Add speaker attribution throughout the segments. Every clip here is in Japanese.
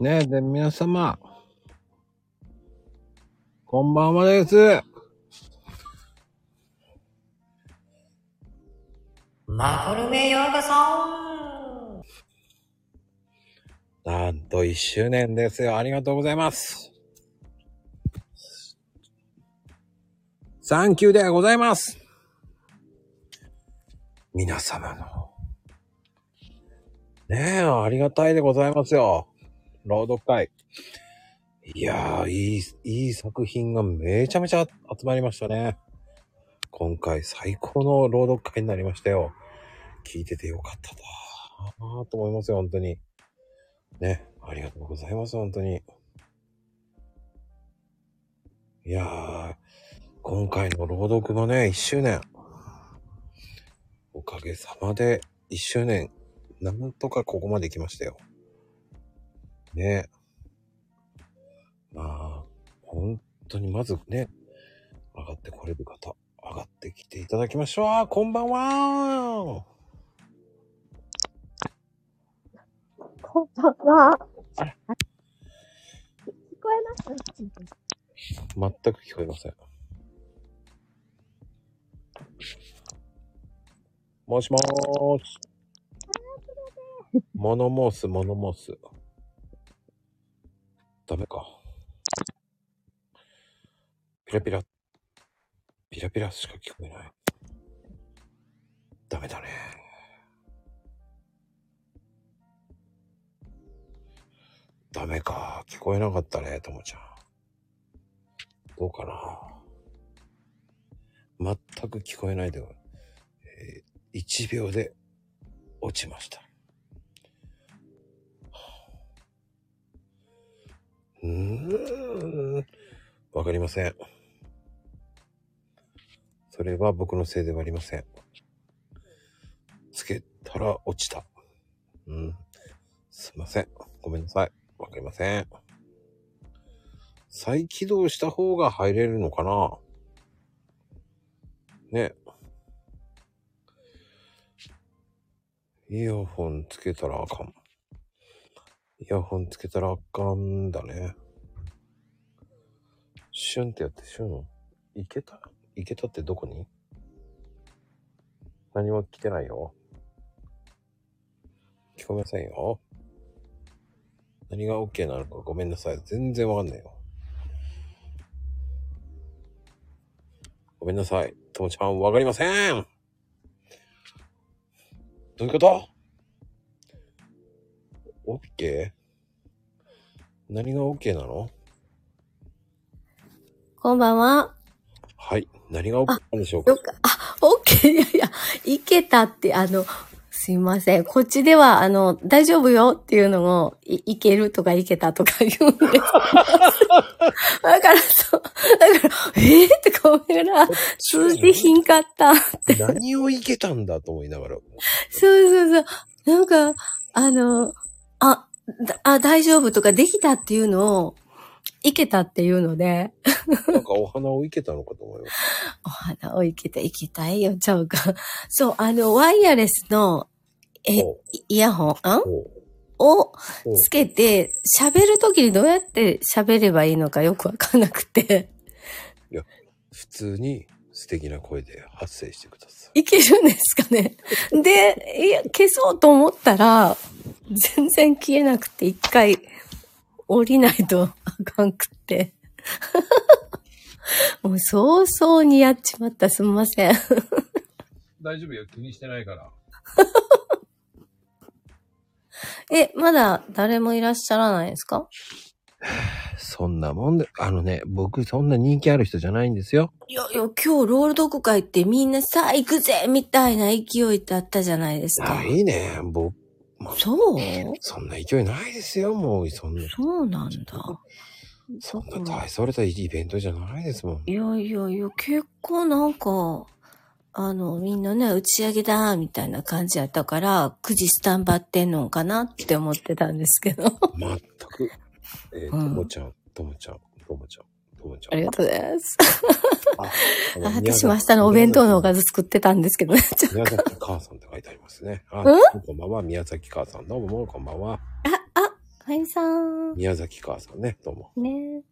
Speaker 1: ねえ、で、皆様、こんばんはです。
Speaker 2: マフルメようこそ
Speaker 1: なんと1周年ですよ。ありがとうございます。サンキューでございます。皆様の。ねえ、ありがたいでございますよ。朗読会。いやー、いい、いい作品がめちゃめちゃ集まりましたね。今回最高の朗読会になりましたよ。聞いててよかったなーと思いますよ、本当に。ね、ありがとうございます、本当に。いやー、今回の朗読もね、1周年。おかげさまで1周年、なんとかここまで来ましたよ。ね。まあ、本当にまずね、上がってこれる方、上がってきていただきましょう。こんばんは。
Speaker 3: こんばんは。聞こえます
Speaker 1: 全く聞こえません。もしもーし。モノ申す、モノ申す。ダメか。ピラピラ。ピラピラしか聞こえない。ダメだね。ダメか。聞こえなかったね、ともちゃん。どうかな全く聞こえないで、えー、1秒で落ちました。はあうーん。わかりません。それは僕のせいではありません。つけたら落ちた。うん。すいません。ごめんなさい。わかりません。再起動した方が入れるのかなね。イヤホンつけたらあかん。イヤホンつけたらあかんだね。シュンってやって、シュン。いけたいけたってどこに何も来てないよ。聞こえませんよ。何が OK なのかごめんなさい。全然わかんないよ。ごめんなさい。ともちゃん、わかりませんどういうこと ?OK? 何が OK なの
Speaker 3: こんばんは。
Speaker 1: はい。何が OK なんでしょうか
Speaker 3: よか、あ、オッケー。いやいや、いけたって、あの、すいません。こっちでは、あの、大丈夫よっていうのを、い、いけるとかいけたとか言うん です。だから、そう、だから、えー、ってか思いながら、通じひんかった。そう
Speaker 1: 何をいけたんだと思いながら。
Speaker 3: そうそう。なんか、あの、あ、だあ、大丈夫とかできたっていうのを、いけたっていうので、
Speaker 1: なんかお花をいけたのかと思います。
Speaker 3: お花を生けていきたいよ、ちゃうか。 そう、あの、ワイヤレスのえ
Speaker 1: おう
Speaker 3: イヤホンん
Speaker 1: おう
Speaker 3: を
Speaker 1: おう
Speaker 3: つけて、喋るときにどうやって喋ればいいのかよくわかんなく て。
Speaker 1: 普通に素敵な声で発声してください。
Speaker 3: いけるんですかねで、いや、消そうと思ったら、全然消えなくて、一回降りないとあかんくて。 もう早々にやっちまった、すみません。
Speaker 1: 大丈夫よ。気にしてないから。
Speaker 3: え、まだ誰もいらっしゃらないですか
Speaker 1: そんなもんで、あのね、僕そんな人気ある人じゃないんですよ。
Speaker 3: いやいや、今日ロール読会ってみんなさあ行くぜみたいな勢いだったじゃないですか
Speaker 1: あ。いいね。僕、
Speaker 3: そう
Speaker 1: そんな勢いないですよ。もう、そんな、
Speaker 3: そうなんだ。
Speaker 1: そんな大それたイベントじゃないですもん。
Speaker 3: いやいやいや、結構なんか、あの、みんなね、打ち上げだみたいな感じやったから、9時スタンバってんのかなって思ってたんです けど。
Speaker 1: 全く。えー、と
Speaker 3: うん
Speaker 1: もちゃん、ともちゃん、ともちゃん、ともちゃ
Speaker 3: あ
Speaker 1: ん。
Speaker 3: りがとうございます。
Speaker 1: あの宮
Speaker 3: 私
Speaker 1: 崎
Speaker 3: も明日のお弁当のおか
Speaker 1: 宮
Speaker 3: ず作ってたんですけどね。ちょ
Speaker 1: 崎宮崎母さんって書いてありますね。あ、
Speaker 3: う
Speaker 1: こんばんは。宮崎母さん。どうも、こんばんは。
Speaker 3: あ、あ、かゆみさん。
Speaker 1: 宮崎川さんね、どうも。
Speaker 3: ね。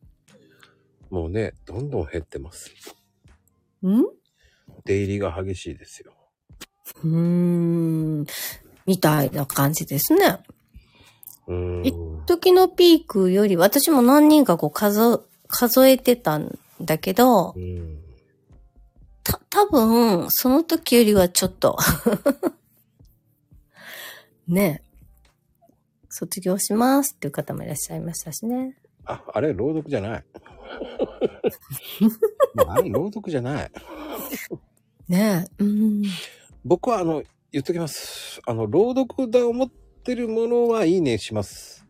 Speaker 1: もうね、どんどん減ってます。
Speaker 3: んう
Speaker 1: 出入りが激しいですよ。
Speaker 3: ーん。みたいな感じですね。
Speaker 1: うーん。
Speaker 3: 時のピークより、私も何人かこう数、数えてたんだけど
Speaker 1: う、ん。
Speaker 3: た、多分、その時よりはちょっと。ねえ。卒業しますっていう方もいらっしゃいましたしね。
Speaker 1: あ、あれ、朗読じ ゃない。もうあれ、朗読じゃない。
Speaker 3: ねえ。うん。
Speaker 1: 僕は、あの、言っときます。あの、朗読だ思ってるものはいいねします。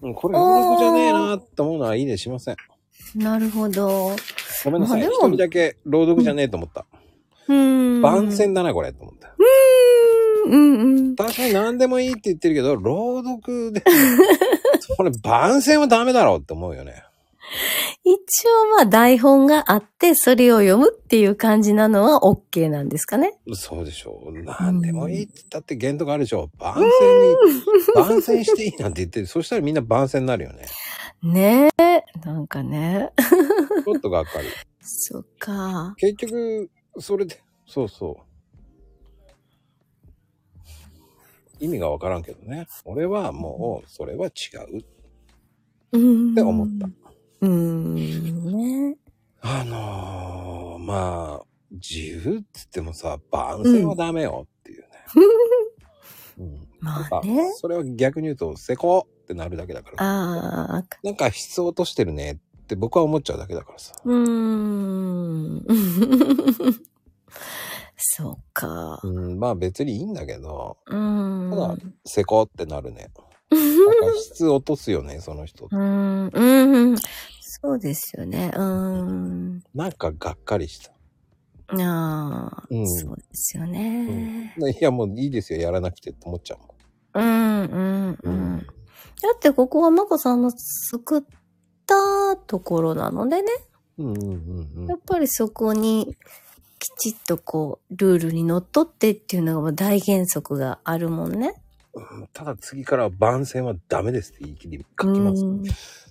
Speaker 1: うんこれ、朗読じゃねえなって思うのはいいねしません。
Speaker 3: なるほど。
Speaker 1: ごめんなさい。
Speaker 3: まあ
Speaker 1: 一
Speaker 3: でも
Speaker 1: 人だけ朗読じゃねえと思った。
Speaker 3: うーん。
Speaker 1: 番宣だな、これ、と思った。
Speaker 3: うーん。うんうん。
Speaker 1: 確かに何でもいいって言ってるけど、朗 読で、これ番宣はダメだろうって思うよね。
Speaker 3: 一応まあ台本があって、それを読むっていう感じなのは OK なんですかね。
Speaker 1: そうでしょう。何でもいいって言ったって限度があるでしょ。番宣に、番宣していいなんて言ってる。そしたらみんな番宣になるよね。
Speaker 3: ねえ。なんかね。
Speaker 1: ちょっとがっかり。
Speaker 3: そっか。
Speaker 1: 結局、それで、そうそう。意味がわからんけどね。俺はもう、それは違
Speaker 3: う
Speaker 1: う。
Speaker 3: ん。
Speaker 1: って思った。
Speaker 3: うーん。ね。
Speaker 1: あのー、まあ、自由って言ってもさ、番宣はダメよっていうね。うん
Speaker 3: ま
Speaker 1: あ
Speaker 3: あね。
Speaker 1: それは逆に言うと、せこってなるだけだから。
Speaker 3: ああ、
Speaker 1: なんか質落としてるねって僕は思っちゃうだけだからさ。
Speaker 3: うーん。そうか。
Speaker 1: うん、まあ別にいいんだけど、
Speaker 3: うーん。
Speaker 1: た
Speaker 3: う
Speaker 1: だ、せこってなる ね。なんか質落とすよね、その人。
Speaker 3: ーん。うーん。そうですよね。うーん。
Speaker 1: なんかがっかりした。
Speaker 3: ああ、
Speaker 1: うん
Speaker 3: そうですよね。
Speaker 1: いやもういいですよ、やらなくてって思っちゃうも
Speaker 3: うん、うん、うんん。だってここはまこさんの作ったところなのでね。
Speaker 1: ん。うんうんうんう
Speaker 3: や
Speaker 1: ん
Speaker 3: っ。ぱりそこにきちっとこう、ルールにのっとってっていうのがもう大原則があるもんね。
Speaker 1: ただ次からは番宣はダメですって言い切り書きます。
Speaker 3: うん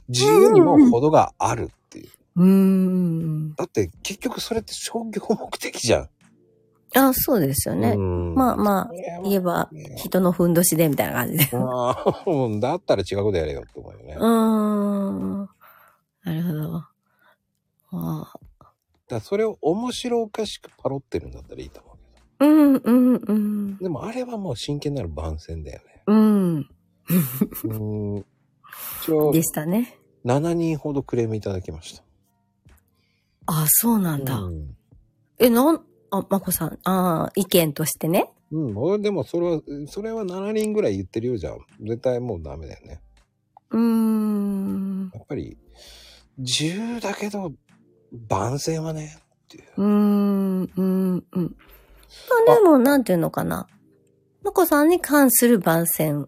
Speaker 1: 自由にも程があるっていう。
Speaker 3: うーん。
Speaker 1: だって結局それって商業目的じゃん。
Speaker 3: あ、そうですよね。まあまあ、言えば人のふんどしでみたいな感じで。
Speaker 1: ああ、もうだったら違うことやれよって思うよね。
Speaker 3: う
Speaker 1: だ か
Speaker 3: ーん。なるほど。あ
Speaker 1: らそれを面白おかしくパロってるんだったらいいと思うけ
Speaker 3: ーうん、うん、うん
Speaker 1: ど。。でもあれはもう真剣なる番宣だよ ね。
Speaker 3: うん。
Speaker 1: うーん。一応
Speaker 3: で、したね。
Speaker 1: 7人ほどクレームいただきました。
Speaker 3: あ、そうなんだ。
Speaker 1: うん。
Speaker 3: え、なん、あ、まこさん、あー意見としてね。
Speaker 1: うん、俺でもそれは、それは7人ぐらい言ってるようじゃん。絶対もうダメだよね。
Speaker 3: うーん。
Speaker 1: やっぱり、自由だけど、番宣はね、っていう。
Speaker 3: うーん、うーん、うん。まあでも、なんていうのかな。まこさんに関する番宣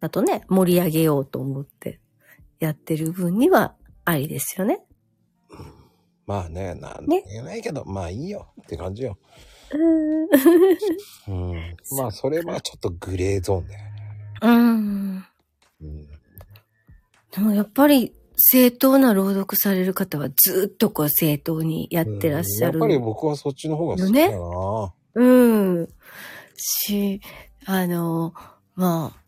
Speaker 3: だとね、盛り上げようと思ってやってる分にはありですよね。
Speaker 1: まあね、なんて言えないけど、まあいいよって感じよ。
Speaker 3: うーん。
Speaker 1: うん。まあそれはちょっとグレーゾーンだよね。
Speaker 3: うーん。
Speaker 1: うん。
Speaker 3: でもやっぱり、正当な朗読される方はずっとこう正当にやってらっしゃる。
Speaker 1: うんやっぱり僕はそっちの方が好きだな。
Speaker 3: うん。し、あの、まあ、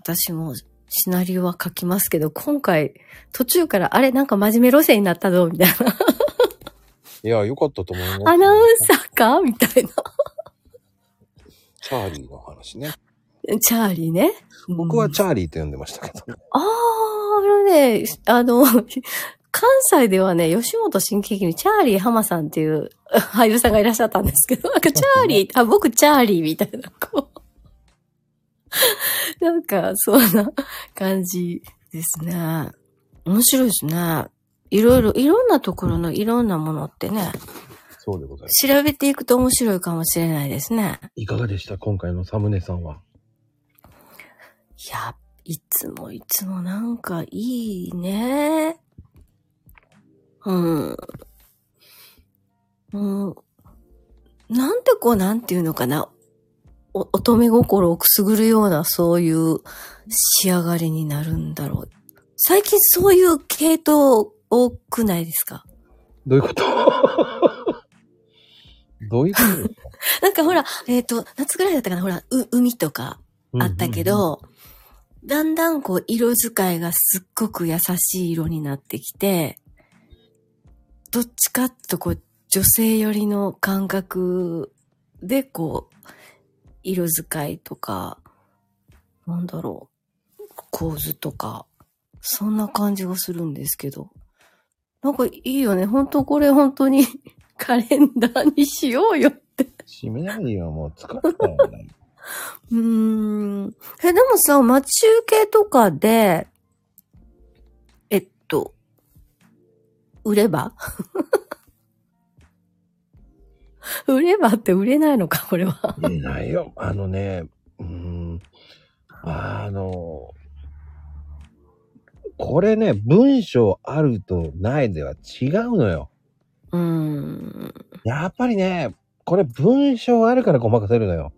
Speaker 3: 私もシナリオは書きますけど、今回途中からあれなんか真面目路線になったぞ、みたいな。
Speaker 1: いや、よかったと思います。
Speaker 3: アナウンサーかみたい
Speaker 1: チャーリーの話ね。
Speaker 3: な。チャーリーね。
Speaker 1: 僕は
Speaker 3: うん
Speaker 1: チャーリーと呼んでましたけど。
Speaker 3: あー、あれね、あの、 関西ではね、吉本新喜劇にチャーリー浜さんっていう 俳優さんがいらっしゃったんですけど、なんかチャーリー、あ、僕チャーリーみたいな、こう。 なんか、そんな感じですね。面白いですね。いろいろ、いろんなところのいろんなものってね、
Speaker 1: そうでございます。
Speaker 3: 調べていくと面白いかもしれないですね。
Speaker 1: いかがでした今回のサムネさんは。
Speaker 3: いや、いつもいつもなんかいいね。うん。うん。なんてこう、なんていうのかな。お乙女心をくすぐるような、そういう仕上がりになるんだろう。最近そういう系統多くないですか
Speaker 1: どういうこと どういうこと
Speaker 3: なんかほら、えっ、と、夏ぐらいだったかな、ほら、う、海とかあったけ、
Speaker 1: うんうんうん
Speaker 3: ど、だんだんこう、色使いがすっごく優しい色になってきて、どっちかってとこう、女性寄りの感覚でこう、色使いとか、なんだろう、構図とか、そんな感じがするんですけど。なんかいいよね。本当これ本当に カレンダーにしようよ。
Speaker 1: 閉めないでよ、もう疲れたよ、ね。
Speaker 3: うーん。え、でもさ、待ち受けとかで、えっと、売れば 売ればって売れないのか、これは。
Speaker 1: 寝ないよ。あのね、うーん、あの、これね、文章あるとないでは違うのよ。
Speaker 3: うーん。
Speaker 1: やっぱりね、これ文章あるからごまかせるのよ。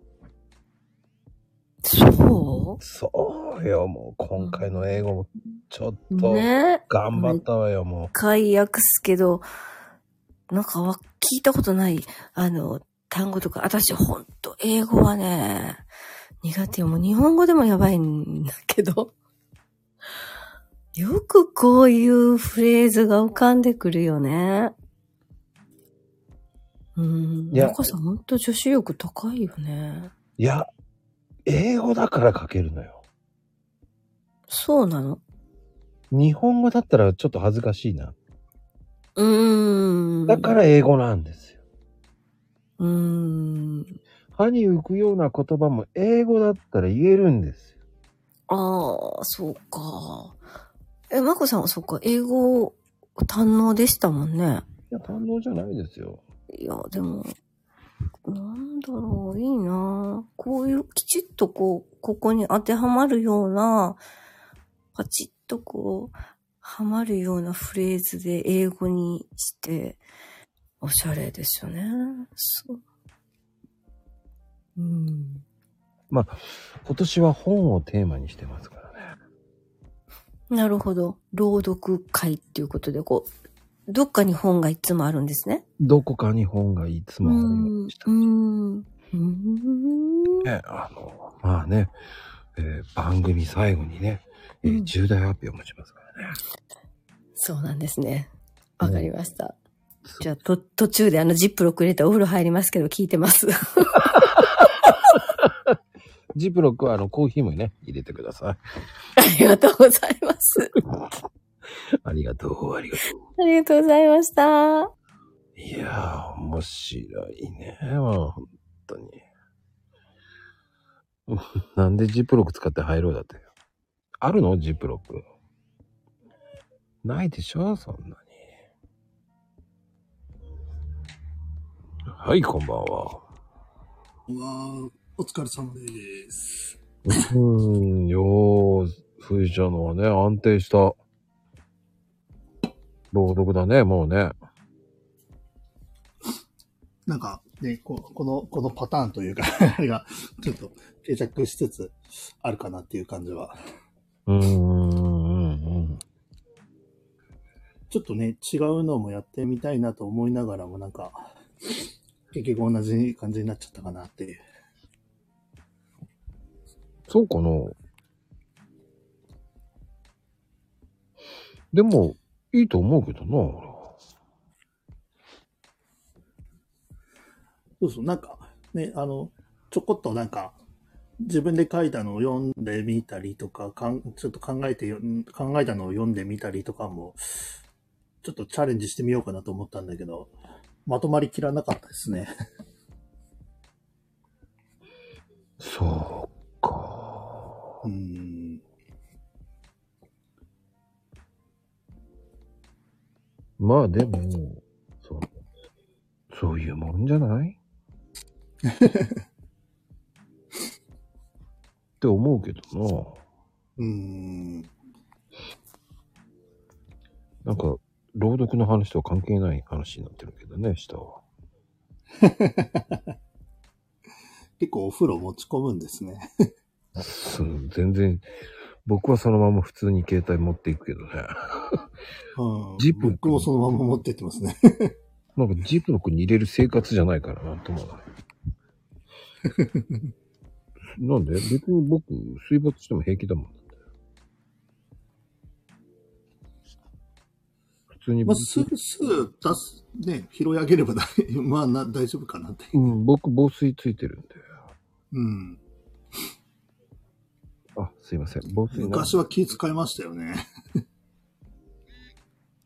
Speaker 3: そ
Speaker 1: そうよ、もう今回の英語もちょっ
Speaker 3: う
Speaker 1: と
Speaker 3: ね。
Speaker 1: 頑張ったわよ、も
Speaker 3: 解約すけど、なんかわ聞いたことない、あの、単語とか、私ほんと英語はね、苦手よ。もう日本語でもやばいんだけど。 よくこういうフレーズが浮かんでくるよね。うん。
Speaker 1: いや
Speaker 3: 中さんほんと女子力高いよね。
Speaker 1: う。いや、英語だから書けるのよ。
Speaker 3: そうなの
Speaker 1: 日本語だったらちょっと恥ずかしいな。
Speaker 3: うーん。
Speaker 1: だから。英語なんですよ。
Speaker 3: うーん。
Speaker 1: 歯に浮くような言葉も英語だったら言えるんですよ。
Speaker 3: ああ、そうか。え、まこさんはそうか、英語堪能でしたもんね。
Speaker 1: いや、堪能じゃないですよ。
Speaker 3: いや、でも、なんだろう、いいなあこういう、きちっとこう、ここに当てはまるような、パチッとこう、はまるようなフレーズで英語にして、おしゃれですよね。そう。うん。
Speaker 1: 今年は本をテーマにしてますからね。
Speaker 3: なるほど。朗読会っていうことで、こう、どっかに本がいつもあるんですね。
Speaker 1: どこかに本がいつ
Speaker 3: う
Speaker 1: もあるようんにした。
Speaker 3: うん。うん
Speaker 1: ね、あの、まあね、えー番組最後にね、えー
Speaker 3: うん
Speaker 1: 重大発表もしますからね。
Speaker 3: そうなんですね。わかりました。
Speaker 1: そう
Speaker 3: じゃあ、と、途中であの、ジップロック入れてお風呂入りますけど、聞いてます。
Speaker 1: ジップロックはあの、コーヒーもね、入れてくださ
Speaker 3: あ
Speaker 1: い。
Speaker 3: りがとうございます。
Speaker 1: ありがとう、ありがとう。
Speaker 3: ありがとうございました。
Speaker 1: いやー、面白いね、もう、本当に。 なんでジップロック使って入ろうだって。あるのジップロック。ないでしょそんなに。はい、こんばんは。
Speaker 4: わあ、お疲れ様です。
Speaker 1: うーん、よー、ふいちゃんのはね、安定した朗読だね、もうね。
Speaker 4: なんか、ね、ここの、このパターンというか、 あれが、ちょっと定着しつつあるかなっていう感じは。
Speaker 1: うーん、うん、
Speaker 4: ちょっとね、違うのもやってみたいなと思いながらも、なんか、結局同じ感じになっちゃったかなっていう。
Speaker 1: そうかな。でも、いいと思うけどな、俺は
Speaker 4: そうそう、なんか、ね、あの、ちょこっとなんか、自分で書いたのを読んでみたりとか、かんちょっと考えてよ、考えたのを読んでみたりとかも、ちょっとチャレンジしてみようかなと思ったんだけど、まとまりきらなかったで すね。
Speaker 1: そうか。
Speaker 4: うーん。
Speaker 1: まあでも、そう、そういうもんじゃない って思うけど
Speaker 4: うーん。
Speaker 1: な。なんか、朗読の話とは関係ない話になってるけどね、下は。
Speaker 4: 結構お風呂持ち込むんで すね。
Speaker 1: うん全然、僕はそのまま普通に携帯持っていくけどね。
Speaker 4: うん。
Speaker 1: ジップ
Speaker 4: 僕もそのまま持ってってますね。
Speaker 1: なんかジップロックに入れる生活じゃないからなんともない。なんで別に僕、水没しても平気だもん。普通に
Speaker 4: まあ、
Speaker 1: 僕、
Speaker 4: すぐ、すぐ出す、ね、拾い 上げれば大、まあな、大丈夫かなって。
Speaker 1: うん、僕防水ついてるんで。
Speaker 4: うん。
Speaker 1: あ、すいません。防水な
Speaker 4: 昔は気使いましたよね。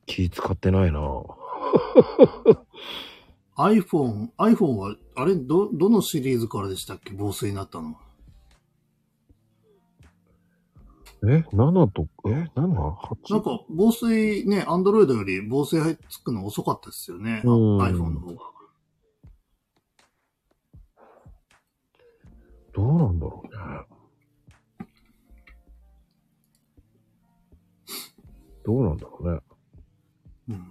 Speaker 1: 気使ってないな
Speaker 4: iPhone、iPhone は、あれ、ど、どのシリーズからでしたっけ防水になったのは。
Speaker 1: え、7と、え、7?8?
Speaker 4: なんか、防水ね、アンドロイドより防水入つくの遅かったですよね。あ
Speaker 1: うん
Speaker 4: iPhone の方が。
Speaker 1: どうなんだろうね。どうなんだろうね。
Speaker 4: うん。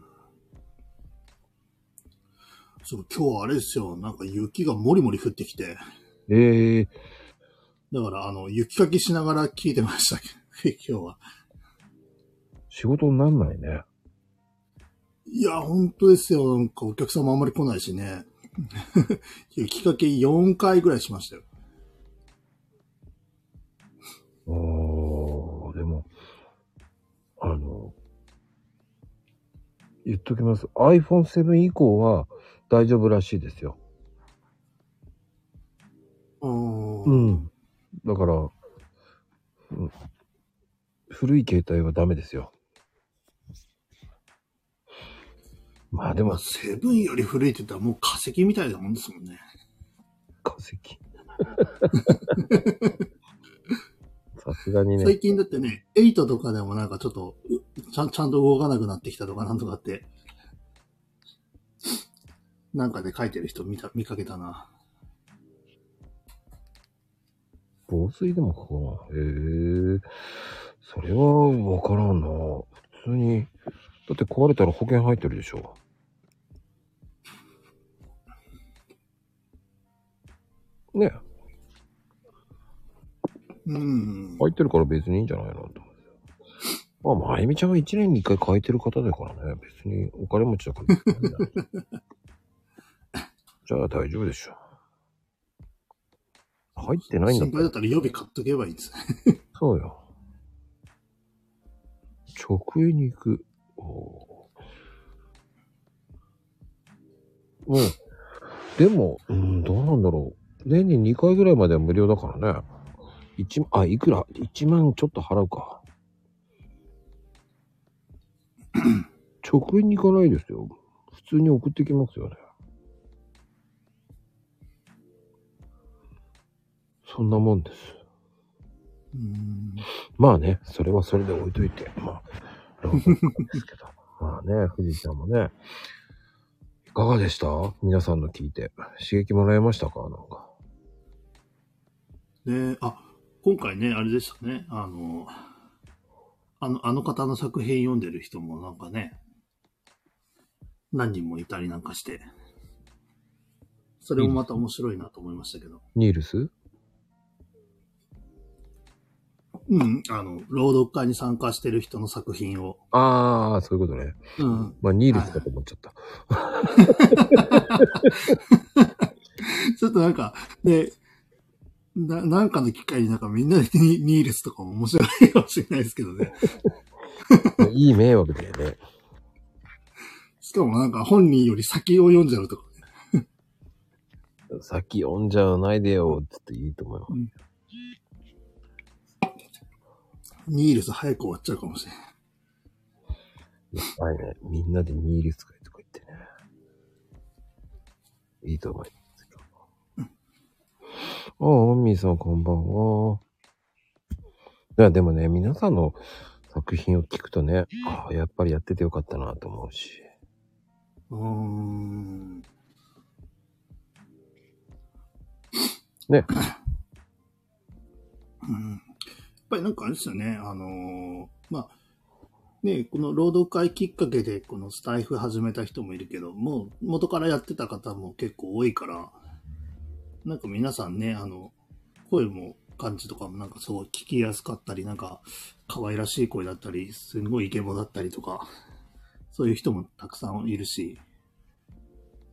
Speaker 4: そう、今日あれですよ。なんか雪がもりもり降ってきて。
Speaker 1: ええ
Speaker 4: だから、あの、雪かきしながら聞いてましたけど、 今日は。
Speaker 1: 仕事になんないね。
Speaker 4: いや、本当ですよ。なんかお客様あんまり来ないしね。 雪かき4回ぐらいしましたよ。
Speaker 1: おー、でも、あの、言っときます。iPhone7 以降は大丈夫らしいですよ。
Speaker 4: うーん。
Speaker 1: ん。だから、うん古い携帯はダメですよ。まあで
Speaker 4: ま
Speaker 1: も
Speaker 4: あ、、セブンより古いって言ったらもう化石みたいなもんですもんね。
Speaker 1: 化石。さすがにね。
Speaker 4: 最近だってね、8とかでもなんかちょっと、うちゃん、ちゃんと動かなくなってきたとかなんとかって、なんかで書いてる人見た、見かけたな。
Speaker 1: 防水でもかかな。へえ。それはわからんな。普通に。だって壊れたら保険入ってるでしょ。ねえ
Speaker 4: うん。
Speaker 1: 入ってるから別にいいんじゃないのと思って。まあ、まゆみちゃんは1年に1回変えてる方だからね。別にお金持ちだから。 じゃあ大丈夫でしょ。入ってないんだっ
Speaker 4: 心
Speaker 1: た
Speaker 4: 配
Speaker 1: ら
Speaker 4: だったら予備買っとけばいいんですね。
Speaker 1: そうよ。直営に行く。おーもう、でも、うん、どうなんだろう。年に2回ぐらいまでは無料だからね。一万、あ、いくら ?1 万ちょっと払うか。直営に行かないですよ。普通に送ってきますよね。そんなもんです。
Speaker 4: うん。
Speaker 1: まあね、それはそれで置いといて、まあ、ロードですけど。まあね、富士山もね、いかがでした皆さんの聞いて。刺激もらえましたかなんか。
Speaker 4: ねあ、今回ね、あれでしたね。あの、あの、あの方の作品読んでる人もなんかね、何人もいたりなんかして、それもまた面白いなと思いましたけど。
Speaker 1: ニールス
Speaker 4: うん、あの、朗読会に参加してる人の作品を。
Speaker 1: ああ、そういうことね。
Speaker 4: うん。
Speaker 1: まあ、ニールスかと思っちゃった。
Speaker 4: ちょっとなんか、で、な、なんかの機会になんかみんなでニニーレスとかも面白いかもしれないですけどね。
Speaker 1: いい迷惑だよね。
Speaker 4: しかもなんか本人より先を読んじゃうとか。
Speaker 1: 先読んじゃないでよ、つっていいと思います。
Speaker 4: ニーレス早く終わっちゃうかもしれない。
Speaker 1: はいね。みんなでニールス会とか言ってね。いいと思いますけど。ああ、オンミーさんこんばんは。いや、でもね、皆さんの作品を聞くとね、ああ、やっぱりやっててよかったなと思うし。
Speaker 4: うーん。
Speaker 1: ね。
Speaker 4: うんやっぱりなんかあれですよね、あのーまあ、ね、この労働会きっかけでこのスタイフ始めた人もいるけど、もう元からやってた方も結構多いから、なんか皆さんね、あの、声も感じとかもなんかすごい聞きやすかったり、なんか可愛らしい声だったり、すごいイケボだったりとか、そういう人もたくさんいるし、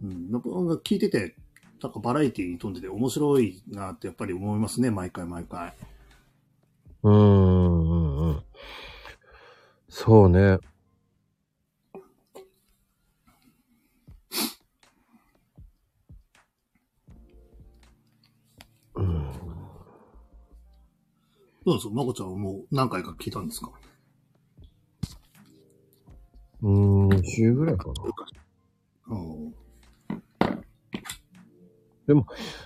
Speaker 4: うん、なんか音楽聞いてて、なんかバラエティに富んでて面白いなってやっぱり思いますね、毎回毎回。
Speaker 1: うーんうんうん。そうね。うん、
Speaker 4: どうですかまこちゃんはもう何回か聞いたんですか
Speaker 1: うーん、週ぐらいかな。
Speaker 4: うん。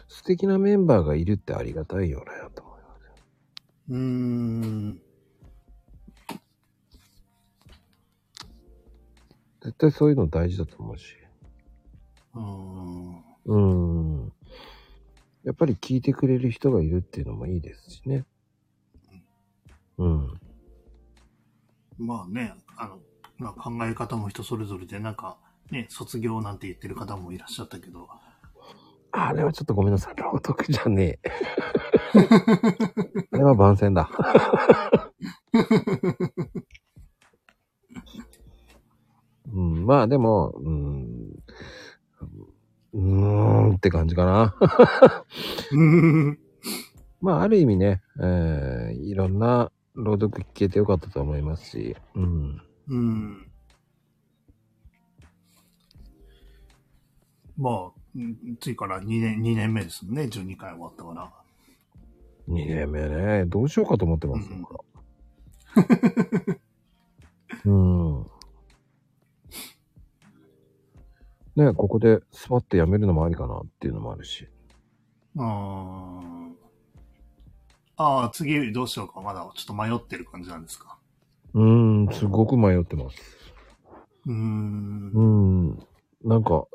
Speaker 1: 素敵なメンバーがいるってありがたいよね、と思います。
Speaker 4: うーん。
Speaker 1: 絶対そういうの大事だと思うし。
Speaker 4: うん
Speaker 1: うーん。やっぱり聞いてくれる人がいるっていうのもいいですしね。うん。
Speaker 4: まあね、あの、まあ、考え方も人それぞれで、なんか、ね、卒業なんて言ってる方もいらっしゃったけど、
Speaker 1: あれはちょっとごめんなさい。朗読じゃねえ。あれは番宣だ。うん、まあでも、うん、うーんって感じかな。
Speaker 4: うん。
Speaker 1: まあ、ある意味ね、えーいろんな朗読聞けてよかったと思いますし、うん。
Speaker 4: うん。まあ、うん次から2年、2年目ですもんね、12回終わったから。
Speaker 1: 2年目ね、どうしようかと思ってますよ。うん。ねここでスパッてやめるのもありかなっていうのもあるし。
Speaker 4: ああ。ああ、次どうしようか、まだちょっと迷ってる感じなんですか。
Speaker 1: うーん、すごく迷ってます。
Speaker 4: うーん
Speaker 1: う。ん。なんか、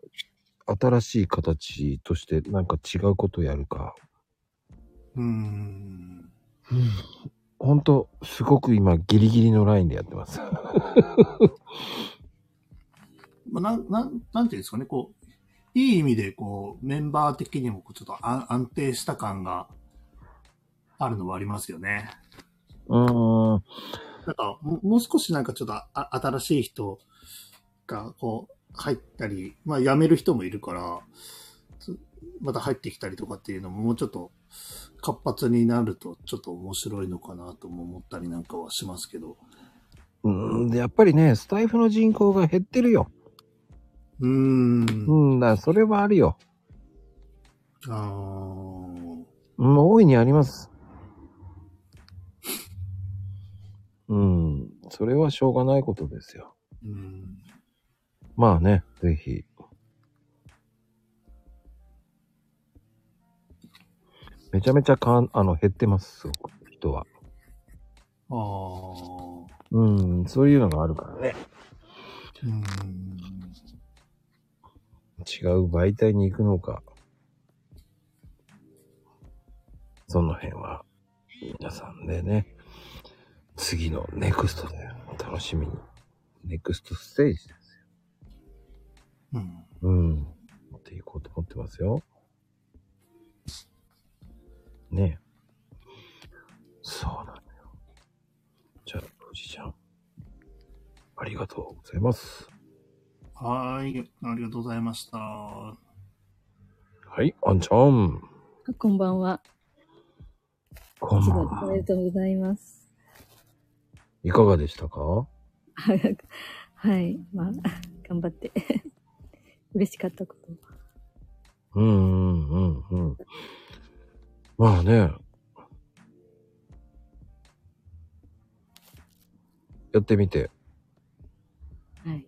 Speaker 1: 新しい形としてなんか違うことやるか。
Speaker 4: うーん。
Speaker 1: うん。ほんと、すごく今ギリギリのラインでやってます。
Speaker 4: まあ、なん、なん、なんていうんですかね、こう、いい意味で、こう、メンバー的にも、こうちょっと安安定した感があるのはありますよね。
Speaker 1: うーん。
Speaker 4: なんか、ももう少しなんかちょっとあ新しい人が、こう、入ったり、まあ、辞める人もいるから、つまた入ってきたりとかっていうのも、もうちょっと活発になると、ちょっと面白いのかなとも思ったりなんかはしますけど。
Speaker 1: うんでやっぱりね、スタイフの人口が減ってるよ。
Speaker 4: うーん。
Speaker 1: うん、だからそれはあるよ。
Speaker 4: あー
Speaker 1: うん、大いにあります。うん、それはしょうがないことですよ。
Speaker 4: うん。
Speaker 1: まあね、ぜひ。めちゃめちゃかん、あの、減ってます、すごく人は。
Speaker 4: ああ。
Speaker 1: うん、そういうのがあるからね。
Speaker 4: うーん
Speaker 1: 違う媒体に行くのか。その辺は、皆さんでね、次のネクストだよ。楽しみに。ネクストステージですよ。
Speaker 4: うん。
Speaker 1: うん。っていこうと思ってますよ。ねえ。そうなのよ。じゃあ、富士ちゃん。ありがとうございます。
Speaker 4: はーい。ありがとうございました。
Speaker 1: はい、あんちゃん。
Speaker 5: こんばんは。
Speaker 1: こん
Speaker 5: 一
Speaker 1: ば
Speaker 5: 度
Speaker 1: ん
Speaker 5: お
Speaker 1: は
Speaker 5: めでとうございます。
Speaker 1: いかがでしたか
Speaker 5: はい。まあ、頑張って。 嬉しかったこと。
Speaker 1: うんうんうんうん。まあね。やってみて。
Speaker 5: はい。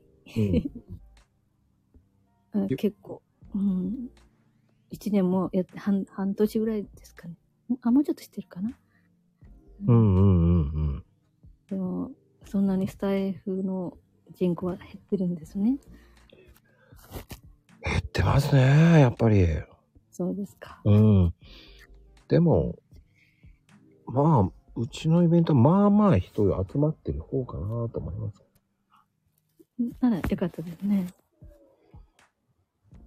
Speaker 1: う ん、
Speaker 5: あ結構、うん。一年もやって、半、半年ぐらいですかね。あ、もうちょっとしてるかな。
Speaker 1: うんうんうん
Speaker 5: でも、そんなにスタイフの人口は減ってるんですね。
Speaker 1: うん。減ってますね、やっぱり。
Speaker 5: そうですか。
Speaker 1: うん。でも、まあ、うちのイベント、まあまあ人集まってる方かなと思います。
Speaker 5: ならよかったですね。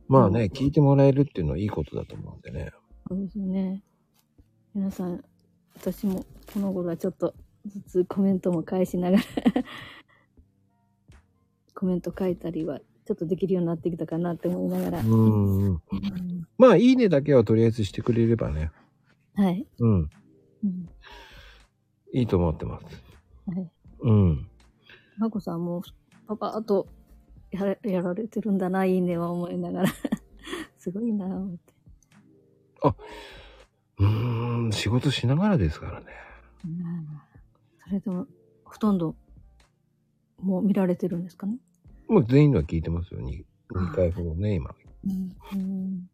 Speaker 1: まあね、聞いてもらえるっていうのはいいことだと思うんでね。
Speaker 5: そうですよね。皆さん、私もこの頃はちょっとずつコメントも返しながら コメント書いたりは、ちょっとできるようになってきたかなって思いながら。
Speaker 1: うんうん。まあ、いいねだけはとりあえずしてくれればね。
Speaker 5: はい。
Speaker 1: うん。
Speaker 5: うん
Speaker 1: いいと思ってます。
Speaker 5: はい。
Speaker 1: うん。
Speaker 5: まこさんも、パパッとやらやられてるんだな、いいねは思いながら。 すごいなぁ思って。
Speaker 1: うーん、仕事しながらですからね。
Speaker 5: それでも、ほとんど、もう見られてるんですかね。
Speaker 1: もう全員のは聞いてますよ。2, 回ほどね、今。
Speaker 5: うん。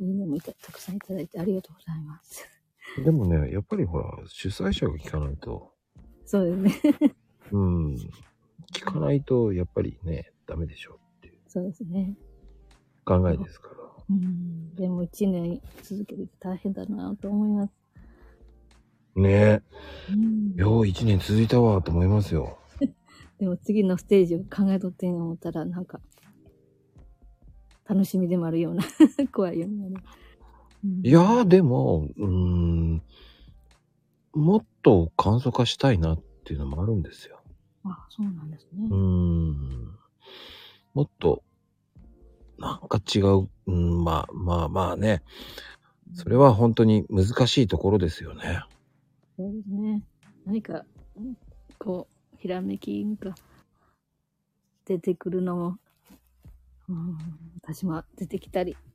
Speaker 5: いいねもいたたくさんいただいてありがとうございます。
Speaker 1: でもね、やっぱりほら、主催者が聞かないと、
Speaker 5: そうですね。
Speaker 1: うん、聞かないと、やっぱりね、ダメでしょっていう
Speaker 5: そうですね。
Speaker 1: 考えですから。
Speaker 5: うん。でも一年続けて大変だなぁと思います。
Speaker 1: ね
Speaker 5: うん
Speaker 1: え、よう一年続いたわ、と思いますよ。
Speaker 5: でも次のステージを考えとってんの思ったら、なんか、楽しみでもあるような、 怖いようなね。うん
Speaker 1: いやー、でも、うーん、もっと簡素化したいなっていうのもあるんですよ。
Speaker 5: あ、そうなんですね
Speaker 1: うー。ん、もっと、なんか違う、うん、まあまあまあね、それは本当に難しいところですよね。
Speaker 5: そうですね。何か、うんこう、ひらめきが出てくるのも、うん、私も出てきたり、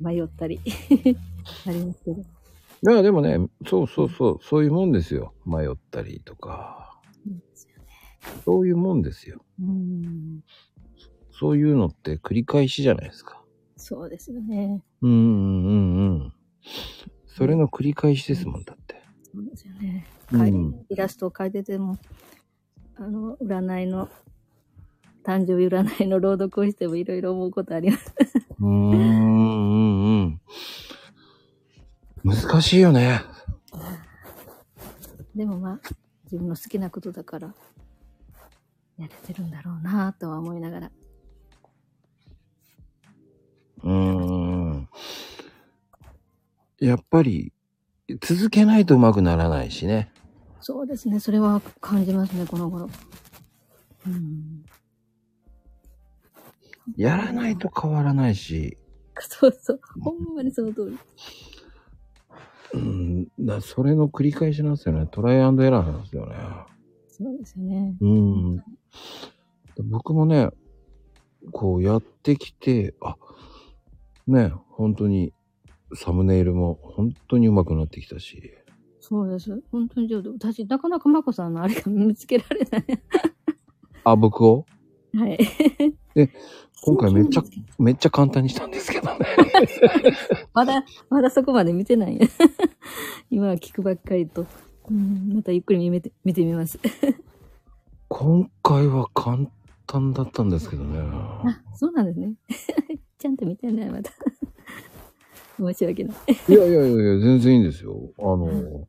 Speaker 5: 迷ったり、 ありますけど。
Speaker 1: いや、でもね、そうそうそう、そういうもんですよ。迷ったりとか、そういうもんですよ。
Speaker 5: うん、
Speaker 1: そういうのって繰り返しじゃないですか。
Speaker 5: そうですよね。
Speaker 1: うんうんうんうん。それの繰り返しですもんだって。
Speaker 5: そうですよね。
Speaker 1: うん
Speaker 5: かいイラストを描いてても、あの、占いの、誕生日占いの朗読をしてもいろいろ思うことあります。
Speaker 1: うーんうんうん。難しいよね。
Speaker 5: でもまあ、自分の好きなことだから、やれてるんだろうなぁとは思いながら。
Speaker 1: うーん。やっぱり、続けないとうまくならないしね。
Speaker 5: そうですね、それは感じますね、この頃。うん。
Speaker 1: やらないと変わらないし、
Speaker 5: そうそう、ほんまにその通り。
Speaker 1: うん、だそれの繰り返しなんですよね。トライアンドエラーなんですよね。
Speaker 5: そうですよね。
Speaker 1: うん。僕もね、こうやってきて、あ、ね、本当にサムネイルも本当に上手くなってきたし、
Speaker 5: そうです。本当に上手。私、なかなかまこさんのあれが見つけられない。
Speaker 1: あ、僕を
Speaker 5: はい。
Speaker 1: 今回めっちゃ、めっちゃ簡単にしたんですけどね。
Speaker 5: まだ、まだそこまで見てない。 今は聞くばっかりと。うん、またゆっくり見て見てみます。
Speaker 1: 今回は簡単だったんですけどね。
Speaker 5: あ、そうなんですね。 ちゃんと見てない、また。 申し訳ない。
Speaker 1: いやいやいやいや、全然いいんですよ。あの、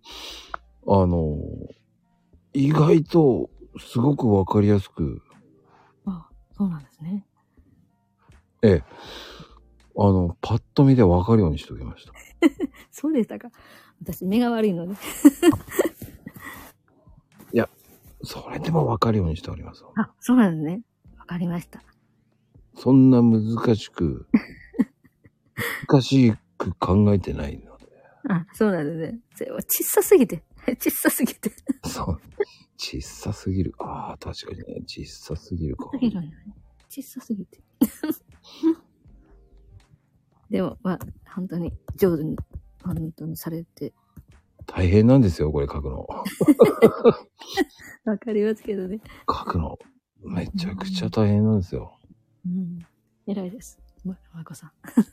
Speaker 1: あの、意外とすごくわかりやすく、
Speaker 5: あ、そうなんですね。
Speaker 1: ええ。あの、パッと見でわかるようにしておきました。
Speaker 5: そうでしたか。私、目が悪いので。
Speaker 1: それでもわかるようにしております。
Speaker 5: あ、そうなんですね。わかりました。
Speaker 1: そんな難しく、難しく考えてないので。
Speaker 5: あ、そうなんですね。それは小さすぎて。 小さすぎて。
Speaker 1: そう。小さすぎる。ああ、確かにね。小さすぎるか。
Speaker 5: 小さすぎて。 でも、まあ、本当に上手に、本当にされ て、
Speaker 1: 大変なんですよ、これ書くの。
Speaker 5: わかりますけどね。
Speaker 1: 書くの。めちゃくちゃ大変なんですよ。
Speaker 5: うん。偉いです。ま、まこさん。
Speaker 1: 本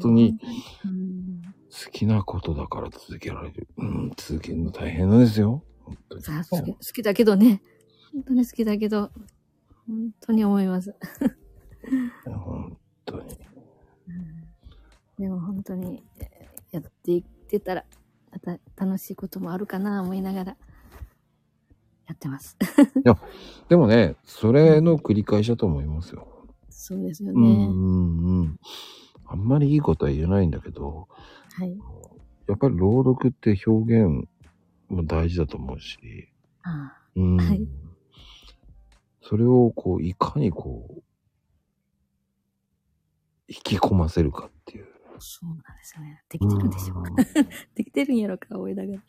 Speaker 1: 当に
Speaker 5: うん。
Speaker 1: 好きなことだから続けられる。うん、続けるの大変なんですよ。本当に
Speaker 5: さあ好き好きだけどね。本当に好きだけど、本当に思います。
Speaker 1: 本当に。
Speaker 5: でも本当にえーやっていってたら、また楽しいこともあるかな思いながら、やってます。
Speaker 1: でもね、それの繰り返しだと思いますよ。
Speaker 5: そうですよ
Speaker 1: う
Speaker 5: ね。
Speaker 1: んうんうん。あんまりいいことは言えないんだけど、
Speaker 3: はい。
Speaker 1: やっぱり朗読って表現も大事だと思うし、
Speaker 5: ああ
Speaker 1: うん。
Speaker 5: はい
Speaker 1: それをこう、いかにこう、引き込ませるかっていう。
Speaker 5: そうなんですよね。できてるんでしょうか。
Speaker 1: うん
Speaker 5: できてるんやろか、思いながら。
Speaker 1: い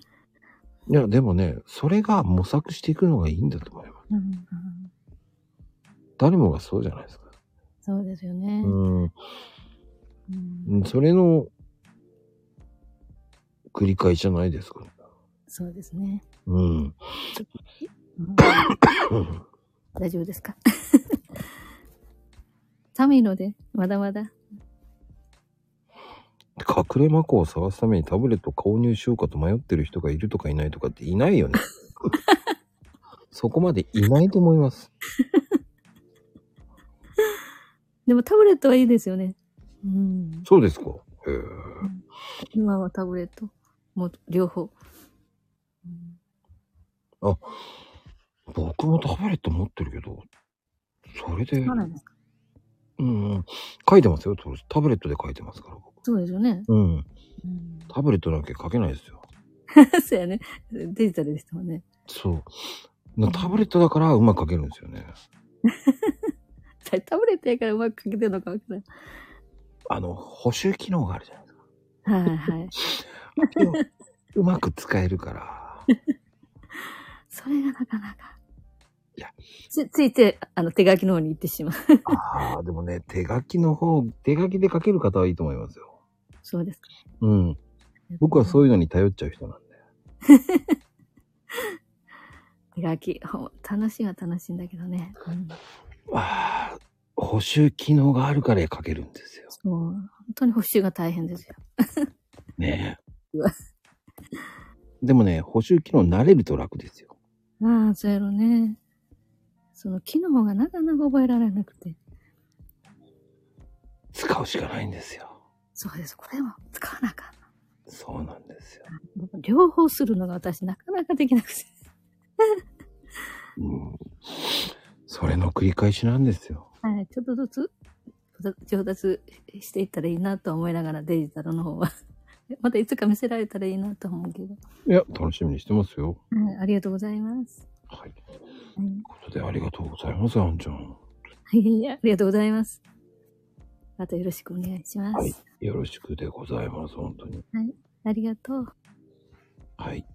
Speaker 1: や、でもね、それが模索していくのがいいんだと思います。
Speaker 5: うんうん
Speaker 1: 誰もがそうじゃないですか。
Speaker 5: そうですよね。
Speaker 1: うん。
Speaker 5: うん
Speaker 1: それの、繰り返しじゃないですか。
Speaker 5: そうですね。
Speaker 1: うん。
Speaker 5: うん大丈夫ですか 寒いので、まだまだ。
Speaker 1: 隠れ魔法を探すためにタブレットを購入しようかと迷ってる人がいるとかいないとかっていない よね。そこまでいないと思います。
Speaker 5: でもタブレットはいいですよね。うん。
Speaker 1: そうですか。へえ。
Speaker 5: 今はタブレット。もう両方。うん
Speaker 1: 僕もタブレット持ってるけど、それで、
Speaker 5: そうなんですか。
Speaker 1: うんうん、書いてますよ。それタブレットで書いてますから、僕。
Speaker 5: そうですよね。
Speaker 1: うん。
Speaker 5: うん、
Speaker 1: タブレットなんか書けないですよ。
Speaker 5: そうやね。デジタルでしたもんね。
Speaker 1: そう。なタブレットだからうまく書けるんですよね。
Speaker 5: タブレットやからうまく書けてるのかわからない。
Speaker 1: あの、補修機能があるじゃないですか。
Speaker 5: はいはい。
Speaker 1: うまく使えるから。
Speaker 5: それがなかなか。
Speaker 1: いや
Speaker 5: つ、ついて、あの、手書きの方に行ってしまう。
Speaker 1: ああ、でもね、手書きの方、手書きで書ける方はいいと思いますよ。
Speaker 5: そうですか。
Speaker 1: うん。僕はそうういうのに頼っちゃう人なんで。
Speaker 5: 手書き、ほん楽しいは楽しいんだけどね。うん、
Speaker 1: ああ、補修機能があるから書けるんですよ。
Speaker 5: そう、本当に補修が大変ですよ。
Speaker 1: ねえ
Speaker 5: うわ。
Speaker 1: でもね、補修機能慣れると楽ですよ。
Speaker 5: ああ、そうやろね。その機能がなかなか覚えられなくて。
Speaker 1: 使うしかないんですよ。
Speaker 5: そうです。これは使わなあかん
Speaker 1: そうなんですよ。
Speaker 5: な。両方するのが私なかなかできなくて。
Speaker 1: うん。それの繰り返しなんですよ。
Speaker 5: はい。ちょっとずつ上達していったらいいなと思いながらデジタルの方は。 またいつか見せられたらいいなと思うけど。
Speaker 1: いや、楽しみにしてますよ。
Speaker 5: はい。ありがとうございます。
Speaker 1: はい。という
Speaker 5: はい
Speaker 1: ことで、ありがとうございます、あんちゃん。
Speaker 5: はいいや、ありがとうございます。またよろしくお願いします。
Speaker 1: はい。よろしくでございます、本当に。
Speaker 5: ありがとう。
Speaker 1: はい。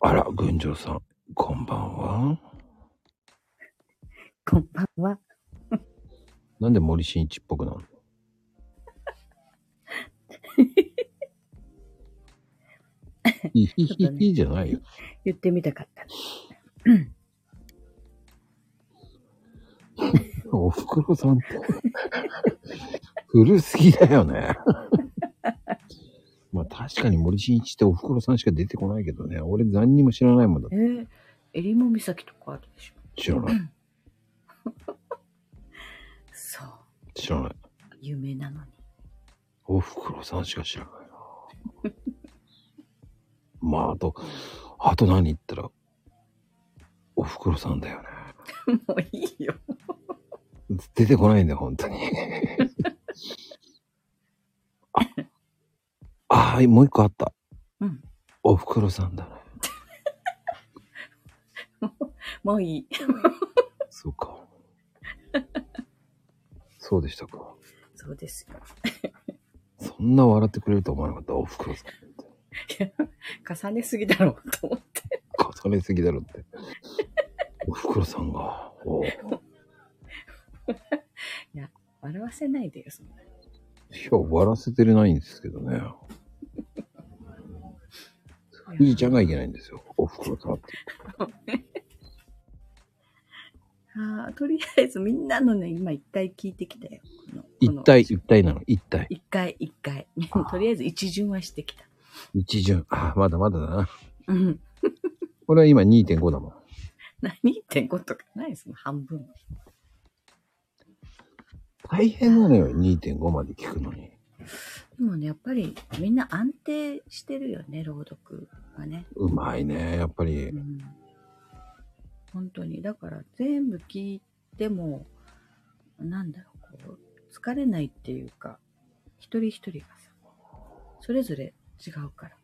Speaker 1: あら、群青さん、こんばんは。
Speaker 5: こんばんは。
Speaker 1: なんで森進一っぽくなるのいひひひじゃないよ。
Speaker 6: 言ってみたかった。
Speaker 1: おふくろさんって。古すぎだよね。まあ確かに森進一っておふくろさんしか出てこないけどね。俺何にも知らないもんだ。
Speaker 6: えー、襟裳岬とかあるでしょ。
Speaker 1: 知らない。
Speaker 6: そう。
Speaker 1: 知らない。
Speaker 6: 有名なのに。
Speaker 1: おふくろさんしか知らないな。まああと、あと何言ったら、おふくろさんだよね。
Speaker 6: もういいよ。
Speaker 1: 出てこないんだよ、本当に。あ、あー、もう一個あった。
Speaker 6: うん。
Speaker 1: おふくろさんだね。
Speaker 6: もういい。
Speaker 1: そうか。そうでしたか。
Speaker 6: そうですよ。
Speaker 1: そんな笑ってくれると思わなかった、おふくろさん。
Speaker 6: 重ねすぎだろうと思って。
Speaker 1: 重ねすぎだ ろって。おふくろさ んが。おう
Speaker 6: 笑わせないでよ、そんない
Speaker 1: や、終わらせてれないんですけどね。
Speaker 6: の。
Speaker 1: 富士ちゃんがいけないんですよ。おふくろさんって。
Speaker 6: ああ、とりあえずみんなのね、今一回聞いてきたよ。この
Speaker 1: 一。体、一体なの、一体。
Speaker 6: 一回、一回。 とりあえず一巡はしてきた。
Speaker 1: 一巡。あー、まだまだだな。
Speaker 6: うん。
Speaker 1: 俺は今2.5だもん。
Speaker 6: 何1.5とかないですもん、半分。
Speaker 1: 大変なのよ、2.5まで聞くのに。
Speaker 6: でもね、やっぱりみんな安定してるよね、朗読はね。
Speaker 1: うまいね、やっぱり
Speaker 6: う。ん。本当に。だから全部聞いても、
Speaker 3: なんだろう、こう、疲れないっていうか、一人一人がさ、それぞれ違うから。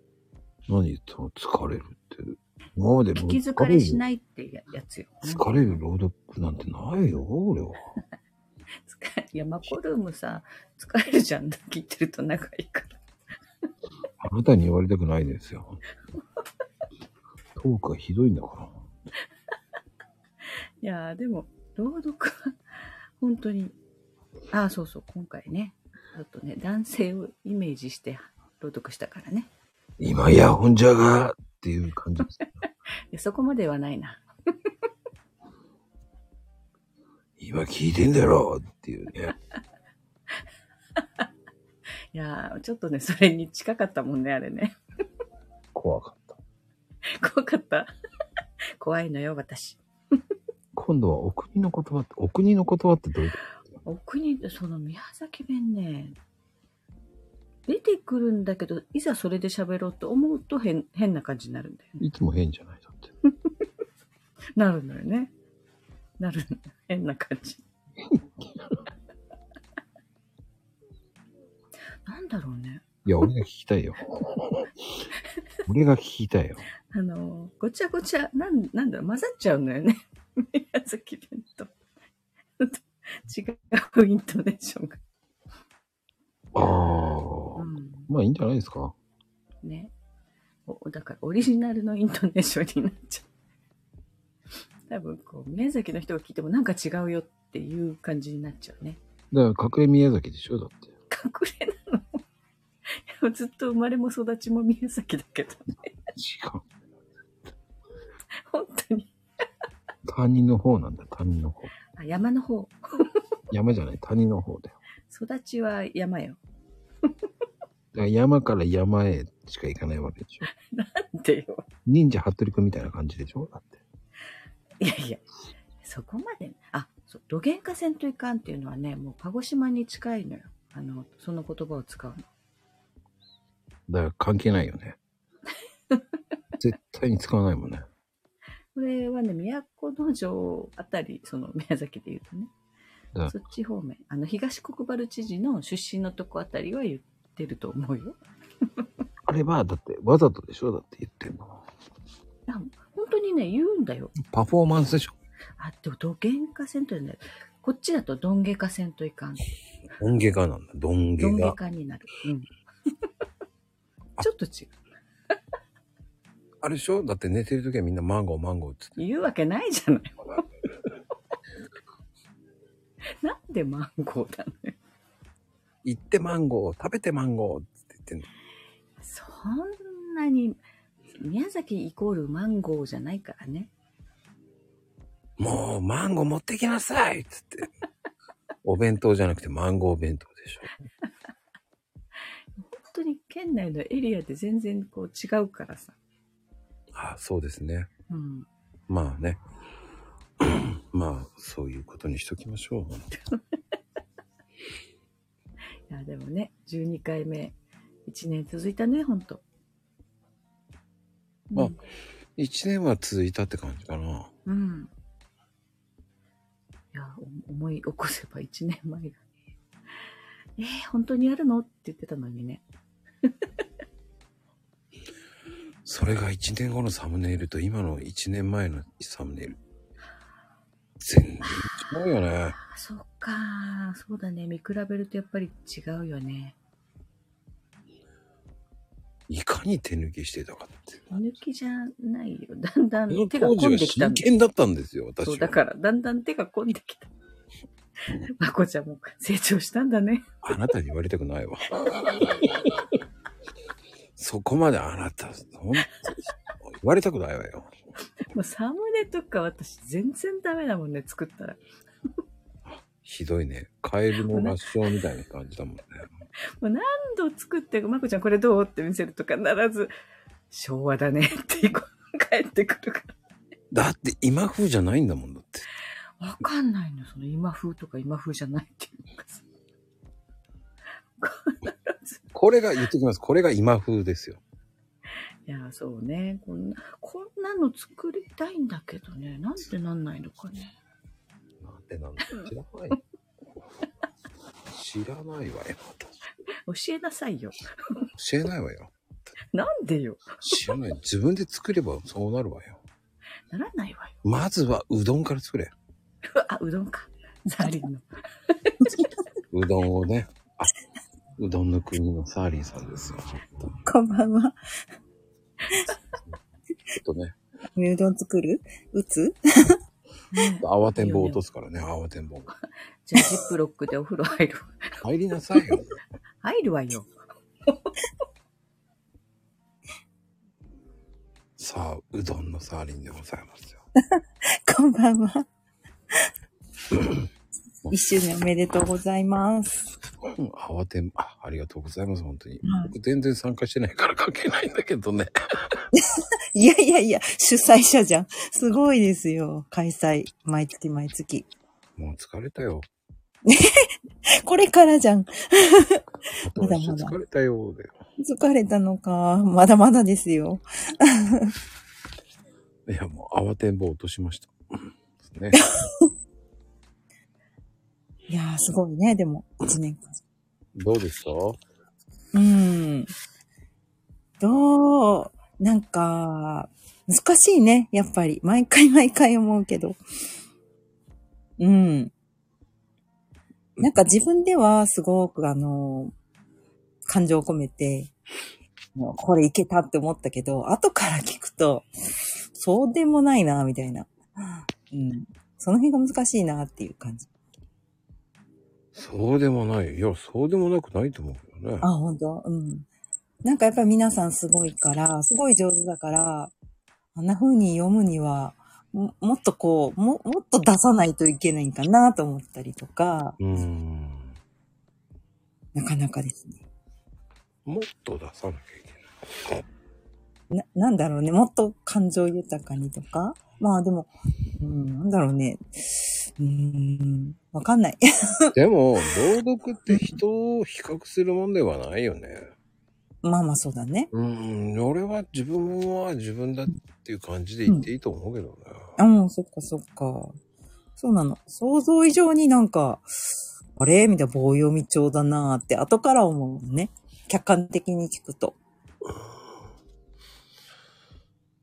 Speaker 1: 何言っても疲れるって。今まで
Speaker 3: 聞き疲れし
Speaker 1: い。
Speaker 3: ないってややつよ。
Speaker 1: 疲れる朗読なんてないよ、俺は。
Speaker 3: 疲れいや、マコルームさ、疲れるじゃん、聞いてると仲いいから。
Speaker 1: あなたに言われたくないですよ。トークがひどいんだから。
Speaker 3: いやー、でも、朗読は、 本当に、ああ、そうそう、今回ね、ちょっとね、男性をイメージして朗読したから ね。
Speaker 1: 今やほんじゃがっていう感じです。
Speaker 3: いやそこまではないな。
Speaker 1: 今聞いてんだろうっていうね。
Speaker 3: いやー、ちょっとね、それに近かったもんね、あれね。
Speaker 1: 怖かった。
Speaker 3: 怖かった。怖いのよ、私。
Speaker 1: 今度はお国の言葉って、お国の言葉ってどういうこ
Speaker 3: お国、その宮崎弁ね、出てくるんだけど、いざそれで喋ろうと思うと変、変な感じになるんだよね。
Speaker 1: といつも変じゃないだって。
Speaker 3: なるのよね。なるの変な感じ。 なんだろうね。
Speaker 1: いや、俺が聞きたいよ。俺が聞きたいよ。
Speaker 3: あの、ごちゃごちゃ、なん、なんだろう、混ざっちゃうのよね。 宮崎弁と。 違うイントネーションが。
Speaker 1: あ
Speaker 3: う
Speaker 1: あ。
Speaker 3: ん。
Speaker 1: まあいいんじゃないですか。
Speaker 3: ね。おだから、オリジナルのイントネーションになっちゃう。多分、こう、宮崎の人が聞いてもなんか違うよっていう感じになっちゃうね。
Speaker 1: だから隠れ宮崎でしょだって。
Speaker 3: 隠れなのいやずっと生まれも育ちも宮崎だけどね
Speaker 1: 違う。
Speaker 3: 本当に
Speaker 1: 谷の方なんだ、谷の方。
Speaker 3: あ山の方
Speaker 1: 山じゃない、谷の方だよ。
Speaker 3: 育ちは山よ
Speaker 1: だから山から山へしか行かないわけでしょ。
Speaker 3: なんてよ
Speaker 1: 忍者ハットリくんみたいな感じでしょだって。
Speaker 3: いやいやそこまであそう土幻化戦といかんっていうのはねもう鹿児島に近いのよあのその言葉を使うの
Speaker 1: だから関係ないよ ね。絶対に使わないもんね。
Speaker 3: これはね都城あたりその宮崎で言うとね
Speaker 1: うん
Speaker 3: そっち方面あの東国原知事の出身のとこあたりは言ってると思うよ
Speaker 1: あれは、だってわざとでしょだって言ってんの。
Speaker 3: あ本当にね言うんだよ
Speaker 1: パフォーマンスでしょ
Speaker 3: あ、でも、どげんかせんというんだよ。こっちだとどんげかせんといかん。
Speaker 1: どんげがなんだ。どん
Speaker 3: ど
Speaker 1: げ
Speaker 3: んげ
Speaker 1: が。
Speaker 3: かになる。 うん。ちょっと違う。
Speaker 1: あれでしょだって寝てる時はみんなマンゴーマンゴーっつって。
Speaker 3: 言うわけないじゃ ない。なんでマンゴーだのよ。
Speaker 1: 行ってマンゴー、食べてマンゴーっつって言ってんの。
Speaker 3: そんなに、宮崎イコールマンゴーじゃないからね。
Speaker 1: もうマンゴー持ってきなさいっつって。 お弁当じゃなくてマンゴー弁当でしょ。
Speaker 3: 本当に県内のエリアで全然こう違うからさ。
Speaker 1: あそうですね。
Speaker 3: うん。
Speaker 1: まあね。 まあ、そういうことにしときましょう。
Speaker 3: いや、でもね、12回目、1年続いたね、ほんと。
Speaker 1: まあ
Speaker 3: うん
Speaker 1: 一年は続いたって感じかな。
Speaker 3: うん。いや、お思い起こせば1年前が。えー、本当にやるのって言ってたのにね。
Speaker 1: それが一年後のサムネイルと今の一年前のサムネイル。全然違うよね。
Speaker 3: あ、そっか。そうだね。見比べるとやっぱり違うよね。
Speaker 1: いかに手抜きしてたかって。
Speaker 3: 手抜きじゃないよ。だんだ
Speaker 1: あ
Speaker 3: ん
Speaker 1: の
Speaker 3: 手が
Speaker 1: 当時
Speaker 3: 込ん
Speaker 1: は
Speaker 3: できた
Speaker 1: 真
Speaker 3: んだ
Speaker 1: 剣だったんですよ、私
Speaker 3: そ
Speaker 1: は。
Speaker 3: う、だから、だんだん手が込んできた。まこちゃんも成長したんだね。
Speaker 1: あなたに言われたく ないわ。そこまであなた、本当に言われたくないわよ。
Speaker 3: もうサムネとか私全然ダメだもんね、作ったら。
Speaker 1: ひどいね。カエルの合唱みたいな感じだもんね。
Speaker 3: もう何度作って、まこちゃんこれどうって見せると必ず、昭和だねってこう帰ってくるか
Speaker 1: だって今風じゃないんだもんだって。
Speaker 3: ら。わかんないの、その今風とか今風じゃないっていうかさ。
Speaker 1: これが、言っときます。これが今風ですよ。
Speaker 3: いや、そうね。こんな、こんなの作りたいんだけどね。なんてなんないのかね。
Speaker 1: なんってなんだ知らない。知らないわよ。
Speaker 6: 教えなさいよ。
Speaker 1: 教えないわよ。
Speaker 6: なんでよ。
Speaker 1: 知らない。自分で作ればそうなるわよ。
Speaker 6: ならないわよ。
Speaker 1: まずはうどんから作れ。
Speaker 6: うわあ、うどんか。ザーリ ンの。
Speaker 1: うどんをね。あ、うどんの国のサーリンさんですよ。ちょ
Speaker 7: こんばんは。
Speaker 1: っとね、
Speaker 7: 牛丼作る打つ
Speaker 6: ね
Speaker 1: 慌てんぼ落とすからね、慌てんぼ。
Speaker 6: じゃあ、ジップロックでお風呂入る。
Speaker 1: 入りなさいよ。
Speaker 6: 入るわよ。
Speaker 1: さあ、うどんのサーリンでございますよ。
Speaker 7: こんばんは。 一周年おめでとうございます。
Speaker 1: うん慌てんぼ、あ、ありがとうございます、本当に。
Speaker 7: はい
Speaker 1: 僕全然参加してないから関係ないんだけどね。
Speaker 7: いやいやいや、主催者じゃん。すごいですよ。開催。毎月毎月。
Speaker 1: もう疲れたよ。
Speaker 7: これからじゃん。
Speaker 1: 後
Speaker 7: だ
Speaker 1: 押
Speaker 7: ま
Speaker 1: し
Speaker 7: だ
Speaker 1: 疲れたようで。
Speaker 7: 疲れたのか。まだまだですよ。
Speaker 1: いや、もう慌てんぼ落としました。ね。
Speaker 7: いやー、すごいね。でも、一年間。
Speaker 1: どうでした
Speaker 7: うん。どうなんか、難しいね。やっぱり。毎回毎回思うけど。うん。なんか自分ではすごくあの、感情を込めて、もうこれいけたって思ったけど、後から聞くと、そうでもないな、みたいな。うん。その辺が難しいなっていう感じ。
Speaker 1: そうでもない。いや、そうでもなくないと思うけどね。
Speaker 7: あ、本当うん。なんかやっぱり皆さんすごいから、すごい上手だから、あんな風に読むには、ももっとこうも、もっと出さないといけないんかなと思ったりとか、
Speaker 1: うーん。
Speaker 7: なかなかですね。
Speaker 1: もっと出さなきゃいけない。
Speaker 7: な、なんだろうね、もっと感情豊かにとか、まあでも、うん、なんだろうね、うーん、わかんない。
Speaker 1: でも、朗読って人を比較するもんではないよね。
Speaker 7: まあまあそうだね。
Speaker 1: うん、俺は自分は自分だっていう感じで言っていいと思うけどね。
Speaker 7: あ、もうそっかそっか。そうなの。想像以上になんか、あれみたいな棒読み帳だなーって後から思うのね。客観的に聞くと。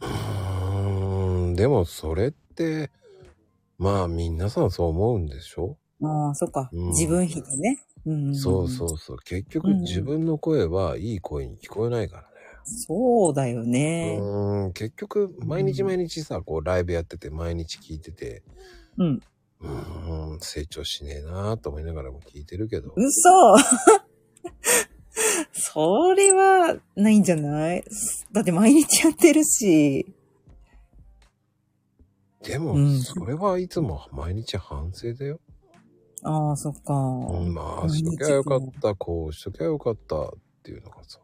Speaker 1: うーん、でもそれって、まあ皆さんそう思うんでしょ、
Speaker 7: ああ、そっか。
Speaker 1: うん
Speaker 7: 自分比でね。うん。
Speaker 1: そうそうそう。結局
Speaker 7: うん
Speaker 1: 自分の声はいい声に聞こえないからね。
Speaker 7: そうだよ
Speaker 1: う
Speaker 7: ね。
Speaker 1: ーん、結局毎日毎日さ、こうライブやってて毎日聞いてて、
Speaker 7: うん。
Speaker 1: うーん、成長しねえなぁと思いながらも聞いてるけど。
Speaker 7: 嘘 それはないんじゃないだって毎日やってるし。
Speaker 1: でも
Speaker 7: う、ん
Speaker 1: それはいつも毎日反省だよ。
Speaker 7: ああ、そっか。
Speaker 1: まあ、しときゃよかった、こうしときゃよかったっていうのがさ。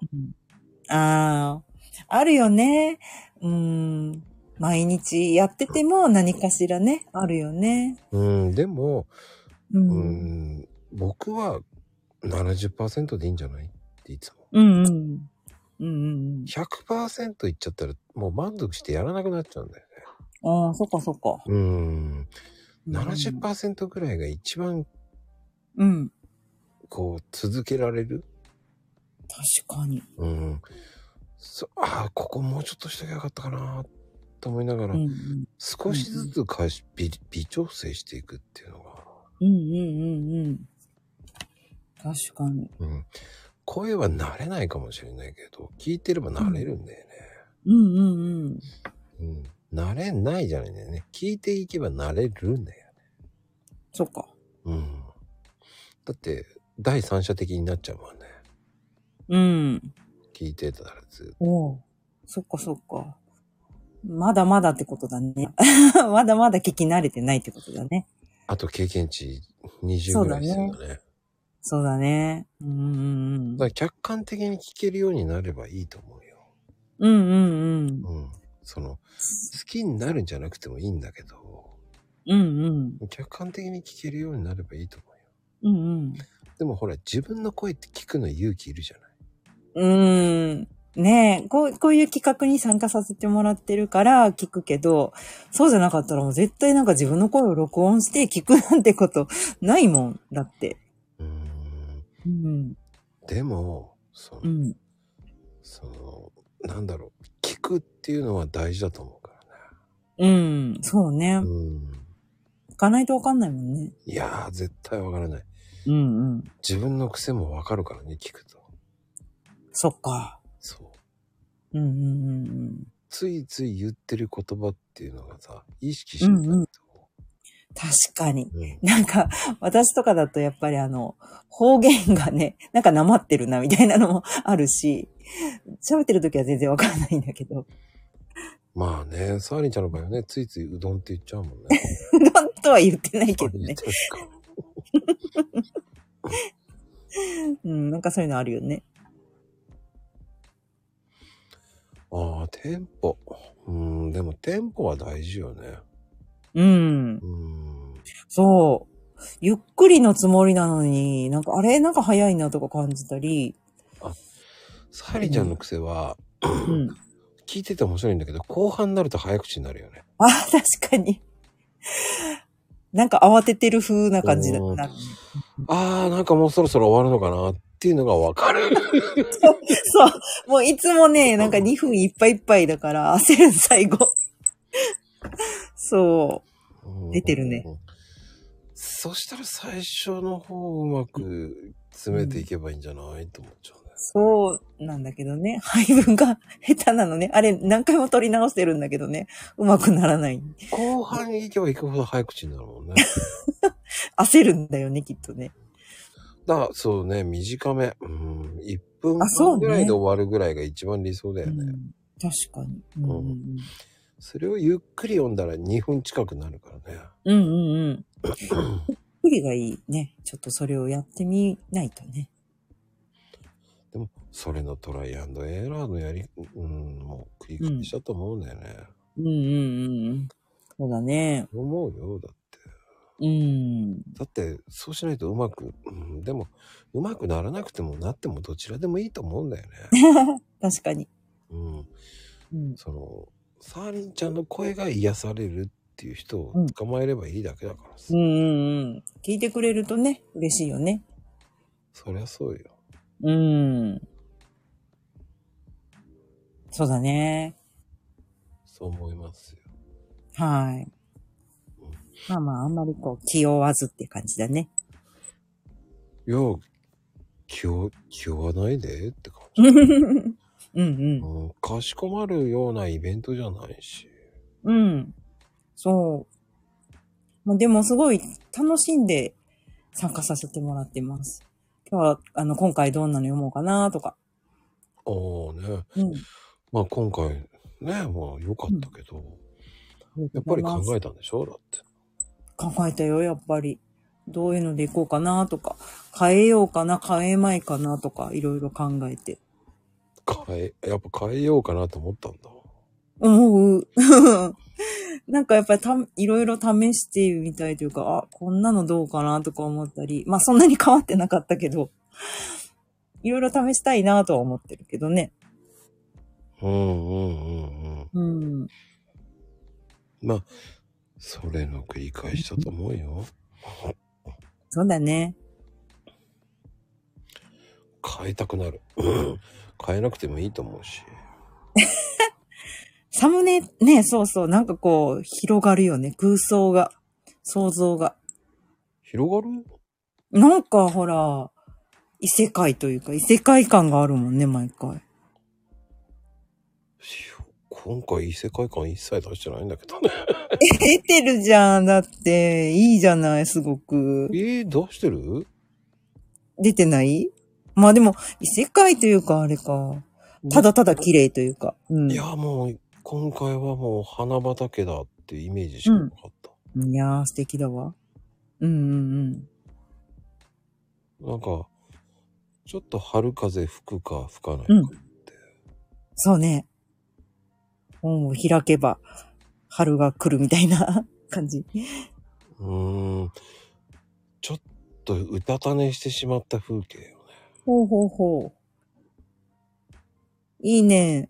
Speaker 7: ああ、あるよね。うーん。毎日やってても何かしらね、あるよね。
Speaker 1: うん、でも、
Speaker 7: う。
Speaker 1: うんん、僕は70%でいいんじゃないっていつも。
Speaker 7: うんうん。うんうんうん。
Speaker 1: 100%いっちゃったらもう満足してやらなくなっちゃうんだよね。
Speaker 7: ああ、そっかそっか。
Speaker 1: うん、70%ぐらいが一番
Speaker 7: うん。
Speaker 1: こう続けられる。
Speaker 7: 確かに。
Speaker 1: うん。そああ、ここもうちょっとしときゃよかったかなと思いなが
Speaker 7: う
Speaker 1: ら、
Speaker 7: んうん。
Speaker 1: 少しずつかし微微調整していくっていうのが。
Speaker 7: うんうんうんうん。確かに。
Speaker 1: うん、声は慣れないかもしれないけど聞いてれば慣れるんだよね、
Speaker 7: うんうんうん。
Speaker 1: うん慣れないじゃないんだよね聞いていけば慣れるんだよ、
Speaker 7: そっか。
Speaker 1: うん、だって第三者的になっちゃうもんね
Speaker 7: うん。
Speaker 1: 聞いてたらずっと
Speaker 7: おうそっかそっか。まだまだってことだね。 まだまだ聞き慣れてないってことだね。
Speaker 1: あと経験値20ぐらいですよねだ
Speaker 7: そうだね。うんうんうん
Speaker 1: か。ら客観的に聞けるようになればいいと思うよ、
Speaker 7: うんうんうん。
Speaker 1: うん、その好きになるんじゃなくてもいいんだけど
Speaker 7: うんうん。
Speaker 1: 客観的に聞けるようになればいいと思うよ
Speaker 7: うん
Speaker 1: でもほら自分の声って聞くの勇気いるじゃない
Speaker 7: うん。うーん。ねえ、こう、こういう企画に参加させてもらってるから聞くけど、そうじゃなかったらもう絶対なんか自分の声を録音して聞くなんてことないもん、だって。
Speaker 1: うーん。
Speaker 7: うん。
Speaker 1: でも、その、
Speaker 7: うん。
Speaker 1: その、なんだろう、聞くっていうのは大事だと思うから
Speaker 7: うん。そうね
Speaker 1: ね。。うん。
Speaker 7: 聞かないとわかんないもんね。
Speaker 1: いやー、絶対わからない。
Speaker 7: うんうん。
Speaker 1: 自分の癖もわかるからね、聞くと。
Speaker 7: そっか。
Speaker 1: そう。
Speaker 7: うんうんうんうん。
Speaker 1: ついつい言ってる言葉っていうのがさ、意識してたと思
Speaker 7: 確かに。
Speaker 1: う。うん
Speaker 7: なんか、私とかだとやっぱりあの、方言がね、なんかなまってるなみたいなのもあるし、喋ってる時は全然わからないんだけど、
Speaker 1: まあね、サーリンちゃんの場合はね、ついついうどんって言っちゃうもんね。
Speaker 7: うどんとは言ってないけど
Speaker 1: 言っ
Speaker 7: ね。
Speaker 1: てるか
Speaker 7: うん、なんかそういうのあるよね。
Speaker 1: ああ、テンポ。うん、でもテンポは大事よね。
Speaker 7: うん。
Speaker 1: うん。
Speaker 7: そう。ゆっくりのつもりなのに、なんかあれなんか早いなとか感じたり、
Speaker 1: サーリンちゃんの癖は、
Speaker 7: うん。
Speaker 1: 聞いてて面白いんだけど、後半になると早口になるよね。
Speaker 7: あ、確かに。なんか慌ててる風な感じだ
Speaker 1: うん
Speaker 7: なる。
Speaker 1: ああ、なんかもうそろそろ終わるのかなっていうのがわかる。
Speaker 7: そう。もういつもね、なんか2分いっぱいいっぱいだから焦る最後。そ出てるね
Speaker 1: うん。そしたら最初の方うまく詰めていけばいいんじゃないと思っちゃうね
Speaker 7: う。。そうなんだけどね。配分が 下手なのね。あれ何回も取り直してるんだけどね。うまくならない。
Speaker 1: 後半に行けば行くほど早口になるもんね。
Speaker 7: 焦るんだよね、きっとね。
Speaker 1: だからそうね、短め。うん、1分
Speaker 7: あそ
Speaker 1: 半
Speaker 7: う
Speaker 1: ぐ
Speaker 7: ね
Speaker 1: らいで終わるぐらいが一番理想だよ
Speaker 7: う
Speaker 1: ね。
Speaker 7: ん確かに。うんうんうん
Speaker 1: それをゆっくり読んだら2分近くなるからね。
Speaker 7: うんうん うん。無理がいいね。ちょっとそれをやってみないとね。
Speaker 1: でも、それのトライアンドエラーのやり、うん、もう繰り返しだと思うんだよね。
Speaker 7: うんうんうんうん。そうだね。
Speaker 1: 思うよ、だって。
Speaker 7: うん。
Speaker 1: だって、そうしないとうまく、うん、でも、うまくならなくてもなってもどちらでもいいと思うんだよね。
Speaker 7: 確かに。
Speaker 1: うん。
Speaker 7: うん、
Speaker 1: その、サーリンちゃんの声が癒されるっていう人を
Speaker 7: うん
Speaker 1: 捕まえればいいだけだからさ。
Speaker 7: うんうんうん。聞いてくれるとね、嬉しいよね。
Speaker 1: そりゃそうよ。
Speaker 7: うん。そうだね。
Speaker 1: そう思いますよ。
Speaker 7: はい。まあまあ、あんまりこう、気負わずって感じだね。
Speaker 1: いや、気を、気負わないでって感じ、
Speaker 7: うんうん。
Speaker 1: うん。かしこまるようなイベントじゃないし。
Speaker 7: うん。そう。まあ、でもすごい楽しんで参加させてもらってます。今日は、あの、今回どんなの読もうかなとか。
Speaker 1: ああね。
Speaker 7: うん。
Speaker 1: まあ今回ね、まあ良かったけど、やっぱり考えたんでしょだって。
Speaker 7: 考えたよ、やっぱり。どういうのでいこうかなとか、変えようかな、変えまいかなとか、いろいろ考えて。
Speaker 1: 変え、やっぱ変えようかなと思ったんだ。
Speaker 7: 思う。 なんかやっぱりた、いろいろ試してみたいというか、あ、こんなのどうかなとか思ったり、まあそんなに変わってなかったけど、いろいろ試したいなとは思ってるけどね。
Speaker 1: うんうんうんうん。
Speaker 7: うん。
Speaker 1: まあ、それの繰り返しだと思うよ。
Speaker 7: そうだね。
Speaker 1: 変えたくなる。変えなくてもいいと思うし。
Speaker 7: サムネ、ね、そうそう、なんかこう、広がるよね。空想が、想像が。
Speaker 1: 広がる
Speaker 7: なんかほら、異世界というか、異世界感があるもんね、毎 回。
Speaker 1: 今回異世界観一切出してないんだけどね。
Speaker 7: 出てるじゃん。だって、いいじゃない、すごく。
Speaker 1: えー、出してる
Speaker 7: 出てないまあでも、異世界というか、あれか。ただただ綺麗というか。うん。
Speaker 1: い
Speaker 7: い
Speaker 1: や
Speaker 7: や
Speaker 1: もう今回はもう花畑だってイメージしかなかった、
Speaker 7: ー、素敵だわ。うんうん
Speaker 1: うん、なんかちょっと春風吹くか吹かないか、
Speaker 7: うんうん。そうね。本を開けば、春が来るみたいな 感じ。
Speaker 1: うーんちょっとうたた寝してしまった風景よね
Speaker 7: ほうほうほう。いいね。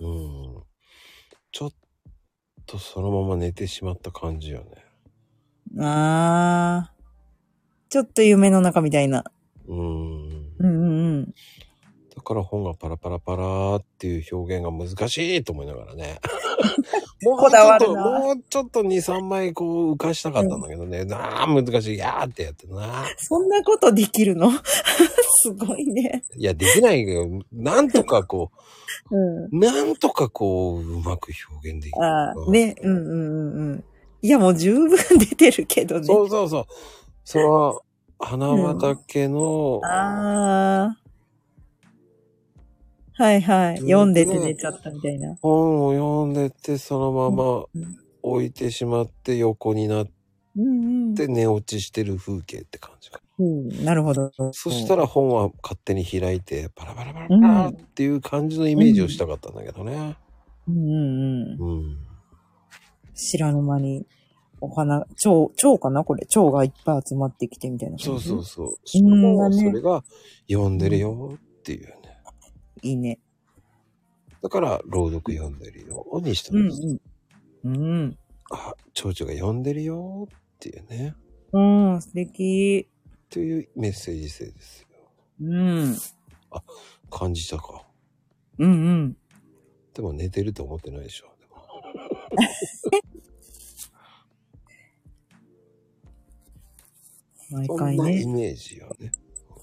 Speaker 1: うん。ちょっとそのまま寝てしまった感じよね。
Speaker 7: あー。ちょっと夢の中みたいな。
Speaker 1: うん。
Speaker 7: うんうんうん。
Speaker 1: だから本がパラパラパラーっていう表現が難しいと思いながらね。もう
Speaker 7: こ
Speaker 1: ち
Speaker 7: だ
Speaker 1: ょっ
Speaker 7: わ
Speaker 1: と、
Speaker 7: るな
Speaker 1: もうちょっと2、3枚こう浮かしたかったんだけどね。なあ、難しい。やーってやってな。
Speaker 7: そんなことできるの すごいね。
Speaker 1: いや、できないけど、なんとかこ
Speaker 7: うん。
Speaker 1: う、なんとかこう、うまく表現できる。
Speaker 7: ああ、ね、うんうんうんうん。いや、もう十分出てるけどね。
Speaker 1: そうそうそう。その、花畑の、
Speaker 7: ああ。はいはい。
Speaker 1: うん
Speaker 7: 読んでて寝ちゃったみたいな。
Speaker 1: 本を読んでて、そのまま
Speaker 7: うん
Speaker 1: 置いてしまって横になっ
Speaker 7: うんうん。
Speaker 1: て寝落ちしてる風景って感じか。
Speaker 7: うん、なるほど。
Speaker 1: そした
Speaker 7: ら、
Speaker 1: ら本は勝手に開いて、パラパラパラパラっていう感じのイメージをしたかったんだけどね。
Speaker 7: うんうんうん。
Speaker 1: うん。
Speaker 7: 知らぬ間に、お花、蝶、蝶かなこれ。蝶がいっぱい集まってきてみたいな。
Speaker 1: そうそう。そう。し
Speaker 7: う
Speaker 1: か
Speaker 7: ん
Speaker 1: も、
Speaker 7: だね
Speaker 1: それが読んでるよっていうね。
Speaker 7: いいね。
Speaker 1: だから、朗読読んでるよにした
Speaker 7: うんん
Speaker 1: です。
Speaker 7: うん。
Speaker 1: あ、蝶々が読んでるよっていうね。
Speaker 7: うん。うん、素敵。
Speaker 1: というメッセージ性ですよ。
Speaker 7: うん。
Speaker 1: 感じたか。
Speaker 7: うんうん。
Speaker 1: でも寝てると思ってないでしょ。
Speaker 7: 毎
Speaker 1: そ
Speaker 7: 回
Speaker 1: んなイ
Speaker 7: ね。
Speaker 1: メージよね。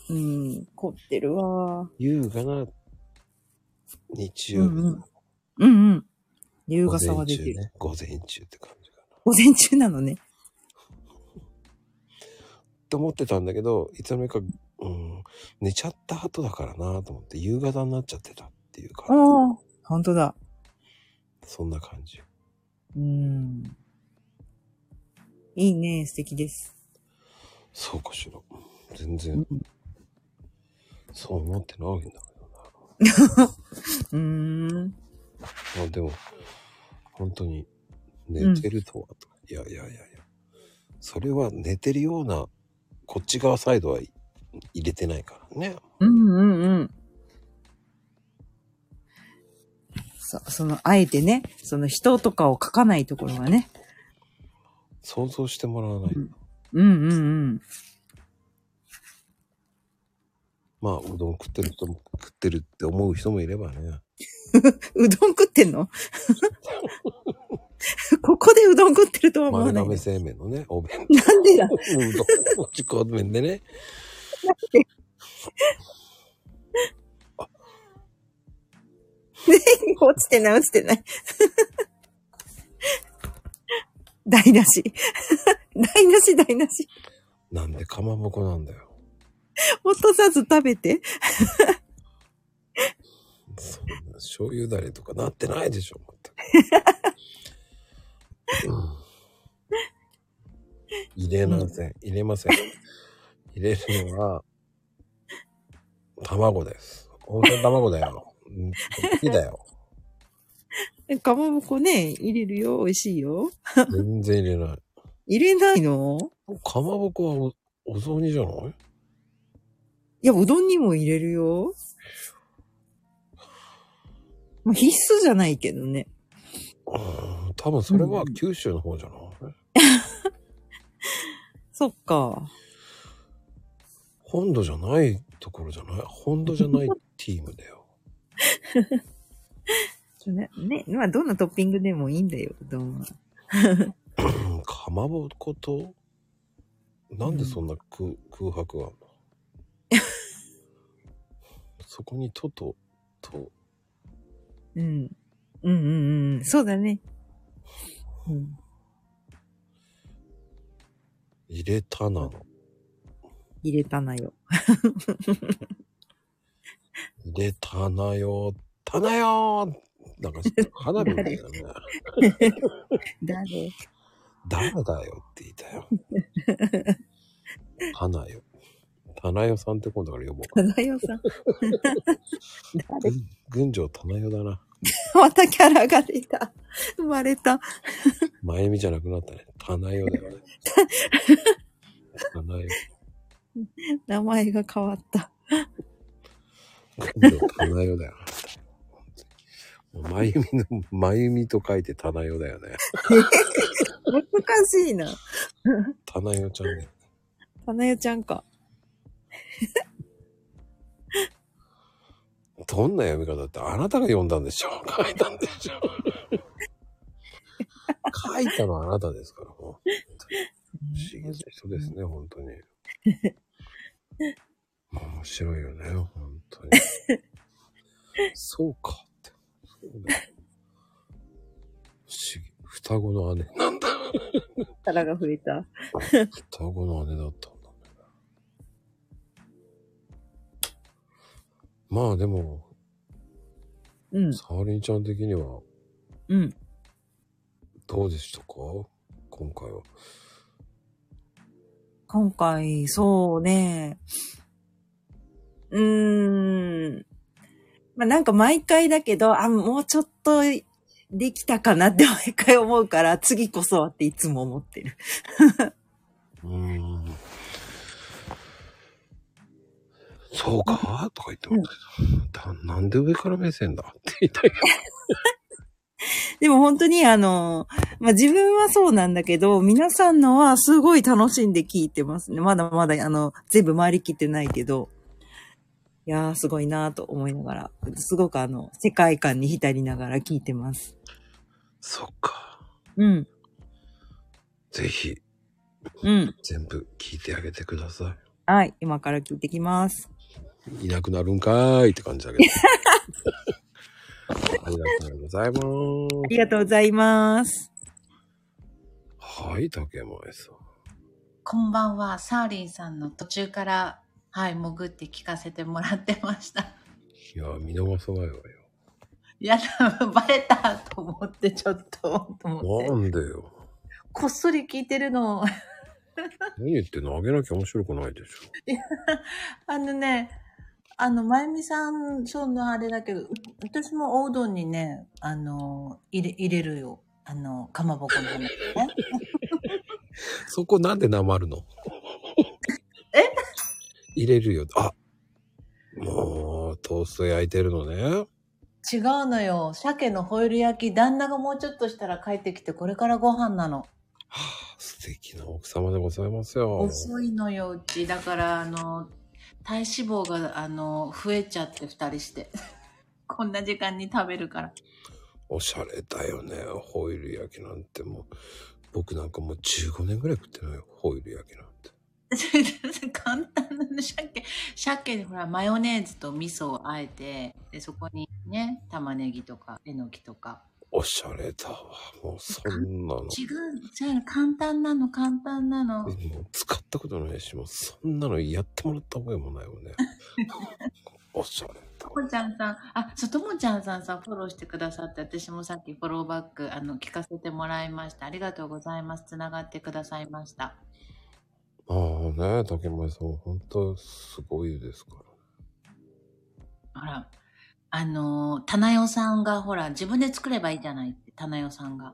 Speaker 7: うん。凝ってるわ。
Speaker 1: 優雅な日曜日
Speaker 7: うんうん
Speaker 1: の
Speaker 7: うんうん。優
Speaker 1: 午
Speaker 7: 雅さは
Speaker 1: 前
Speaker 7: で
Speaker 1: 中
Speaker 7: きる。
Speaker 1: ね。午前中って感じかな。
Speaker 7: 午前中なのね。
Speaker 1: と思ってたんだけど、いつの間にか、うん、寝ちゃった後だからなと思って、夕方になっちゃってたっていう
Speaker 7: ああ
Speaker 1: 感、
Speaker 7: 本当だ。
Speaker 1: じ。そんな感じ。
Speaker 7: うん。いいね、素敵です。
Speaker 1: そうかしら。全然、そう思ってないんだけど
Speaker 7: うーん。
Speaker 1: な。あでも、本当に、寝てるとは、とかいやいやいやいや。それは寝てるような、こっち側サイドはい入れてないからね。
Speaker 7: うんうんうん。そ、その、あえてね、その人とかを書かないところがね。
Speaker 1: 想像してもらわない。
Speaker 7: うんうんうんうん。
Speaker 1: まあ、うどん食ってる人も食ってるって思う人もいればね。
Speaker 7: うどん食ってんの ここでうどん食ってるとは思わ
Speaker 1: 丸
Speaker 7: ない。
Speaker 1: 亀製麺のね、お弁
Speaker 7: なんでだ
Speaker 1: 当。うどん、もちこ麺でね。
Speaker 7: 落ちてない落ちてない。 台無し。 台無し台無し。
Speaker 1: なんでかまぼこなんだよ。
Speaker 7: 落とさず食べて。
Speaker 1: そんな醤油だれとかなってないでしょ、全くうん入れません。入れません。入れるのは、卵です。温泉卵だよ。うん好きだよ。
Speaker 7: かまぼこね、入れるよ。美味しいよ。
Speaker 1: 全然入れない。
Speaker 7: 入れないの
Speaker 1: かまぼこはおお雑煮じゃない
Speaker 7: いや、うどんにも入れるよ。まあ、必須じゃないけどね。
Speaker 1: うん多分それは九州の方じゃない、
Speaker 7: そっか。
Speaker 1: 本土じゃないところじゃない本土じゃないチームだよ。
Speaker 7: それね、まあ、どんなトッピングでもいいんだよ、うどんは。
Speaker 1: うんかまぼこと、なんでそんな空,、空白が あるのそこにとと、と、
Speaker 7: うん。うんうんうん。そうだね。うん。
Speaker 1: 入れたなの。
Speaker 7: 入れたなよ。
Speaker 1: 入れたなよ、たなよなんか、花火みたいなね。
Speaker 7: 誰
Speaker 1: 誰だよって言いたよ。花よ。棚代さんって今度から呼ぼうか
Speaker 7: た。だよさん。誰
Speaker 1: 群群青棚代だな。
Speaker 7: またキャラが出た。生まれた。
Speaker 1: 真由美じゃなくなったね。棚代だよね。棚代。
Speaker 7: 名前が変わった。
Speaker 1: 群青棚代だよね。まゆみの、まゆみと書いてたなよだよね。
Speaker 7: 難しいな。
Speaker 1: たなよちゃんね。
Speaker 7: 花代ちゃんか。
Speaker 1: どんな読み方ってあなたが読んだんでしょう書いたんでしょう書いたのはあなたですから、もう。不思議な人ですね、本 当に。面白いよね、本当 に。そうかって。そうだよ不思議。双子の姉。なんだ
Speaker 7: 力が増えた。
Speaker 1: 双子の姉だったんだね。まあでも、
Speaker 7: うん。
Speaker 1: サーリンちゃん的には
Speaker 7: うん。
Speaker 1: どうでしたか今回は。
Speaker 7: 今回、そうね。うーん。まあ、なんか毎回だけど、あ、もうちょっとできたかなって毎回思うから、次こそはっていつも思ってる。
Speaker 1: うーん。そうかとか言ってましたけど、だなんで上から目線だって言いたいけ
Speaker 7: でも本当にあの、まあ、自分はそうなんだけど、皆さんのはすごい楽しんで聞いてますね。まだまだあの、全部回りきってないけど。いやー、すごいなーと思いながら、すごくあの、世界観に浸りながら聞いてます。
Speaker 1: ど。そっか。
Speaker 7: うん、
Speaker 1: ぜひ、
Speaker 7: うん。
Speaker 1: 全部聞いてあげてくださ
Speaker 7: はい、今から聞いてきます。
Speaker 1: い。いなくなるんかーいって感じだ けど。ありがとうございま
Speaker 7: ありがとうございます。
Speaker 1: す。はい、竹前さん。
Speaker 8: こんばんは、サーリンさんの途中から、はい、潜って聞かせてもらってました。
Speaker 1: いや、見逃さないわよ。
Speaker 8: いやだ、バレたと思って、ちょっと、と思って
Speaker 1: な。んでよ。
Speaker 8: こっそり聞いてるの。
Speaker 1: 何言ってんのあげなきゃ面白くないでしょ。
Speaker 8: あのね、あの、まゆみさん、そのあれだけど、う私もおうどんにね、あの、入れ、入れるよ。あの、かまぼこの話ね。
Speaker 1: そこなんでなまる の
Speaker 8: え
Speaker 1: 入れるよ。あもう、トースト焼いてるのね。
Speaker 8: 違うのよ。鮭のホイル焼き、旦那がもうちょっとしたら帰ってきて、これからご飯なの。
Speaker 1: はあ、素敵な奥様でございますよ。
Speaker 8: 遅いのよ、うち。だから、あの、体脂肪が、あの、増えちゃって、二人して。 こんな時間に食べるから。
Speaker 1: おしゃれだよね。ホイル焼きなんてもう、僕なんかもう15年ぐらい食ってないよ。ホイル焼きなんて。
Speaker 8: 簡単なの、鮭。鮭、ほら、マヨネーズと味噌をあえて、で、そこにね、玉ねぎとか、えのきとか。
Speaker 1: おしゃれだわ。もうそんなの。
Speaker 8: 違う、違う、簡単なの、簡単なの。
Speaker 1: もう使ったことないし、もうそんなのやってもらった覚えもないもんね。おしゃれだわ
Speaker 8: と。もちゃんさん、あ、そう、ともちゃんさんさ、フォローしてくださって、私もさっきフォローバック、あの、聞かせてもらいました。ありがとうございます。つながってくださいました。
Speaker 1: ああね、竹前さん、本当すごいですから。
Speaker 8: ほら、あのー、棚代さんが、ほら、自分で作ればいいじゃないって、棚代さんが。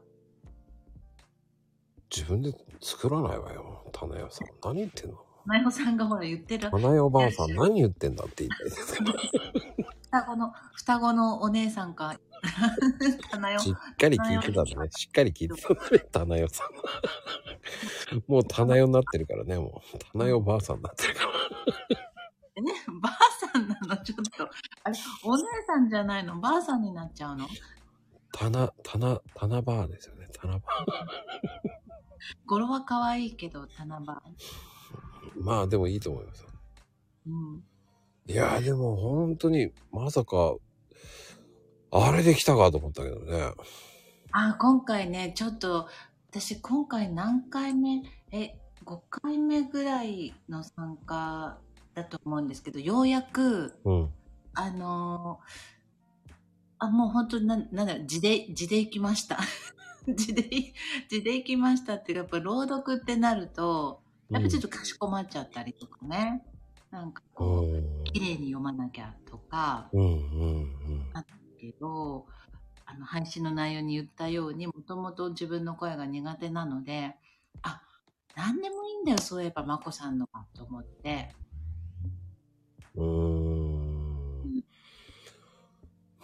Speaker 1: 自分で作らないわよ、棚屋さん。何言ってんの
Speaker 8: 棚代さんがほら言ってる、
Speaker 1: 棚屋おばあさん、何言ってんだって言ってですけど、
Speaker 8: 双子の、双子のお姉さんか、 棚代
Speaker 1: しっかり聞いてたんだね。しっかり聞いてたんだね、棚屋さん。もう棚屋になってるからね、もう。棚屋おばあさんになってるから。
Speaker 8: ってね、ばあさんなの、ちょっと。あれ、お姉さんじゃないの、ばあさんになっちゃうの
Speaker 1: 棚、棚、棚バーですよね、棚バー。
Speaker 8: 語呂は可愛いけど、棚ば。
Speaker 1: まあでもいいと思いますよ。
Speaker 8: うん。
Speaker 1: いやーでも本当に、まさか、あれできたかと思ったけどね。
Speaker 8: あ、今回ね、ちょっと、私今回何回目、え、5回目ぐらいの参加だと思うんですけど、ようやく、
Speaker 1: うん。
Speaker 8: あのーあ、もう本当にな、なんだ、地で、地で行きました。 地で、地で行きましたっていうか、やっぱ朗読ってなると、やっぱちょっとかしこまっちゃったりとかね。なんか
Speaker 1: う
Speaker 8: こう、
Speaker 1: ん。
Speaker 8: 綺麗に読まなきゃとか、
Speaker 1: うん、うん、
Speaker 8: けど、あの、配信の内容に言ったように、もともと自分の声が苦手なので、あ、何でもいいんだよ、そういえば、まこさんのは、と思って。
Speaker 1: うん。うーん。う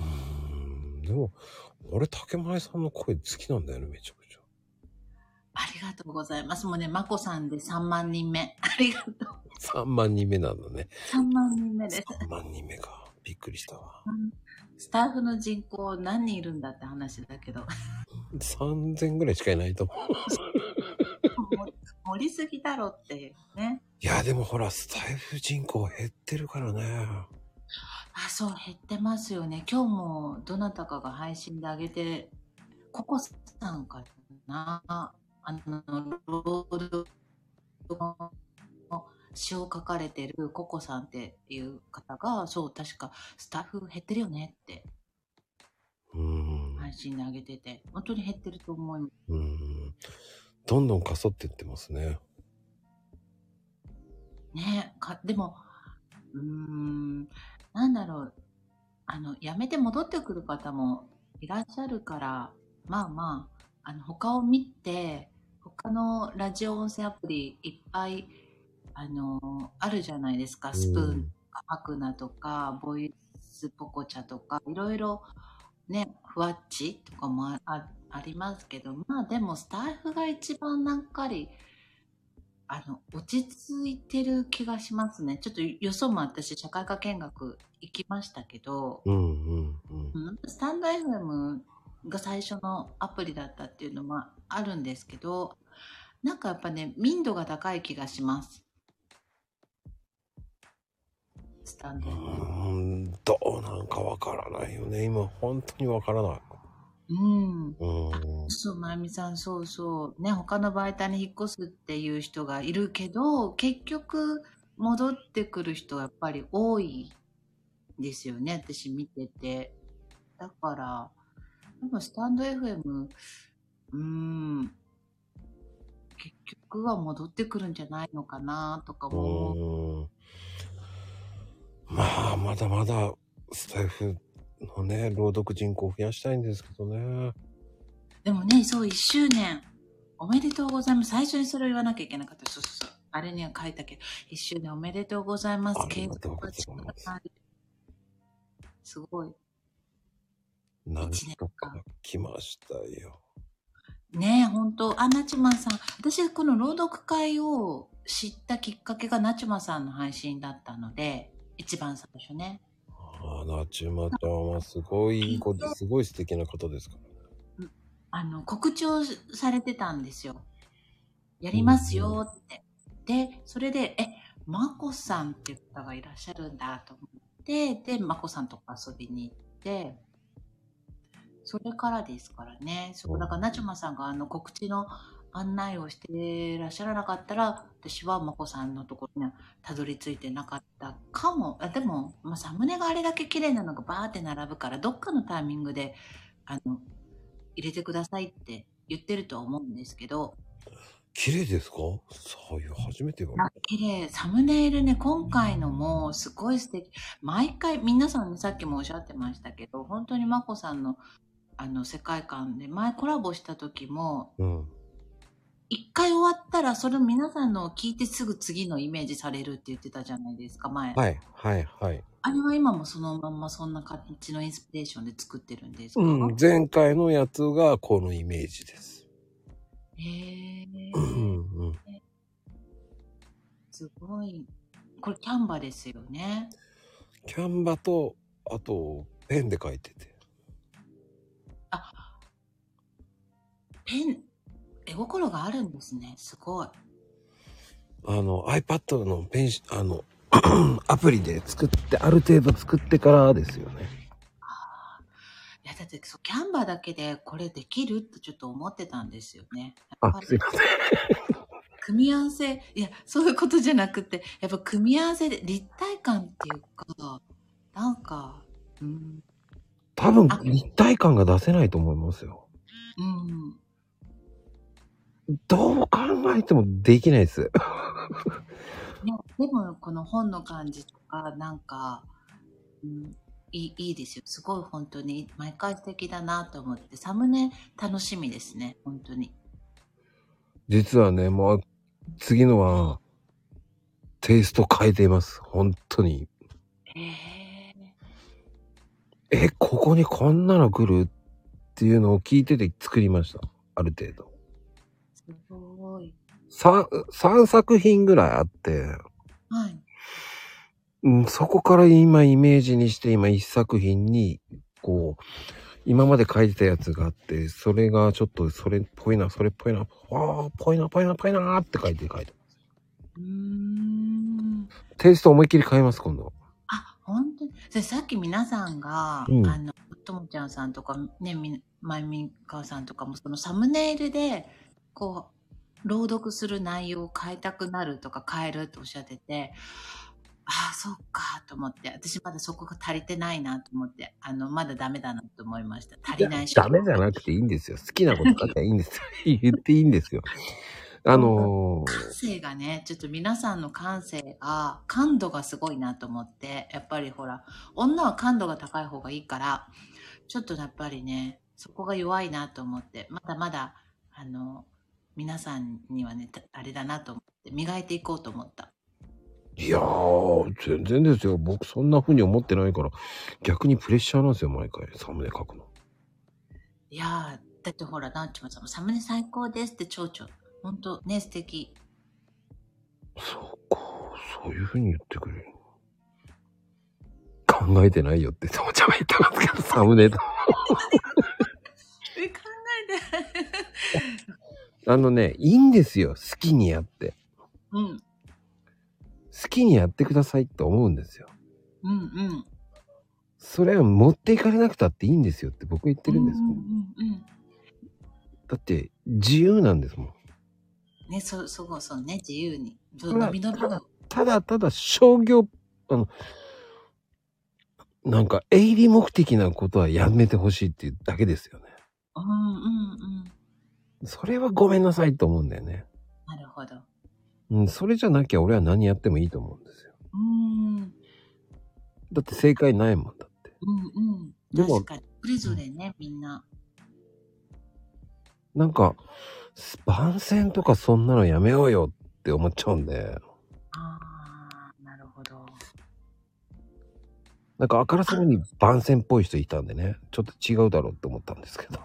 Speaker 1: ーんでも、俺、竹前さんの声好きなんだよね、めちゃくちゃ。
Speaker 8: ありがとうございます。もうね、まこさんで3万人目。ありがとう。
Speaker 1: 3万人目なんだね。
Speaker 8: 3万人目です。
Speaker 1: 3万人目か。びっくりしたわ。
Speaker 8: スタッフの人口何人いるんだって話だ けど、
Speaker 1: 3000ぐらいしかいないと思う。
Speaker 8: 盛りすぎだろっていうね。
Speaker 1: いや、でもほら、スタイフ人口減ってるからね。
Speaker 8: あ、そう、減ってますよね。今日もどなたかが配信で上げて、ココさんかな。あの、ロードの詩を書かれてるココさんっていう方が、そう、確かスタッフ減ってるよねって
Speaker 1: うーん。
Speaker 8: 配信で上げてて、本当に減ってると思います。
Speaker 1: うーん。どんどんかそってってますね。
Speaker 8: ねか、でも、うーん、なんだろう。あの、辞めて戻ってくる方もいらっしゃるから、まあまあ、あの、他を見て、他のラジオ音声アプリいっぱい、あの、あるじゃないですか。スプーンとか、マクナとか、ボイスポコチャとか、いろいろ、ね、ふわっちとかもああありますけど、まあでもスタイフが一番なんかり、あの、落ち着いてる気がしますね。ちょっとよそも私、社会科見学行きましたけど、
Speaker 1: うんうんうん。
Speaker 8: うんスタンド FM が最初のアプリだったっていうのもあるんですけど、なんかやっぱね、民度が高い気がします。スタンド
Speaker 1: う
Speaker 8: FM。
Speaker 1: ーん、どうなんかわからないよね。今、本当にわからない。
Speaker 8: うん。
Speaker 1: うーん。
Speaker 8: そう、まゆみさん、そうそう。ね、他の媒体に引っ越すっていう人がいるけど、結局、戻ってくる人がやっぱり多いんですよね、私見てて。だから、でもスタンド FM、うーん、結局は戻ってくるんじゃないのかな、とか
Speaker 1: う
Speaker 8: も思う。
Speaker 1: ーん。まあ、まだまだ、スタイフのね、朗読人口を増やしたいんですけどね。
Speaker 8: でもね、そう、1周年。おめでとうございます。最初にそれを言わなきゃいけなかった。そうそうそう。あれには書いたけど、1周年おめでとうございます。
Speaker 1: ありがとうございます
Speaker 8: 継続が力なりすごい。
Speaker 1: 何とか来ましたよ。
Speaker 8: ねえ、本当あ、なちまさん。私、この朗読会を知ったきっかけがなちまさんの配信だったので、一番最初ね。
Speaker 1: ああ、なちまちゃんはすごいいい子で、すごい素敵な方ですから。
Speaker 8: あの、告知をされてたんですよ。やりますよって。で、それで、え、まこさんっていう方がいらっしゃるんだと思って、で、まこさんとか遊びに行って、それからですからね。そう、だから、なちゅまさんがあの告知の案内をしてらっしゃらなかったら、私はまこさんのところにはたどり着いてなかったかも。あでも、まあ、サムネがあれだけ綺麗なのがバーって並ぶから、どっかのタイミングで、あの、入れてくださいって言ってるとは思うんですけど、
Speaker 1: 綺麗ですかそういう、初めて言わ
Speaker 8: あ
Speaker 1: れ
Speaker 8: 綺麗。サムネイルね、今回のもすごい素敵。毎回、皆さんね、さっきもおっしゃってましたけど、本当にまこさんの、あの、世界観で、前コラボした時も、
Speaker 1: た。うん。
Speaker 8: 一回終わったら、それを皆さんのを聞いてすぐ次のイメージされるって言ってたじゃないですか、前。
Speaker 1: はい、はい、はい。
Speaker 8: あれは今もそのまんまそんな感じのインスピレーションで作ってるんですか、
Speaker 1: うん、前回のやつがこのイメージです。
Speaker 8: へー
Speaker 1: うん、うん。
Speaker 8: すごい。これキャンバですよね。
Speaker 1: キャンバと、あと、ペンで書いてて。
Speaker 8: ペン、絵心があるんですね。すごい。
Speaker 1: あの、iPad のペンし、あの、 アプリで作って、ある程度作ってからですよね。
Speaker 8: いや、だってそう、キャンバーだけでこれできるってちょっと思ってたんですよね。やっ
Speaker 1: あ
Speaker 8: ぱ、り
Speaker 1: すいません。
Speaker 8: 組み合わせ、いや、そういうことじゃなくて、やっぱ組み合わせで立体感っていうか、なんか、うん、
Speaker 1: 多分、立体感が出せないと思いますよ。
Speaker 8: うん。
Speaker 1: どう考えてもできないです。
Speaker 8: ね、でも、この本の感じとか、なんか、うん、いい、いいですよ。すごい本当に、毎回素敵だなと思って、サムネ楽しみですね。本当に。
Speaker 1: 実はね、もう、次のは、テイスト変えています。本当に。
Speaker 8: へえ。
Speaker 1: え、ここにこんなの来るっていうのを聞いてて作りました。ある程度。
Speaker 8: すごい。
Speaker 1: 3、三作品ぐらいあって、
Speaker 8: はい。
Speaker 1: うん、そこから今イメージにして今1作品に、こう、今まで書いてたやつがあって、それがちょっとそれっぽいな、それっぽいな、わあ、ぽいな、ぽいな、ぽいなーって書いて書いて。
Speaker 8: うーん。
Speaker 1: テイスト思いっきり変えます、今度。
Speaker 8: あ、本当に。それさっき皆さんが、
Speaker 1: うん
Speaker 8: あの、ともちゃんさんとか、ね、み、まゆみかわさんとかも、そのサムネイルで、こう、朗読する内容を変えたくなるとか変えるっておっしゃってて、ああ、そうか、と思って、私まだそこが足りてないなと思って、あの、まだダメだなと思いました。足りないし。
Speaker 1: ダメじゃなくていいんですよ。好きなこと書きゃいいんです よ。言っていいんですよ。あのー
Speaker 8: 感性がね、ちょっと皆さんの感性が、感度がすごいなと思って、やっぱりほら、女は感度が高い方がいいから、ちょっとやっぱりね、そこが弱いなと思って、まだまだ、あの、皆さんにはね、たあれだなと思って、磨いていこうと思った。
Speaker 1: いやー、全然ですよ。僕そんな風に思ってないから、逆にプレッシャーなんですよ、毎回。サムネ書くの。
Speaker 8: いやー、だってほら、なんちゅうのさんも、サムネ最高ですって、蝶々。ほんと、ね、素敵。
Speaker 1: そうか、そういう風に言ってくれる。考えてないよって、ともちゃんが言ってますけど、サムネと。
Speaker 8: え、考えて。
Speaker 1: あのね、いいんですよ。好きにやって。
Speaker 8: うん、
Speaker 1: 好きにやってくださいって思うんですよ。
Speaker 8: うん、うん。
Speaker 1: それは持っていかれなくたっていいんですよって僕は言ってるんです
Speaker 8: う
Speaker 1: よ
Speaker 8: ん、うん、うん。
Speaker 1: だって、自由なんですもん。
Speaker 8: ね、そ、そこ、そうね、自由に。そうう、
Speaker 1: ん
Speaker 8: 伸び伸びと。
Speaker 1: ただただ商業、あの、なんか営利目的なことはやめてほしいっていうだけですよね。
Speaker 8: うんうんうん。
Speaker 1: それはごめんなさいと思うんだよね。
Speaker 8: なるほど。う
Speaker 1: うん、それじゃなきゃ俺は何やってもいいと思うんですよ。
Speaker 8: ーん。
Speaker 1: だって正解ないもんだって。
Speaker 8: うんう
Speaker 1: で
Speaker 8: ん。
Speaker 1: も
Speaker 8: 確かに。それぞれね、みんな。
Speaker 1: なんか、番宣とかそんなのやめようよって思っちゃうんで、
Speaker 8: ああ、なるほど。
Speaker 1: なんかあからさまに番宣っぽい人いたんでね、ちょっと違うだろうって思ったんですけ ど。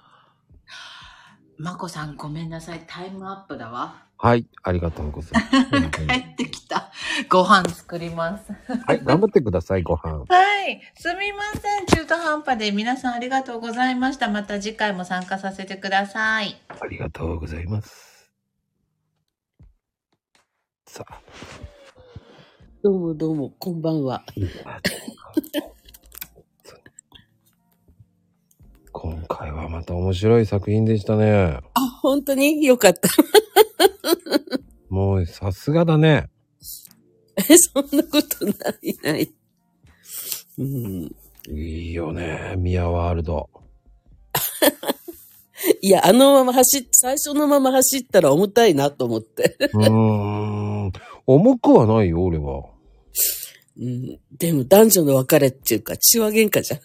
Speaker 8: まこさん、ごめんなさい。タイムアップだわ。
Speaker 1: はい、ありがとうございます。
Speaker 8: 帰ってきた。ご飯作ります。
Speaker 1: はい、頑張ってください、ご飯。
Speaker 8: はい。すみません。中途半端で皆さんありがとうございました。また次回も参加させてください。
Speaker 1: ありがとうございます。さあ、
Speaker 9: どうもどうも、こんばんは。
Speaker 1: 今回はまた面白い作品でしたね。
Speaker 9: あ、本当によかった。
Speaker 1: もうさすがだね。
Speaker 9: えそんなことない、ない。うん。
Speaker 1: いいよね、ミアワールド。
Speaker 9: いや、あのまま走っ、最初のまま走ったら重たいなと思って。
Speaker 1: うーん、重くはないよ、俺は。
Speaker 9: うん。でも男女の別れっていうか、血は喧嘩じゃん。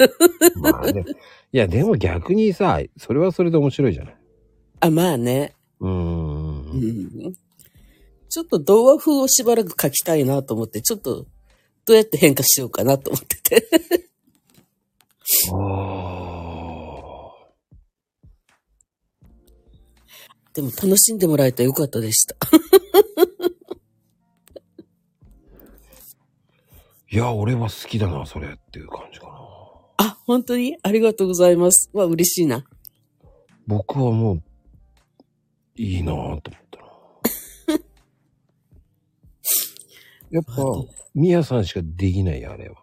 Speaker 1: まあね。いや、でも逆にさ、それはそれで面白いじゃない。
Speaker 9: あ、まあね。
Speaker 1: うー。
Speaker 9: うんん。ちょっと童話風をしばらく書きたいなと思って、ちょっと、どうやって変化しようかなと思ってて。
Speaker 1: あ
Speaker 9: でも楽しんでもらえたらよかったでした。
Speaker 1: ーいや、俺は好きだな、それっていう感じかな。
Speaker 9: あ、本当にありがとうございます。わ、嬉しいな。
Speaker 1: 僕はもう、いいな ぁと思ったなやっぱ、みやさんしかできないあれは。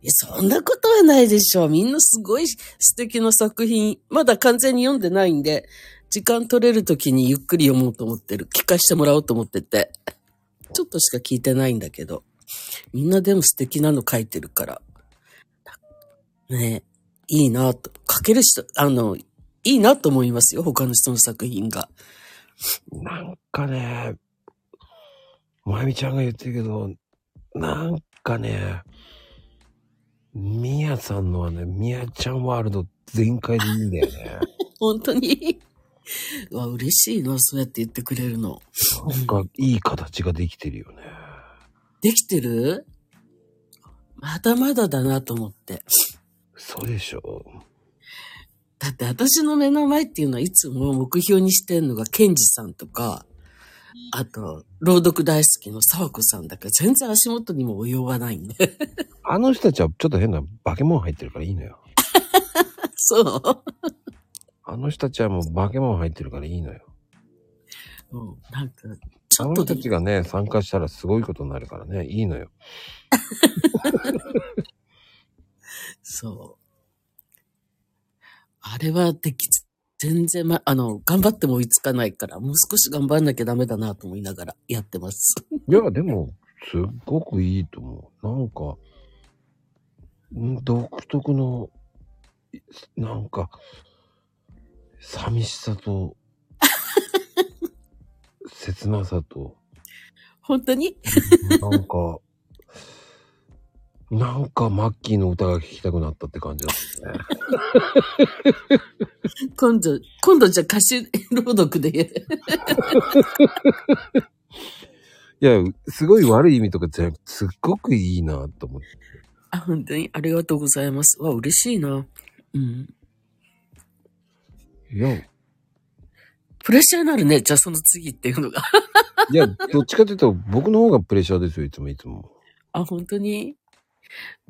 Speaker 9: いや、そんなことはないでしょう。みんなすごい素敵な作品。まだ完全に読んでないんで、時間取れる時にゆっくり読もうと思ってる。聞かしてもらおうと思ってて。ちょっとしか聞いてないんだけど。みんなでも素敵なの書いてるから。ねえ、いいなと。書ける人、あの、いいなと思いますよ。他の人の作品が。
Speaker 1: なんかね、まゆみちゃんが言ってるけど、なんかね、みやさんのはね、みやちゃんワールド全開でいいんだよ ね。
Speaker 9: 本当に。 うわ、嬉しいな。そうやって言ってくれるの。
Speaker 1: なんかいい形ができてるよね。
Speaker 9: できてるまだまだだなと思って。
Speaker 1: 嘘でしょ。
Speaker 9: だって私の目の前っていうのはいつも目標にしてんのがケンジさんとか、あと、朗読大好きの沢子さんだから全然足元にも及ばないんで。
Speaker 1: あの人たちはちょっと変な化け物入ってるからいい のよ。
Speaker 9: そ
Speaker 1: あの人たちはもう化け物入ってるからいいのよ。
Speaker 9: う。うん、なんか、ち
Speaker 1: あ
Speaker 9: ょ
Speaker 1: の
Speaker 9: っと
Speaker 1: 人
Speaker 9: で
Speaker 1: たちがね、参加したらすごいことになるからね、いい のよ。
Speaker 9: そう。あれはできつ、全然、ま、あの、頑張っても追いつかないから、もう少し頑張んなきゃダメだなと思いながらやってます。
Speaker 1: いや、でも、すっごくいいと思う。なんか、ん独特の、いなんか、寂し さと、切なさと、
Speaker 9: 本当に
Speaker 1: なんか、なんかマッキーの歌が聴きたくなったって感じだったね。
Speaker 9: 今度、今度じゃあ歌詞朗読で。
Speaker 1: いや、すごい悪い意味とかじゃなくて、すっごくいいなと思って。
Speaker 9: あ、本当にありがとうございます。わ、嬉しいな。うん。
Speaker 1: いや、い
Speaker 9: プレッシャーになるね。じゃあその次っていうのが。
Speaker 1: や、どっちかというと、僕の方がプレッシャーですよ、いつもいつも。
Speaker 9: あ、本当に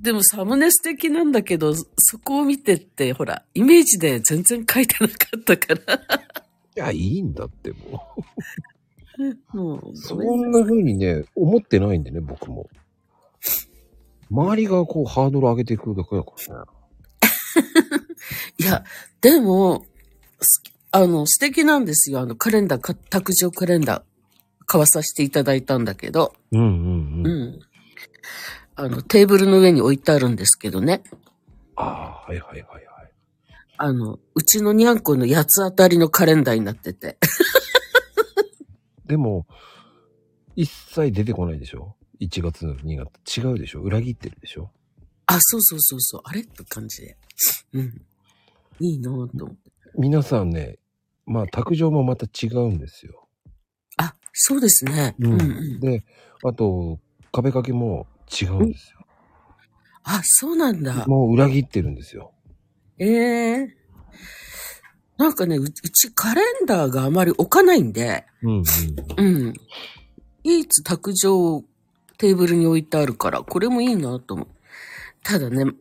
Speaker 9: でもサムネ素敵なんだけど、そそこを見てって、ほら、イメージで全然書いてなかったから。
Speaker 1: いや、いいんだって、もう。
Speaker 9: もう、
Speaker 1: そ
Speaker 9: ごめん
Speaker 1: んな風にね、思ってないんでね、僕も。周りがこう、ハードル上げていくだけだからね。
Speaker 9: いや、でも、すあの、素敵なんですよ。あの、カレンダー、か卓上カレンダー、買わさせていただいたんだけど、
Speaker 1: うんうん
Speaker 9: う
Speaker 1: うん。
Speaker 9: ん。あの、テーブルの上に置いてあるんですけどね。
Speaker 1: ああ、はいはいはいはい。
Speaker 9: あの、うちのにゃんこの八つ当たりのカレンダーになってて。
Speaker 1: でも、一切出てこないでしょ ?1 月の2月。違うでしょ裏切ってるでしょ
Speaker 9: あ、そうそうそうそう、あれって感じで。うん。いいなぁと思って。
Speaker 1: 皆さんね、まあ、卓上もまた違うんですよ。
Speaker 9: あ、そうですね。うん、うん。
Speaker 1: で、あと、壁掛けも違うんですよ。
Speaker 9: あ、そうなんだ。
Speaker 1: もう裏切ってるんですよ。
Speaker 9: ええなんかねう、うちカレンダーがあまり置かないんで、
Speaker 1: うんうん。
Speaker 9: うん。唯一卓上をテーブルに置いてあるから、これもいいなと思う。ただね、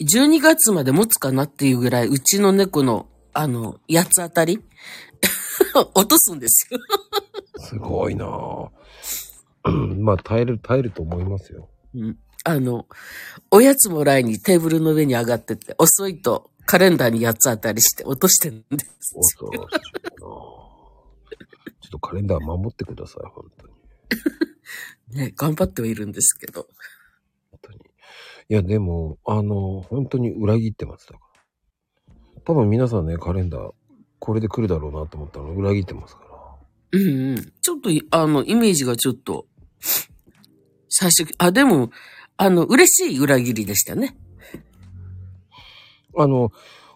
Speaker 9: 12月まで持つかなっていうぐらい、うちの猫の、あの、八つ当たり 落とすんですよ。
Speaker 1: すごいなぁ。うんまあ、耐える、耐えると思いますよ。
Speaker 9: うんあの、おやつもらいにテーブルの上に上がってって、遅いとカレンダーに八つ当たりして落としてるんです。
Speaker 1: 恐ろしいなぁ。ちょっとカレンダー守ってください、本当に。
Speaker 9: ね、頑張ってはいるんですけど。
Speaker 1: 本当に。いや、でも、あの、本当に裏切ってます、だから。多分皆さんね、カレンダー、これで来るだろうなと思ったの裏切ってますか
Speaker 9: う
Speaker 1: ら。
Speaker 9: んうん。ちょっとい、あの、イメージがちょっと、最初、あ、でも、あの、嬉しい裏切りでしたね。
Speaker 1: あの、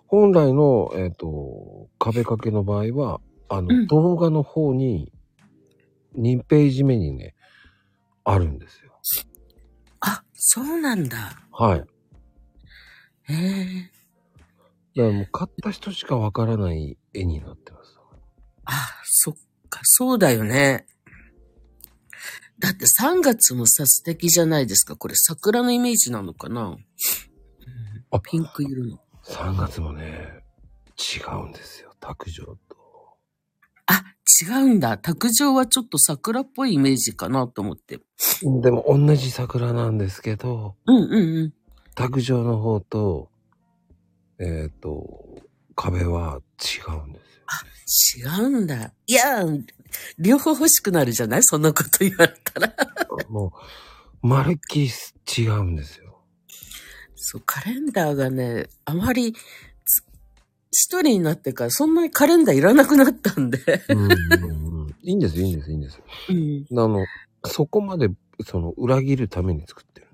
Speaker 1: 本来の、えっ、と、壁掛けの場合は、あの、
Speaker 9: うん
Speaker 1: 動画の方に、2ページ目にね、あるんですよ。
Speaker 9: あ、そうなんだ。
Speaker 1: はい。だか
Speaker 9: へえ。
Speaker 1: らもう買った人しかわからない絵になってます。
Speaker 9: あ、そっか、そうだよね。だって3月もさ、素敵じゃないですか。これ桜のイメージなのかな、
Speaker 1: あ
Speaker 9: ピンク色の。
Speaker 1: 3月もね、違うんですよ。卓上と。
Speaker 9: あ、違うんだ。卓上はちょっと桜っぽいイメージかなと思って。
Speaker 1: でも同じ桜なんですけど、
Speaker 9: うんうんうん。
Speaker 1: 卓上の方と、えっ、と、壁は違うんですよ。
Speaker 9: 違うんだ。いやー、両方欲しくなるじゃないそんなこと言われたら。
Speaker 1: もう、まるっきり違うんですよ。
Speaker 9: そう、カレンダーがね、あまり、つ一人になってからそんなにカレンダーいらなくなったんで。
Speaker 1: うんうんうんいいんです、いいんです、いいんです。
Speaker 9: うん。
Speaker 1: あの、そこまで、その、裏切るために作ってる。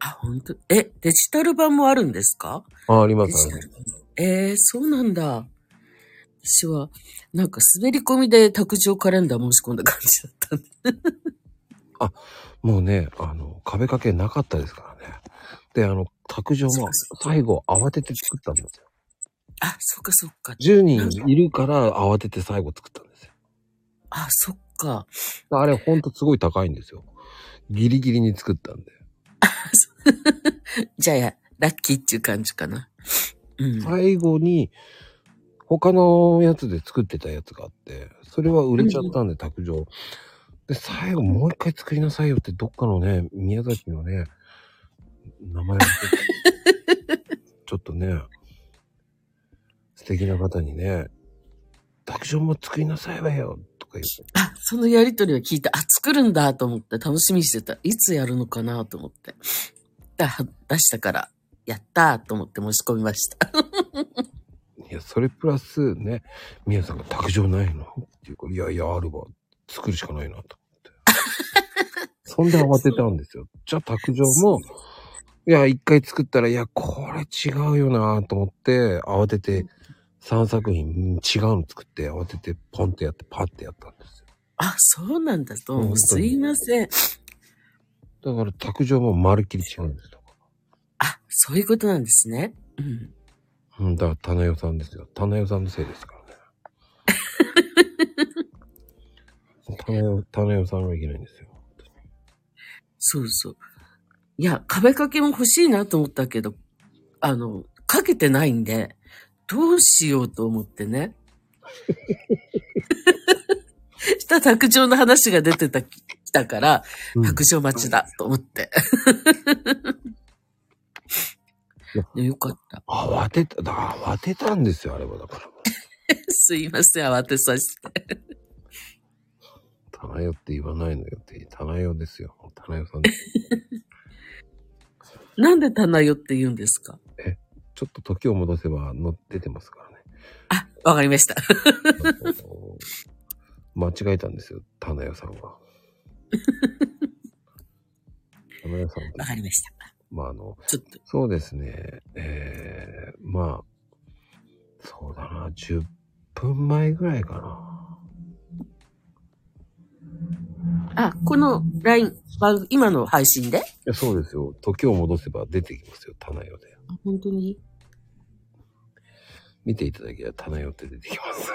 Speaker 9: あ、本当え、デジタル版もあるんですか
Speaker 1: あ、ありま
Speaker 9: デ
Speaker 1: す、
Speaker 9: ジ
Speaker 1: あ
Speaker 9: タ
Speaker 1: ります
Speaker 9: ル版。えー、そうなんだ。私は、なんか滑り込みで卓上カレンダー申し込んだ感じだったんで。
Speaker 1: あ、もうね、あの、壁掛けなかったですからね。で、あの、卓上も最後慌てて作ったんですよ。
Speaker 9: あ、そっかそっか。
Speaker 1: 10人いるから慌てて最後作ったんですよ。
Speaker 9: あ、そっか。
Speaker 1: あれほんとすごい高いんですよ。ギリギリに作ったんで。
Speaker 9: じゃあ、ラッキーっていう感じかな。うん。
Speaker 1: 最後に、他のやつで作ってたやつがあって、それは売れちゃったんで、卓上。で、最後もう一回作りなさいよって、どっかのね、宮崎のね、名前をちょっとね、素敵な方にね、卓上も作りなさいわよとか言って。
Speaker 9: あ、そのやりとりを聞いて、あ、作るんだと思って楽しみにしてた。いつやるのかなと思って。だ出したから、やったーと思って申し込みました。
Speaker 1: いや、それプラスね、宮さんが卓上ないのっていうから、いやいや、あるわ。作るしかないな と思って。そんで慌てたんですよ。じゃあ卓上も、いや、一回作ったら、いや、これ違うよなと思って、慌てて、3作品うん違うの作って、慌てて、ポンってやって、パッてやったんです
Speaker 9: あ、そうなんだと
Speaker 1: 本当
Speaker 9: 思う。
Speaker 1: に
Speaker 9: すいません。
Speaker 1: よ。だから卓上もまるっきり違うんですよ。
Speaker 9: あ、そういうことなんですね。うん。
Speaker 1: うん、だから、棚代さんですよ。棚代さんのせいです からね。棚代、棚代さんはいけないんですよ。
Speaker 9: そうそう。いや、壁掛けも欲しいなと思ったけど、あの、かけてないんで、どうしようと思ってね。 した卓上の話が出てた、きたから、
Speaker 1: うん
Speaker 9: 白状待ちだと思って
Speaker 1: いや。
Speaker 9: ねよかった。
Speaker 1: 慌てた、だ慌てたんですよ、あれはだから。
Speaker 9: すいません、慌てさせて。
Speaker 1: 棚代って言わないのよって、棚代ですよ。棚 代さんです。
Speaker 9: なんで棚よって言うんですか
Speaker 1: ちょっと時を戻せばの出てますからね。
Speaker 9: あ、わかりました。
Speaker 1: 間違えたんですよ、棚代さん は。棚代さんって
Speaker 9: わかりました。
Speaker 1: まああの、
Speaker 9: ちょっと、
Speaker 1: そうですね、えー、まあ、そうだな、10分前ぐらいかな。
Speaker 9: あ、この LINE、番今の配信で
Speaker 1: いやそうですよ、時を戻せば出てきますよ、棚代で。
Speaker 9: あ本当に
Speaker 1: 見ていただければ棚代って出てきます。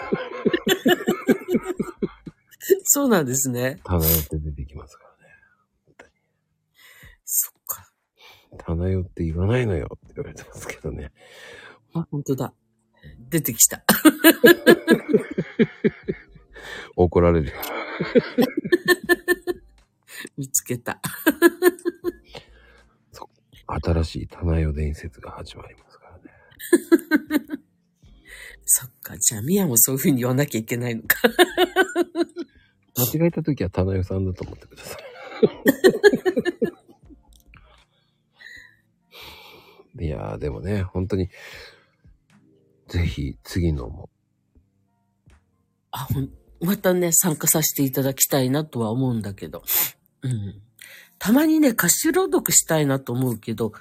Speaker 9: そうなんですね。
Speaker 1: 棚代って出てきますからね。
Speaker 9: そっか。
Speaker 1: 棚代って言わないのよって言われてますけ どね。
Speaker 9: あ、本当だ。出てきた。
Speaker 1: 怒られる。
Speaker 9: 見つけた。
Speaker 1: 新しい棚代伝説が始まりますからね。
Speaker 9: そっか。じゃあ、ミヤもそういう風に言わなきゃいけないのか。
Speaker 1: 間違えた時は棚代さんだと思ってください。いやーでもね、本当に、ぜひ次のも、
Speaker 9: あ、ほん、またね、参加させていただきたいなとは思うんだけど。うん。たまにね、歌詞朗読したいなと思うけど、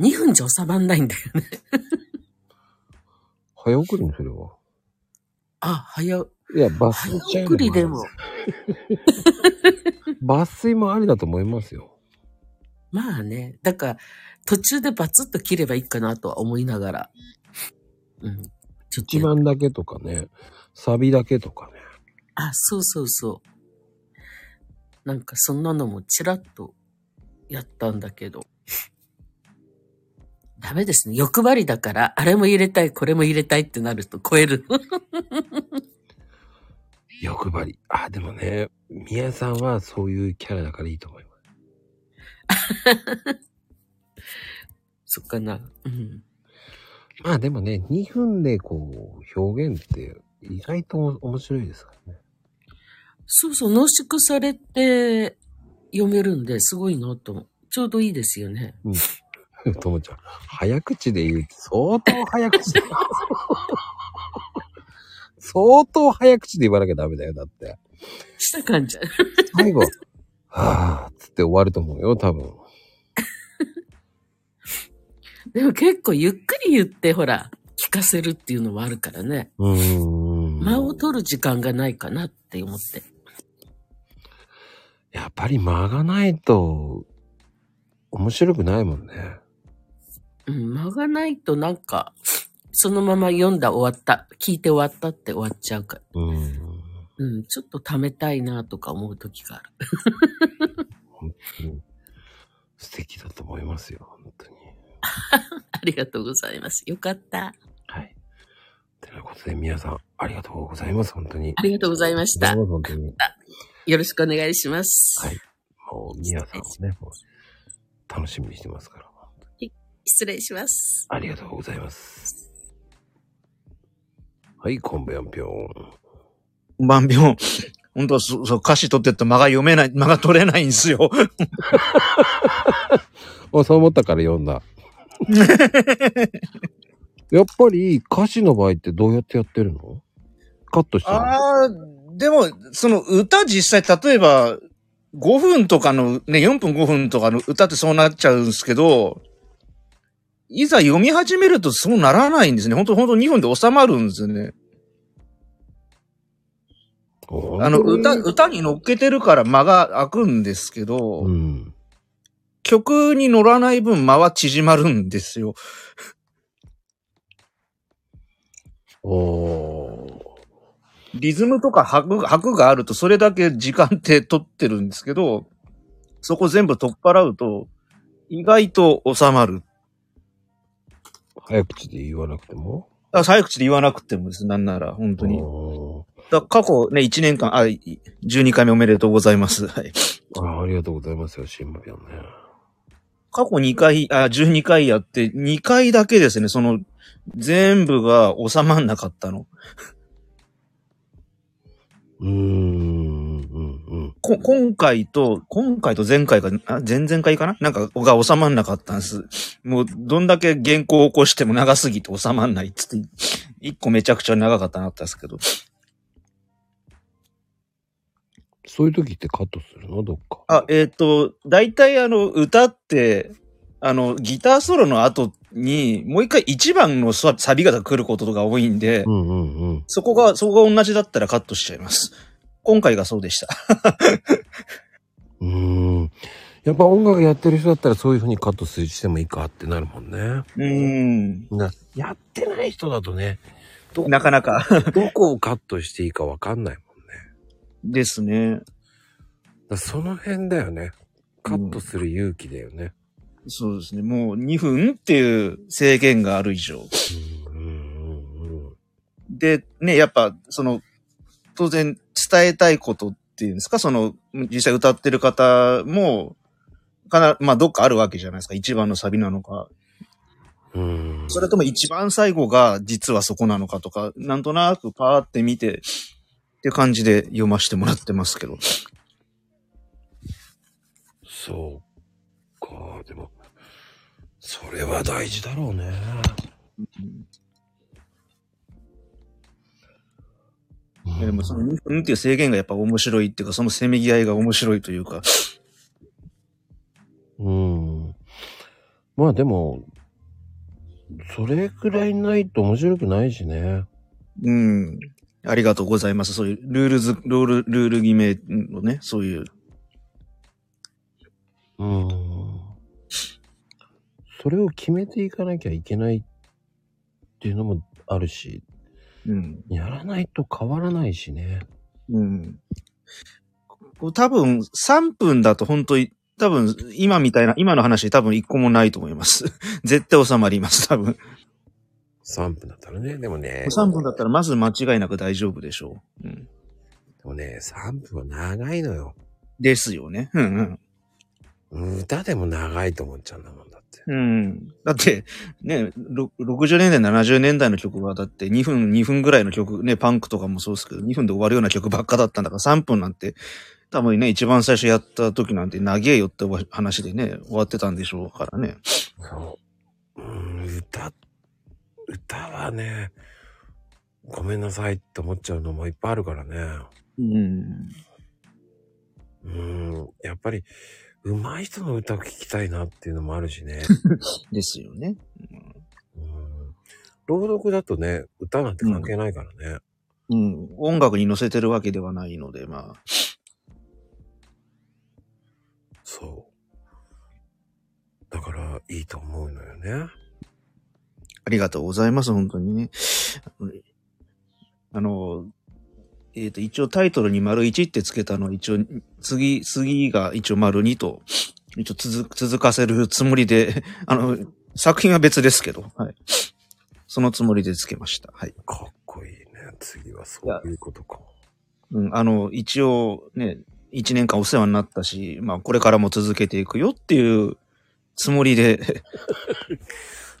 Speaker 9: 2分じゃ収まんないんだよね。
Speaker 1: 早送りにすれば。
Speaker 9: あ、早う、
Speaker 1: いや、抜粋
Speaker 9: 早
Speaker 1: しちゃうの
Speaker 9: 送
Speaker 1: あり
Speaker 9: り
Speaker 1: です
Speaker 9: で
Speaker 1: よ
Speaker 9: も。
Speaker 1: 抜粋もありだと思いますよ。
Speaker 9: まあね、だから、途中でバツッと切ればいいかなとは思いながら。うん。ちょっと
Speaker 1: 一
Speaker 9: やっ
Speaker 1: 番だけとかね、サビだけとかね。
Speaker 9: あ、そうそうそう。なんかそんなのもちらっとやったんだけど。ダメですね。欲張りだから、あれも入れたい、これも入れたいってなると超える。
Speaker 1: 欲張り。あ、でもね、宮さんはそういうキャラだからいいと思います。
Speaker 9: そっかな。うん。
Speaker 1: まあでもね、2分でこう、表現って意外と面白いですからね。
Speaker 9: そうそう、濃縮されて読めるんで、すごいなと思う。ちょうどいいですよね。
Speaker 1: ともちゃん、 早口で言うと相 当早口 だ。相当早口で言わなきゃダメだよ、だって。
Speaker 9: した感 じ。
Speaker 1: 最後、はぁ、つって終わると思うよ、多分。
Speaker 9: でも結構ゆっくり言って、ほら、聞かせるっていうのもあるからね。
Speaker 1: うーん。
Speaker 9: 間を取る時間がないかなって思って。
Speaker 1: やっぱり間がないと、面白くないもんね。
Speaker 9: うん、間がないとなんか、そのまま読んだ終わった、聞いて終わったって終わっちゃうから。
Speaker 1: うん。
Speaker 9: うん、ちょっと貯めたいなとか思う時がある。
Speaker 1: 本当に、素敵だと思いますよ、本当に。
Speaker 9: ありがとうございます。よかった。
Speaker 1: はい。ということで、皆さん、ありがとうございます、本当に。
Speaker 9: ありがとうございまし
Speaker 1: あ
Speaker 9: た
Speaker 1: り。がとうございます、本
Speaker 9: よろしくお願いします。
Speaker 1: はい当に。もう、皆さんもね、もう、楽しみにしてますから。
Speaker 9: 失礼します。
Speaker 1: ありがとうございます。はい、こんばんぴょん。
Speaker 10: 万病。本当そ、そう、歌詞取ってると間が読めない、間が取れないんですよ。
Speaker 1: あ、そう思ったから読 んだ。やっぱり歌詞の場合ってどうやってやってるのカットしてるの
Speaker 10: ああ、でも、その歌実際、例えば、5分とかの、ね、4分5分とかの歌ってそうなっちゃうんですけど、いざ読み始めるとそうならないんですね。本当本当2分で収まるんですよね。あの、歌、歌に乗っけてるから間が開くんですけど、
Speaker 1: うん。
Speaker 10: 曲に乗らない分間は縮まるんですよ。
Speaker 1: おー。
Speaker 10: リズムとか拍拍があると、それだけ時間って取ってるんですけど、そこ全部取っ払うと、意外と収まる。
Speaker 1: 早口で言わなくても
Speaker 10: あ早口で言わなくてもです。なんなら、本当に。
Speaker 1: お
Speaker 10: だ過去ね、1年間、あ、い12回目おめでとうございます。はい。
Speaker 1: ーあーありがとうございますよ、シンバぴょんね。
Speaker 10: 過去2回、あ、12回やって、2回だけですね、その、全部が収まんなかったの。
Speaker 1: うーん、うん、うん。
Speaker 10: こ、今回と、今回と前回が、あ前々回かななんか、が収まんなかったんです。もう、どんだけ原稿を起こしても長すぎて収まんないっつって、一個めちゃくちゃ長かったなったんですけど。
Speaker 1: そういう時ってカットするのどっか。
Speaker 10: あ、えっ、と、大体あの、歌って、あの、ギターソロの後に、もう一回一番のササビが来ることが多いんで
Speaker 1: う、ん、うん、うん。
Speaker 10: そこが、そこが同じだったらカットしちゃいます。今回がそうでした。
Speaker 1: うーん。やっぱ音楽やってる人だったらそういう風にカットしてもいいかってなるもんね。
Speaker 10: うーん。
Speaker 1: なやってない人だとね、
Speaker 10: なかなか
Speaker 1: どこをカットしていいかわかんないもんね。
Speaker 10: ですね。
Speaker 1: だその辺だよね。カットする勇気だよね。
Speaker 10: そうですね。もう2分っていう制限がある以上。
Speaker 1: うん、うん、うん。
Speaker 10: で、ね、やっぱ、その、当然伝えたいことっていうんですか、その、実際歌ってる方も、かな、まあ、どっかあるわけじゃないですか。一番のサビなのか。
Speaker 1: うん
Speaker 10: それとも一番最後が実はそこなのかとか、なんとなくパーって見て、って感じで読ませてもらってますけど。
Speaker 1: そうか、でも、それは大事だろうね。
Speaker 10: いやでもその2分っていう制限がやっぱ面白いっていうか、そのせめぎ合いが面白いというか。
Speaker 1: うん。まあでも、それくらいないと面白くないしね。
Speaker 10: うん。ありがとうございます。そういうルールず、ルール、ルール決めのね、そういう。
Speaker 1: うん。それを決めていかなきゃいけないっていうのもあるし、
Speaker 10: うん。
Speaker 1: やらないと変わらないしね。
Speaker 10: うん。こう多分3分だと本当に、多分今みたいな、今の話多分1個もないと思います。 絶対収まります、多分。
Speaker 1: 3分だったらね、でもね。
Speaker 10: 3分だったらまず間違いなく大丈夫でしょう。うん。
Speaker 1: でもね、3分は長いのよ。
Speaker 10: ですよね。うんうん。
Speaker 1: 歌でも長いと思っちゃうんだもんだって。
Speaker 10: うん。だって、ね、ろ60年代、70年代の曲は、だって2分、2分ぐらいの曲、ね、パンクとかもそうですけど、2分で終わるような曲ばっかだったんだから、3分なんて、多分ね、一番最初やった時なんて、長えよって話でね、終わってたんでしょうからね。
Speaker 1: そう。うん、歌、歌はね、ごめんなさいって思っちゃうのもいっぱいあるからね。
Speaker 10: うん。
Speaker 1: うん、やっぱり、上手い人の歌を聴きたいなっていうのもあ るしね。
Speaker 10: ですよね。
Speaker 1: うん、朗読だとね、歌なんて関係ないからね。
Speaker 10: うん。音楽に乗せてるわけではないので、まあ。
Speaker 1: そう。だから、いいと思うのよね。
Speaker 10: ありがとうございます、本当にね。あの、えっ、と、一応タイトルに丸1ってつけたの、一応、次、次が一応丸2と、一応続く、続かせるつもりで、 あの、作品は別ですけど、はい。そのつもりでつけました。はい。
Speaker 1: かっこいいね。次はそういうこ とか。
Speaker 10: うん、あの、一応ね、1年間お世話になったし、まあ、これからも続けていくよっていうつもりで、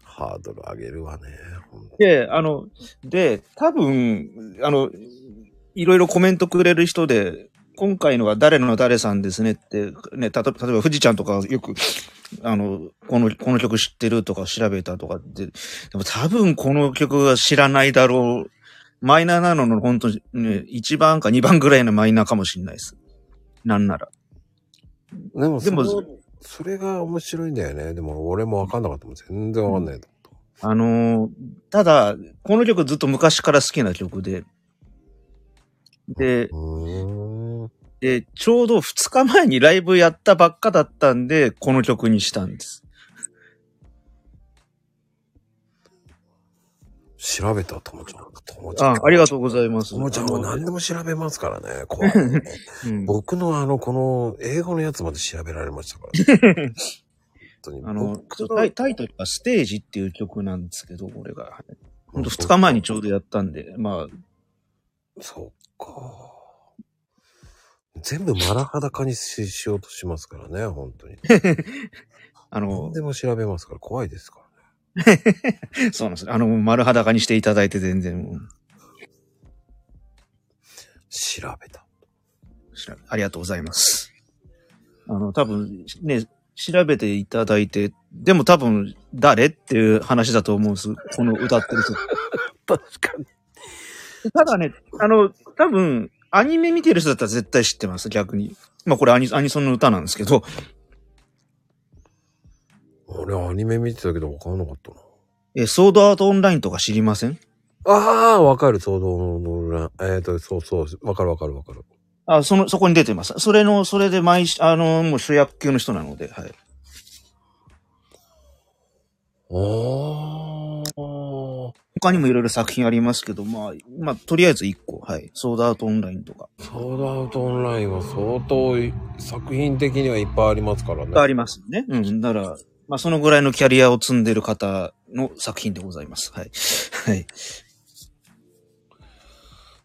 Speaker 1: ハードル上げるわね。ほん
Speaker 10: で、あの、で、多分、あの、いろいろコメントくれる人で、今回のが誰の誰さんですねって、ね、たと例えば富士ちゃんとかよく、あの、この、この曲知ってるとか調べたとかって、でも多分この曲は知らないだろう。マイナーなのの本当にね、1番か2番ぐらいのマイナーかもしれないです。なんなら。
Speaker 1: でも、
Speaker 10: でも
Speaker 1: そのそれが面白いんだよね。でも、俺もわかんなかったもん。全然わかんない。
Speaker 10: あのーただ、この曲ずっと昔から好きな曲で、で、
Speaker 1: うーん。
Speaker 10: で、ちょうど2日前にライブやったばっかだったんで、この曲にしたんです。
Speaker 1: 調べた、ともちゃん。ともちゃ
Speaker 10: あ
Speaker 1: ん。
Speaker 10: ありがとうございます。
Speaker 1: ともちゃんは何でも調べますから ね。怖い。
Speaker 10: うん
Speaker 1: 僕のあの、この、英語のやつまで調べられましたから、ね。 本当に。
Speaker 10: あの
Speaker 1: 僕の
Speaker 10: タイ、タイトルがステージっていう曲なんですけど、俺が。ほんと2日前にちょうどやったんで、まあ、
Speaker 1: そっか。全部マラ裸にししようとしますからね、本当に。
Speaker 10: あの
Speaker 1: 何、でも調べますから怖いですからね。
Speaker 10: そうなんです。あの、丸裸にしていただいて全然、もう
Speaker 1: 調べた。
Speaker 10: 知らありがとうございます。あの、多分、ね、調べていただいて、でも多分、誰っていう話だと思うんです。この歌ってる人。
Speaker 1: 確かに。
Speaker 10: ただね、あの、多分、アニメ見てる人だったら絶対知ってます、逆に。まあこれアニアニソンの歌なんですけど、
Speaker 1: 俺アニメ見てたけど分かんなかったな。
Speaker 10: えーソードアートオンラインとか知りません
Speaker 1: ああ、わかる、そうどうのら、えっ、と、そうそう、わかるわかるわかる。
Speaker 10: あ、その、そこに出てます。それの、それで毎し、あの、もう主役級の人なので、はい。
Speaker 1: ああ。
Speaker 10: 他にもいろいろ作品ありますけど、まあ、まあ、とりあえず1個、はい。ソードアートオンラインとか。
Speaker 1: ソードアウトオンラインは相当い作品的にはいっぱいありますからね。
Speaker 10: ありますね。うん。だから、まあ、そのぐらいのキャリアを積んでる方の作品でございます。はい。はい。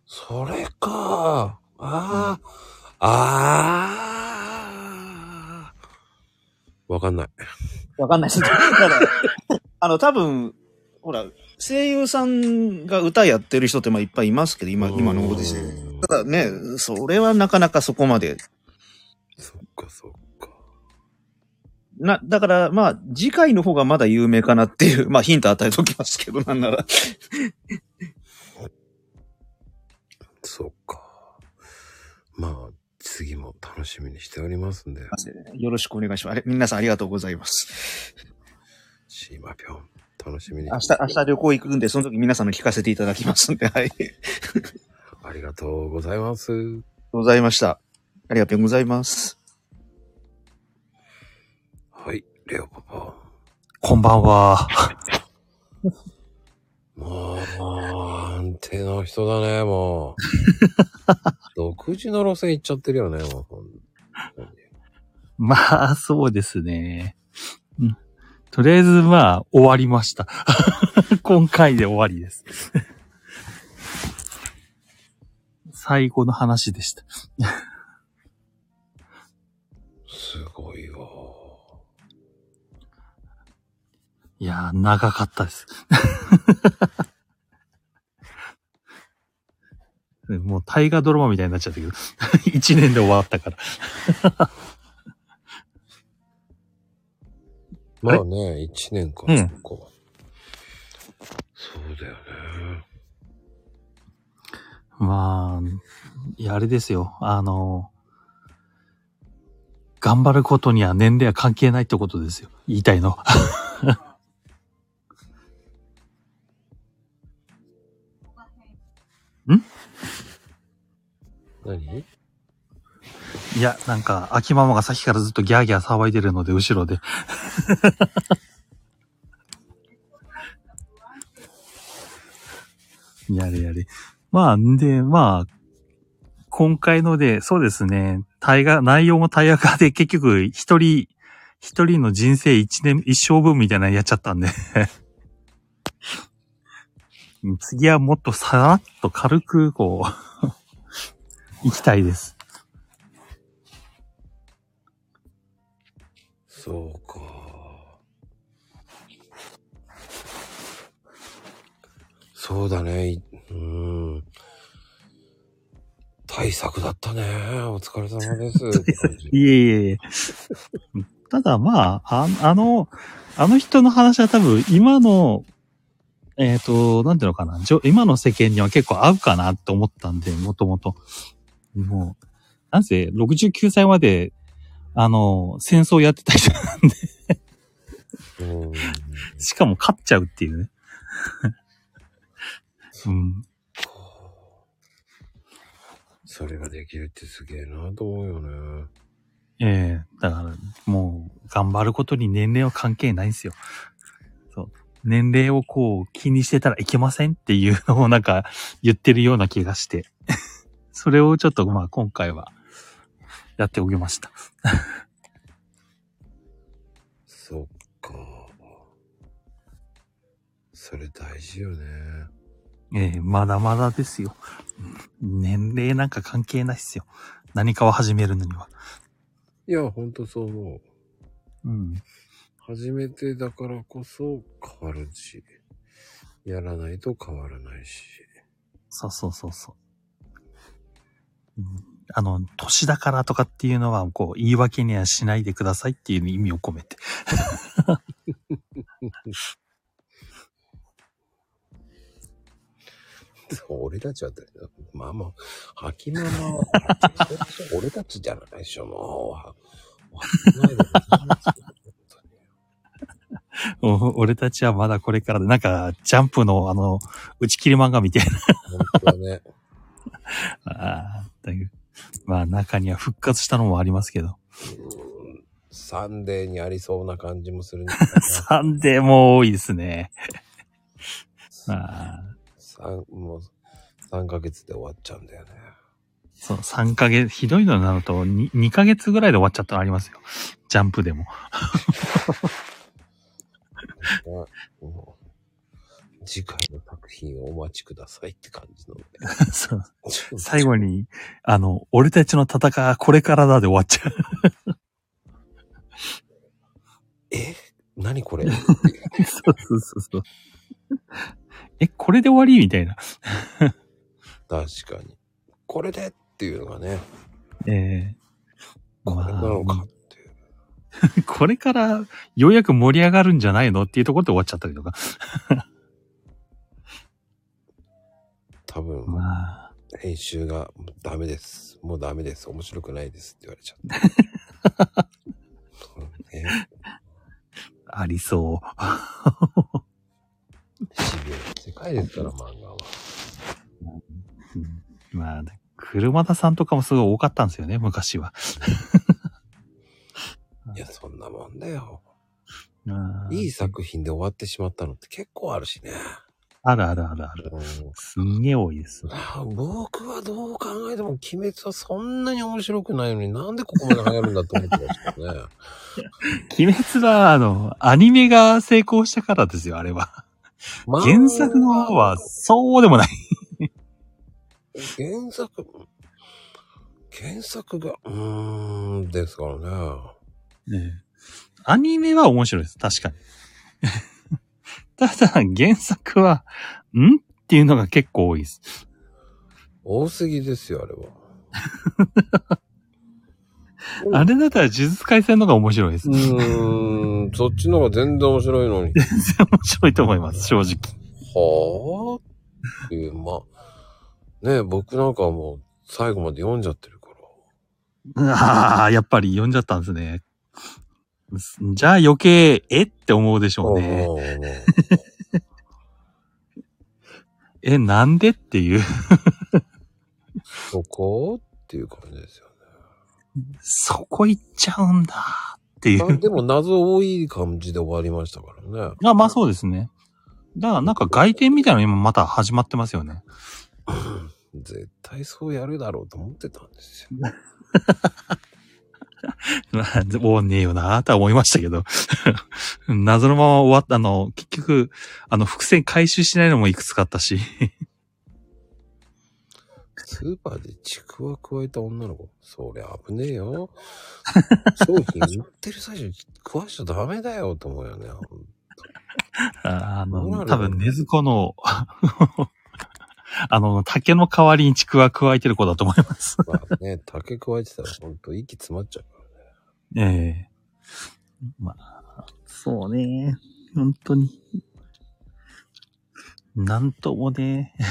Speaker 1: それか。ああ。ああ。わかんない。
Speaker 10: わかんないです。ただ、あの、多分、ほら、声優さんが歌やってる人ってまあいっぱいいますけど、今、今のご時世。
Speaker 1: うん
Speaker 10: ただね、それはなかなかそこまで。
Speaker 1: そっかそっか。
Speaker 10: な、だから、まあ、次回の方がまだ有名かなっていう、まあ、ヒント与えときますけど、なんなら。
Speaker 1: そっか。まあ、次も楽しみにしておりますんで。
Speaker 10: よろしくお願いします。あれ、皆さんありがとうございます。
Speaker 1: シーマぴょん、楽しみに。
Speaker 10: 明日、明日旅行行くんで、その時皆さんの聞かせていただきますんで、はい。ありがと
Speaker 1: ありがとうございます。
Speaker 10: うございました。ありがとうございます。
Speaker 1: はい、レオパパ。
Speaker 11: こんばんは。
Speaker 1: もう、安定の人だね、も う。独自の路線行っちゃってるよね、もうほん。
Speaker 11: まあ、そうですね。うんとりあえず、まあ、終わりました。 今回で終わりです。 最後の話でした。
Speaker 1: すごいわ。
Speaker 11: いやー、長かったです。 もう大河ドラマみたいになっちゃったけど、 一年で終わったから。
Speaker 1: まあね、一年か、
Speaker 11: うん
Speaker 1: そっかそうだよね。
Speaker 11: まあ、いや、あれですよ。あの、頑張ることには年齢は関係ないってことですよ。言いたいの。
Speaker 1: 何
Speaker 11: いや、なんか、秋ママがさっきからずっとギャーギャー騒いでるので、後ろで。 やれやれ。まあ、んで、まあ、今回ので、そうですね、大河、内容も大河化で結局、一人、一人の人生一年、一生分みたいなのやっちゃったんで。 次はもっとさらっと軽く、こう、 行きたいです。
Speaker 1: そうか。そうだね。いうーん。対策だったね。お疲れ様 です。って感じ
Speaker 11: いえいえいえ。ただまあ、ああの、あの人の話は多分今の、えっ、と、なんていうのかな、じょ今の世間には結構合うかなって思ったんで、もともと。もう、なんせ69歳まで、あの、戦争やってた人なんで。しかも勝っちゃうっていうね。うん。
Speaker 1: それができるってすげえなと思うよね。
Speaker 11: ええだから、もう、頑張ることに年齢は関係ないんですよ。そう。年齢をこう、気にしてたらいけませんっていうのをなんか、言ってるような気がして。 それをちょっと、まあ、今回は、やっておきました。
Speaker 1: そっか。それ大事よね。
Speaker 11: ええまだまだですよ。年齢なんか関係ないっすよ。何かを始めるのには。
Speaker 1: いや、ほんとそう思う。
Speaker 11: うん。
Speaker 1: 初めてだからこそ変わるし、やらないと変わらないし。
Speaker 11: そうそうそうそう。うんあの、年だからとかっていうのは、こう、言い訳にはしないでくださいっていう意味を込 めて。
Speaker 1: 俺たちはだよ、まあまあ、秋ママ は、俺たちじゃないでしょ、もうは。
Speaker 11: お俺たちはまだこれからで、なんか、ジャンプの、あの、打ち切り漫画みたいな。
Speaker 1: 本当ね。
Speaker 11: ああ、だいぶ。まあ、中には復活したのもありますけど。
Speaker 1: サンデーにありそうな感じもするね。
Speaker 11: サンデーも多いで すね。ああ、
Speaker 1: 三もう、3ヶ月で終わっちゃうんだよね。
Speaker 11: そう、3ヶ月、ひどいのになると2、2ヶ月ぐらいで終わっちゃったのありますよ。ジャンプでも。
Speaker 1: ねもう次回の作品をお待ちくださいって感じのね。
Speaker 11: そう最後に、あの、俺たちの戦いはこれからだで終わっちゃう。
Speaker 1: え何これ
Speaker 11: そうそうそうそう。え、これで終わりみたいな。
Speaker 1: 確かに。これでっていうのがね、
Speaker 11: ええ
Speaker 1: これなのか。
Speaker 11: これからようやく盛り上がるんじゃないのっていうところで終わっちゃったりとか。
Speaker 1: 多分、
Speaker 11: まあ、
Speaker 1: 編集がもうダメです。もうダメです。面白くないですって言われちゃった。うん ね
Speaker 11: あり そう。
Speaker 1: シビアな世界ですから、漫画は。
Speaker 11: まあ、車田さんとかもすごい多かったんですよね、昔は。
Speaker 1: いや、そんなもんだよ。
Speaker 11: あー
Speaker 1: いい作品で終わってしまったのって結構あるしね。
Speaker 11: あるあるあるある。
Speaker 1: うん
Speaker 11: すんげえ多いです。
Speaker 1: あ僕はどう考えても鬼滅はそんなに面白くないのになんでここまで流行るんだと思ってま したよね。
Speaker 11: 鬼滅は、あの、アニメが成功したからですよ、あれは。
Speaker 1: まあ
Speaker 11: 原作の方は、そうでもない。
Speaker 1: 原作、原作が、うーん、ですからね。
Speaker 11: ねえアニメは面白いです、確かに。 ただ、原作は、んっていうのが結構多いです。
Speaker 1: 多すぎですよ、あれは。
Speaker 11: あれだったら、呪術廻戦の方が面白いです。
Speaker 1: う ーん、そっちの方が全然面白いのに。
Speaker 11: 面白いと思います、正直。
Speaker 1: はあっていう、まあ、ねえ僕なんかはもう最後まで読んじゃってるから。
Speaker 11: ああ、やっぱり読んじゃったんですね。じゃあ余計、えって思うでしょうね。
Speaker 1: うんうんうん
Speaker 11: え、なんでっていう。
Speaker 1: そこっていう感じですよね。
Speaker 11: そこ行っちゃうんだっていう。
Speaker 1: でも謎多い感じで終わりましたからね。
Speaker 11: あまあそうですね。だからなんか外見みたいなの今また始まってますよね。
Speaker 1: 絶対そうやるだろうと思ってたんですよ。
Speaker 11: まあ、おうねえよなーとは思いましたけど。 謎のまま終わった、あの、結局、あの、伏線回収しないのもいくつかあったし。
Speaker 1: スーパーでちくわ加えた女の子。そりゃ危ねえよ。商品売ってる最中に食わしちゃダメだよと思うよね。
Speaker 11: あ
Speaker 1: どうな
Speaker 11: の、
Speaker 1: る
Speaker 11: 多分根ずこの、 あの、竹の代わりにちくわ加えてる子だと思います。
Speaker 1: まあね、竹加えてたらほんと息詰まっちゃう。
Speaker 11: え えまあ、そうね。本当に。なんともね。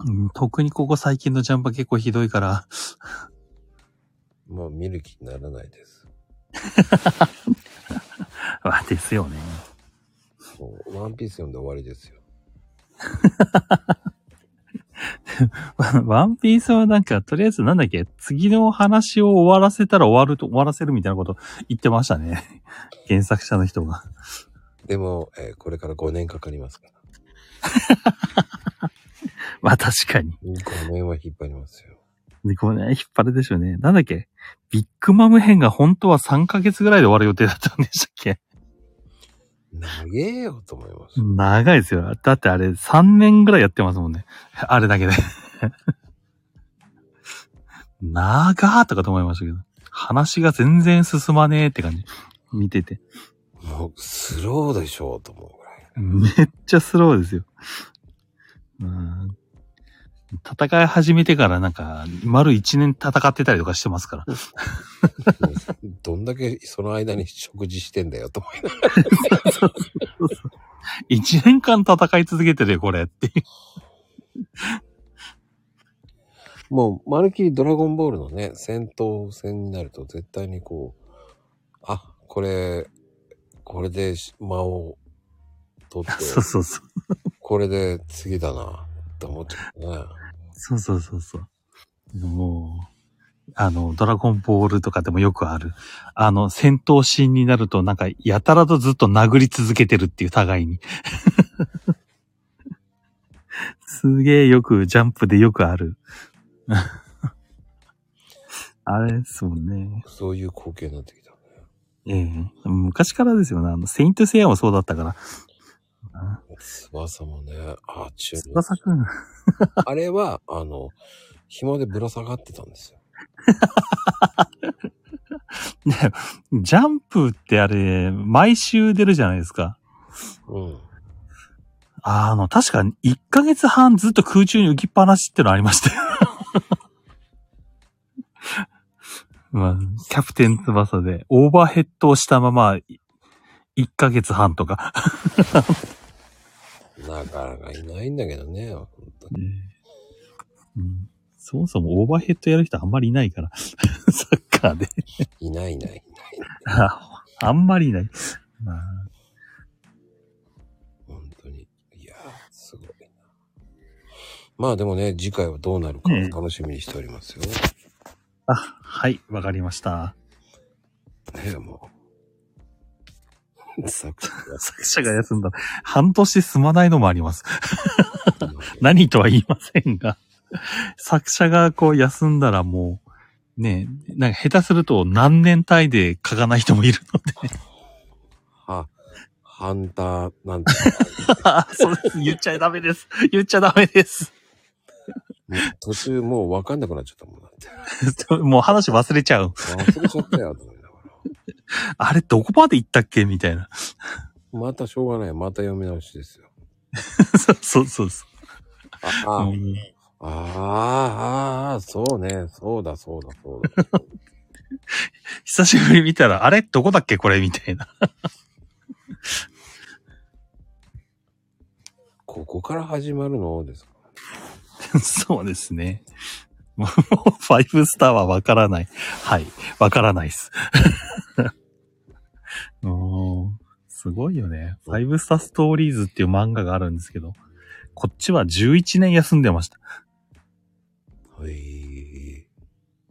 Speaker 11: うん特にここ最近のジャンパ結構ひどいから。
Speaker 1: もう見る気にならないです。
Speaker 11: まあですよ ね。
Speaker 1: もうワンピース読んで終わりですよ。
Speaker 11: ワワンピースはなんか、とりあえずなんだっけ、次の話を終わらせたら終わると、終わらせるみたいなこと言ってましたね。 原作者の人が。
Speaker 1: でも、えーこれから5年かかりますから。
Speaker 11: まあ確かに。
Speaker 1: 5年は引っ張りますよ。
Speaker 11: で、こうね、引っ張るでしょうね。なんだっけビッグマム編が本当は3ヶ月ぐらいで終わる予定だったんでしたっけ
Speaker 1: 長えよと思います。
Speaker 11: 長いですよ。だってあれ3年ぐらいやってますもんね。あれだけで。 長ーとかと思いましたけど。話が全然進まねえって感じ。見てて。
Speaker 1: もうスローでしょうと思うぐらい。
Speaker 11: めっちゃスローですよ。うん戦い始めてからなんか、丸1年戦ってたりとかしてま すから。
Speaker 1: どんだけその間に食事してんだよと思いながら。
Speaker 11: 1年間戦い続けてるよ、これっていう。
Speaker 1: もう、まるっきりドラゴンボールのね、戦闘戦になると絶対にこう、あ、これ、これで間を取って、
Speaker 11: そうそうそう。
Speaker 1: これで次だな、と思っちゃうね。
Speaker 11: そうそうそうそう。もう、あの、ドラゴンボールとかでもよくある。あの、戦闘シーンになると、なんか、やたらとずっと殴り続けてるっていう、互いに。 すげえよく、ジャンプでよくある。 あれですもんね。
Speaker 1: そういう光景になってきた。
Speaker 11: ええ昔からですよね。あの、セイントセイヤもそうだったから。あ
Speaker 1: 翼もね、あ、中
Speaker 11: 翼くん。
Speaker 1: あれは、あの、紐でぶら下がってたんですよ。
Speaker 11: ね、ジャンプってあれ、毎週出るじゃないですか。
Speaker 1: うん。
Speaker 11: あの、確か1ヶ月半ずっと空中に浮きっぱなしってのあ りましたよ。まあ、キャプテン翼で、オーバーヘッドをしたまま、い1ヶ月半とか。
Speaker 1: なかなかいないんだけどね、本当に。
Speaker 11: うんそもそもオーバーヘッドやる人あんまりいないから。 サッカーで。
Speaker 1: いないいないいない。
Speaker 11: ああんまりいない。まあ
Speaker 1: 本当に。いやー、すごいな。まあでもね、次回はどうなるか
Speaker 11: ええ
Speaker 1: 楽しみにしておりますよ。
Speaker 11: あ、はい、わかりました。
Speaker 1: ねえ、もう。作者が
Speaker 11: 作者が休んだ。半年済まないのもあります。何とは言いませんが、作者がこう休んだらもう、ねえ、なんか下手すると何年単位で書かない人もいるので、
Speaker 1: は、ハンターなんて、
Speaker 11: あそうです言っちゃダメです。言っちゃダメです。
Speaker 1: もう途中もうわかんなくなっちゃったもんだって。
Speaker 11: もう話忘れちゃう。
Speaker 1: 忘れちゃったよ、と思いながら。
Speaker 11: あれどこまで行ったっけみたいな。
Speaker 1: またしょうがない。また読み直しですよ。
Speaker 11: そうそうそうそう。
Speaker 1: あ、あ、
Speaker 11: うん
Speaker 1: あーあー、そうね。そうだ、そうだ、そうだ。
Speaker 11: 久しぶりに見たら、あれどこだっけこれみたいな。
Speaker 1: ここから始まるのですか
Speaker 11: そうですね。 もう、ファイブスターはわからない。はい。わからないっす。 おーすごいよね。ファイブスターストーリーズっていう漫画があるんですけど、こっちは11年休んでました。
Speaker 1: はい。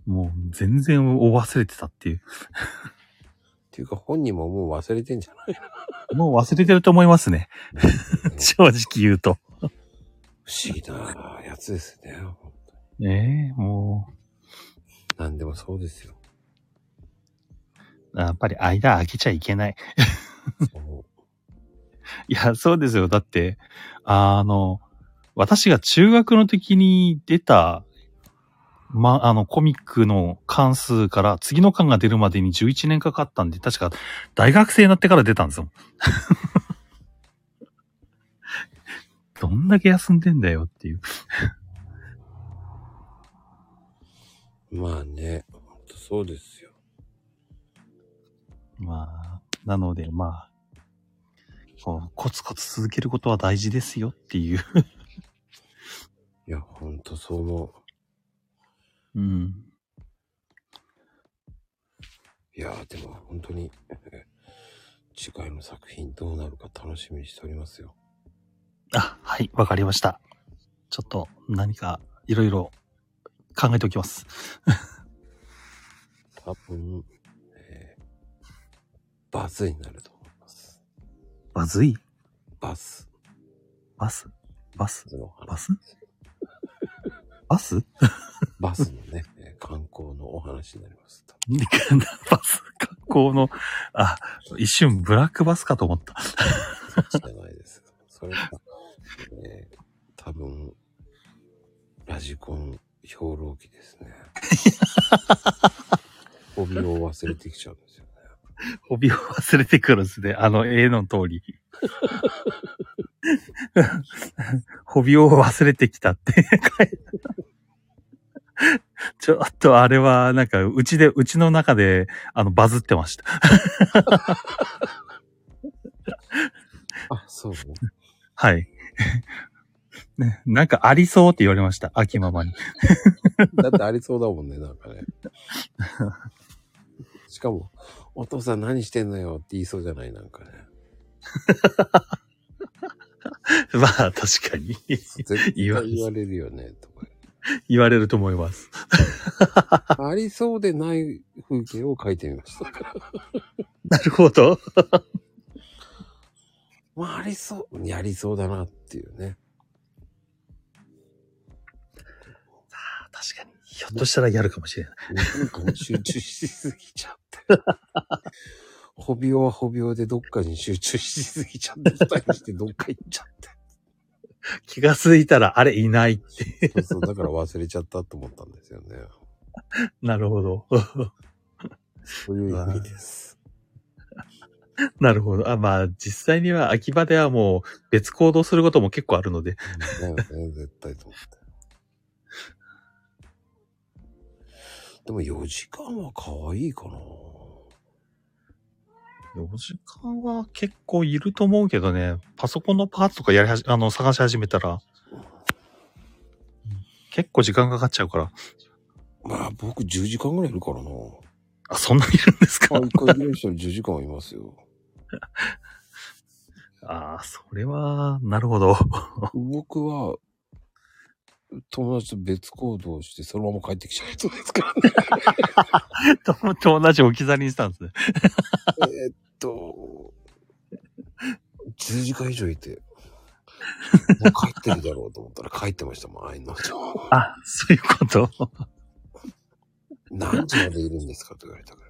Speaker 11: もう全然お忘れてたっていう。
Speaker 1: っていうか本人ももう忘れてんじゃない
Speaker 11: もう忘れてると思いますね。 正直言うと。
Speaker 1: 不思議なやつですね。
Speaker 11: ねえ、も
Speaker 1: なんでもそうですよ。
Speaker 11: う、やっぱり間空けちゃいけない。
Speaker 1: そう
Speaker 11: いや、そうですよ。だって、あの、私が中学の時に出た、ま、あの、コミックの関数から次の巻が出るまでに11年かかったんで、確か大学生になってから出た んですよ。どんだけ休んでんだよっていう。
Speaker 1: まあね、ほんとそうですよ。
Speaker 11: まあ、なので、まあ、こう、コツコツ続けることは大事ですよっていう。
Speaker 1: いや、ほんとそう思
Speaker 11: うん。
Speaker 1: う。いや、でも本当に、 え次回の作品どうなるか楽しみにしておりますよ。
Speaker 11: あ、はい、わかりました。ちょっと何かいろいろ考えておきます。
Speaker 1: 多分、えーバズになると思います。
Speaker 11: バズい
Speaker 1: バス。
Speaker 11: バスバス
Speaker 1: バスの話
Speaker 11: バスバス
Speaker 1: バスのね、えー観光のお話になります。
Speaker 11: バス格好の、あ、一瞬ブラックバスかと思った。
Speaker 1: じゃないです。それが、 えー多分、ラジコン兵糧記です ね。帯を忘れてきちゃうんですよね。
Speaker 11: 帯を忘れてくるんですね。あの絵の通り。帯を忘れてきたって 書いてあるちょっとあれは、なんか、うちで、うちの中で、あの、バズってました。
Speaker 1: あ、そうね。
Speaker 11: はい。ね、なんかありそうって言われました。秋ママに。
Speaker 1: だってありそうだもんね、なんかね。しかも、お父さん何してんのよって言いそうじゃない、なんか ね。
Speaker 11: まあ、確かに。
Speaker 1: 絶対
Speaker 11: 言
Speaker 1: 言
Speaker 11: わない
Speaker 1: われるよね、とか。
Speaker 11: 言われると思います。
Speaker 1: ありそうでない風景を描いてみました。
Speaker 11: なるほど。
Speaker 1: まあ、ありそう。 やりそうだなっていうね。
Speaker 11: 確かに。ひょっとしたらやるかもしれない。
Speaker 1: なんかもう集中しすぎちゃって。 ホビオはホビオでどっかに集中しすぎちゃって、二人してどっか行っちゃっ
Speaker 11: 気がついたら、あれいない。
Speaker 1: て。そうそう、だから忘れちゃったと思ったんですよ ね。
Speaker 11: なるほど。
Speaker 1: そういう意味です。
Speaker 11: なるほど。あ、 まあ、実際には秋葉ではもう別行動することも結構あるので。
Speaker 1: だよね、絶対と思って。でも4時間は可愛いかな
Speaker 11: 4時間は結構いると思うけどね。パソコンのパーツとかやりはじ、あの、探し始めたら、結構時間かかっちゃうから。
Speaker 1: まあ僕10時間ぐらいいるからな。
Speaker 11: あ、そんなにいるんですか
Speaker 1: あ、1回ぐらいしたら10時間はいますよ。
Speaker 11: ああ、それは、なるほど。
Speaker 1: 僕は、友達と別行動して、そのまま帰ってきちゃう人ですからね。
Speaker 11: 友達置き去りにしたんですね。
Speaker 1: えーっと、10時間以上いて、もう帰ってるだろうと思ったら帰ってましたもん、あいの。
Speaker 11: あ、そういうこと。
Speaker 1: 何時までいるんですかと言われたから。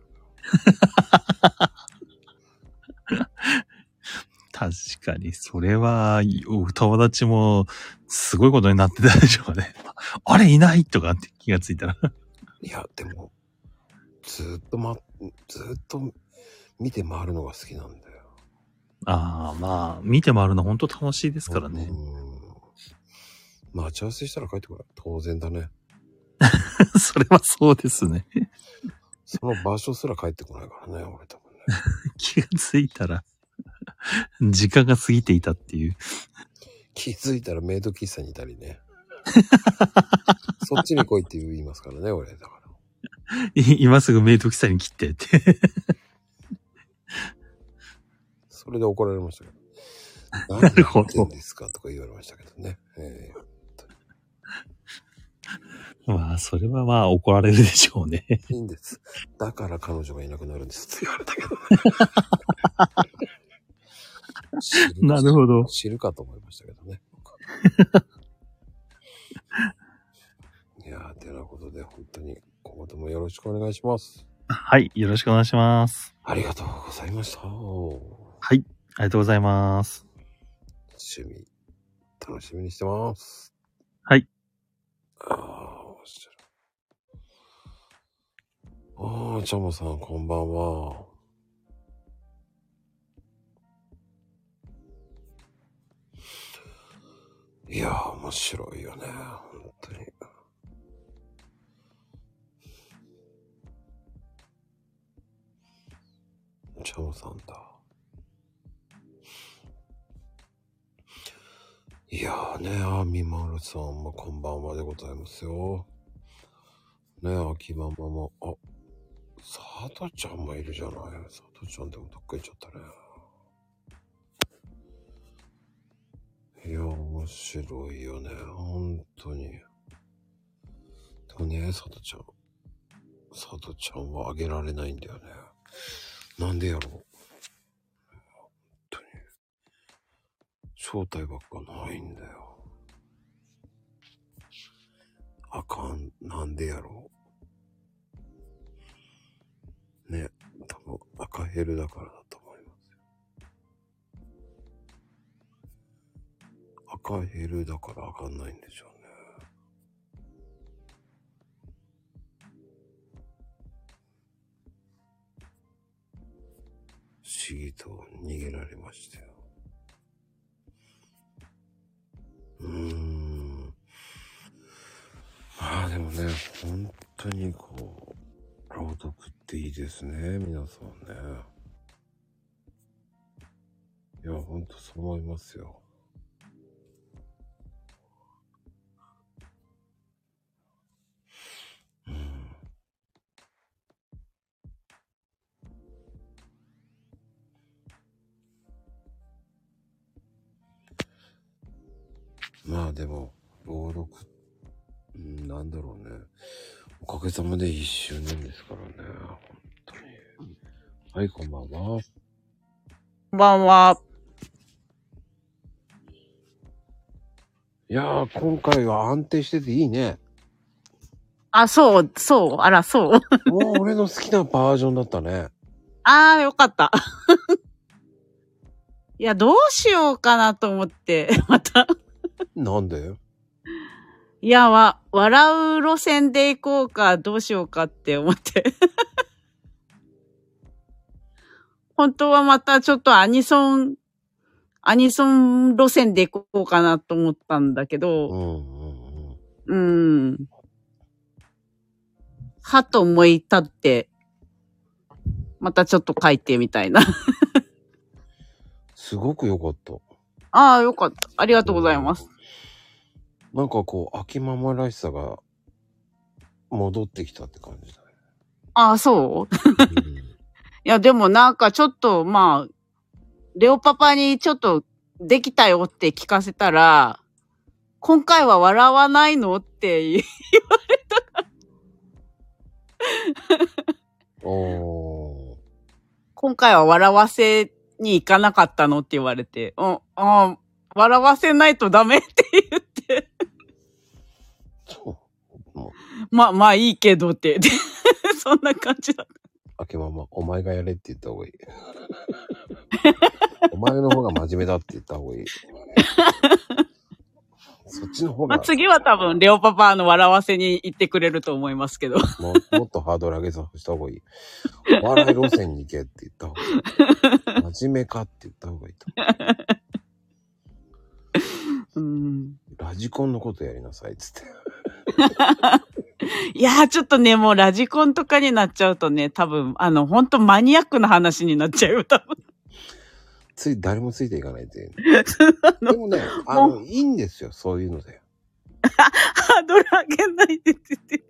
Speaker 11: 確かに、それは、お友達も、すごいことになってたでしょうね。 あれいないとかって気がついたら。
Speaker 1: いや、でも、ずーっとま、ずーっと見て回るのが好きなんだよ。
Speaker 11: ああ、まあ、見て回るの本当楽しいですからね
Speaker 1: う。ん。待ち合わせしたら帰ってこない。当然だね。
Speaker 11: それはそうですね。
Speaker 1: その場所すら帰ってこないからね、 俺多分ね。
Speaker 11: 気がついたら、時間が過ぎていたっていう。
Speaker 1: 気づいたらメイド喫茶にいたりね。そっちに来いって言いますからね、 俺。だから。
Speaker 11: い今すぐメイド喫茶に切ってって。
Speaker 1: それで怒られましたけど。な
Speaker 11: るほど
Speaker 1: んですかとか言われましたけどね。ええ
Speaker 11: まあ、それはまあ怒られるでしょうね。
Speaker 1: いいんです。だから彼女がいなくなるんですって言われたけど。
Speaker 11: なるほど。
Speaker 1: 知るかと思いましたけど ね。いやー、てなことで、本当に、今後ともよろしくお願いします。
Speaker 11: はい、よろしくお願いします。
Speaker 1: ありがとうございました。趣
Speaker 11: はい、ありがとうございます。
Speaker 1: 味、楽しみにしてます。
Speaker 11: はい。
Speaker 1: ああ、面白い。ああ、チャモさん、こんばんは。いやー、面白いよね。本当に。チャモさんだ。いやーね、あみまるさんもこんばんはでございますよ。ね、あきママも、あ、さとちゃんもいるじゃない。さとちゃんでもどっか行っちゃったね。いや、面白いよね。本当に。でもね、さとちゃん。さとちゃんはあげられないんだよね。なんでやろう。本当に。正体ばっかないんだよ。あかん。なんでやろう。ね、多分赤ヘルだからだと思いますよ。赤ヘルだから上がんないんでしょうね。不思議と逃げられましたよ。うーん。まあでもね、本当にこう、朗読っていいですね、皆さんね。いや、本当そう思いますよ。まあでも、朗読、うんなんだろうね。おかげさまで1周年ですからね。本当に。はい、こんばんは。
Speaker 12: こんばんは。
Speaker 1: いやー、今回は安定してていいね。
Speaker 12: あ、そう、そう、あら、そう。
Speaker 1: もう俺の好きなバージョンだったね。
Speaker 12: あー、よかった。 いや、どうしようかなと思って、また。
Speaker 1: なんで
Speaker 12: いや、わ、笑う路線で行こうか、どうしようかって思って。 本当はまたちょっとアニソン、アニソン路線で行こうかなと思ったんだけど、うん。はと思い立って、またちょっと書いてみたいな。
Speaker 1: すごく良かった。
Speaker 12: ああ、よかった。ありがとうございます。
Speaker 1: なんかこう、秋ママらしさが戻ってきたって感じだね。
Speaker 12: ああ、そういや、でもなんかちょっと、まあ、レオパパにちょっとできたよって聞かせたら、今回は笑わないのって 言
Speaker 1: おー。
Speaker 12: 今回は笑わせに行かなかったのって言われて、うん、ああ、笑わせないとダメって言って。まあまあいいけどって、で そんな感じだ。
Speaker 1: 秋ママ、お前がやれって言った 方がいい。お前の方が真面目だって言った方がいい。そっちの方
Speaker 12: まあ
Speaker 1: が
Speaker 12: 次は多分レオパパの笑わせに行ってくれると思いますけど。
Speaker 1: ももっとハードル上げさした方がいい。お笑い路線に行けって言った方がいい。真面目かって言った方がいい と。ラジコンのことやりなさいっつって。
Speaker 12: いやーちょっとね、もうラジコンとかになっちゃうとね、多分、あの、本当マニアックな話になっちゃうよ、多 分。
Speaker 1: つい、誰もついていかない っていう。でもね、あの、いいんですよ、そういうので。
Speaker 12: ハードル上げないでって言って。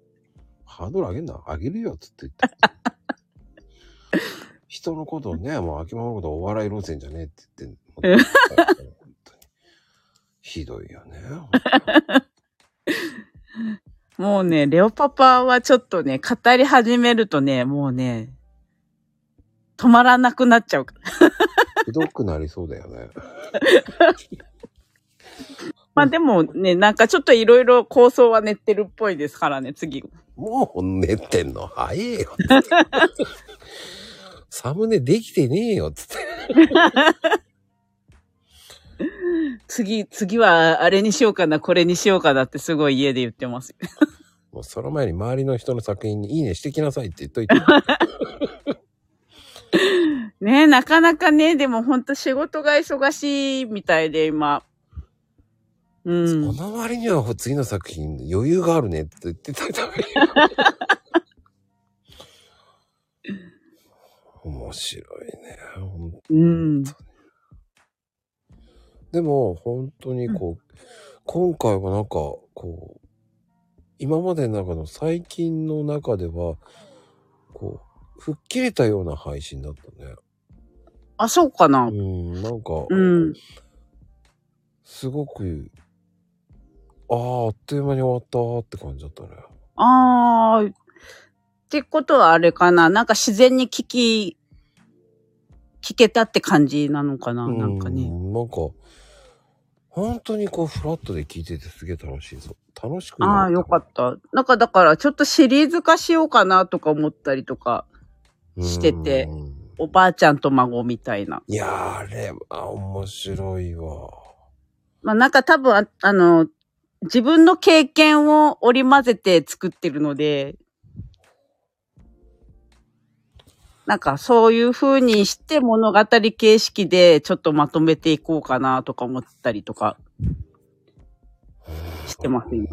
Speaker 1: ハードル上げんな、上げるよ、つって言って。 人のことをね、もう秋物のことお笑い路線じゃねえって言ってんの。本当にひどいよね。
Speaker 12: もうね、レオパパはちょっとね、語り始めるとね、もうね、止まらなくなっちゃうから。
Speaker 1: ひどくなりそうだよね。
Speaker 12: まあでもね、なんかちょっといろいろ構想は練ってるっぽいですからね、次。
Speaker 1: もう練ってんの早えよ。サムネできてねえよっつって。
Speaker 12: 次、次はあれにしようかな、これにしようかなってすごい家で言ってます。
Speaker 1: もうその前に周りの人の作品にいいねしてきなさいって言っといて。
Speaker 12: ねえ、なかなかね、でもほんと仕事が忙しいみたいで今。うん。
Speaker 1: その割には次の作品余裕があるねって言っ てたために面白いね。ほんと
Speaker 12: うん。
Speaker 1: でも本当にこう、今回はなんかこう今までの中の最近の中ではこう吹っ切れたような配信だったね。
Speaker 12: あ、そうかな。
Speaker 1: うん、なんか、
Speaker 12: うん。
Speaker 1: すごく、ああ、あっという間に終わったって感じだったね。
Speaker 12: あー。ってことはあれかな。なんか自然に聞き、聞けたって感じなのかな。なんかね。
Speaker 1: うんなんか、本当にこう、フラットで聞いててすげえ楽しいぞ。楽しく
Speaker 12: ああ、
Speaker 1: な
Speaker 12: よかった。なんかだから、ちょっとシリーズ化しようかなとか思ったりとかしてて、おばあちゃんと孫みたいな。
Speaker 1: いやー、あれは面白いわ。
Speaker 12: まあなんか多分あ、あの、自分の経験を織り交ぜて作ってるので、なんかそういう風にして物語形式でちょっとまとめていこうかなとか思ったりとかしてます、今。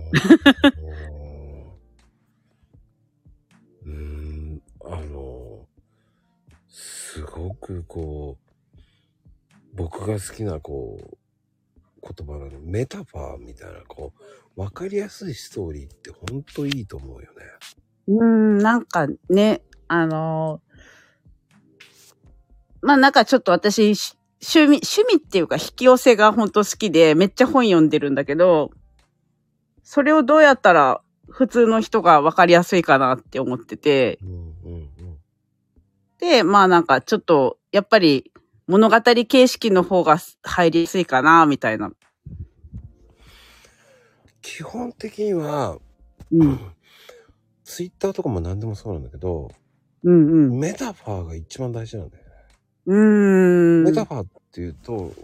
Speaker 1: あの、すごくこう、僕が好きなこう、言葉なの、メタファーみたいな、こう、わかりやすいストーリーってほんといいと思うよね。
Speaker 12: うーん、なんかね、あのーまあなんかちょっと私、し趣味、趣味っていうか引き寄せが本当好きで、めっちゃ本読んでるんだけど、それをどうやったら普通の人がわかりやすいかなって思ってて、で、まあなんかちょっと、やっぱり物語形式の方が入りやすいかな、みたいな。
Speaker 1: 基本的には、ツイッターとかも何でもそうなんだけど、
Speaker 12: うんうん
Speaker 1: メタファーが一番大事なんだよね。
Speaker 12: うーん。
Speaker 1: メタファーっていうと、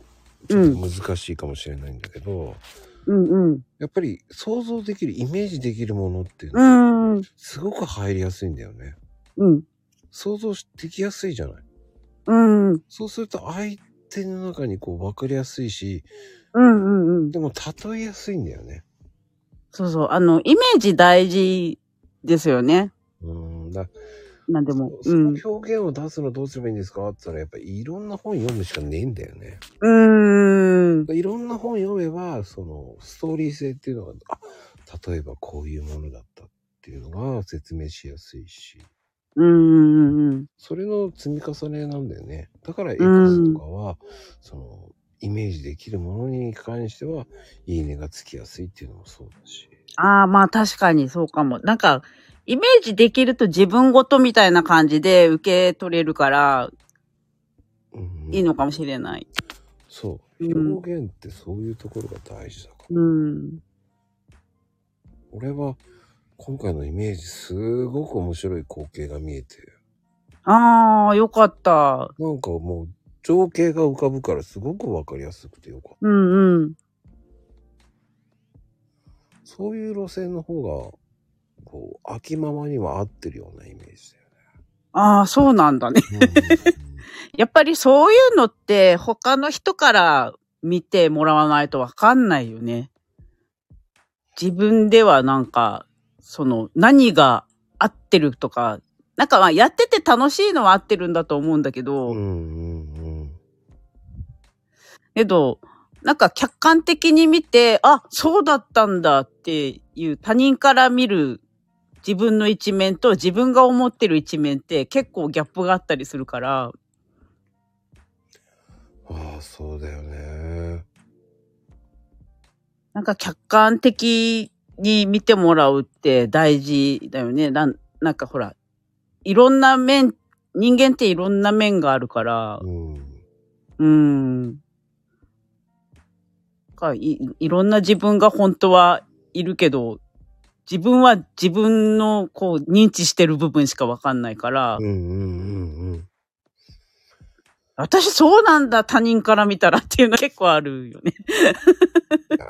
Speaker 1: ちょっと難しいかもしれないんだけど、
Speaker 12: うんうん。
Speaker 1: やっぱり想像できる、イメージできるものっていう
Speaker 12: う
Speaker 1: のは、
Speaker 12: ーん。
Speaker 1: すごく入りやすいんだよね。
Speaker 12: うん。
Speaker 1: 想像できやすいじゃない。
Speaker 12: うん。うん
Speaker 1: そうすると相手の中にこう分かりやすいし、
Speaker 12: うんうん。
Speaker 1: でも例えやすいんだよね。
Speaker 12: そうそう。あの、イメージ大事ですよね。
Speaker 1: うん。だ
Speaker 12: なんでも。
Speaker 1: そうの
Speaker 12: ん。
Speaker 1: 表現を出すのどうすればいいんですかって言ったら、やっぱりいろんな本読むしかねえんだよね。
Speaker 12: うーん。
Speaker 1: いろんな本読めば、そのストーリー性っていうのが、あ、例えばこういうものだったっていうのが説明しやすいし、
Speaker 12: うんうんうん。
Speaker 1: それの積み重ねなんだよね。だから、エク
Speaker 12: うん
Speaker 1: スとかは、その、イメージできるものに関しては、いいねがつきやすいっていうのもそうだし。
Speaker 12: ああ、まあ確かにそうかも。なんか、イメージできると自分ごとみたいな感じで受け取れるから、いいのかもしれない。
Speaker 1: そう。
Speaker 12: うん
Speaker 1: 表現ってそういうところが大事だから。
Speaker 12: うん。
Speaker 1: 俺は、今回のイメージ、すごく面白い光景が見えて、
Speaker 12: ああ、よかった。
Speaker 1: なんかもう、情景が浮かぶからすごくわかりやすくてよかっ
Speaker 12: うんうん。
Speaker 1: た。そういう路線の方が、こう、秋ママには合ってるようなイメージだよ。
Speaker 12: ああ、そうなんだね。 やっぱりそういうのって他の人から見てもらわないとわかんないよね。自分ではなんか、その何が合ってるとか、なんかまあやってて楽しいのは合ってるんだと思うんだけど、けど、なんか客観的に見て、あ、そうだったんだっていう他人から見る自分の一面と自分が思ってる一面って結構ギャップがあったりするから、
Speaker 1: ああ、そうだよね。
Speaker 12: なんか客観的に見てもらうって大事だよね。なんなんかほら、いろんな面、人間っていろんな面があるから、うん。かいいろんな自分が本当はいるけど、自分は自分のこう認知してる部分しかわかんないから、私そうなんだ、他人から見たらっていうの結構あるよね。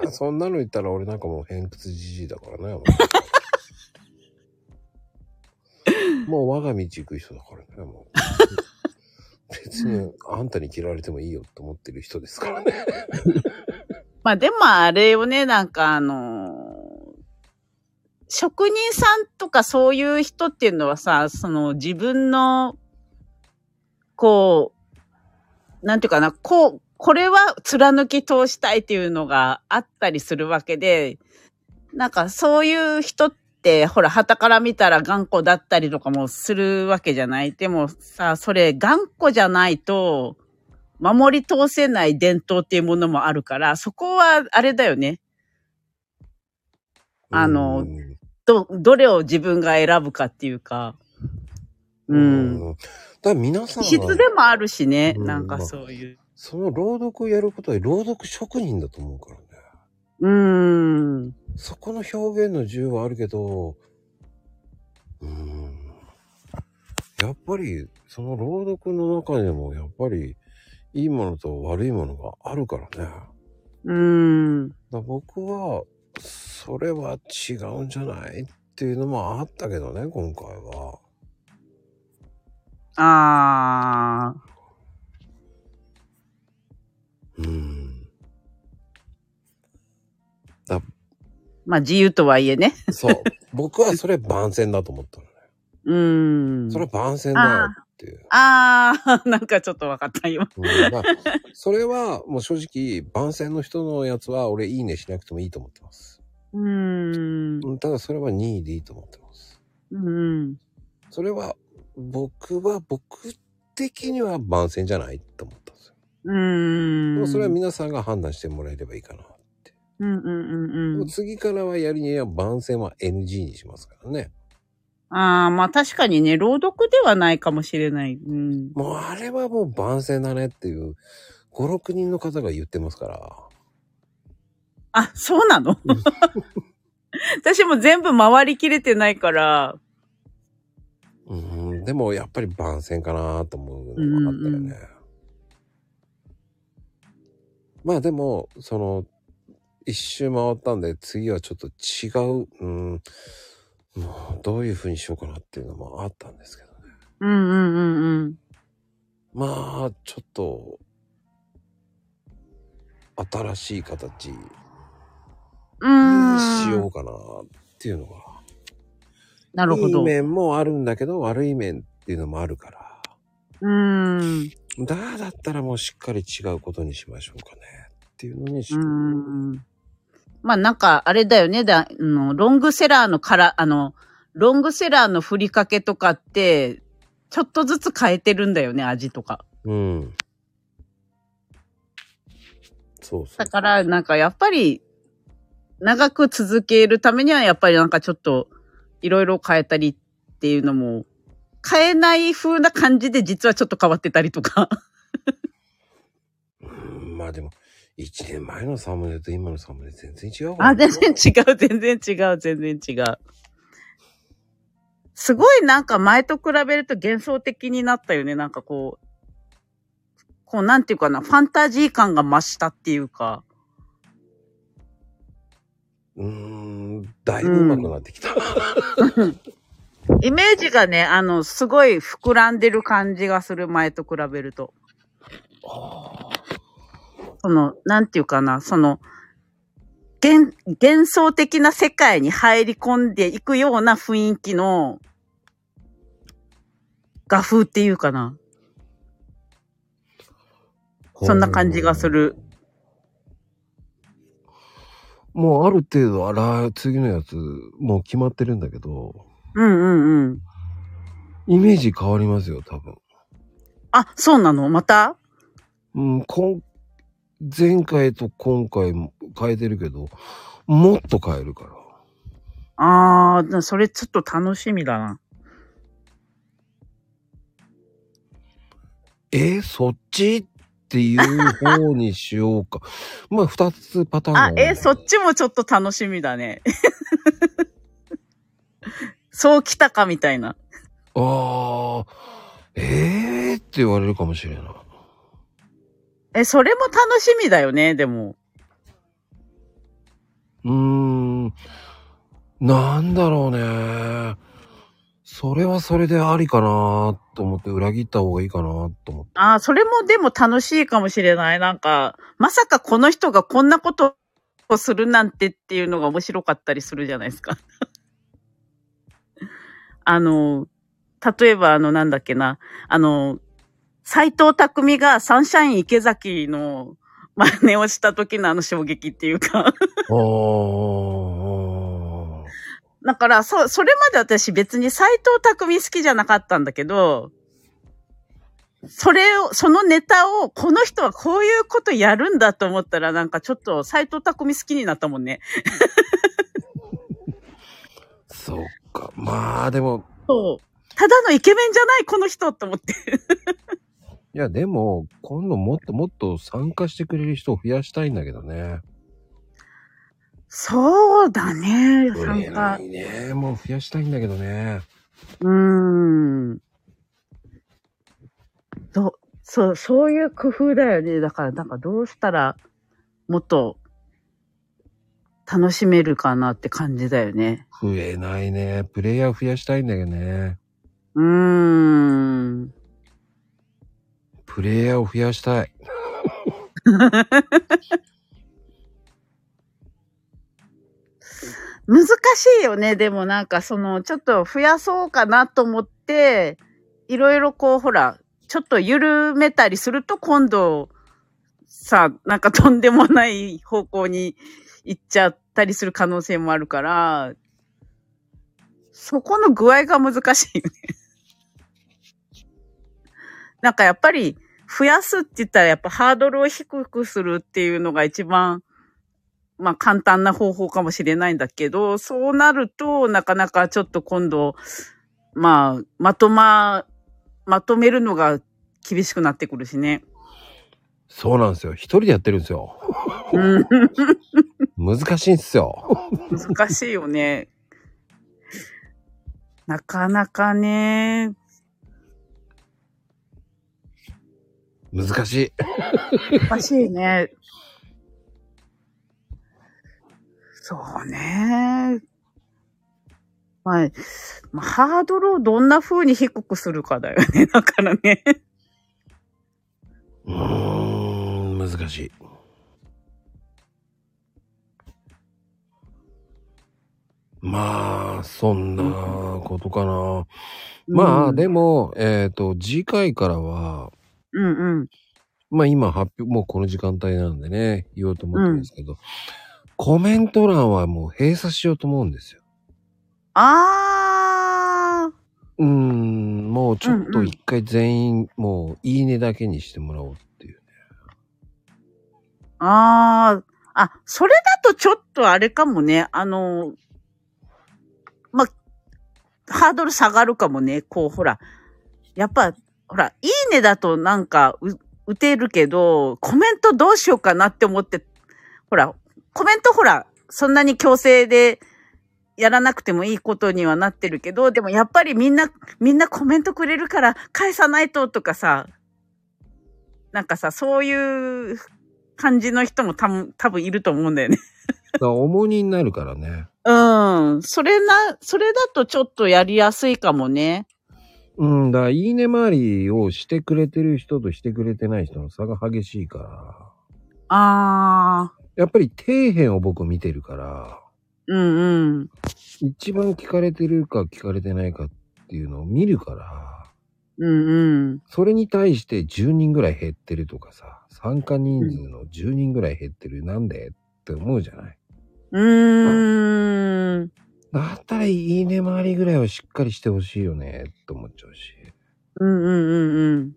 Speaker 1: いやそんなの言ったら俺なんかもう偏屈じじいだからね。もう我が道行く人だからね、もう。別にあんたに嫌われてもいいよと思ってる人ですからね。
Speaker 12: まあでもあれよね、なんかあのー職人さんとかそういう人っていうのはさ、その自分の、こう、なんていうかな、こう、これは貫き通したいっていうのがあったりするわけで、なんかそういう人って、ほら、旗から見たら頑固だったりとかもするわけじゃない。でもさ、それ頑固じゃないと、守り通せない伝統っていうものもあるから、そこはあれだよね。あの、ど、どれを自分が選ぶかっていうか、
Speaker 1: うん。だから皆さん
Speaker 12: 質
Speaker 1: は
Speaker 12: でもあるしね、
Speaker 1: うん
Speaker 12: なんかそういう。
Speaker 1: その朗読をやることは朗読職人だと思うからね。
Speaker 12: うーん。
Speaker 1: そこの表現の自由はあるけど、うーん。やっぱり、その朗読の中でも、やっぱり、いいものと悪いものがあるからね。
Speaker 12: うーん。
Speaker 1: だ僕は、それは違うんじゃないっていうのもあったけどね、今回は。
Speaker 12: あー。
Speaker 1: だ
Speaker 12: まあ自由とはいえね。
Speaker 1: そう。僕はそれ番宣だと思ったのね。
Speaker 12: うーん。
Speaker 1: それは番宣だよ
Speaker 12: あーあー、 なんかちょっとわかったよ。
Speaker 1: うんまあ、それはもう正直、番宣の人のやつは俺いいねしなくてもいいと思ってます。
Speaker 12: うーん。
Speaker 1: うんただそれは任意でいいと思ってます。
Speaker 12: うん。
Speaker 1: それは僕は僕的には番宣じゃないと思ったんですよ。
Speaker 12: う
Speaker 1: で
Speaker 12: ー
Speaker 1: も
Speaker 12: ん。
Speaker 1: それは皆さんが判断してもらえればいいかな。
Speaker 12: うんうん
Speaker 1: で
Speaker 12: うんう
Speaker 1: も
Speaker 12: ん。
Speaker 1: 次からはやりには番宣は NG にしますからね。
Speaker 12: ああ、まあ確かにね、朗読ではないかもしれない。うん。
Speaker 1: もうあれはもう番宣だねっていう5、6人の方が言ってますから。
Speaker 12: あ、そうなの 私も全部回りきれてないから、
Speaker 1: うん、でもやっぱり番宣かなと思う
Speaker 12: うん
Speaker 1: のがあったよね。まあでも、その、一周回ったんで、次はちょっと違う、うん、もうどういう風にしようかなっていうのもあったんですけど。
Speaker 12: うんうんうんうん。
Speaker 1: まあ、ちょっと、新しい形に
Speaker 12: うーん。
Speaker 1: しようかなっていうのが。
Speaker 12: なるほ
Speaker 1: いい
Speaker 12: ど。う
Speaker 1: 面もあるんだけど、悪い面っていうのもあるから。
Speaker 12: ーん。
Speaker 1: だだったらもうしっかり違うことにしましょうかね。っていうのにして。
Speaker 12: まあなんか、あれだよね、だ、あの、ロングセラーのから、あの、ロングセラーのふりかけとかって、ちょっとずつ変えてるんだよね、味とか。
Speaker 1: うん。そうそう。
Speaker 12: だから、なんかやっぱり、長く続けるためには、やっぱりなんかちょっと、いろいろ変えたりっていうのも、変えない風な感じで実はちょっと変わってたりとか。
Speaker 1: うんまあでも、1年前のサムネと今のサムネ全然違うから
Speaker 12: あ、
Speaker 1: ね
Speaker 12: 全然違う、全然違う、全然違う。すごいなんか前と比べると幻想的になったよね。なんかこう、こうなんていうかな、ファンタジー感が増したっていうか。
Speaker 1: うーん、だいぶ上手くなってきた。
Speaker 12: イメージがね、あの、すごい膨らんでる感じがする、前と比べると。その、なんていうかな、その、幻、幻想的な世界に入り込んでいくような雰囲気の、画風っていうかな。そんな感じがする。
Speaker 1: もうある程度、あら、次のやつ、もう決まってるんだけど、
Speaker 12: うんうんうん。
Speaker 1: イメージ変わりますよ、多分。
Speaker 12: あ、そうなのまた
Speaker 1: うん、今、前回と今回も変えてるけど、もっと変えるから。
Speaker 12: ああ、それちょっと楽しみだな。
Speaker 1: えーそっちっていう方にしようか。 まあ、二つパターン
Speaker 12: あ、
Speaker 1: が
Speaker 12: え、そっちもちょっと楽しみだね。 そう来たかみたいな。
Speaker 1: ああ、ええー、って言われるかもしれない。
Speaker 12: え、それも楽しみだよね、でも。
Speaker 1: うーん、なんだろうね。それはそれでありかなと思って、裏切った方がいいかなと思って。
Speaker 12: ああ、それもでも楽しいかもしれない。なんか、まさかこの人がこんなことをするなんてっていうのが面白かったりするじゃないですか。あの、例えばあの、なんだっけな、あの、斎藤匠がサンシャイン池崎の真似をした時のあの衝撃っていうか。だから、そ、それまで私別に斎藤匠好きじゃなかったんだけど、それを、そのネタを、この人はこういうことやるんだと思ったら、なんかちょっと斎藤匠好きになったもんね。
Speaker 1: そっか。まあ、でも、
Speaker 12: そう。ただのイケメンじゃない、この人と思って。
Speaker 1: いや、でも、今度もっともっと参加してくれる人を増やしたいんだけどね。
Speaker 12: そうだね、参加。
Speaker 1: ねえ、もう増やしたいんだけどね。
Speaker 12: うーん。ど、そう、そういう工夫だよね。だから、なんかどうしたら、もっと、楽しめるかなって感じだよね。
Speaker 1: 増えないね。プレイヤー増やしたいんだけどね。
Speaker 12: うーん。
Speaker 1: プレイヤーを増やし たい。
Speaker 12: 難しいよね。でもなんかその、ちょっと増やそうかなと思って、いろいろこう、ほら、ちょっと緩めたりすると今度、さ、なんかとんでもない方向に行っちゃったりする可能性もあるから、そこの具合が難しいよね。なんかやっぱり、増やすって言ったらやっぱハードルを低くするっていうのが一番、まあ簡単な方法かもしれないんだけど、そうなると、なかなかちょっと今度、まあ、まとま、まとめるのが厳しくなってくるしね。
Speaker 1: そうなんですよ。一人でやってるんですよ。
Speaker 12: うん、
Speaker 1: 難しいんですよ。
Speaker 12: 難しいよね。なかなかね。
Speaker 1: 難しい。
Speaker 12: 難しいね。そうね。まあ、まあ、ハードルをどんな風に低くするかだよね。だからね。
Speaker 1: うーん、難しい。まあ、そんなことかな。まあ、でも、えっ、と、次回からは、
Speaker 12: うんうん。
Speaker 1: まあ今発表、もうこの時間帯なんでね、言おうと思ってるんですけど、コメント欄はもう閉鎖しようと思うんですよ。
Speaker 12: あ
Speaker 1: うーん、もうちょっと一回全員、もういいねだけにしてもらおう。
Speaker 12: あ、ああ、あ、それだとちょっとあれかもね。あの、まあ、ハードル下がるかもね。こう、ほら。やっぱ、ほら、いいねだとなんか、う、打てるけど、コメントどうしようかなって思って、ほら、コメントほら、そんなに強制でやらなくてもいいことにはなってるけど、でもやっぱりみんな、みんなコメントくれるから返さないととかさ、なんかさ、そういう感じの人もたぶ多分いると思うんだよね。
Speaker 1: だから重荷になるからね。
Speaker 12: うん。それな、それだとちょっとやりやすいかもね。
Speaker 1: うん、だからいいね回りをしてくれてる人としてくれてない人の差が激しいから。
Speaker 12: ああ。
Speaker 1: やっぱり底辺を僕見てるから、
Speaker 12: うんうん。
Speaker 1: 一番聞かれてるか聞かれてないかっていうのを見るから、
Speaker 12: うんうん。
Speaker 1: それに対して10人ぐらい減ってるとかさ、参加人数の10人ぐらい減ってる、なんでって思うじゃない。
Speaker 12: うーん。
Speaker 1: だったらいいね回りぐらいはしっかりしてほしいよねって思っちゃうし。
Speaker 12: うんうんうんうん。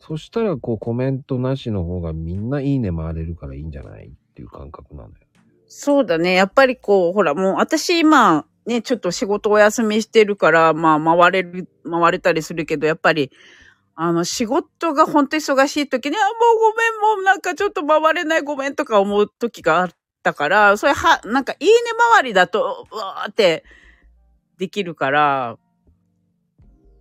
Speaker 1: そしたらこうコメントなしの方がみんないいね回れるからいいんじゃないっていう感覚なんだよ。
Speaker 12: そうだね。やっぱりこう、ほら、もう私今、ね、ちょっと仕事お休みしてるから、まあ、回れる、回れたりするけど、やっぱり、あの、仕事が本当忙しい時に、あ、もうごめん、もうなんかちょっと回れない、ごめんとか思う時があったから、それは、なんか、いいね回りだと、うわーって、できるから、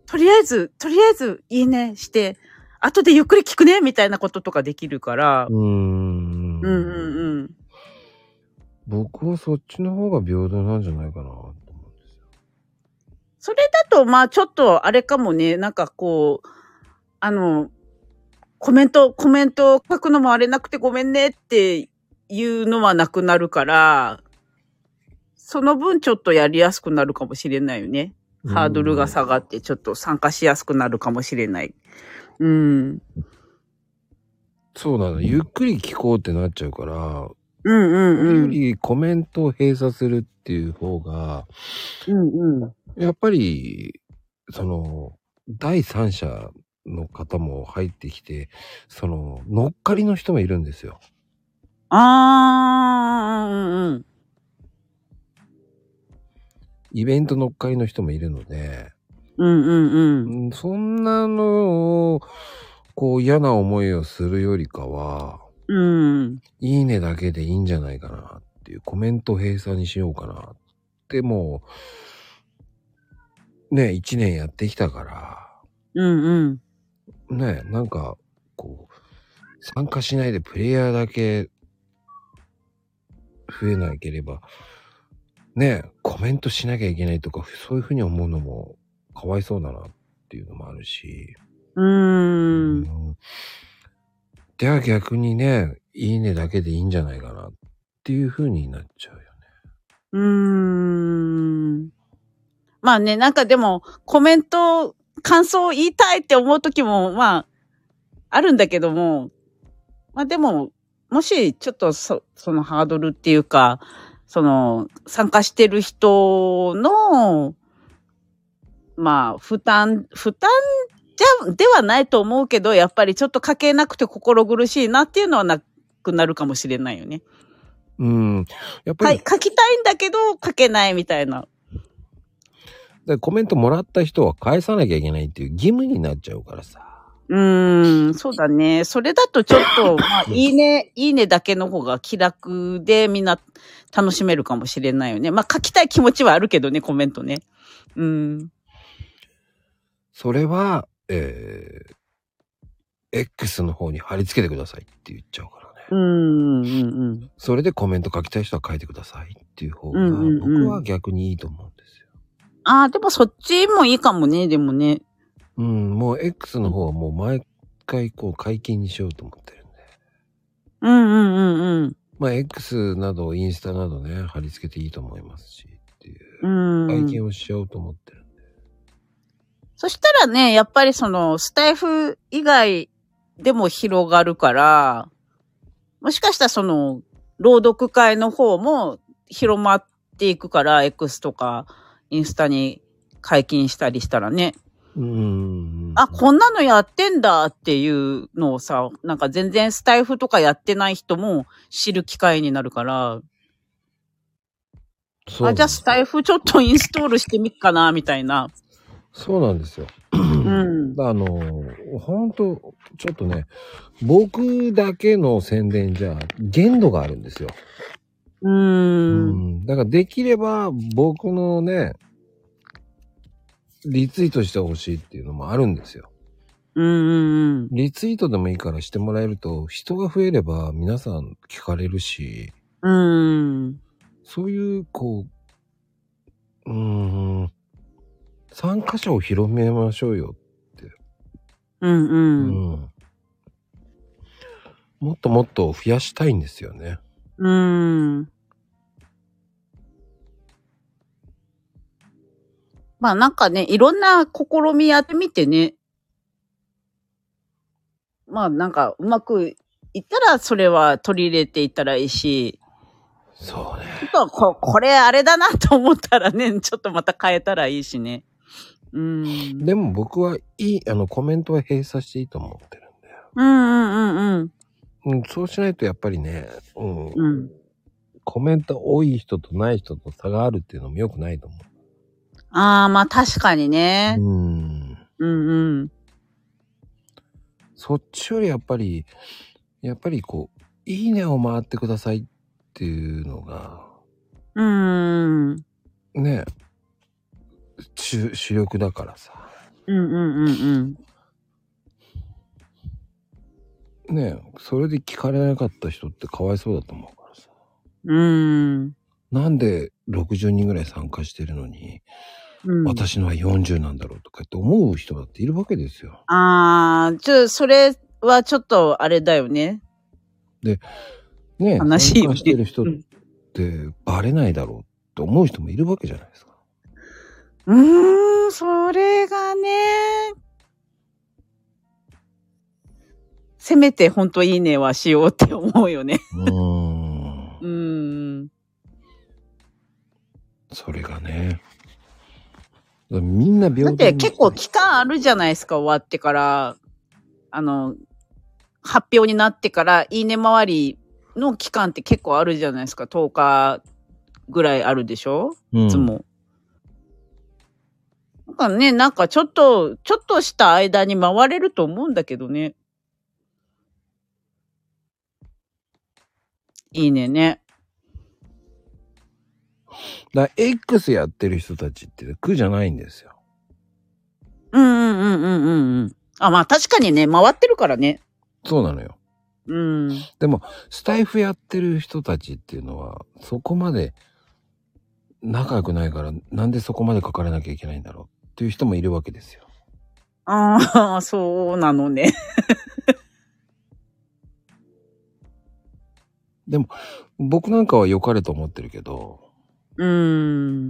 Speaker 12: とりあえず、とりあえず、いいねして、後でゆっくり聞くね、みたいなこととかできるから、
Speaker 1: うん。
Speaker 12: うんうんうん。
Speaker 1: 僕はそっちの方が平等なんじゃないかな。
Speaker 12: それだと、まあちょっとあれかもね、なんかこう、あの、コメント、コメント書くのもあれなくてごめんねっていうのはなくなるから、その分ちょっとやりやすくなるかもしれないよね。ハードルが下がってちょっと参加しやすくなるかもしれない。うん。
Speaker 1: そうなの。ゆっくり聞こうってなっちゃうから、
Speaker 12: うんうん
Speaker 1: よりコメントを閉鎖するっていう方が、
Speaker 12: うんうん。
Speaker 1: やっぱり、その、第三者の方も入ってきて、その、乗っかりの人もいるんですよ。
Speaker 12: あー、うんうん。
Speaker 1: イベント乗っかりの人もいるので、
Speaker 12: うんうん
Speaker 1: うん。そんなのを、こう嫌な思いをするよりかは、
Speaker 12: うん。
Speaker 1: いいねだけでいいんじゃないかなっていう、コメント閉鎖にしようかなって、もう、ね、一年やってきたから、
Speaker 12: うんうん。
Speaker 1: ね、なんか、こう、参加しないでプレイヤーだけ増えなければ、ね、コメントしなきゃいけないとか、そういうふうに思うのもかわいそうだなっていうのもあるし、
Speaker 12: うーん。
Speaker 1: では逆にね、いいねだけでいいんじゃないかなっていうふうになっちゃうよ。
Speaker 12: うーん。まあね、なんかでも、コメント、感想を言いたいって思う時も、まあ、あるんだけども、まあでも、もし、ちょっとそ、そのハードルっていうか、その、参加してる人の、まあ、負担、負担じゃ、ではないと思うけど、やっぱりちょっと書けなくて心苦しいなっていうのはなくなるかもしれないよね。
Speaker 1: うん。やっぱ
Speaker 12: は
Speaker 1: り
Speaker 12: い、、書きたいんだけど、書けないみたいな。
Speaker 1: でコメントもらった人は返さなきゃいけないっていう義務になっちゃうからさ。
Speaker 12: うーん、そうだね。それだとちょっ と、まあ、いいね、いいねだけの方が気楽でみんな楽しめるかもしれないよね。まあ、書きたい気持ちはあるけどね、コメントね。うん。
Speaker 1: それは、えー、X の方に貼り付けてくださいって言っちゃうからね。
Speaker 12: うん、うん、うん。
Speaker 1: それでコメント書きたい人は書いてくださいっていう方が、
Speaker 12: うんうんうん
Speaker 1: 僕は逆にいいと思
Speaker 12: ああ、でもそっちもいいかもね、でもね。
Speaker 1: う。うん、もう X の方はもう毎回こう解禁にしようと思ってる。
Speaker 12: うん、うん、うん、うん。
Speaker 1: まあ X などインスタなどね、貼り付けていいと思いますし、
Speaker 12: うん。
Speaker 1: 解禁をしようと思ってる。
Speaker 12: そしたらね、やっぱりその、スタイフ以外でも広がるから、もしかしたらその、朗読会の方も広まっていくから、X とかインスタに解禁したりしたらね。あ、こんなのやってんだっていうのをさ、なんか全然スタイフとかやってない人も知る機会になるから、
Speaker 1: そう
Speaker 12: あ、じゃあスタイフちょっとインストールしてみっかな、みたいな。
Speaker 1: そうなんですよ。
Speaker 12: うん。
Speaker 1: あの、本当ちょっとね、僕だけの宣伝じゃ限度があるんですよ。
Speaker 12: うー
Speaker 1: ん。だからできれば僕のね、リツイートしてほしいっていうのもあるんですよ。
Speaker 12: うんうんうん。
Speaker 1: リツイートでもいいからしてもらえると、人が増えれば皆さん聞かれるし、
Speaker 12: うん。
Speaker 1: そういう、こう、うーん、参加者を広めましょうよ
Speaker 12: うんうん。
Speaker 1: うんもっともっと増やしたいんですよね。
Speaker 12: うん。まあなんかね、いろんな試みやってみてね。まあなんかうまくいったらそれは取り入れていったらいいし。
Speaker 1: そうね。
Speaker 12: ちょっとこ、これあれだなと思ったらね、 ちょっとまた変えたらいいしね。うん。
Speaker 1: でも僕はいい、あの、コメントは閉鎖していいと思ってる。
Speaker 12: うんうんうんうん。
Speaker 1: うん、そうしないとやっぱりね、うん、
Speaker 12: うん
Speaker 1: コメント多い人とない人と差があるっていうのも良くないと思
Speaker 12: ああ、まあ確かにね。
Speaker 1: う。うん。
Speaker 12: うんうん。
Speaker 1: そっちよりやっぱり、やっぱりこう、いいねを回ってくださいっていうのが、
Speaker 12: うーん。
Speaker 1: ね、主主力だからさ。
Speaker 12: うんうんうんうん。
Speaker 1: ねそれで聞かれなかった人ってかわいそうだと思うからさ。
Speaker 12: うーん。
Speaker 1: なんで60人ぐらい参加してるのに、
Speaker 12: うん、
Speaker 1: 私のは40なんだろうとかって思う人だっているわけですよ。
Speaker 12: ああ、ちょ、それはちょっとあれだよね。
Speaker 1: で、ね
Speaker 12: 悲しい
Speaker 1: 参加してる人ってバレないだろうって思う人もいるわけじゃないですか。
Speaker 12: うーん、それがね。せめて本当いいねはしようって思うよね。うーん。
Speaker 1: それがね。だからみんな
Speaker 12: だっ
Speaker 1: 平等
Speaker 12: て
Speaker 1: に。
Speaker 12: 結構期間あるじゃないですか、終わってから。あの、発表になってから、いいね回りの期間って結構あるじゃないですか。10日ぐらいあるでしょ
Speaker 1: いつ
Speaker 12: も。なんかね、なんかちょっと、ちょっとした間に回れると思うんだけどね。いいね ね。
Speaker 1: だから X やってる人たちって苦じゃないんですよ。
Speaker 12: うんうんうんうんうんうん。あ、まあ確かにね、回ってるからね。
Speaker 1: そうなのよ。
Speaker 12: うん。
Speaker 1: でも、スタイフやってる人たちっていうのは、そこまで仲良くないから、なんでそこまで書かれなきゃいけないんだろうっていう人もいるわけですよ。
Speaker 12: ああ、 そうなのね。
Speaker 1: でも、僕なんかは良かれと思ってるけど、
Speaker 12: うーん。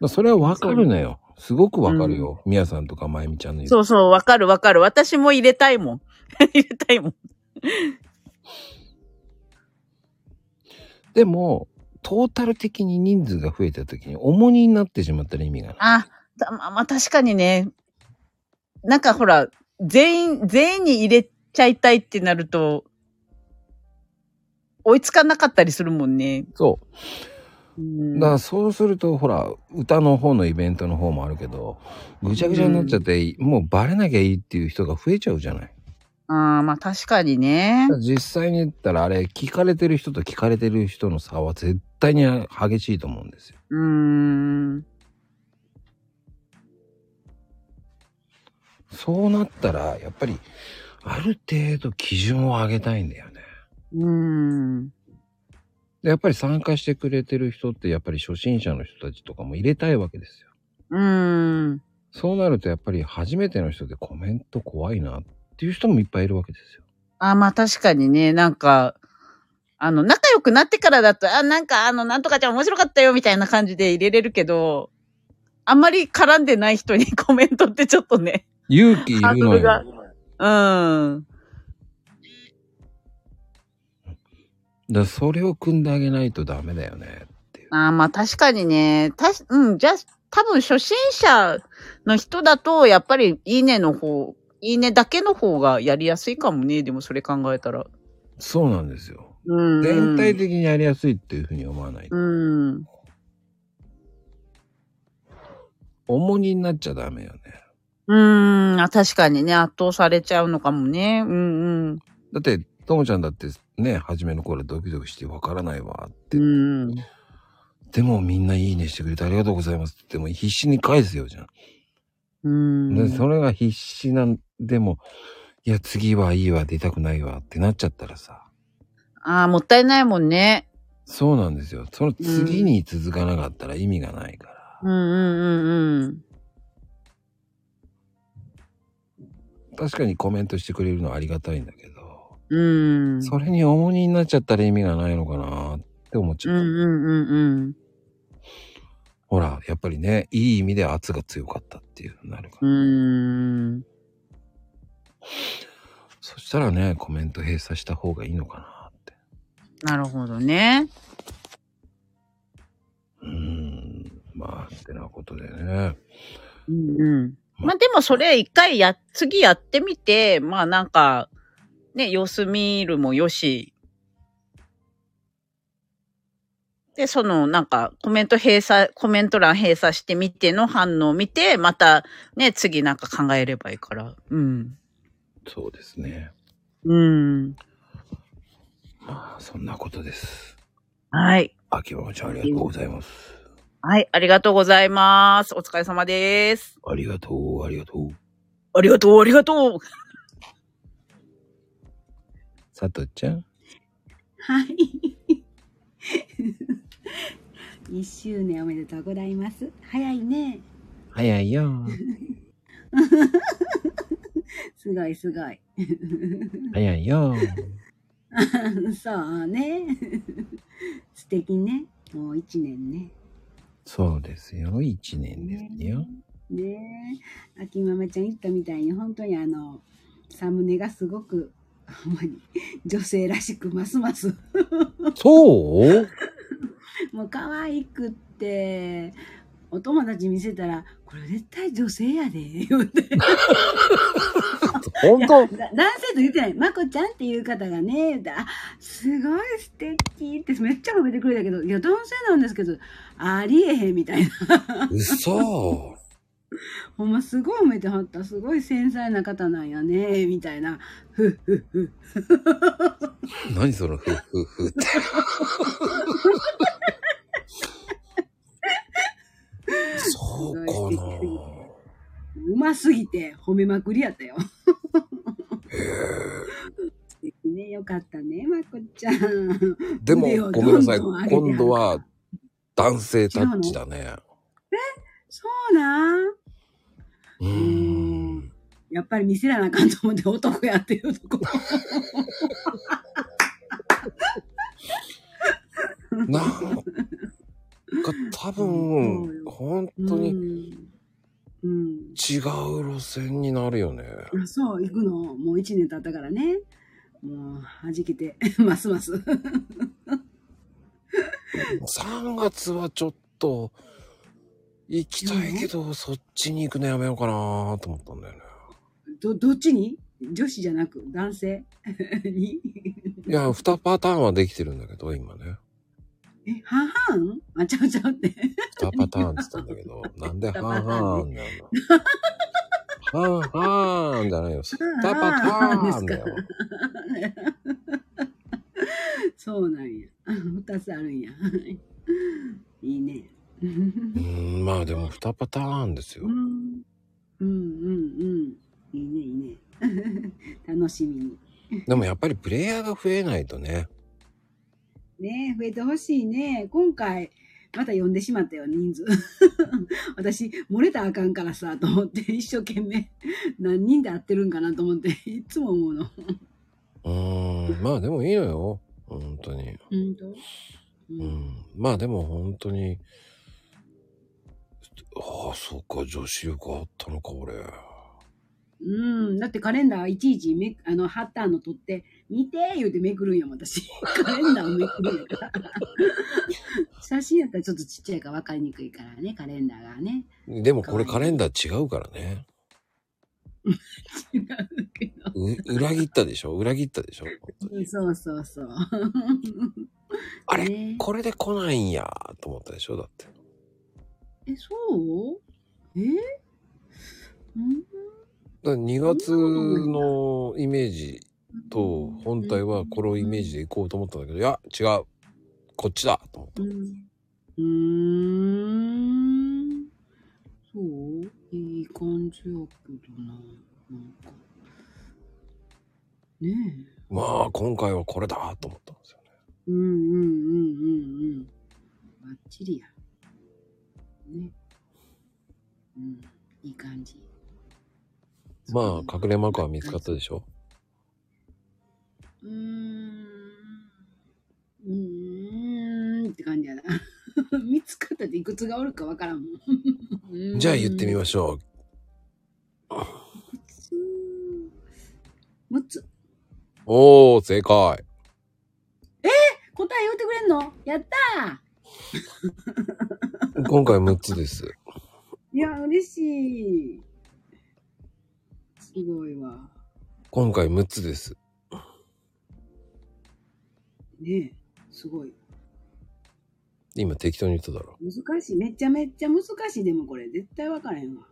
Speaker 1: まあそれはわかるのよ。すごくわかるよ。み、や、さんとかまゆみちゃんの言う
Speaker 12: そうそう、わかるわかる。私も入れたいもん。入れたいもん。
Speaker 1: でも、トータル的に人数が増えた時に重荷になってしまったら意味がない。
Speaker 12: あ、たまあ、まあ、確かにね。なんかほら、全員、全員に入れちゃいたいってなると、追いつかなかったりするもんね。
Speaker 1: そう。だからそうすると、ほら、歌の方のイベントの方もあるけど、ぐちゃぐちゃになっちゃって、もうバレなきゃいいっていう人が増えちゃうじゃない。
Speaker 12: ああ、まあ確かにね。
Speaker 1: 実際に言ったら、あれ、聞かれてる人と聞かれてる人の差は絶対に激しいと思うんですよ。
Speaker 12: うーん。
Speaker 1: そうなったら、やっぱり、ある程度基準を上げたいんだよね。
Speaker 12: うん。
Speaker 1: でやっぱり参加してくれてる人って、やっぱり初心者の人たちとかも入れたいわけですよ。
Speaker 12: うん。
Speaker 1: そうなると、やっぱり初めての人でコメント怖いなっていう人もいっぱいいるわけですよ。
Speaker 12: あ、まあ確かにね、なんか、あの、仲良くなってからだと、あ、なんかあの、なんとかちゃん面白かったよ、みたいな感じで入れれるけど、あんまり絡んでない人に コメントってちょっとね、
Speaker 1: 勇気いる
Speaker 12: ハード
Speaker 1: の
Speaker 12: ルが
Speaker 1: よ。。
Speaker 12: うん。
Speaker 1: だそれを組んであげないとダメだよね。
Speaker 12: あまあ確かにね、たし、うん、じゃあ、多分初心者の人だと、やっぱりいいねの方、いいねだけの方がやりやすいかもね、でもそれ考えたら。
Speaker 1: そうなんですよ。
Speaker 12: うん、うん。
Speaker 1: 全体的にやりやすいっていうふうに思わないと。
Speaker 12: うん。
Speaker 1: 重荷になっちゃダメよね。
Speaker 12: うーん、あ確かにね、圧倒されちゃうのかもね。うんうん。
Speaker 1: だって、ともちゃんだってね、初めの頃ドキドキしてわからないわって。
Speaker 12: うん。
Speaker 1: でもみんないいねしてくれてありがとうございますって、もう必死に返すよじゃん。
Speaker 12: うん。
Speaker 1: で、それが必死なん、でも、いや、次はいいわ、出たくないわってなっちゃったらさ。
Speaker 12: ああ、もったいないもんね。
Speaker 1: そうなんですよ。その次に続かなかったら意味がないから。
Speaker 12: うんうんうんうん。
Speaker 1: 確かにコメントしてくれるのはありがたいんだけど、
Speaker 12: うん。
Speaker 1: それに重荷になっちゃったら意味がないのかなって思っちゃ
Speaker 12: う
Speaker 1: う。
Speaker 12: んうんうんうん。
Speaker 1: ほら、やっぱりね、いい意味で圧が強かったっていうのになるから。
Speaker 12: うん。
Speaker 1: そしたらね、コメント閉鎖した方がいいのかな。
Speaker 12: なるほどね。
Speaker 1: うーん。まあ、ってなことでね。
Speaker 12: うんうん。まあでもそれ一回や、次やってみて、まあなんか、ね、様子見るもよし、で、その、なんか、コメント閉鎖、コメント欄閉鎖してみての反応を見て、また、ね、次なんか考えればいいから。うん。
Speaker 1: そうですね。
Speaker 12: うん。
Speaker 1: まあ、そんなことです。
Speaker 12: はい。
Speaker 1: 秋葉ちゃんありがとうございます。
Speaker 12: はい、ありがとうございます。お疲れ様です。
Speaker 1: ありがとう、ありがとう。
Speaker 12: ありがとう、ありがとう。
Speaker 1: さとちゃん
Speaker 13: はい。一周年おめでとうございます。早 いね。
Speaker 1: 早いよ。
Speaker 13: すごいすごい。
Speaker 1: 早いよ。
Speaker 13: そうね。素敵ね。もう一年ね。
Speaker 1: そうですよ。一年ですよ。
Speaker 13: ねえ。秋ママちゃん言ったみたいに、本当にあの、サムネがすごく、ほんまに、女性らしく、ますます。
Speaker 1: そう
Speaker 13: もう可愛くって、お友達見せたら、これ絶対女性やで、言うて。
Speaker 1: 本
Speaker 13: いやだ男性と言ってない。まこちゃんっていう方がね、言うてあ、すごい素敵ってめっちゃ褒めてくれたけど、いや、男性なんですけど、ありえへんみたいな。
Speaker 1: 嘘
Speaker 13: ほんますごい褒めてはった。すごい繊細な方なんやね、みたいな。ふっふっふっ。
Speaker 1: 何そのふふふって。そうかな
Speaker 13: うますぎて褒めまくりやったよ。素敵ね、よかったね、まこちゃん。
Speaker 1: でも
Speaker 13: 腕を、
Speaker 1: ごめんなさい。
Speaker 13: どど上げて
Speaker 1: 今度は男性タッチだね。
Speaker 13: そうなん
Speaker 1: うーん。
Speaker 13: やっぱり見せらなあかんと思って男やっていうとこ。
Speaker 1: なんか、多分、本当に違う路線になるよね。
Speaker 13: あそう、行くの、もう一年経ったからね。もう、弾けて、ますます。
Speaker 1: 3月はちょっと、行きたいけど、そっちに行くのやめようかなと思ったんだよね。
Speaker 13: ど、どっちに女子じゃなく、男性 に
Speaker 1: いや、2パターンはできてるんだけど、今ね。
Speaker 13: え、半々あ、ちゃうちゃうって。
Speaker 1: 2パターンって言ったんだけど、なんで半々なの半々じゃないよ。2パターンだよ。
Speaker 13: そうなんや。二つあるんや。いいね。
Speaker 1: うーん、まあでも2パターンですよ。
Speaker 13: うんうんうん。いいね、いいね。 楽しみに。
Speaker 1: でもやっぱりプレイヤーが増えないとね。
Speaker 13: ねえ増えてほしいね。今回、また呼んでしまったよ、人数。 私、漏れたらあかんからさ、と思って、一生懸命、何人で会ってるんかなと思って、いつも思うの。
Speaker 1: うーん、まあでもいいのよ。本当に。
Speaker 13: 本当
Speaker 1: うん、まあでも本当に、ああ、そうか、女子力あったのか、俺。
Speaker 13: うん、だってカレンダーいちいちめあの貼ったの取って、見て言うてめくるんやもん、 私。カレンダーをめくるんやから。写真やったらちょっとちっちゃいから分かりにくいからね、カレンダーがね。
Speaker 1: でもこれカレンダー違うからね。違うけど。裏切ったでしょ裏切ったでしょ
Speaker 13: うんそうそうそう。
Speaker 1: あれ、これで来ないんやと思ったでしょだって。
Speaker 13: え、そうえうん
Speaker 1: だ2月のイメージと本体はこのイメージで行こうと思ったんだけど、いや、違う。こっちだと思って
Speaker 13: うーん。そういい感じやけどな。なんか。ねえ。
Speaker 1: まあ、今回はこれだと思った。
Speaker 13: うんうんうんうんうん。ばっちりや。ね。うん、いい感じ。
Speaker 1: まあ、隠れマークは見つかったでしょ
Speaker 13: うーん。うーんって感じやな。 見つかったっていくつがおるかわからんも ん。
Speaker 1: じゃあ言ってみましょう。
Speaker 13: うーん。6つ。
Speaker 1: おー、正解。
Speaker 13: えー、答え言ってくれんのやったー
Speaker 1: 今回6つです。
Speaker 13: いや、嬉しい。すごいわ。
Speaker 1: 今回6つです。
Speaker 13: ねえ、すごい。
Speaker 1: 今適当に言っただろ。
Speaker 13: 難しい。めっちゃめっちゃ難しい。でもこれ、絶対分からへんわ。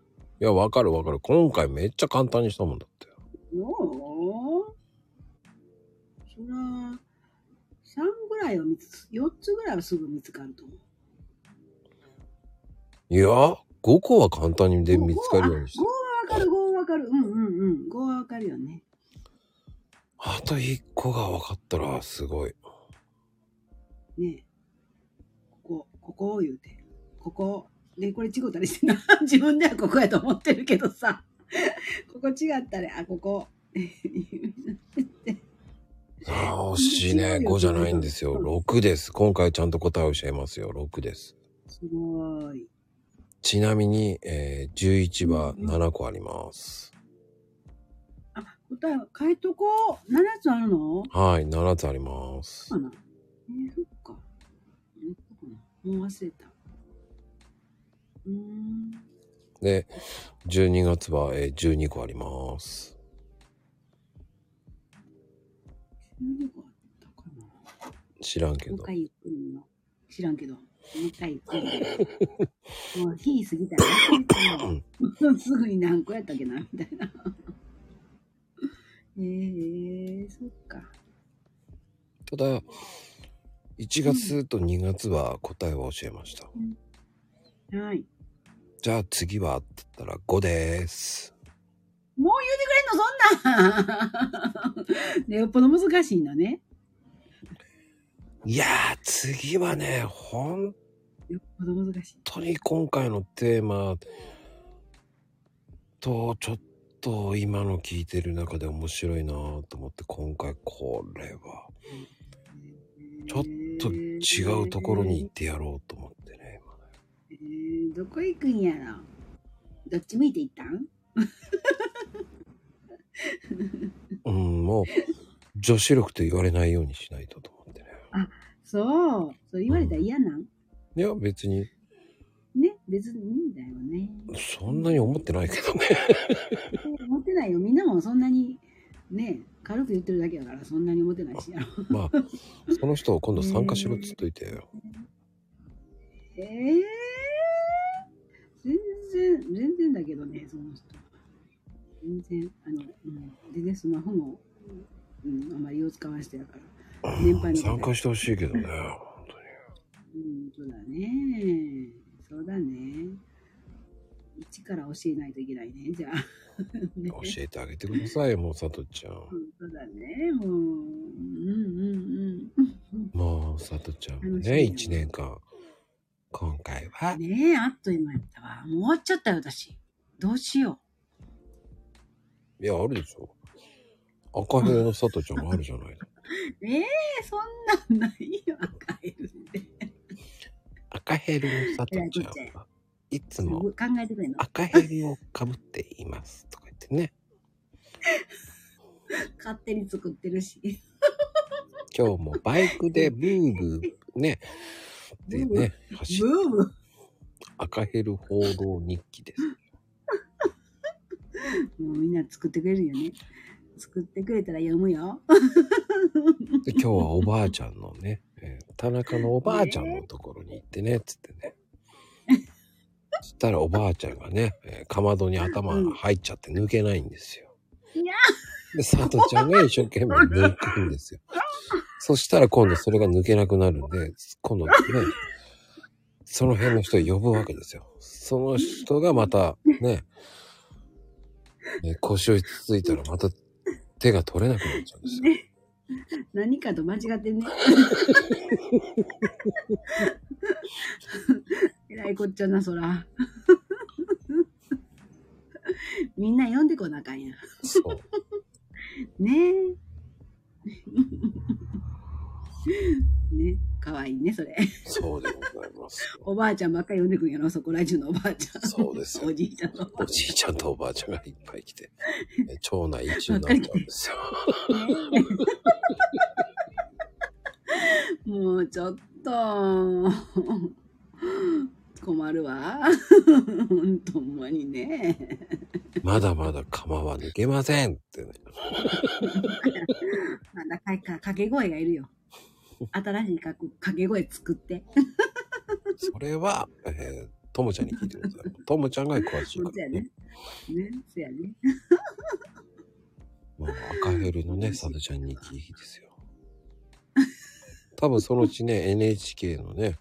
Speaker 1: いや、わかるわかる。今回めっちゃ簡単にしたもんだ。
Speaker 13: おーそら、3ぐらいは見つ、4つぐらいはすぐ見つかると思う。
Speaker 1: いや、5個は簡単にで見つかるようにし
Speaker 13: 5は分かる、5は分かる。うんうんうん。5は分かるよね。
Speaker 1: た。あと1個が分かったらすごい。
Speaker 13: ねえ。ここ、ここを言うて。ここ。ねこれ違ったりしてな。 自分ではここやと思ってるけどさ。ここ違ったら、あ、ここ。
Speaker 1: ああ、惜しいね。5じゃないんですよ。6です。今回ちゃんと答えを教えますよ。6です。
Speaker 13: すごい。
Speaker 1: ちなみに、えー、11は7個あります。
Speaker 13: 答えは変えとこう。7つあるの
Speaker 1: はい、7つあります。
Speaker 13: そうかな。えー、そっか。えーそっかなもう忘れた。うーん。
Speaker 1: で、12月は、えー、12個あります。
Speaker 13: 12個
Speaker 1: 知らんけ
Speaker 13: もう
Speaker 1: ど
Speaker 13: 一。回言ってみよう知らんけど。もう一回言ってみようもう日過ぎたら、すぐに何個やったっけなみたいな。 えー、そっか。
Speaker 1: ただ、1月と2月は答えを教えました。
Speaker 13: はい。
Speaker 1: じゃあ次はって言ったら5です。
Speaker 13: もう言うてくれんのそんなん ねよっぽど難しいのね。
Speaker 1: いやー、次はね、本当に今回のテーマと、ちょっと今の聞いてる中で面白いなーと思って、今回これは、ちょっと違うところに行ってやろうと思って。
Speaker 13: えー、どこ行くんやろどっち向いていったん
Speaker 1: うん、もう、女子力と言われないようにしないとと。
Speaker 13: そう。それ言われたら嫌なん、
Speaker 1: いや、別に、
Speaker 13: ね別にいいんだよね。
Speaker 1: そんなに思ってないけど ね。
Speaker 13: 思ってないよ。みんなもそんなに、ね軽く言ってるだけだから、そんなに思ってないしやろ。
Speaker 1: まあ、その人を今度参加しろっつっといてよ。
Speaker 13: えー、全然、全然だけどね、その人。全然、あの、うん、全然スマホも、うん、あまり用使わしてやから。年配の方
Speaker 1: 参加してほしいけどね。
Speaker 13: うん、そうだね。そうだね。一から教えないといけないね、じゃあ。 ね
Speaker 1: 教えてあげてください、もう、さとちゃん。
Speaker 13: うんそうだね、もう。うんうんうん。
Speaker 1: もう、さとちゃんもね、一年間。今回は。
Speaker 13: ねえ、あっという間やったわ。もう終わっちゃったよ、私。どうしよ
Speaker 1: いや、あるでしょ。赤兵のさとちゃんもあるじゃない。
Speaker 13: う。ええそんなんないよ、赤いルって。
Speaker 1: 赤兵のさとちゃんは、いつも
Speaker 13: 考えてくれんの
Speaker 1: 赤兵をかぶっています。とか言ってね。
Speaker 13: 勝手に作ってるし。
Speaker 1: 今日もバイクでブーブー、ね。でね、走る。赤ヘル報道日記です。
Speaker 13: もうみんな作ってくれるよね。作ってくれたら読むよ。
Speaker 1: で今日はおばあちゃんのね、 えー田中のおばあちゃんのところに行ってね、つってね。そしたらおばあちゃんがね、えーかまどに頭が入っちゃって抜けないんですよ。
Speaker 13: いや
Speaker 1: で、佐藤ちゃんが一生懸命抜くんですよ。そしたら今度それが抜けなくなるんで、今度ね、その辺の人を呼ぶわけですよ。その人がまたね、ね腰をつついたらまた手が取れなくなっちゃう。
Speaker 13: ね 何かと間違ってんね。 えらいこっちゃな、そら。 みんな読んでこなあかんや。 ね え。ね、かわいいね、それ。
Speaker 1: そうでございます。
Speaker 13: おばあちゃんばっかり読んでくんやろ、そこら中のおばあちゃん。
Speaker 1: そうですよ。
Speaker 13: おじいちゃんの。
Speaker 1: おじいちゃんとおばあちゃんがいっぱい来て、え町内一中になっちゃうんですよ。
Speaker 13: もうちょっと困るわ。ほんとほんまにね。
Speaker 1: まだまだ釜は抜けませんってね。
Speaker 13: まだかか掛け声がいるよ。新しいか掛け声作って。
Speaker 1: それは、えー、ともちゃんに聞いてください。ともちゃんが詳しいか
Speaker 13: そうやね。ね、そうやね。
Speaker 1: ら。もう赤ヘルのね、サズちゃんに聞いてですよ。多分そのうちね、NHK のね、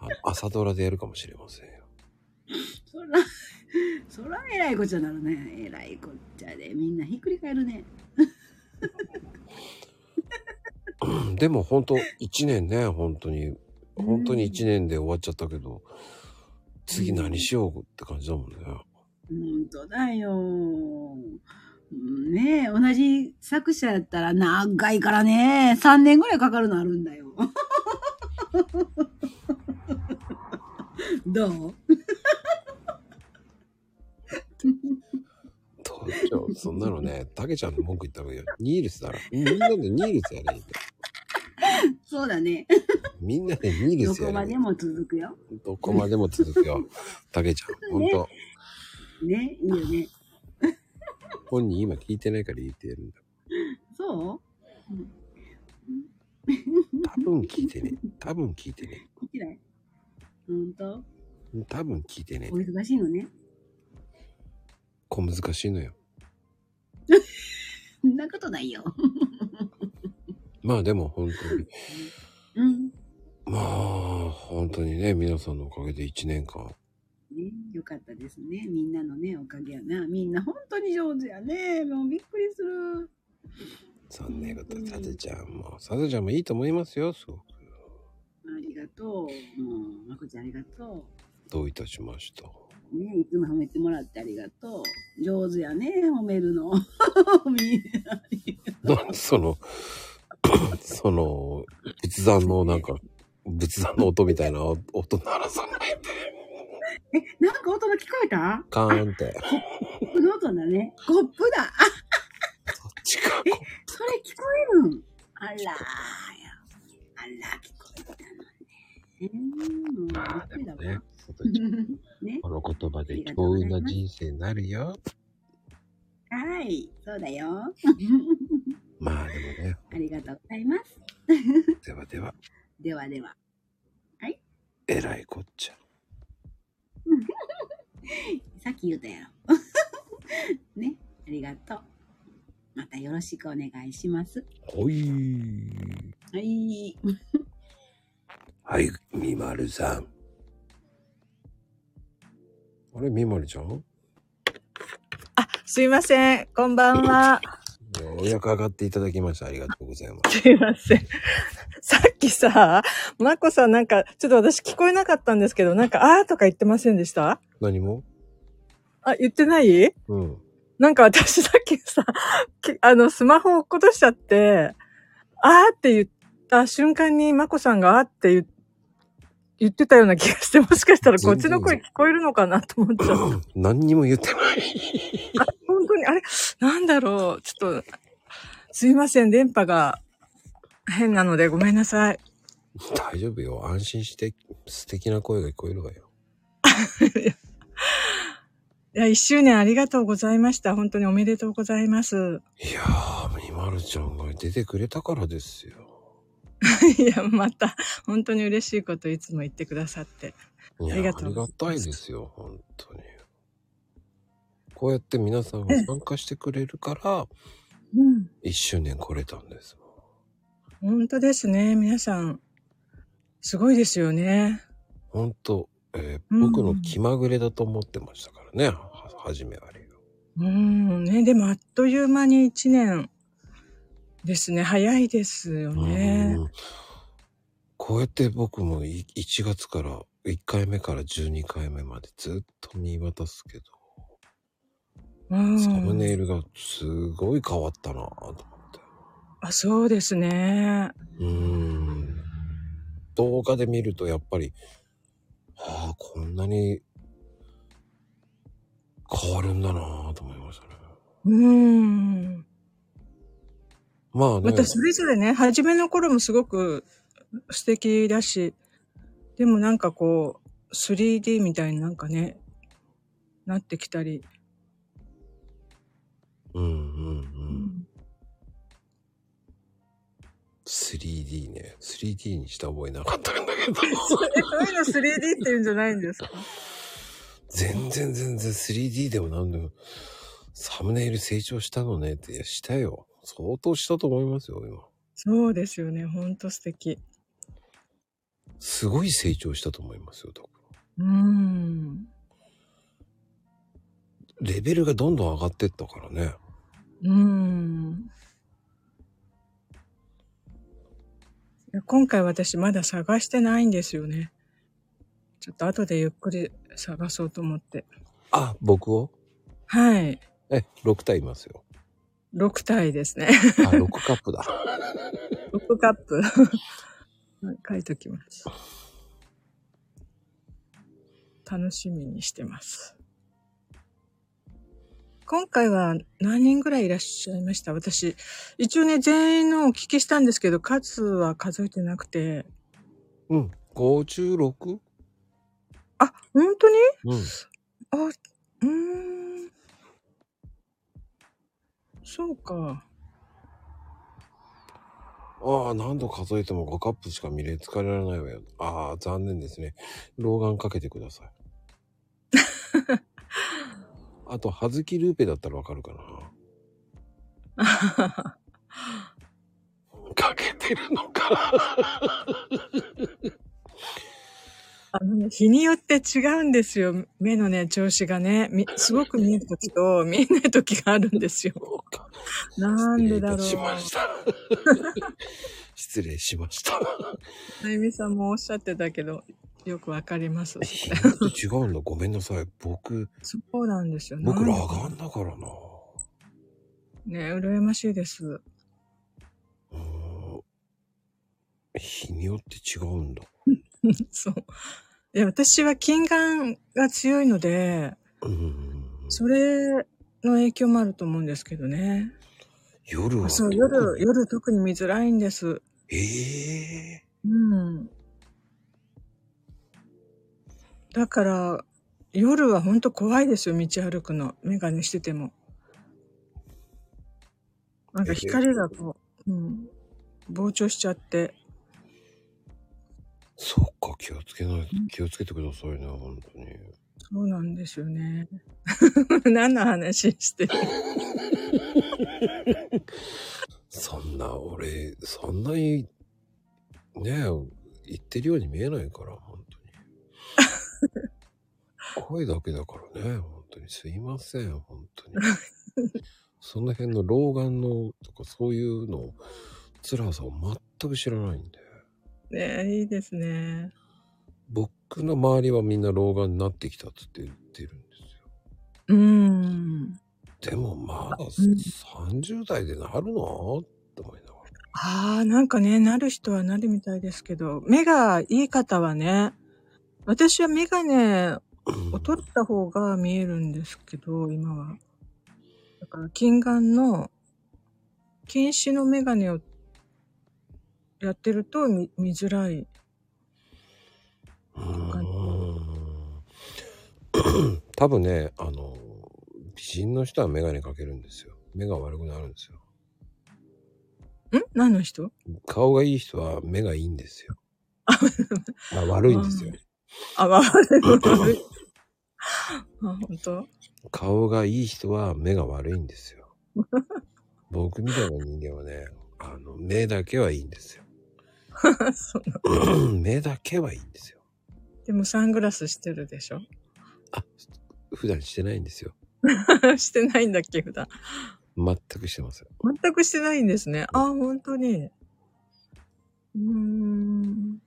Speaker 1: あの朝ドラでやるかもしれませんよ。
Speaker 13: そら、そらえらいこっちゃなるね。えらいこっちゃで、みんなひっくり返るね。
Speaker 1: うんでも本当一年ね、本当に、本当に一年で終わっちゃったけど、次何しようって感じだもんね。
Speaker 13: 本当だよ。うんねえ、同じ作者やったら長いからね、3年ぐらいかかるのあるんだよ。 どう
Speaker 1: 東京、そんなのね、たけちゃんの文句言った方がいいよ。ニールスだら。みんなでニールスやればいいんだよ。
Speaker 13: そうだね。
Speaker 1: みんなでニール
Speaker 13: ど
Speaker 1: スやれ
Speaker 13: こ
Speaker 1: ばい
Speaker 13: ま
Speaker 1: い
Speaker 13: でも続くよ。
Speaker 1: どこまでも続くよ。たけちゃん、本当
Speaker 13: ね、いいよね。
Speaker 1: 本人今聞いてないから言ってやるんだ。
Speaker 13: そううん
Speaker 1: 多分聞いてね。多分聞いてね。
Speaker 13: 嫌い本当
Speaker 1: 多分聞いてね
Speaker 13: お。忙しいのね。
Speaker 1: 小難しいのよ。
Speaker 13: そんなことないよ。
Speaker 1: まあでも本当に、
Speaker 13: うん。
Speaker 1: まあ本当にね、皆さんのおかげで一年間、
Speaker 13: ね、よかったですね。みんなのね、おかげやな。みんな本当に上手やね。もうびっくりする。
Speaker 1: そんなこと、さてちゃんも、さてちゃんもいいと思いますよ、すごく。
Speaker 13: ありがとう。もう、まこちゃんありがと
Speaker 1: どういたしました。
Speaker 13: う。ね、いつも褒めてもらってありがとう。上手やね、褒めるの。 みんな
Speaker 1: なその、 その、仏壇のなんか、仏壇の音みたいな音音鳴らさないで。
Speaker 13: え、なんか音が聞こえた
Speaker 1: カーンって。
Speaker 13: この音だね。コップだ。あ
Speaker 1: え、
Speaker 13: それ聞こえるんあらーや。あら、聞こえたのね。うん、
Speaker 1: まあでもね、
Speaker 13: ね。
Speaker 1: この言葉で幸運な人生になるよ。
Speaker 13: はい、そうだよ。
Speaker 1: まあでもね、
Speaker 13: ありがとうございます。
Speaker 1: ではでは、
Speaker 13: ではでは。
Speaker 1: えらいこっちゃ。
Speaker 13: さっき言うたやろ。 ね、ありがとう。またよろしくお願いします。
Speaker 1: ほい。
Speaker 13: はい。
Speaker 1: はい、みまるさん。あれ、みまるちゃん
Speaker 14: すいません。こんばんは。
Speaker 1: ようやく上がっていただきました。ありがとうございます。
Speaker 14: すいません。さっきさ、まこさんなんか、ちょっと私聞こえなかったんですけど、なんか、あーとか言ってませんでした
Speaker 1: 何も
Speaker 14: あ、言ってない
Speaker 1: うん。
Speaker 14: なんか私さっきさ、 きあの、スマホ落っことしちゃって、あーって言った瞬間にまこさんがあーって言言ってたような気がして、もしかしたらこっちの声聞こえるのかなと思っちゃった。
Speaker 1: 何にも言ってない。
Speaker 14: あ、本当に、あれなんだろう。ちょっと、すいません。電波が変なのでごめんなさい。
Speaker 1: 大丈夫よ。安心して、素敵な声が聞こえるわよ。
Speaker 14: いや、一周年ありがとうございました。本当におめでとうございます。
Speaker 1: いやー、みまるちゃんが出てくれたからですよ。
Speaker 14: いや、また、本当に嬉しいこといつも言ってくださって。
Speaker 1: いや
Speaker 14: ありがとう
Speaker 1: ありがたいですよ、本当に。こうやって皆さんが参加してくれるから、
Speaker 14: うん。
Speaker 1: 一周年来れたんです。
Speaker 14: 本当ですね。皆さん、すごいですよね。
Speaker 1: 本当、えー僕の気まぐれだと思ってましたからね、は初めあれ。
Speaker 14: うん。ね、でもあっという間に一年ですね。早いですよね。
Speaker 1: こうやって僕もい1月から、1回目から12回目までずっと見渡すけど、
Speaker 14: うん。
Speaker 1: サムネイルがすごい変わったなぁと。
Speaker 14: あ、そうですね。
Speaker 1: うーん。動画で見るとやっぱり、ああ、こんなに変わるんだなぁと思いましたね。
Speaker 14: うん。
Speaker 1: まあね
Speaker 14: ま、たそれぞれね、初めの頃もすごく素敵だし、でもなんかこう、3D みたいになんかね、なってきたり。
Speaker 1: うんうんうん。 3D ね。3D にした覚えなかったんだけど。
Speaker 14: そういうの 3D って言うんじゃないんですか
Speaker 1: 全然全然 3D でもなんでも、サムネイル成長したのねって、いやしたよ。相当したと思いますよ、今。
Speaker 14: そうですよね。ほんと素敵。
Speaker 1: すごい成長したと思いますよ、と。
Speaker 14: うーん。
Speaker 1: レベルがどんどん上がってったからね。
Speaker 14: うーん。いや今回私まだ探してないんですよね。ちょっと後でゆっくり探そうと思って。
Speaker 1: あ、僕を
Speaker 14: はい。
Speaker 1: え、6体いますよ。
Speaker 14: 6体ですね。
Speaker 1: あ、6カップ だ。
Speaker 14: 6カップ。 書いときます。楽しみにしてます。今回は何人ぐらいいらっしゃいました私、一応ね、全員のお聞きしたんですけど、数は数えてなくて。
Speaker 1: うん。56?
Speaker 14: あ、本当に
Speaker 1: うん。
Speaker 14: あ、うーん。そうか。
Speaker 1: ああ、何度数えても5カップしか見れ疲れられないわよ。ああ、残念ですね。老眼かけてくださ い。あと、葉月ルーペだったらわかるかな。かけてるのか。
Speaker 14: あのね、日によって違うんですよ。目のね、調子がね。みすごく見えるときと、見えないときがあるんですよ。なんでだろう。
Speaker 1: 失礼いたしました失礼しま した。
Speaker 14: あゆみさんもおっしゃってたけど、よくわかります。
Speaker 1: 違うんだ。ごめんなさい。僕、
Speaker 14: そうなんですよ。
Speaker 1: 僕、
Speaker 14: な
Speaker 1: 裸
Speaker 14: んで
Speaker 1: 眼だからな。
Speaker 14: ね、羨ましいです。
Speaker 1: 日によって違うんだ。
Speaker 14: そう。いや、私は近眼が強いので、それの影響もあると思うんですけどね。
Speaker 1: 夜は。
Speaker 14: そう、夜、夜特に見づらいんです。
Speaker 1: ええ
Speaker 14: うん。だから、夜は本当怖いですよ、道歩くの。メガネしてても。なんか光がこう、うん、膨張しちゃって。
Speaker 1: そっか、気をつけない、気をつけてくださいね、本当に。
Speaker 14: そうなんですよね。 何の話してる
Speaker 1: そんな、俺、そんなに、ねえ、言ってるように見えないから、本当に。声だけだからね、本当に。すいません、本当に。その辺の老眼のとかそういうの、辛さを全く知らないんで。
Speaker 14: ねえいいですね。
Speaker 1: 僕の周りはみんな老眼になってきたっつって言ってるんで
Speaker 14: うーん。
Speaker 1: す。でもまだ30代でなるの
Speaker 14: ああ、なんかね、なる人はなるみたいですけど、目がいい方はね、私はメガネを取った方が見えるんですけど、今は。だから、近眼の、近視のメガネをやってると見見づらい。
Speaker 1: 多分ね、あの、美人の人はメガネかけるんですよ。目が悪くなるんですよ。
Speaker 14: ん何の人
Speaker 1: 顔がいい人は目がいいんですよ。まあ悪いんですよ。
Speaker 14: あ、まあ、悪い悪い。あ、本当
Speaker 1: 顔がいい人は目が悪いんですよ。僕みたいな人間はね、あの、目だけはいいんですよ。
Speaker 14: そう
Speaker 1: 目だけはいいんですよ。
Speaker 14: でもサングラスしてるでしょ
Speaker 1: 普段してないんですよ。
Speaker 14: してないんだっけ、普段。
Speaker 1: 全くしてません。
Speaker 14: 全くしてないんですね。あ、本当に。うーん。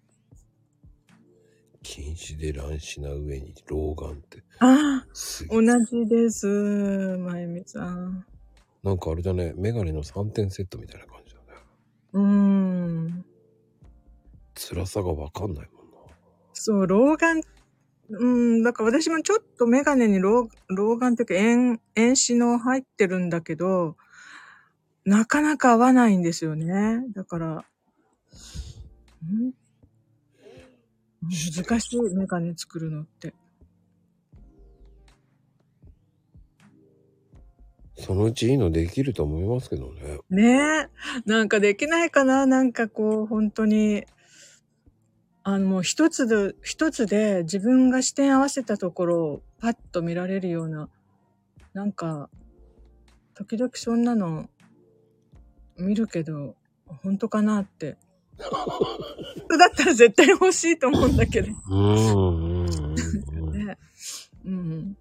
Speaker 1: 禁止で乱視な上に老眼って。
Speaker 14: あ
Speaker 1: す、
Speaker 14: 同じです。まゆみさん。
Speaker 1: なんかあれだね、メガネの3点セットみたいな感じ。
Speaker 14: うーん。
Speaker 1: 辛さがわかんないもん。
Speaker 14: そう、老眼。うん、だから私もちょっとメガネに老老眼っていうか、遠、遠視の入ってるんだけど、なかなか合わないんですよね。だから、ん難しい、メガネ作るのって。
Speaker 1: そのうちいいのできると思いますけどね。
Speaker 14: ねえ。なんかできないかななんかこう、本当に。あの、もう一つで、一つで自分が視点合わせたところをパッと見られるような、なんか、時々そんなの見るけど、本当かなって。本当だったら絶対欲しいと思うんだけど。
Speaker 1: うん。
Speaker 14: ね。うん。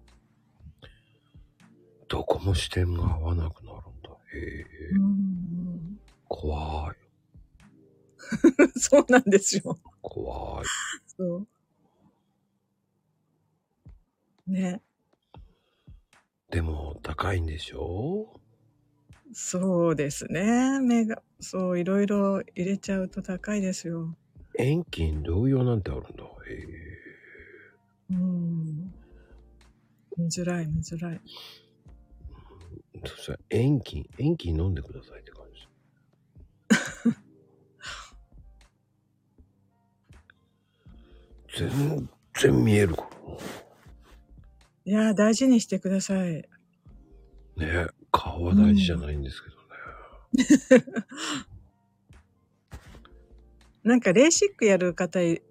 Speaker 1: どこも視点が合わなくなるんだ。へえ。怖い。
Speaker 14: そうなんですよ。
Speaker 1: 怖い。
Speaker 14: そう。ね。
Speaker 1: でも、高いんでしょ
Speaker 14: そうですね。目が、そう、いろいろ入れちゃうと高いですよ。
Speaker 1: 遠近同様なんてあるんだ。へえ。
Speaker 14: うん。見づらい、見づらい。
Speaker 1: そしたら、遠近、遠近飲んでくださいって感じ。全然見えるか
Speaker 14: いやー、大事にしてください。
Speaker 1: ら。ねえ顔は大事じゃないんですけど。
Speaker 14: なんか、レーシックやる方い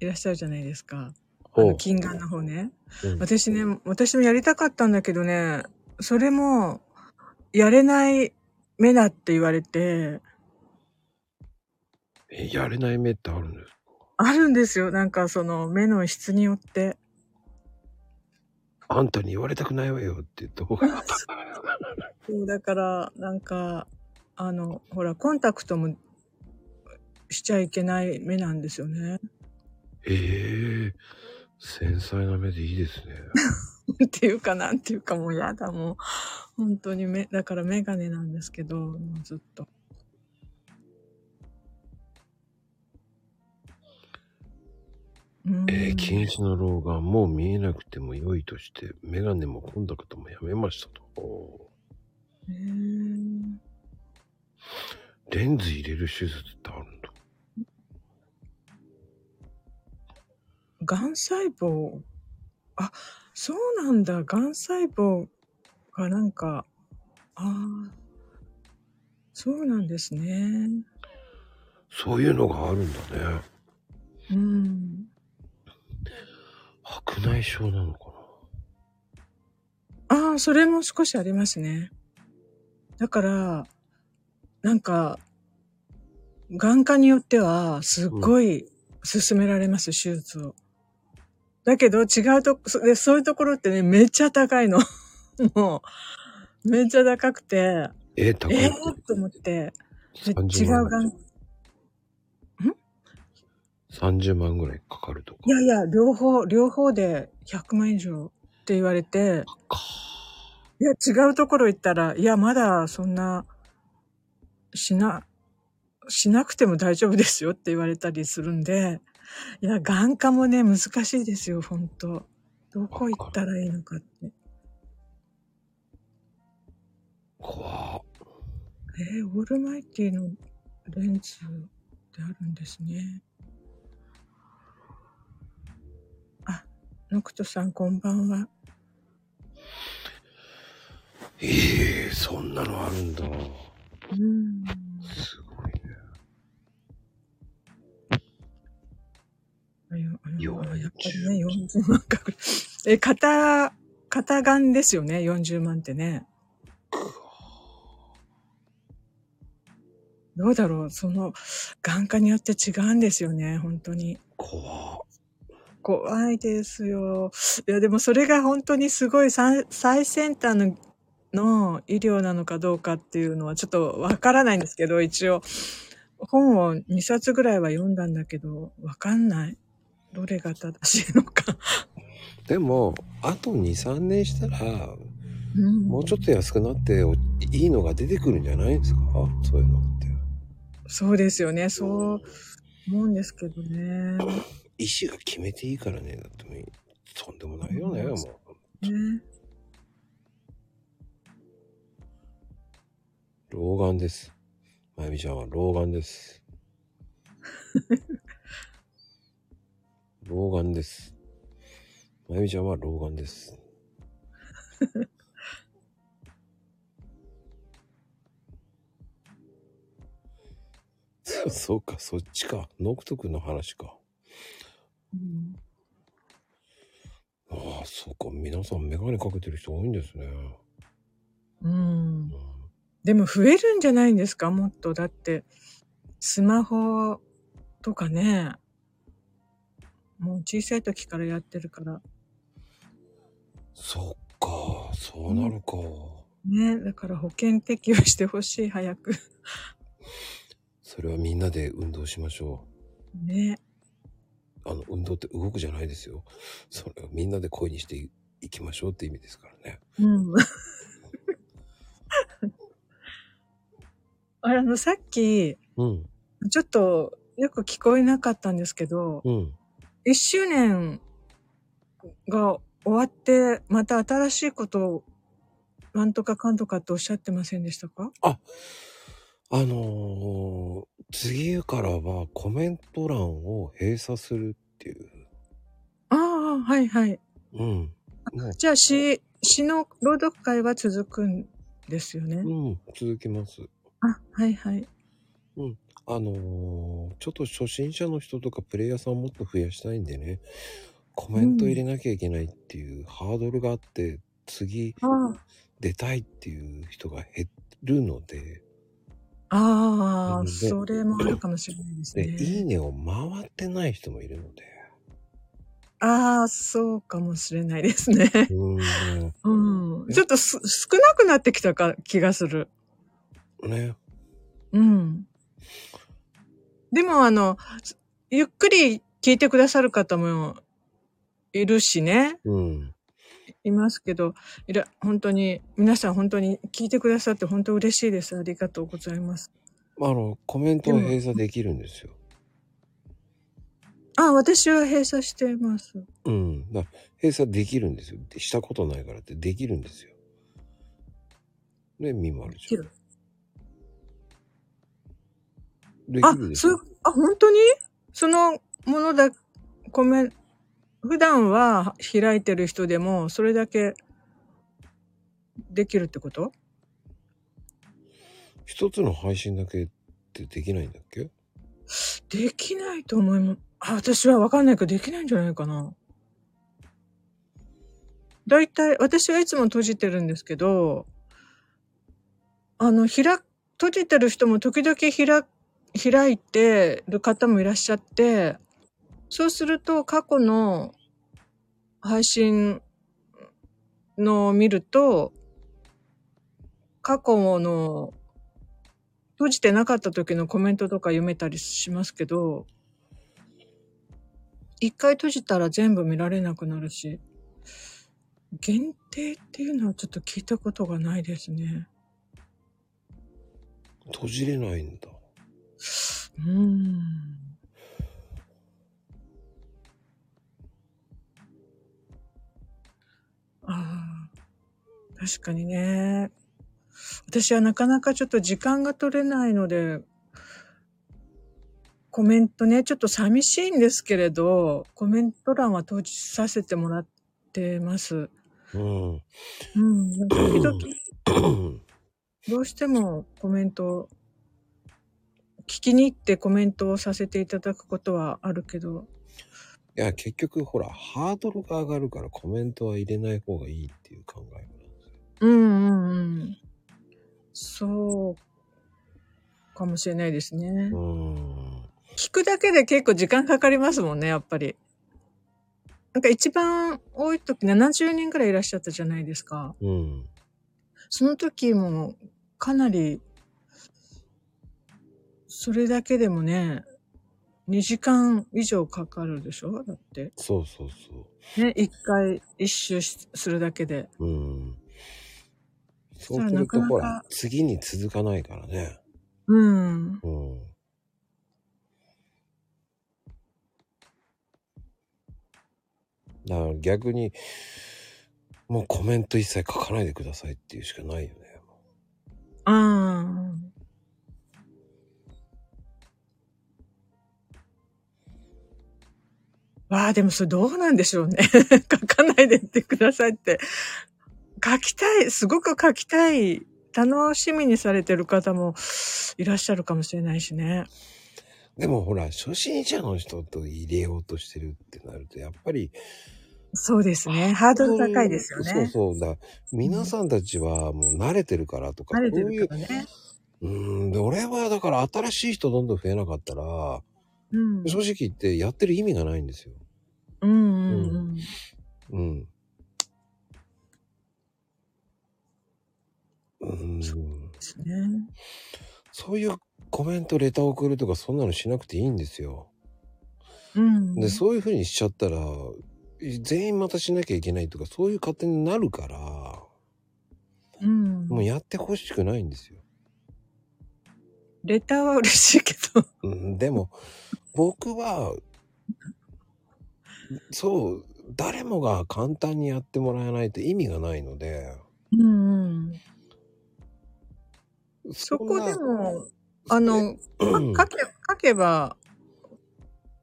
Speaker 14: いらっしゃるじゃないですか。あ
Speaker 1: ほ
Speaker 14: の、
Speaker 1: う
Speaker 14: 近眼の方ね。
Speaker 1: うん
Speaker 14: 私ね、私もやりたかったんだけどね、それも、やれない目だって言われて、
Speaker 1: えやれない目ってあるんですか
Speaker 14: あるんですよ。なんか、その、目の質によって。
Speaker 1: あんたに言われたくないわよって言った方が。
Speaker 14: そうだからなんかあのほらコンタクトもしちゃいけない目なんですよね。
Speaker 1: ええ繊細な目でいいです ね。
Speaker 14: っていうかなんていうかもうやだもう本当に目だから眼鏡なんですけどもうずっと。
Speaker 1: えー近視の老眼、もう見えなくても良いとして、メガネもコンタクトもやめましたと。お
Speaker 14: へー
Speaker 1: ーレンズ入れる手術ってあるんだ。
Speaker 14: がん細胞あそうなんだがん細胞がなんかああそうなんですね。
Speaker 1: そういうのがあるんだね。
Speaker 14: うん
Speaker 1: 白内障なのか
Speaker 14: ああ、それも少しありますね。だから、なんか、眼科によっては、すっごい勧められます、手術を。だけど、違うとこそで、そういうところってね、めっちゃ高いの。 もう、めっちゃ高くて、
Speaker 1: えー、高い。
Speaker 14: えー、と思って、で違
Speaker 1: 30万。
Speaker 14: う眼、
Speaker 1: 30万ぐらいかかると。
Speaker 14: いやいや、両方、両方で100万以上って言われて、いや、違うところ行ったら、いや、まだそんな、しな、しなくても大丈夫ですよって言われたりするんで、いや、眼科もね、難しいですよ、本当どこ行ったらいいのかって。
Speaker 1: 怖っ
Speaker 14: えーオールマイティのレンズであるんですね。あ、ノクトさんこんばんは。
Speaker 1: ええそんなのあるんだ。
Speaker 14: うん。
Speaker 1: よ
Speaker 14: やっぱりね、40万かかる。え、片、片眼ですよね、40万ってね。どうだろう、その、眼科によって違うんですよね、本当に。怖いですよ。いや、でもそれが本当にすごい最最先端のの医療なのかどうかっていうのはちょっとわからないんですけど、一応、本を2冊ぐらいは読んだんだけど、わかんない。どれが正しいのか。
Speaker 1: でも、あと2、3年したら、
Speaker 14: うん
Speaker 1: もうちょっと安くなっておいいのが出てくるんじゃないですかそういうのって。
Speaker 14: そうですよね。そう思うんですけどね。
Speaker 1: 医師が決めていいからね。だってもうとんでもないよね、
Speaker 14: うん
Speaker 1: もう。
Speaker 14: ね
Speaker 1: 老眼です。まゆみちゃんは老眼です。老眼です。まゆみちゃんは老眼です。 そうか、そっちか。ノクト君の話か。ああ、そうか。皆さんメガネかけてる人多いんですね。
Speaker 14: うん。でも増えるんじゃないんですかもっと。だって、スマホとかね、もう小さい時からやってるから。
Speaker 1: そっか、そうなるか。
Speaker 14: ね、だから保険適用してほしい、早く。
Speaker 1: それはみんなで運動しましょ
Speaker 14: ね。
Speaker 1: う。あの、運動って動くじゃないですよ。それをみんなで声にしていいきましょうって意味ですからね。
Speaker 14: うん。 あれ、あの、さっき、
Speaker 1: うん。
Speaker 14: ちょっとよく聞こえなかったんですけど、
Speaker 1: うん。
Speaker 14: 1周年が終わって、また新しいことを、なんとかかんとかっておっしゃってませんでしたか
Speaker 1: あのー次からはコメント欄を閉鎖するっていう。
Speaker 14: ああ、はいはい。
Speaker 1: うん。もう
Speaker 14: じゃあ、詩、詩の朗読会は続くんですよね。
Speaker 1: うん、続きます。
Speaker 14: あ、はいはい。
Speaker 1: うん。あのーちょっと初心者の人とかプレイヤーさんをもっと増やしたいんでね、コメント入れなきゃいけないっていうハードルがあって、次
Speaker 14: あ
Speaker 1: 出たいっていう人が減るので、
Speaker 14: あ
Speaker 1: う
Speaker 14: あ、
Speaker 1: んで
Speaker 14: それもあるかもしれないです
Speaker 1: で
Speaker 14: ね。
Speaker 1: いいねを回ってない人もいるので、
Speaker 14: ああ、そうかもしれないですね。
Speaker 1: うん。
Speaker 14: うん。ちょっとす少なくなってきたか気がする。
Speaker 1: ね。
Speaker 14: うん。でも、あの、すゆっくり聞いてくださる方もいるしね。
Speaker 1: うん。
Speaker 14: いますけど、いら、本当に、皆さん本当に聞いてくださって本当嬉しいです。ありがとうございます。
Speaker 1: まああの、コメントを閉鎖できるんですよ。
Speaker 14: あ、私は閉鎖しています。
Speaker 1: うん。だ閉鎖できるんですよ。でしたことないからってできるんですよ。ね、みまるちゃん。で
Speaker 14: あ
Speaker 1: きる、でし
Speaker 14: そう
Speaker 1: ょ、
Speaker 14: あ、本当にそのものだ、コメン、普段は開いてる人でも、それだけできるってこと
Speaker 1: 一つの配信だけってできないんだっけ
Speaker 14: できないと思います。あ、私はわかんないけど、できないんじゃないかな。だいたい、私はいつも閉じてるんですけど、あの、開く、閉じてる人も時々開、開いてる方もいらっしゃって、そうすると過去の配信のを見ると、過去の閉じてなかった時のコメントとか読めたりしますけど、一回閉じたら全部見られなくなるし、限定っていうのはちょっと聞いたことがないですね。
Speaker 1: 閉じれないんだ。
Speaker 14: うーん。ああ、確かにね。私はなかなかちょっと時間が取れないので、コメントね、ちょっと寂しいんですけれど、コメント欄は閉じさせてもらってます。
Speaker 1: うん。
Speaker 14: うん、なんか時々、 どうしてもコメントを、聞きに行ってコメントをさせていただくことはあるけど、
Speaker 1: いや、結局、ほら、ハードルが上がるからコメントは入れない方がいいっていう考え。
Speaker 14: うんうんうん。そう、かもしれないですね。聞くだけで結構時間かかりますもんね、やっぱり。なんか一番多い時70人くらいいらっしゃったじゃないですか。
Speaker 1: うん。
Speaker 14: その時もかなり、それだけでもね、2時間以上かかるでしょだって。
Speaker 1: そうそうそ
Speaker 14: ね、1回一周しするだけで。
Speaker 1: う。うん。そ
Speaker 14: そした
Speaker 1: う
Speaker 14: ら
Speaker 1: す
Speaker 14: な
Speaker 1: る
Speaker 14: か
Speaker 1: と、
Speaker 14: な
Speaker 1: ほ、、
Speaker 14: から
Speaker 1: 次に続かないからね。
Speaker 14: うん。
Speaker 1: うん。だから逆に、もうコメント一切書かないでくださいっていうしかないよね。
Speaker 14: ああ。わあ、でもそれどうなんでしょうね。 書かないでってくださいって。書きたい、すごく書きたい、楽しみにされてる方もいらっしゃるかもしれないしね。
Speaker 1: でもほら、初心者の人と入れようとしてるってなると、やっぱり、
Speaker 14: そうですね。ハードル高いですよね。
Speaker 1: そうそうだ。皆さんたちはもう慣れてるからとか、
Speaker 14: 慣れて
Speaker 1: そうい
Speaker 14: る
Speaker 1: う
Speaker 14: からね。
Speaker 1: うーん、で、俺はだから新しい人どんどん増えなかったら、
Speaker 14: うん。
Speaker 1: 正直言ってやってる意味がないんですよ。
Speaker 14: うんうんうん。
Speaker 1: うん。うん。
Speaker 14: ね
Speaker 1: そういうコメント、レター送るとか、そんなのしなくていいんですよ。
Speaker 14: うん。
Speaker 1: で、そういうふうにしちゃったら、全員またしなきゃいけないとか、そういう勝手になるから、
Speaker 14: うん。
Speaker 1: もうやってほしくないんですよ。
Speaker 14: レターは嬉しいけど。
Speaker 1: うん、でも、僕は、そう、誰もが簡単にやってもらえないと意味がないので、
Speaker 14: うんうん。
Speaker 1: そ
Speaker 14: こでも、あの、か書け書けば、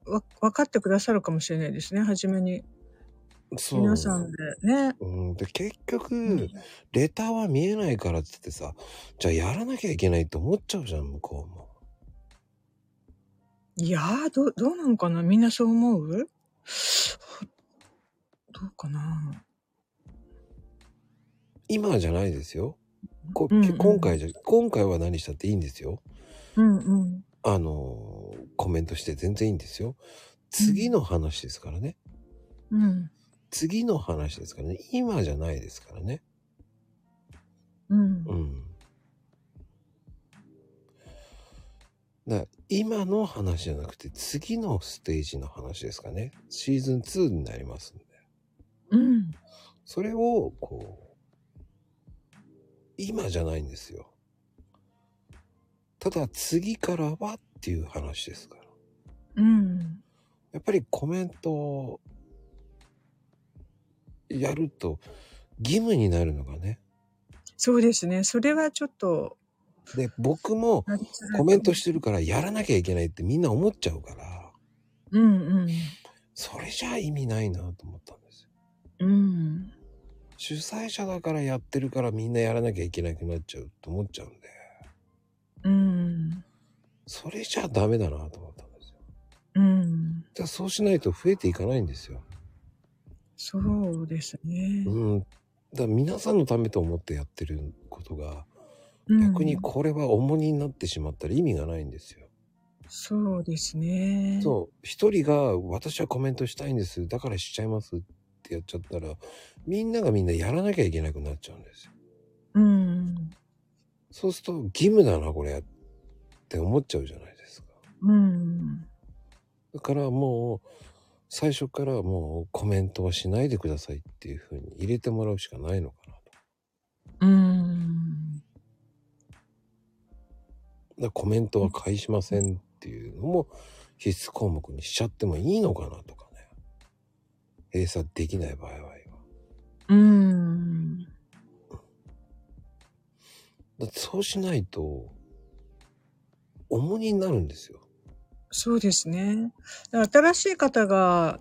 Speaker 14: わ、分かってくださるかもしれないですね、初めに。
Speaker 1: そう
Speaker 14: 皆さんでね。
Speaker 1: うん、で結局、レターは見えないからって言ってさ、じゃあやらなきゃいけないと思っちゃうじゃん、向こうも。
Speaker 14: いやー、どう、どうなのかなみんなそう思うどうかな
Speaker 1: 今じゃないですよ。こ今回じゃ、今回は何したっていいんですよ。
Speaker 14: うんうん。
Speaker 1: あのーコメントして全然いいんですよ。次の話ですからね。
Speaker 14: うん。
Speaker 1: 次の話ですからね。今じゃないですからね。
Speaker 14: うん。
Speaker 1: うん。だから今の話じゃなくて次のステージの話ですかね。シーズン2になりますんで。
Speaker 14: うん。
Speaker 1: それを、こう、今じゃないんですよ。ただ次からはっていう話ですから。
Speaker 14: うん。
Speaker 1: やっぱりコメントをやると義務になるのがね。
Speaker 14: そうですね。それはちょっと、
Speaker 1: で、僕もコメントしてるからやらなきゃいけないってみんな思っちゃうから、
Speaker 14: うん
Speaker 1: それじゃ意味ないなと思ったんですよ。
Speaker 14: うん。うん。
Speaker 1: 主催者だからやってるからみんなやらなきゃいけなくなっちゃうと思っちゃうんで、
Speaker 14: うん。
Speaker 1: それじゃダメだなと思ったんですよ。
Speaker 14: うん。
Speaker 1: じゃあそうしないと増えていかないんですよ。
Speaker 14: そうですね。
Speaker 1: うん。だから皆さんのためと思ってやってることが、
Speaker 14: うん
Speaker 1: 逆にこれは重荷になってしまったら意味がないんですよ。
Speaker 14: そうですね。
Speaker 1: そう、一人が私はコメントしたいんです、だからしちゃいますってやっちゃったら、みんながみんなやらなきゃいけなくなっちゃうんですよ。
Speaker 14: うん。
Speaker 1: そうすると義務だな、これって思っちゃうじゃないですか。
Speaker 14: うん。
Speaker 1: だからもう、最初からもうコメントはしないでくださいっていう風に入れてもらうしかないのかなと。
Speaker 14: うん。
Speaker 1: だからコメントは返しませんっていうのも必須項目にしちゃってもいいのかなとかね。閉鎖できない場合は。
Speaker 14: うん。
Speaker 1: だってそうしないと、重荷になるんですよ。
Speaker 14: そうですね。だから新しい方が、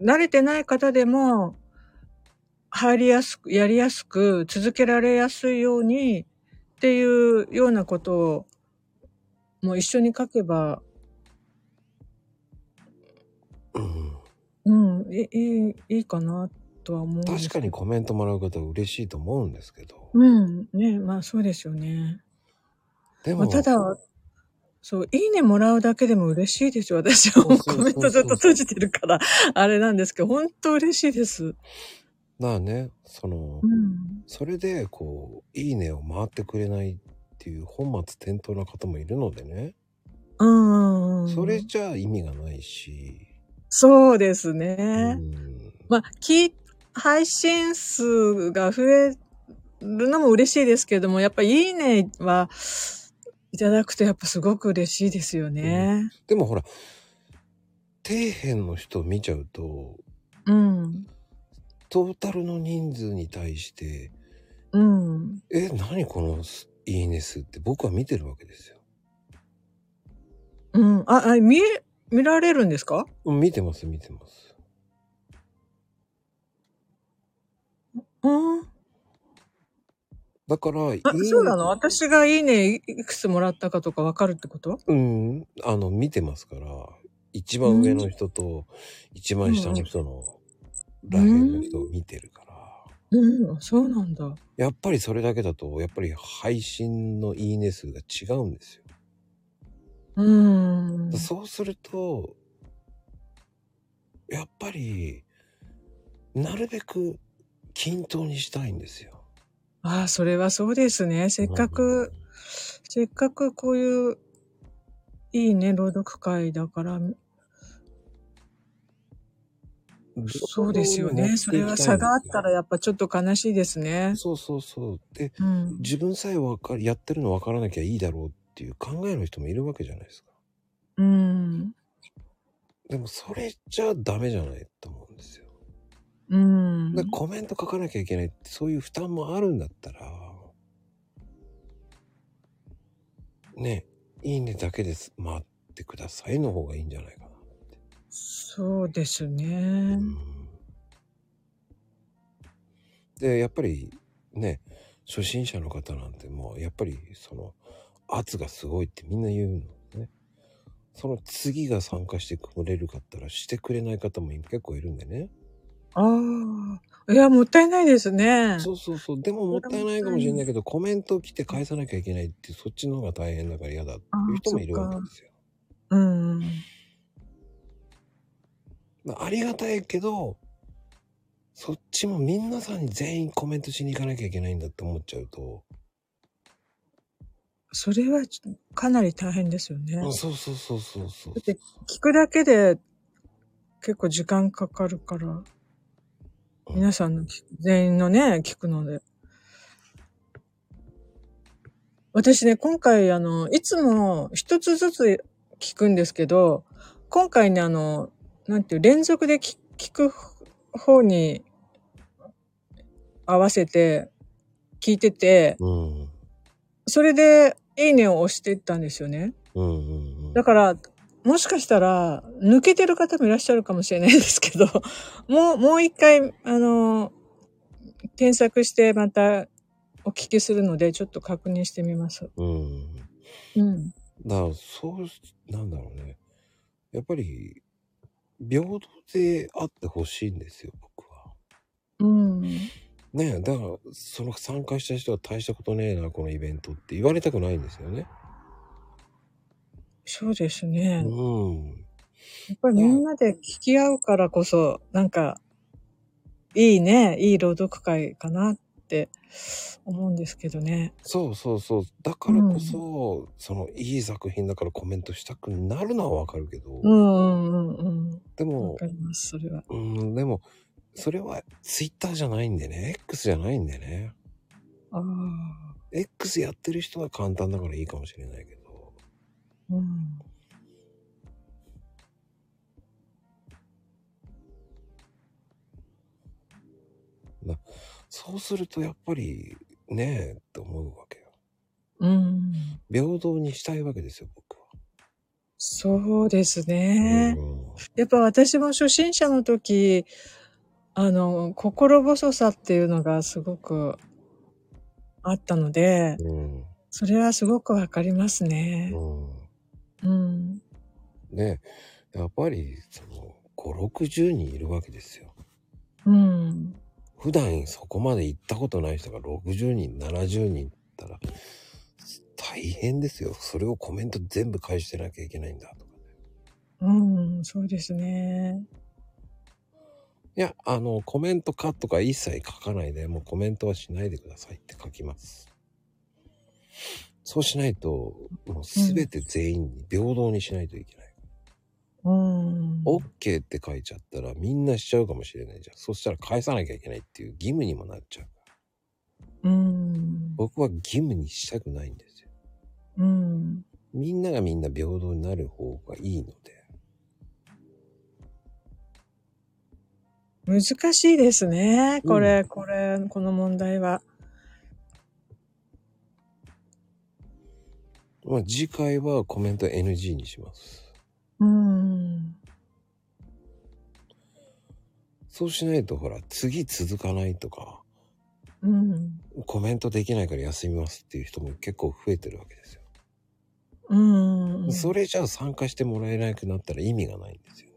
Speaker 14: 慣れてない方でも、入りやすく、やりやすく、続けられやすいように、っていうようなことを、もう一緒に書けば、うん、いいい、いいかな、とは思う。
Speaker 1: 確かにコメントもらう方は嬉しいと思うんですけど。
Speaker 14: うん、ね、まあそうですよね。
Speaker 1: で
Speaker 14: まあ、
Speaker 1: も、
Speaker 14: ただ、そう、いいねもらうだけでも嬉しいですよ。私はもうコメントずっと閉じてるから、あれなんですけど、本当嬉しいです。
Speaker 1: まあね、その、
Speaker 14: うん
Speaker 1: それで、こう、いいねを回ってくれないっていう本末転倒な方もいるのでね。
Speaker 14: うん。
Speaker 1: それじゃ意味がないし、
Speaker 14: そうですね。まあ、き、配信数が増えるのも嬉しいですけども、やっぱいいねは、いただくとやっぱすごく嬉しいですよね。
Speaker 1: でもほら、底辺の人を見ちゃうと、
Speaker 14: うん。
Speaker 1: トータルの人数に対して、
Speaker 14: うん。
Speaker 1: え、何このいいね数って僕は見てるわけですよ。
Speaker 14: うん。あ、あ見え、見られるんですか
Speaker 1: うん見てます、見てます。
Speaker 14: うん。
Speaker 1: だから、いい
Speaker 14: あそうなの私がいいねいいくつもらったかとかわかるってこと
Speaker 1: うん、あの、見てますから、一番上の人と、一番下の人の、来年の人を見てるから。
Speaker 14: うん、そうなんだ。
Speaker 1: やっぱりそれだけだと、やっぱり配信のいいね数が違うんですよ。
Speaker 14: うん。
Speaker 1: そうすると、やっぱり、なるべく均等にしたいんですよ。
Speaker 14: ああ、それはそうですね。せっかく、せっかくこういう、いいね、朗読会だから、そうですよね。それは差があったらやっぱちょっと悲しいですね。
Speaker 1: そうそうそう。で、
Speaker 14: うん
Speaker 1: 自分さえわかやってるの分からなきゃいいだろうっていう考えの人もいるわけじゃないですか。
Speaker 14: うん。
Speaker 1: でもそれじゃダメじゃないと思うんですよ。
Speaker 14: うん。
Speaker 1: でコメント書かなきゃいけないってそういう負担もあるんだったら、ね、いいねだけです。待ってくださいの方がいいんじゃないかな。
Speaker 14: そうですね。
Speaker 1: で、やっぱりね、初心者の方なんてもうやっぱりその圧がすごいってみんな言うのね。その次が参加してくれるかったらしてくれない方も結構いるんでね。
Speaker 14: ああ。いや、もったいないですね。
Speaker 1: そうそうそう。でももったいないかもしれないけど、コメント来て返さなきゃいけないって、そっちの方が大変だから嫌だっていう人もいるわけですよ。
Speaker 14: うん。
Speaker 1: まあありがたいけど、そっちもみんなさんに全員コメントしに行かなきゃいけないんだって思っちゃうと、
Speaker 14: それはちょっとかなり大変ですよね。
Speaker 1: あそうそうそうそうそう
Speaker 14: だ。って聞くだけで結構時間かかるから、皆さんの聞全員のね、聞くので。私ね、今回あの、いつも一つずつ聞くんですけど、今回ね、あの、なんていう、連続で聞聞く方に合わせて聞いてて、
Speaker 1: うん。
Speaker 14: それでいいねを押していったんですよね。
Speaker 1: うんうん。
Speaker 14: だから、もしかしたら、抜けてる方もいらっしゃるかもしれないですけど、 もう、もう一回、あの、検索してまたお聞きするので、ちょっと確認してみます。
Speaker 1: うん。
Speaker 14: うん。
Speaker 1: だから、そう、なんだろうね。やっぱり、平等であってほしいんですよ。
Speaker 14: うん。
Speaker 1: ねえ、だから、その参加した人は大したことねえな、このイベントって言われたくないんですよね。
Speaker 14: そうですね。
Speaker 1: うん。
Speaker 14: やっぱりみんなで聞き合うからこそ、なんか、いいね、いい朗読会かなって思うんですけどね。
Speaker 1: そうそうそう。だからこそ、そのいい作品だからコメントしたくなるのはわかるけど、
Speaker 14: うんうんうんうん。
Speaker 1: でも、
Speaker 14: あります、それは。
Speaker 1: うん、でも、それはツイッターじゃないんでね、X じゃないんでね。
Speaker 14: ああ。
Speaker 1: X やってる人は簡単だからいいかもしれないけど。
Speaker 14: うん。
Speaker 1: なそうするとやっぱりねえって思うわけよ。
Speaker 14: うん。
Speaker 1: 平等にしたいわけですよ。
Speaker 14: そうですね。やっぱ私も初心者の時、あの、心細さっていうのがすごくあったので、それはすごくわかりますね。うん。
Speaker 1: ねえやっぱりその5、60人いるわけですよ。
Speaker 14: うん。
Speaker 1: 普段そこまで行ったことない人が60人、70人ったら大変ですよ。それをコメント全部返してなきゃいけないんだと。
Speaker 14: うん、そうですね。
Speaker 1: いや、あの、コメントかとか一切書かないで、もうコメントはしないでくださいって書きます。そうしないと、もうすべて全員に平等にしないといけない。
Speaker 14: うん。
Speaker 1: OK って書いちゃったらみんなしちゃうかもしれないじゃん。そしたら返さなきゃいけないっていう義務にもなっちゃう。
Speaker 14: うん。
Speaker 1: 僕は義務にしたくないんですよ。
Speaker 14: うん。
Speaker 1: みんながみんな平等になる方がいいので。
Speaker 14: 難しいですね。これ、
Speaker 1: うん
Speaker 14: これ、この問題は。
Speaker 1: まあ、次回はコメント NG にします。
Speaker 14: うん。
Speaker 1: そうしないとほら、次続かないとか、
Speaker 14: うん。
Speaker 1: コメントできないから休みますっていう人も結構増えてるわけですよ。
Speaker 14: うん。
Speaker 1: それじゃあ参加してもらえなくなったら意味がないんですよ。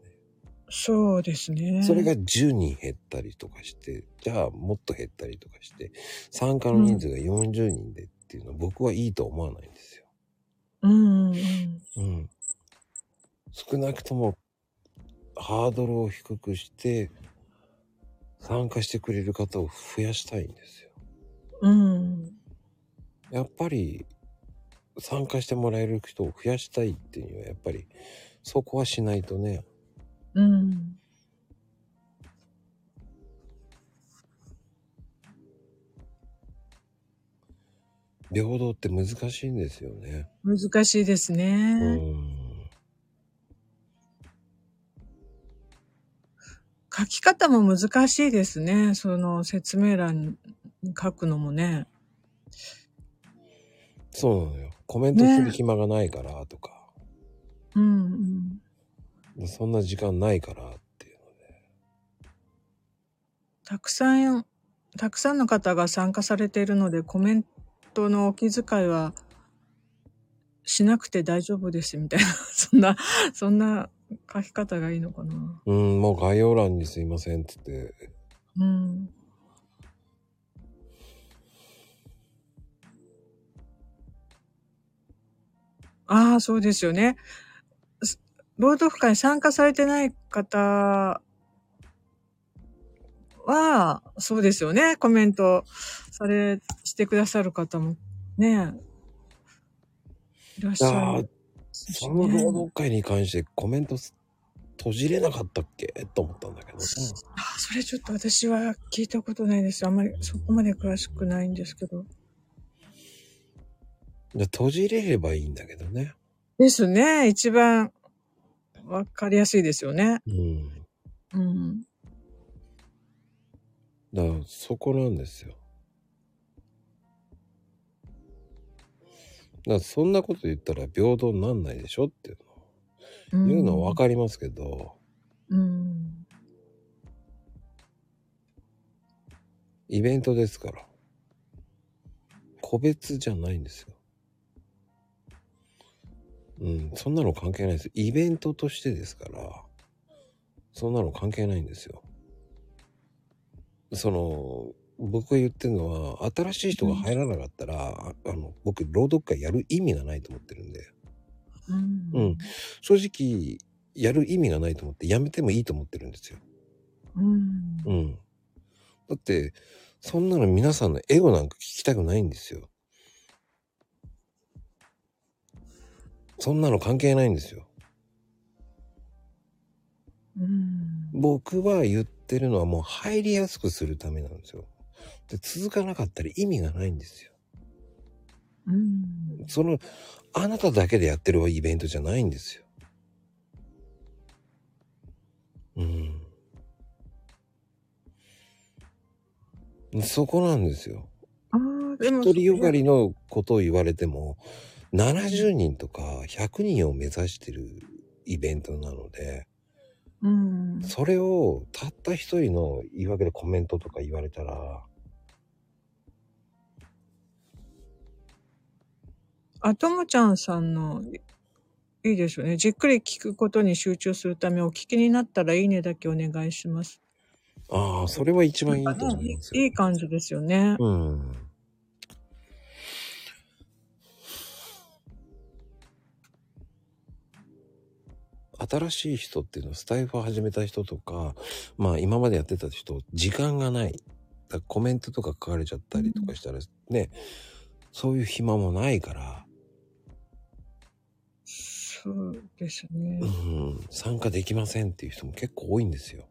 Speaker 14: そうですね。
Speaker 1: それが10人減ったりとかして、じゃあもっと減ったりとかして、参加の人数が40人でっていうのは僕はいいと思わないんですよ。
Speaker 14: うん。
Speaker 1: うん。少なくとも、ハードルを低くして、参加してくれる方を増やしたいんですよ。
Speaker 14: うん。
Speaker 1: やっぱり、参加してもらえる人を増やしたいっていうには、やっぱり、そこはしないとね、
Speaker 14: うん。
Speaker 1: 平等って難しいんですよね。
Speaker 14: 難しいですね。書き方も難しいですね。その説明欄に書くのもね。
Speaker 1: そうなのよ。コメントする暇がないからとか、
Speaker 14: うん。
Speaker 1: そんな時間ないから。
Speaker 14: たくさん、たくさんの方が参加されているので、コメントのお気遣いはしなくて大丈夫ですみたいな、そんな、そんな書き方がいいのかな。
Speaker 1: うん、もう概要欄にすいませんって言って。
Speaker 14: うん。ああ、そうですよね。す朗読会に参加されてない方は、そうですよね。コメントされ、してくださる方もね、いらっしゃ
Speaker 1: ああ
Speaker 14: る。
Speaker 1: ー、その朗読会に関してコメントす閉じれなかったっけと思ったんだけど。
Speaker 14: あーそれちょっと私は聞いたことないです。あんまりそこまで詳しくないんですけど。
Speaker 1: じゃあ閉じれればいいんだけどね。
Speaker 14: ですね。一番わかりやすいですよね。
Speaker 1: うん。
Speaker 14: うん。
Speaker 1: だからそこなんですよ。だからそんなこと言ったら平等になんないでしょっていう
Speaker 14: う
Speaker 1: の
Speaker 14: ん
Speaker 1: 言うのはわかりますけど。
Speaker 14: うん。
Speaker 1: イベントですから。個別じゃないんですよ。うん、そんなの関係ないです。イベントとしてですから、そんなの関係ないんですよ。その、僕が言ってるのは、新しい人が入らなかったら、あの、僕、朗読会やる意味がないと思ってるんで。
Speaker 14: うん。
Speaker 1: うん。正直、やる意味がないと思って、やめてもいいと思ってるんですよ。
Speaker 14: うん。
Speaker 1: うん。だって、そんなの皆さんのエゴなんか聞きたくないんですよ。そんなの関係ないんですよ。僕は言ってるのはもう入りやすくするためなんですよ。で続かなかったら意味がないんですよ。その、あなただけでやってるイベントじゃないんですよ。うん。そこなんですよ。
Speaker 14: ああ、でも
Speaker 1: 一人よがりのことを言われても、70人とか100人を目指してるイベントなので、
Speaker 14: うん。
Speaker 1: それをたった一人の言い訳でコメントとか言われたら、
Speaker 14: あともちゃんさんの、いいですよね。じっくり聞くことに集中するため、お聞きになったらいいねだけお願いします。
Speaker 1: ああ、それは一番いいと思う。
Speaker 14: いいいい感じですよね。
Speaker 1: うん。新しい人っていうのはスタイフを始めた人とか、まあ今までやってた人、時間がない。だからコメントとか書かれちゃったりとかしたらね、そういう暇もないから、
Speaker 14: そうですね
Speaker 1: う。ん、参加できませんっていう人も結構多いんですよ。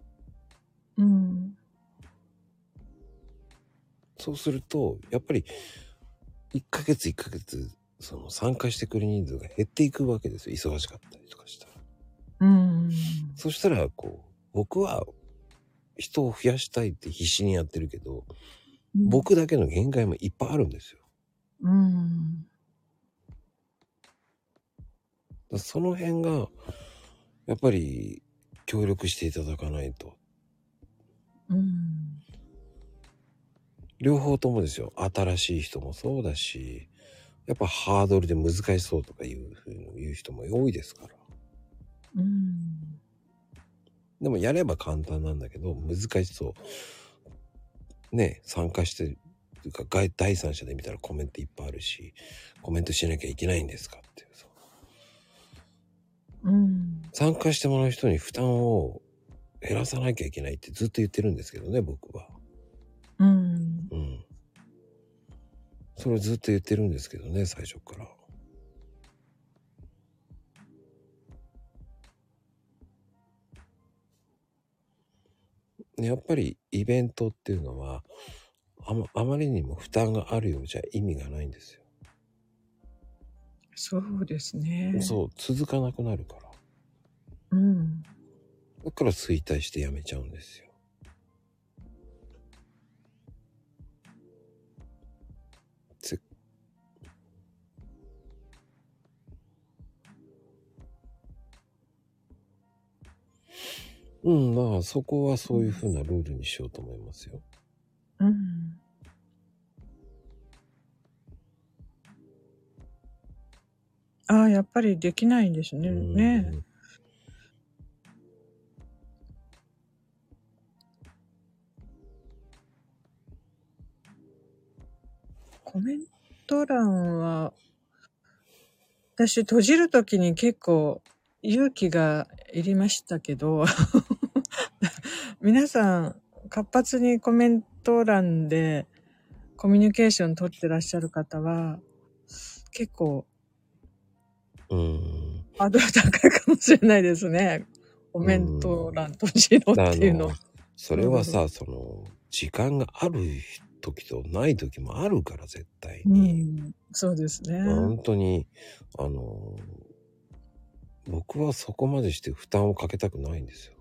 Speaker 14: うん。
Speaker 1: そうすると、やっぱり、1ヶ月1ヶ月、その参加してくる人数が減っていくわけですよ。忙しかったりとかしたら。
Speaker 14: うん。
Speaker 1: そしたら、こう、僕は人を増やしたいって必死にやってるけど、僕だけの限界もいっぱいあるんですよ。
Speaker 14: うん。
Speaker 1: だからその辺が、やっぱり協力していただかないと。
Speaker 14: うん。
Speaker 1: 両方ともですよ。新しい人もそうだし、やっぱハードルで難しそうとかいうふうに言う人も多いですから。でもやれば簡単なんだけど、難しそう。ね、参加してる、というか外、第三者で見たらコメントいっぱいあるし、コメントしなきゃいけないんですかっていう。そう
Speaker 14: うん。
Speaker 1: 参加してもらう人に負担を減らさなきゃいけないってずっと言ってるんですけどね、僕は。
Speaker 14: うん。
Speaker 1: うん。それをずっと言ってるんですけどね、最初から。ねやっぱりイベントっていうのはあま、あまりにも負担があるようじゃ意味がないんですよ。
Speaker 14: そうですね。
Speaker 1: そう、続かなくなるから。
Speaker 14: うん。
Speaker 1: だから衰退してやめちゃうんですよ。つうん、だからそこはそういうふうなルールにしようと思いますよ。
Speaker 14: うん。ああ、やっぱりできないんですね。ねえ。コメント欄は、私閉じるときに結構勇気がいりましたけど、 皆さん活発にコメント欄でコミュニケーション取ってらっしゃる方は、結構、ハードル 高いかもしれないですね。コメント欄閉じろ
Speaker 1: あ
Speaker 14: っていうの。
Speaker 1: の、それはさ、その、時間がある時とない時もあるから、絶対。
Speaker 14: うん、そうですね。
Speaker 1: 本当に、あの、僕はそこまでして負担をかけたくないんですよ。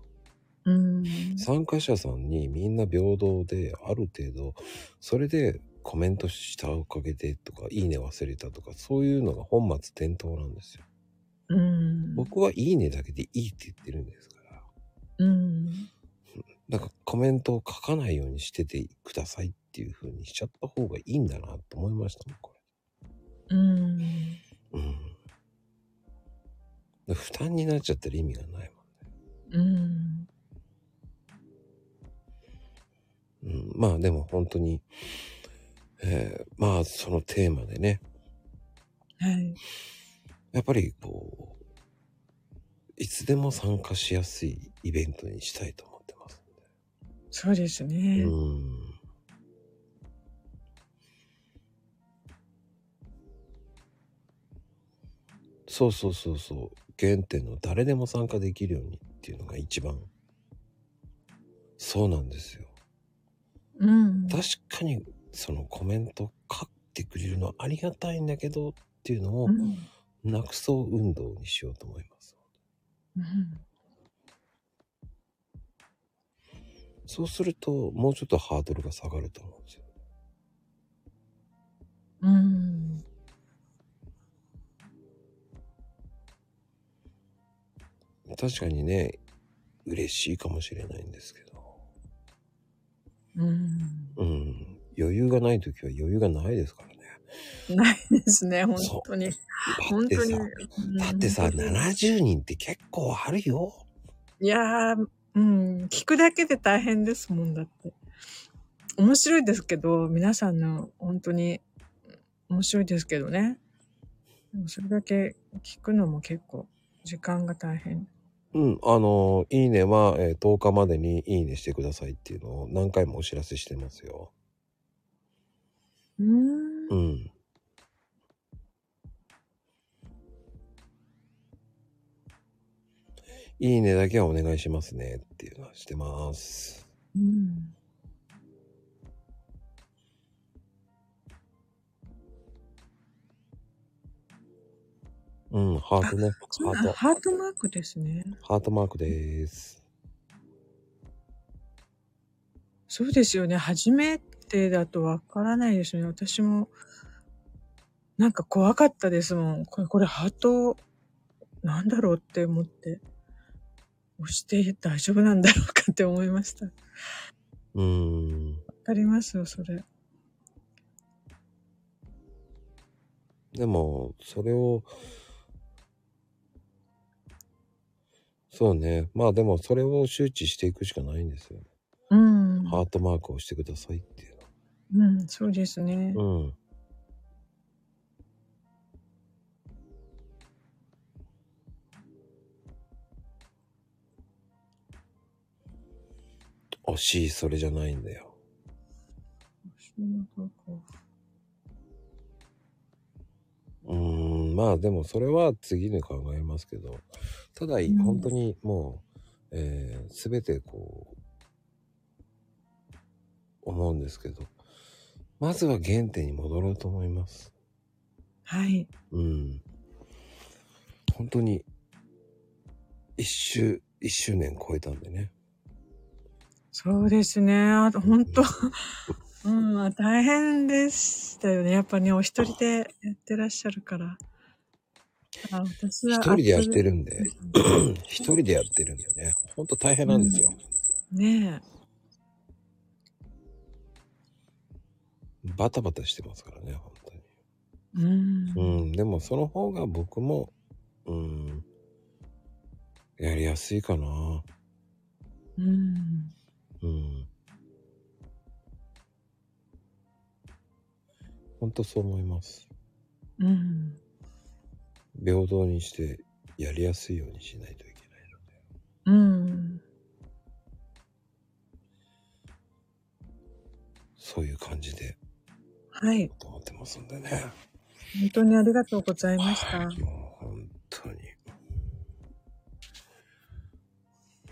Speaker 14: うん。
Speaker 1: 参加者さんにみんな平等で、ある程度、それでコメントしたおかげでとか、いいね忘れたとか、そういうのが本末転倒なんですよ。
Speaker 14: うん。
Speaker 1: 僕はいいねだけでいいって言ってるんですから。
Speaker 14: うん。
Speaker 1: なんかコメントを書かないようにしててくださいっていう風にしちゃった方がいいんだなと思いましたもん、こ
Speaker 14: うん。
Speaker 1: れ。うん。負担になっちゃったら意味がない
Speaker 14: うん。
Speaker 1: もん。うん、まあでも本当に、えーまあそのテーマでね、
Speaker 14: はい。
Speaker 1: やっぱりこう、いつでも参加しやすいイベントにしたいと思ってます。
Speaker 14: そうですね。
Speaker 1: うん。そうそうそうそう。原点の誰でも参加できるようにっていうのが一番。そうなんですよ。
Speaker 14: うん。
Speaker 1: 確かにそのコメント書いてくれるのはありがたいんだけどっていうのをなくそう運動にしようと思います。そうするともうちょっとハードルが下がると思うんですよ。
Speaker 14: うん。
Speaker 1: 確かにね、嬉しいかもしれないんですけど。
Speaker 14: うん。
Speaker 1: うん。余裕がない時は余裕がないですからね。
Speaker 14: ないですね、本当に。本当に。
Speaker 1: だ
Speaker 14: だ
Speaker 1: だってさ、70人って結構あるよ。
Speaker 14: いやー、うん、聞くだけで大変ですもんだって。面白いですけど、皆さんの本当に面白いですけどね。でもそれだけ聞くのも結構時間が大変。
Speaker 1: うん、あの、いいねは、えー10日までにいいねしてくださいっていうのを何回もお知らせしてますよ。
Speaker 14: うん。
Speaker 1: うん。いいねだけはお願いしますねっていうのはしてます。
Speaker 14: うん。
Speaker 1: うん、ハートね。ハー
Speaker 14: あ
Speaker 1: ト。
Speaker 14: ハートマークですね。
Speaker 1: ハートマークです。
Speaker 14: そうですよね。初めてだとわからないですよね。私も、なんか怖かったですもん。これ、これ、ハート、なんだろうって思って、押して大丈夫なんだろうかって思いました。わ
Speaker 1: うーん。
Speaker 14: かりますよ、それ。
Speaker 1: でも、それを、そうね。まあでも、それを周知していくしかないんですよ。
Speaker 15: うん。
Speaker 1: ハートマークをしてくださいっていう。
Speaker 15: うん、そうですね。
Speaker 1: うん。惜しい、それじゃないんだよ。うーん、まあでもそれは次に考えますけど、ただい、
Speaker 16: うん
Speaker 1: 本当にもう、えすべてこう、思うんですけど、まずは原点に戻ろうと思います。
Speaker 15: はい。
Speaker 1: うん。本当に、一周、一周年超えたんでね。
Speaker 15: そうですね。あと、本当うん、あ大変でしたよね。やっぱね、お一人でやってらっしゃるから。あ私は
Speaker 1: 一人でやってるんで、 一人でやってるんだよね。本当大変なんですよ。
Speaker 15: ねえ。
Speaker 1: バタバタしてますからね、本
Speaker 15: うん。
Speaker 1: 当に。うん、でもその方が僕も、うん、やりやすいかな。
Speaker 15: うん。
Speaker 1: うん。本当そう思います。
Speaker 15: うん。
Speaker 1: 平等にして、やりやすいようにしないといけない。
Speaker 15: うん。
Speaker 1: そういう感じで
Speaker 15: はい。
Speaker 1: 思ってますんでね。
Speaker 15: 本当にありがとうございました。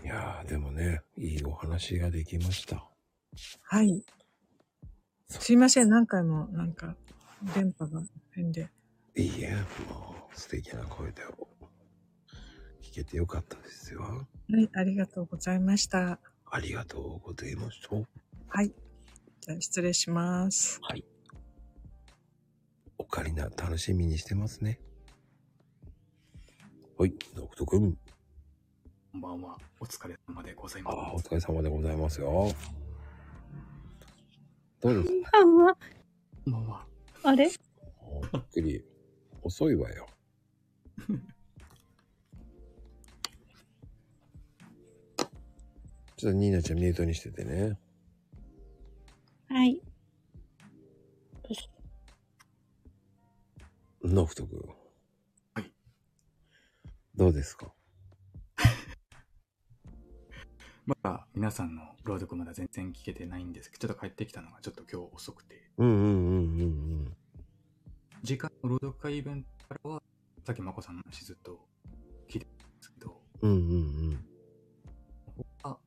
Speaker 1: いやー、でもね、いいお話ができました。
Speaker 15: はい。すいません、何回も、なんか、電波が変で。
Speaker 1: いいえ、もう素敵な声で聞けてよかったですよ。
Speaker 15: はい、ありがとうございました。
Speaker 1: ありがとうございました。
Speaker 15: はい。じゃあ、失礼します。
Speaker 1: はい。オカリナ、楽しみにしてますね。はい、ドクト君。
Speaker 17: こんばんは。お疲れ様でござい
Speaker 1: あ
Speaker 17: ます。
Speaker 1: あ、お疲れ様でございますよ。どうですか
Speaker 5: あんま、
Speaker 17: こんばんは。
Speaker 5: あれ
Speaker 1: びっくり。遅いわ よ。ちょっとニーナちゃんミュートにしててね。
Speaker 5: はい。
Speaker 1: ノフト君。はい。どうですか
Speaker 17: まだ皆さんの朗読まだ全然聞けてないんですけど、ちょっと帰ってきたのがちょっと今日遅くて、
Speaker 1: うんうんうんうん
Speaker 17: 時間の朗読会イベントからは、さっきまこさんの話ずっと聞いてたんですけど、
Speaker 1: うん。うんうん
Speaker 17: あ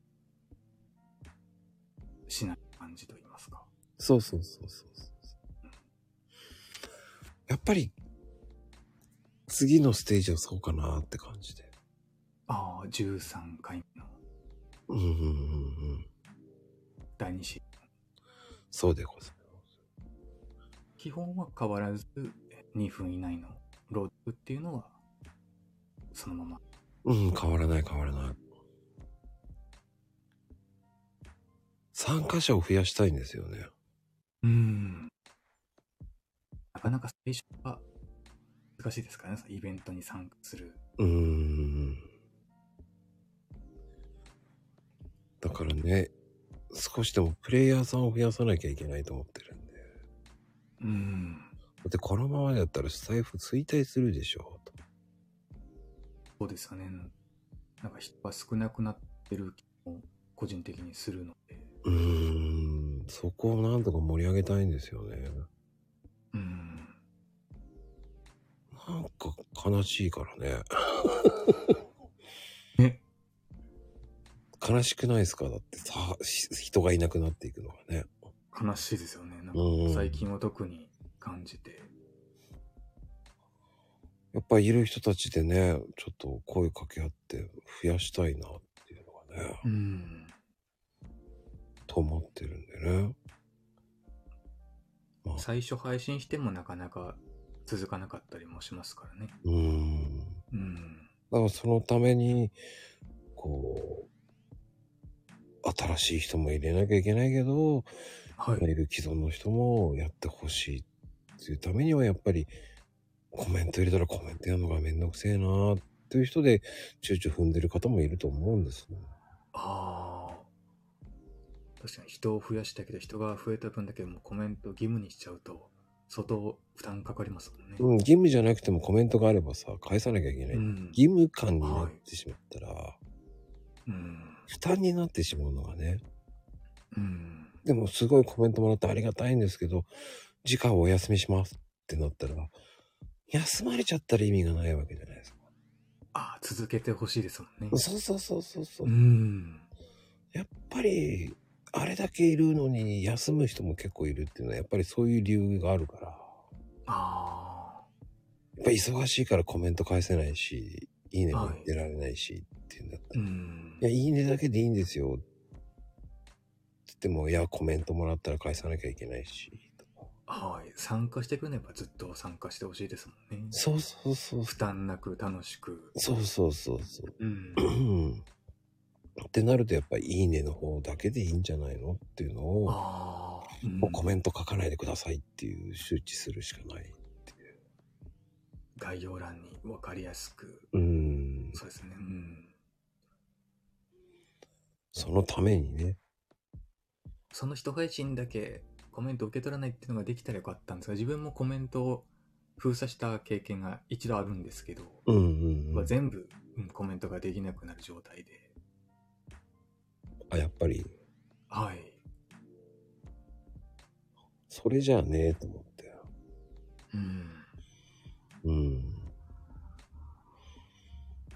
Speaker 17: しない感じと言いますか。
Speaker 1: そうそうそうそうそう。やっぱり、次のステージはそうかなって感じで。
Speaker 17: ああ、13回目の
Speaker 1: うんうんうんうん。
Speaker 17: 第2シーン。
Speaker 1: そうでござい
Speaker 17: 基本は変わらず2分以内の朗読っていうのは、そのまま。
Speaker 1: ます。うん、変わらない変わらない。参加者を増やしたいんですよね。
Speaker 17: うん。なかなか最初は難しいですからね、そのイベントに参加する。
Speaker 1: うーん。だからね、少しでもプレイヤーさんを増やさなきゃいけないと思ってるんで。
Speaker 17: うん。
Speaker 1: だってこのままだったらスタイフ衰退するでしょ
Speaker 17: そうですよね。なんか人が少なくなってる気も個人的にするので。
Speaker 1: う。うーん。そこをなんとか盛り上げたいんですよね。
Speaker 17: うん。
Speaker 1: なんか悲しいからね。悲しくないですかだってさ、し人がいなくなっていくのがね。
Speaker 17: 悲しいですよね。なん
Speaker 1: うん
Speaker 17: か最近は特に感じて。
Speaker 1: やっぱいる人たちでね、ちょっと声かけ合って増やしたいなっていうのがね、
Speaker 17: うん。
Speaker 1: と思ってるんでね。
Speaker 17: 最初配信してもなかなか続かなかったりもしますからね。
Speaker 1: うーん。
Speaker 17: うん。
Speaker 1: だからそのために、こう、新しい人も入れなきゃいけないけど、、
Speaker 17: はい
Speaker 1: いる既存の人もやってほしいっていうためにはやっぱりコメント入れたらコメント読むのがめんどくせえなーっていう人で、躊躇踏んでる方もいると思うんですね。
Speaker 17: ああ。確かに人を増やしたけど、人が増えた分だけもうコメント義務にしちゃうと、相当負担かかりますもんね。
Speaker 1: うん、義務じゃなくてもコメントがあればさ、返さなきゃいけない。
Speaker 17: うん
Speaker 1: 義務感になってしまったら、
Speaker 17: うん。
Speaker 1: 負担になってしまうのがね。
Speaker 17: うん。
Speaker 1: でもすごいコメントもらってありがたいんですけど、次回お休みしますってなったら、休まれちゃったら意味がないわけじゃないですか。
Speaker 17: ああ、続けてほしいですもんね。
Speaker 1: そうそうそうそうそう。
Speaker 17: うん。
Speaker 1: やっぱり、あれだけいるのに休む人も結構いるっていうのは、やっぱりそういう理由があるから。やっぱ忙しいからコメント返せないし、いいねも出られないしっていうんだったら、い、や、いいねだけでいいんですよ。つっても、いや、コメントもらったら返さなきゃいけないし。
Speaker 17: はい。参加していくればずっと参加してほしいですもんね。
Speaker 1: そうそうそう。
Speaker 17: 負担なく楽しく。
Speaker 1: そうそうそうそう。
Speaker 17: うん。
Speaker 1: うんってなるとやっぱりいいねの方だけでいいんじゃないのっていうのを、もうコメント書かないでくださいっていう周知するしかない。
Speaker 17: 概要欄に分かりやすく。
Speaker 1: うん。
Speaker 17: そうですね。うん。
Speaker 1: そのためにね。
Speaker 17: その人配信だけコメント受け取らないっていうのができたらよかったんですが、自分もコメントを封鎖した経験が一度あるんですけど、
Speaker 1: うんうん
Speaker 17: まあ全部、うんコメントができなくなる状態で。
Speaker 1: あ、やっぱり、
Speaker 17: はい。
Speaker 1: それじゃあね、と思って。
Speaker 17: うん。
Speaker 1: うん。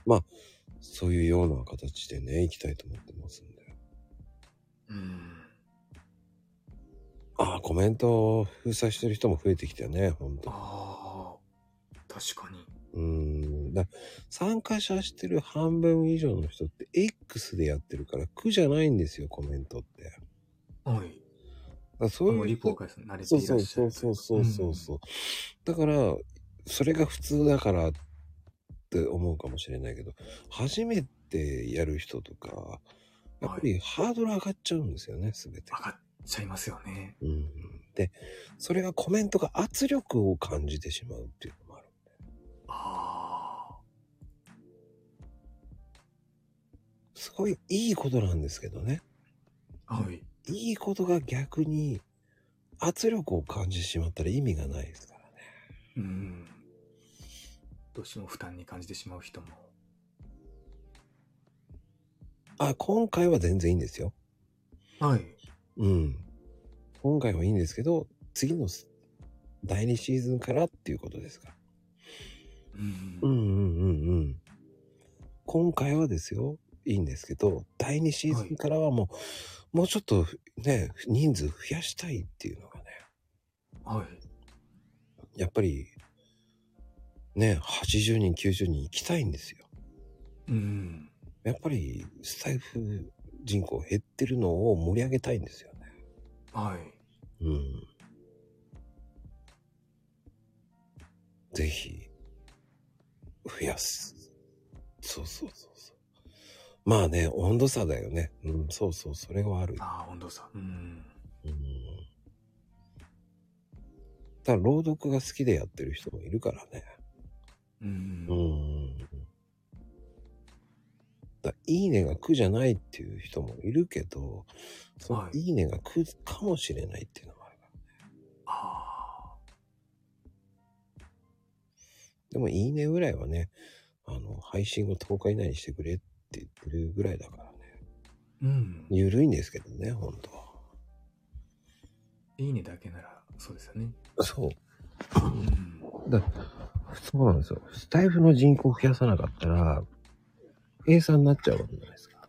Speaker 1: まあ、そういうような形でね、行きたいと思ってますんで。
Speaker 17: うん。
Speaker 1: ああ、コメントを封鎖してる人も増えてきたね、本当
Speaker 17: ああ、確かに。
Speaker 1: うん。だ参加者してる半分以上の人って X でやってるから苦じゃないんですよ、コメントって。
Speaker 17: はい。
Speaker 1: あそういう
Speaker 17: もうリ
Speaker 1: 人
Speaker 17: ポが慣れていらっしゃる
Speaker 1: そうそうそうそうそうそう、だからそれが普通だからって思うかもしれないけど初めてやる人とかやっぱりハードル上がっちゃうんですよね全て上
Speaker 17: がっちゃいますよね
Speaker 1: うんでそれがコメントが圧力を感じてしまうっていうのもあるんですごいいいことなんですけどね
Speaker 17: はい
Speaker 1: いいことが逆に圧力を感じてしまったら意味がないですから
Speaker 17: うん。どうしても負担に感じてしまう人も。
Speaker 1: あ、今回は全然いいんですよ。
Speaker 17: はい。
Speaker 1: うん。今回はいいんですけど、次のす第2シーズンからっていうことですから。うんうんうんうん。今回はですよ、いいんですけど、第2シーズンからはもう、もうちょっとね、人数増やしたいっていうのがね、
Speaker 17: はい。
Speaker 1: やっぱり、ね、80人、90人行きたいんですよ。
Speaker 17: うん。
Speaker 1: やっぱり、スタイフ人口減ってるのを盛り上げたいんですよね。
Speaker 17: はい。
Speaker 1: うん。ぜひ、増やす。そうそうそうそう。まあね、温度差だよね。うん、そうそう、それはある。
Speaker 17: ああ、温度差。うん。
Speaker 1: ただ、朗読が好きでやってる人もいるからね。
Speaker 17: うん。
Speaker 1: うん。だいいねが苦じゃないっていう人もいるけど、そのいいねが苦かもしれないっていうのもあるからね。でも、いいねぐらいはね、あの、配信を10日以内にしてくれって言ってるぐらいだからね。
Speaker 17: うん。
Speaker 1: ゆるいんですけどね、ほんと。
Speaker 17: いいねだけなら、そうですよね。
Speaker 1: そう。だそうなんですよ。スタイフの人口を増やさなかったら、閉鎖になっちゃうわけじゃないですか。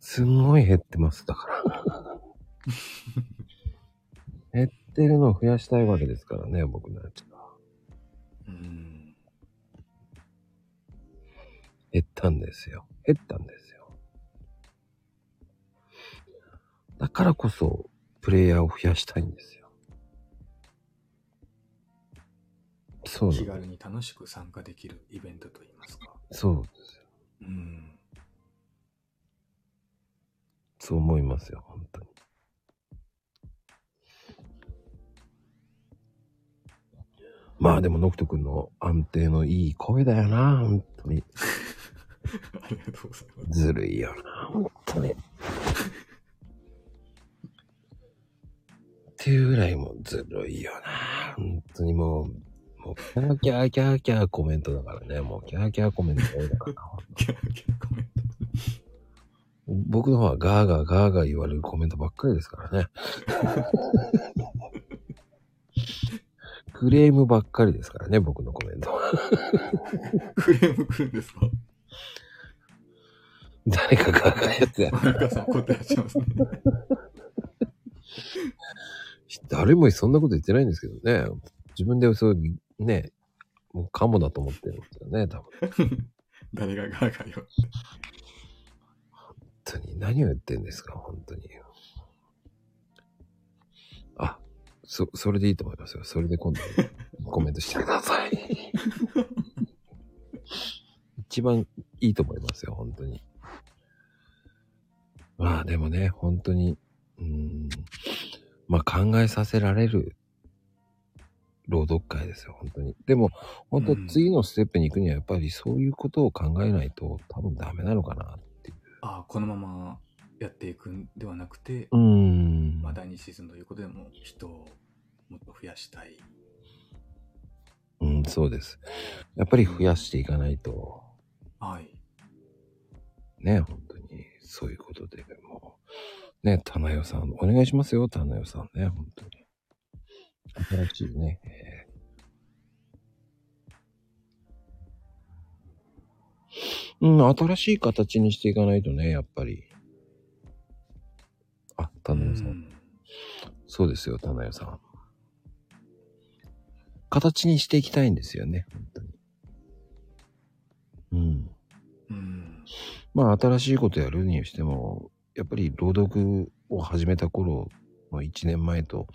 Speaker 1: すんごい減ってます、だから。減ってるのを増やしたいわけですからね、僕なんては。減ったんですよ。減ったんですよ。だからこそ、プレイヤーを増やしたいんですよ。そうな
Speaker 17: 気
Speaker 1: の
Speaker 17: 軽に楽しく参加できるイベントといいますか。
Speaker 1: そうですよ。
Speaker 17: うん。
Speaker 1: そう思いますよ、本当に。まあでも、ノクト君の安定のいい声だよな、本当に。
Speaker 17: ありがとうございます。
Speaker 1: ずるいよな、本当に。っていうぐらいもうずるいよな、本当にもう、もう、キャーキャーキャーキャーコメントだからね、もう、キャーキャーコメント多いだからな。キャーキャーコメント。僕の方はガーガーガーガー言われるコメントばっかりですからね。クレームばっかりですからね、僕のコメントは。
Speaker 17: クレーム来るんですか
Speaker 1: 誰かガーガーやってや
Speaker 17: マリカさん怒ってらっしゃいますね。
Speaker 1: 誰もそんなこと言ってないんですけどね。自分でそう、ね、もうカモだと思ってるんですよね、多分。
Speaker 17: 誰がガーガーよ。
Speaker 1: 本当に何を言ってんですか、本当に。あ、そ、それでいいと思いますよ。それで今 度コメントしてください。一番いいと思いますよ、本当に。まあでもね、本当に、うーん、まあ考えさせられる朗読会ですよ、本当に。でも、本当次のステップに行くにはやっぱりそういうことを考えないと多分ダメなのかな。
Speaker 17: ああ、このままやっていくんではなくて、
Speaker 1: うん
Speaker 17: まあ、第2シーズンということでもう人をもっと増やしたい。
Speaker 1: うん、そうです。やっぱり増やしていかないと、
Speaker 17: はい。
Speaker 1: ね、本当に、そういうことで、もう、ね、棚代さん、お願いしますよ、棚代さんね、本当に。新しいね、えーうん、新しい形にしていかないとね、やっぱり。あ、棚代さん。そうですよ、棚代さん。形にしていきたいんですよね、本当に。うん。まあ、新しいことやるにしても、やっぱり朗読を始めた頃の1年前と、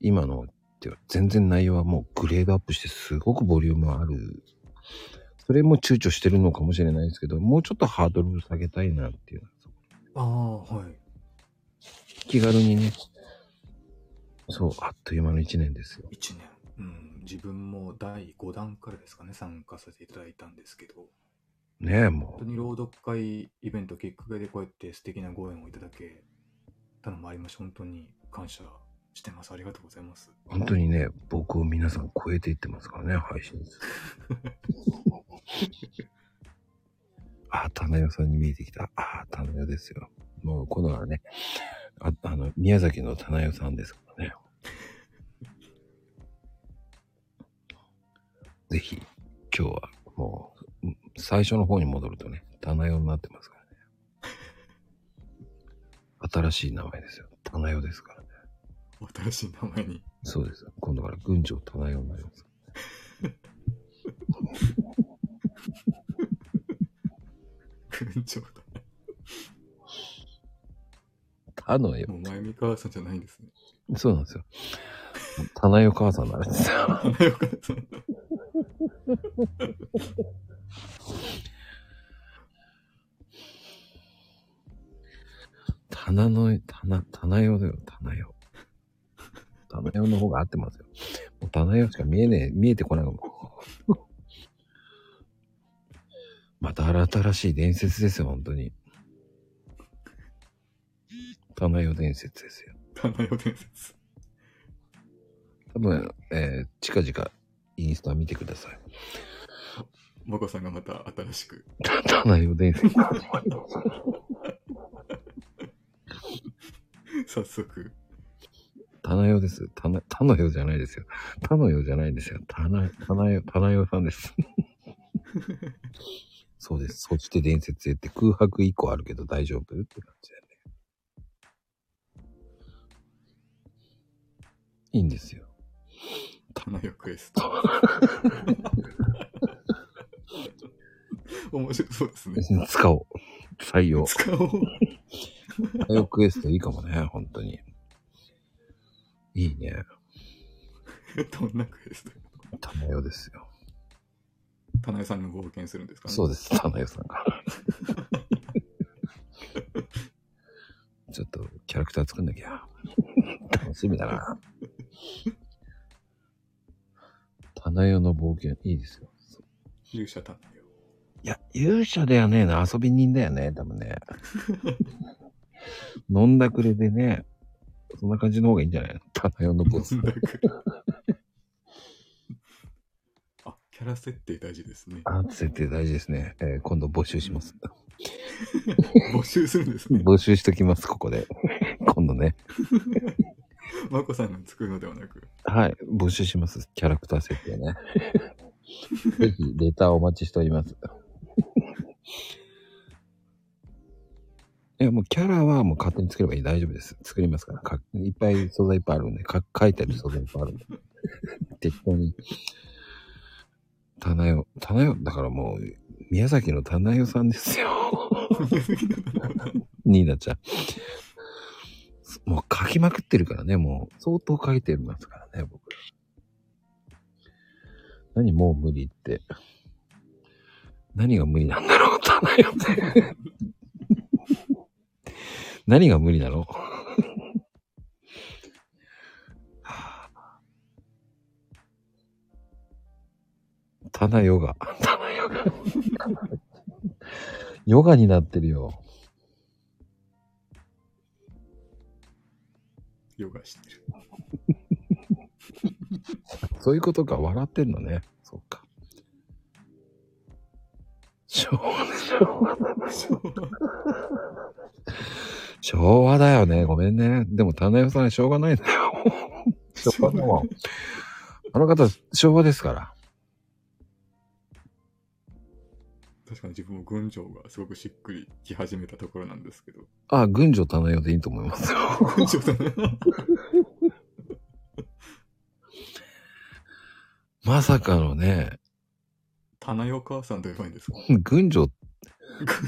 Speaker 1: 今のって全然内容はもうグレードアップしてすごくボリュームある。それも躊躇してるのかもしれないですけど、もうちょっとハードル下げたいなっていう。
Speaker 17: ああ、はい。
Speaker 1: 気軽にね。そう、あっという間の1年ですよ。
Speaker 17: 1年。うん、自分も第5弾からですかね、参加させていただいたんですけど、
Speaker 1: ねえ、も
Speaker 17: 本当に朗読会イベント、きっかけでこうやって素敵なご縁をいただけたのもありまし、本当に感謝してます。ありがとうございます。
Speaker 1: う、本当にね、僕を皆さん超えていってますからね、配信数。 あ、棚代さんに見えてきた。あ、棚代ですよ。もう、このはね、ああの、宮崎の棚代さんですからね。 ぜひ、今日はもう、うん最初の方に戻るとね、棚代になってますからね。新しい名前ですよ。棚代ですからね。
Speaker 17: 新しい名前に。
Speaker 1: そうです。今度から群青棚代になります。
Speaker 17: 群青だ。
Speaker 1: 他のよ。
Speaker 17: もう、前見川さんじゃないんですね。
Speaker 1: そうなんですよ。棚代母さんになるんですよ。
Speaker 17: 花よかさん。
Speaker 1: 棚の、棚、棚用だよ、棚用。棚用の方が合ってますよ。もう棚用しか見えねえ、見えてこないもん。 また新しい伝説ですよ、本当に。棚用伝説ですよ。
Speaker 17: 棚代伝説。
Speaker 1: 多分、えー近々、インスタ見てください。
Speaker 17: マコさんがまた新しく。
Speaker 1: 棚用伝説。
Speaker 17: 早速。
Speaker 1: 棚用です。棚、棚用じゃないですよ。棚用じゃないですよ。棚、棚用、棚用さんです。 そうです。そして伝説へって空白1個あるけど大丈夫って感じだよね。いいんですよ。
Speaker 17: 棚よクエスト。 面白そうですね。
Speaker 1: 使おう。採用。
Speaker 17: 使おう。
Speaker 1: タイクエストいいかもね、本当に。いいね。
Speaker 17: どんなクエスト
Speaker 1: 棚代ですよ。
Speaker 17: 棚代さんがご保険するんですかね
Speaker 1: そうです、棚代さんが。ちょっとキャラクター作んなきゃ。楽しみだな。花代の冒険、いいですよ。
Speaker 17: 勇者だ。
Speaker 1: いや、勇者ではねえな、遊び人だよね、多分ね。 飲んだくれでね、そんな感じの方がいいんじゃない花代のボス。
Speaker 17: あ、キャラ設定大事ですね。
Speaker 1: あ、設定大事ですね。えー今度募集します。
Speaker 17: 募集するんですね。
Speaker 1: 募集しときます、ここで。今度ね。
Speaker 17: まこさんが作るのではなく。
Speaker 1: はい、募集します。キャラクター設定ね。ぜひ、レターお待ちしております。いや、もうキャラはもう勝手に作ればいい。大丈夫です。作りますから。かいっぱい素材いっぱいあるんで、か書いてある素材いっぱいあるんで。 適当に。棚代、棚代、だからもう、宮崎の棚代さんですよ。 ニーナちゃん。もう書きまくってるからね、もう相当書いてますからね、僕。何もう無理って。何が無理なんだろう、棚代って。何が無理なの棚ヨガ。棚ヨガ。ヨガになってるよ。
Speaker 17: ヨガしてる。
Speaker 1: そういうことか、笑ってんのね。そうか。昭和
Speaker 17: 昭和
Speaker 1: 昭和だよね。ごめんね。でも、棚代さん、しょうがないんだよ。昭和だもん。あの方、昭和ですから。
Speaker 17: 確かに自分も群青がすごくしっくりき始めたところなんですけど。
Speaker 1: あ、群女棚代でいいと思いますよ。
Speaker 17: 群青だね。
Speaker 1: まさかのね、
Speaker 17: 棚代母さんと呼ばないんですか
Speaker 1: 群女、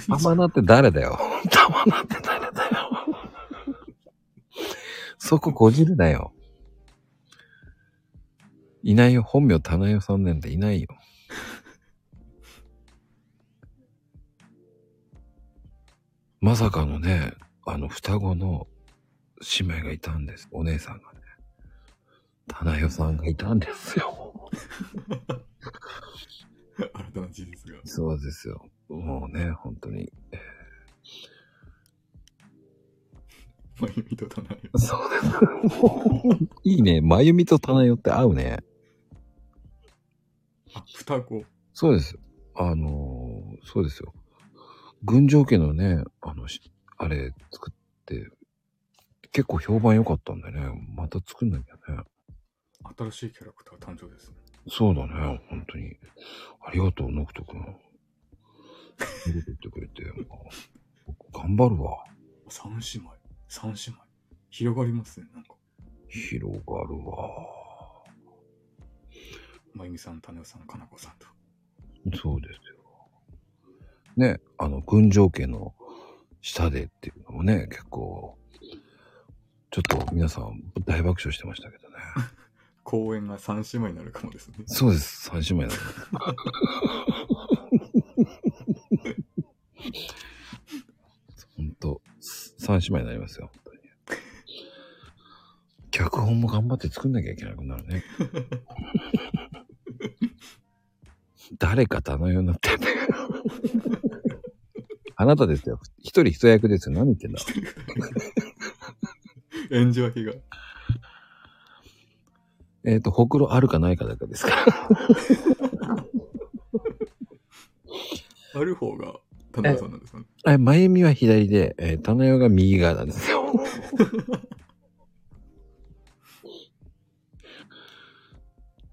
Speaker 1: 玉名って誰だよ。玉名って誰だよ。そここじるなよ。いないよ。本名棚代さんなんていないよ。まさかのね、あの双子の姉妹がいたんです。お姉さんがね。棚代さんがいたんですよ。
Speaker 17: 新たな事実が。
Speaker 1: そうですよ。もうね、本当に。えー
Speaker 17: まゆみと棚代。
Speaker 1: そうです。もういいね。まゆみと棚代って合うね。
Speaker 17: あ、双子。
Speaker 1: そうです。あのーそうですよ。群青家のね、あの、しあれ作って、結構評判良かったんでね、また作んなきゃね。
Speaker 17: 新しいキャラクター誕生ですね。
Speaker 1: そうだね、本当に。ありがとう、ノクト君。そんなこと言ってくれて、もう頑張るわ。
Speaker 17: 三姉妹。三姉妹。広がりますね、なんか。
Speaker 1: 広がるわ。
Speaker 17: まゆみさん、種代さん、かなこさんと。
Speaker 1: そうですよ。ね、あの、群青家の下でっていうのもね、結構、ちょっと皆さん大爆笑してましたけどね。
Speaker 17: 公演が三姉妹になるかもです ね。
Speaker 1: そうです、三姉妹だ本当三姉妹になりますよ、本当に。脚本も頑張って作んなきゃいけなくなる ね。誰か頼むようになってて。あなたですよ。一人一役ですよ。何言ってんだ。
Speaker 17: 演じ分けが。
Speaker 1: えっ、と、ほくろあるかないかだけ ですから。
Speaker 17: ある方が、種代さんなんですかね。
Speaker 1: え、まゆみは左で、えー、たなよが右側なんです よ。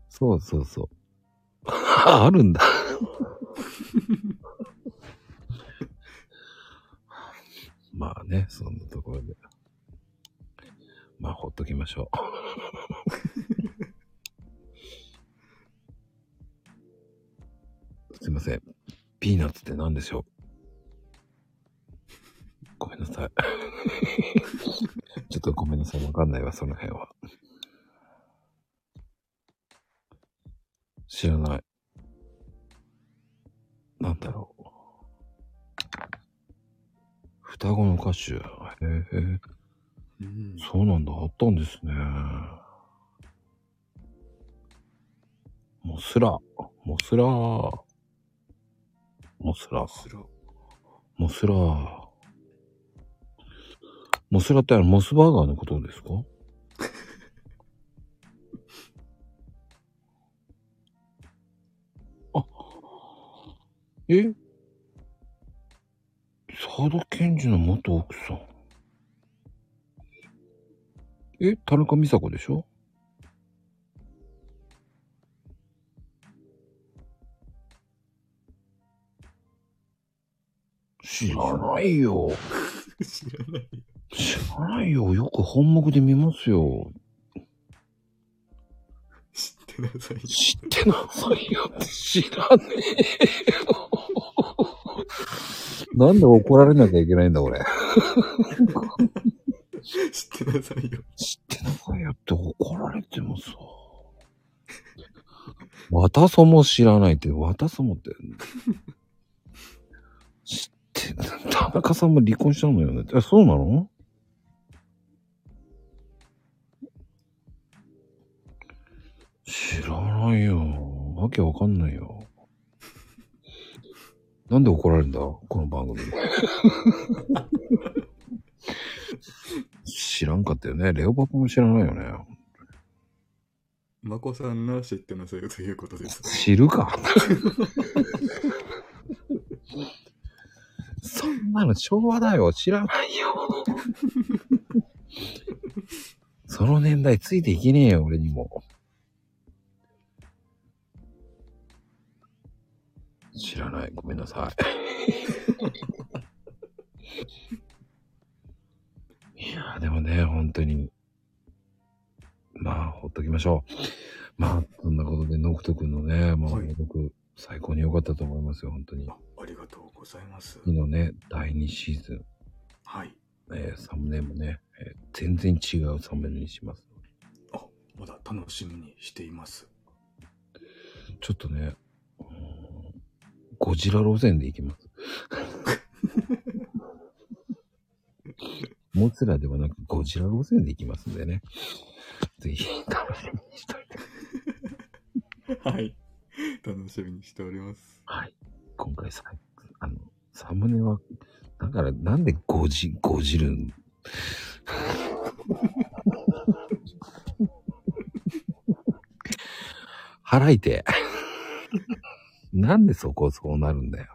Speaker 1: そうそうそう。ああるんだ。まあね、そんなところで。まあ、ほっときましょ う。すいません。ピーナッツって何でしょうごめんなさい。 ちょっとごめんなさい。わかんないわ、その辺は。知らない。なんだろう。双子の歌手。へえそうなんだ。あったんですね。うモスラ、モスラ、モスラ、モスラ、モスラってあの、モスバーガーのことです かあ、え沢田研二の元奥さん。え田中美佐子でし ょ知らないよ。
Speaker 17: 知らない。
Speaker 1: 知らないよ。よく本目で見ますよ。
Speaker 17: 知ってなさい。
Speaker 1: 知ってなさいよって知らねえよ。 なんで怒られなきゃいけないんだ、俺。
Speaker 17: 知ってなさいよ。
Speaker 1: 知ってなさいよって怒られてもさ。わたそも知らないって、わたそもって。知って、田中さんも離婚したのよね。え、そうなの知らないよ。わけわかんないよ。なんで怒られるんだこの番組。知らんかったよね。レオパパも知らないよね。
Speaker 17: まこさんが知ってなさいよということです。
Speaker 1: 知る か。そんなの昭和だよ。知らないよ。その年代ついていけねえよ、俺にも。知らない。ごめんなさ い。いやーでもね、本当に。まあ、ほっときましょう。まあ、そんなことで、ノクト君のね、まあ、朗読、最高に良かったと思いますよ、本当に。
Speaker 17: ありがとうございます。
Speaker 1: 次のね、第2シーズン。
Speaker 17: はい。
Speaker 1: えーサムネもね、えー全然違うサムネにします。
Speaker 17: まだ楽しみにしています。
Speaker 1: ちょっとね、うーんゴジラ路線でいきます。モツラではなくゴジラ路線でいきますんでね。ぜひ楽しみにしておいて。
Speaker 17: はい。楽しみにしております。
Speaker 1: はい。今回さ、あの、サムネは、だからなんでゴジ、ゴジるん払いて。なんでそこそうなるんだよ。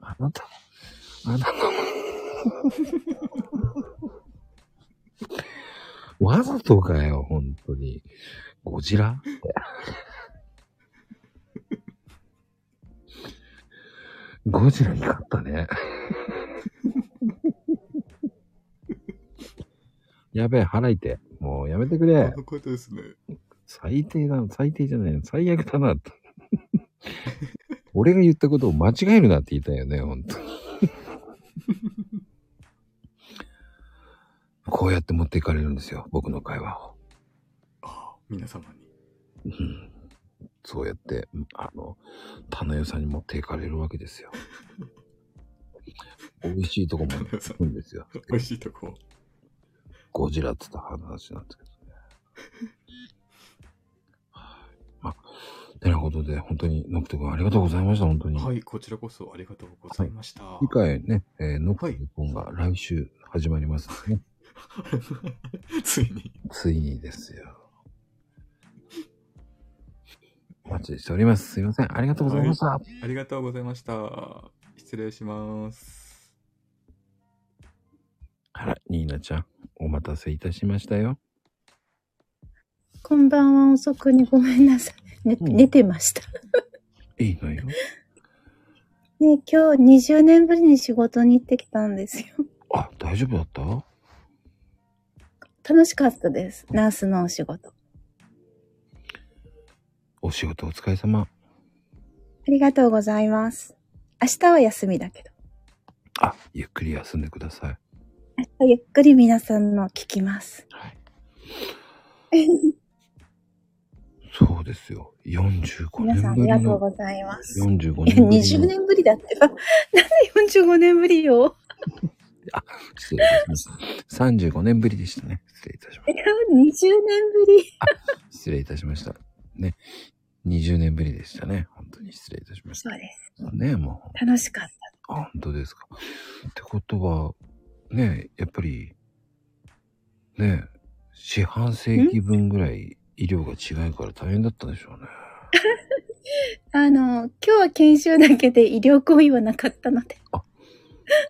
Speaker 1: あなた、あなたも。わざとかよ、本当に。ゴジラって。ゴジラに勝ったね。やべえ、払いて。もうやめてくれ。
Speaker 17: こういうことですね。
Speaker 1: 最低だな、最低じゃないの、最悪だな。俺が言ったことを間違えるなって言いたいよね、本 当に。こうやって持っていかれるんですよ、僕の会話を。
Speaker 17: 皆様
Speaker 1: う
Speaker 17: に。
Speaker 1: んそうやって、あの、棚代さんに持っていかれるわけです よ。美味しいとこも行くんですよ。
Speaker 17: 美味しいとこ。
Speaker 1: ゴジラって言った話なんですけどね。はいまあ、てなことで、本当に、ノクト君ありがとうございました、本当に。
Speaker 17: はい、こちらこそありがとうございました。
Speaker 1: 次回ね、えー、ノクト日本が来週始まりますね。
Speaker 17: ついに。
Speaker 1: ついにですよ。お待ちしております。すいません。ありがとうございました。
Speaker 17: はいありがとうございました。失礼します。
Speaker 1: あら、ニーナちゃん、お待たせいたしましたよ。
Speaker 16: こんばんは、遅くにごめんなさい。寝寝てました。
Speaker 1: いい のよ。
Speaker 16: ね、今日20年ぶりに仕事に行ってきたんですよ。
Speaker 1: 大丈夫だった
Speaker 16: 楽しかったです。ナースのお仕事。あ
Speaker 1: お仕事お疲れ様。
Speaker 16: りがとうございます。明日は休みだけど、
Speaker 1: あ、ゆっくり休んでください。
Speaker 16: 明日ゆっくり皆さんの聞きます。
Speaker 1: そうですよ。45
Speaker 16: 皆さんあ
Speaker 1: 年ぶ
Speaker 16: り
Speaker 1: り
Speaker 16: がとう
Speaker 1: の。
Speaker 16: ございます。
Speaker 1: 45
Speaker 16: いや、
Speaker 1: 年ぶり
Speaker 16: 20年ぶりだってば。 なんで45年ぶり よ。
Speaker 1: 失礼いたしました。35年ぶりでしたね。
Speaker 16: 違う、20年ぶり。
Speaker 1: 失礼いたしました。ね。 20年ぶりでしたね。本当に失礼いたしました。
Speaker 3: そうです。
Speaker 1: ねもう。
Speaker 3: 楽しかった。
Speaker 1: あ本当ですか。ってことは、ねやっぱり、ね四半世紀分ぐらい医療が違うから大変だったでしょうね。
Speaker 3: あの、今日は研修だけで医療行為はなかったので。
Speaker 1: そ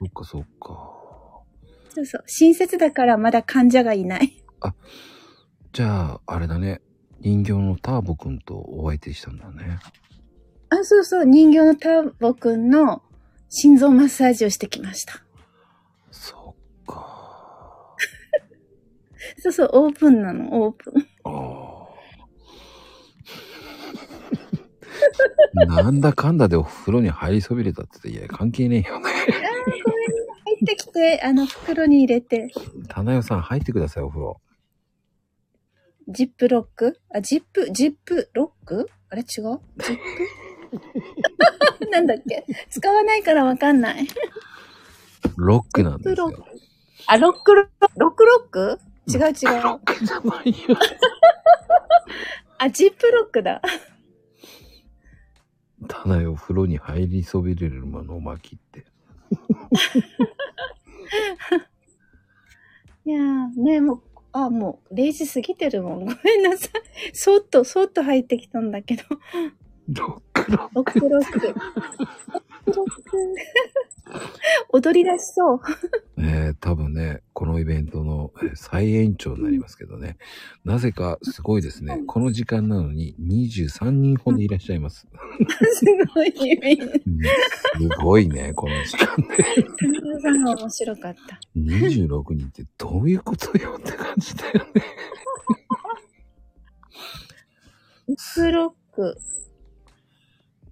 Speaker 1: っかそっか。
Speaker 3: そうそう。親切だからまだ患者がいない。
Speaker 1: じゃあ、あれだね。人形のターボくんとお相手したんだね。
Speaker 3: あ、そうそう。人形のターボくんの心臓マッサージをしてきました。そっか。 そうそう。オープンなの、オープン。
Speaker 1: なんだかんだでお風呂に入りそびれたって言って、いや、関係ねえよね。
Speaker 3: あーごめん。入ってきて、あの、袋に入れて、
Speaker 1: 棚代さん入ってください、お風呂。
Speaker 3: ジップロックあ、ジップ、ジップロックあれ違うジップ なんだっけ使わないからわかんない。
Speaker 1: ロックなんだ。
Speaker 3: ロック。あ、ロックロック、ロックロック違う違う。 あ、ジップロックだ。
Speaker 1: 棚代お風呂に入りそびれる間の巻きって。
Speaker 3: いやー、ねもう、あ、もう、0時過ぎてるもん。ごめんなさい。そっと、そっと入ってきたんだけど。ロックロック。ロックロック。 踊り出しそう。
Speaker 1: えー多分ね、このイベントのえー再延長になりますけどね。なぜかすごいですね。この時間なのに23人ほどいらっしゃいます。
Speaker 3: すごいイベント。
Speaker 1: すごいね、この時間で。
Speaker 3: 田中さんが面白かった。
Speaker 1: 26人ってどういうことよって感じだよね。
Speaker 3: ロックロック。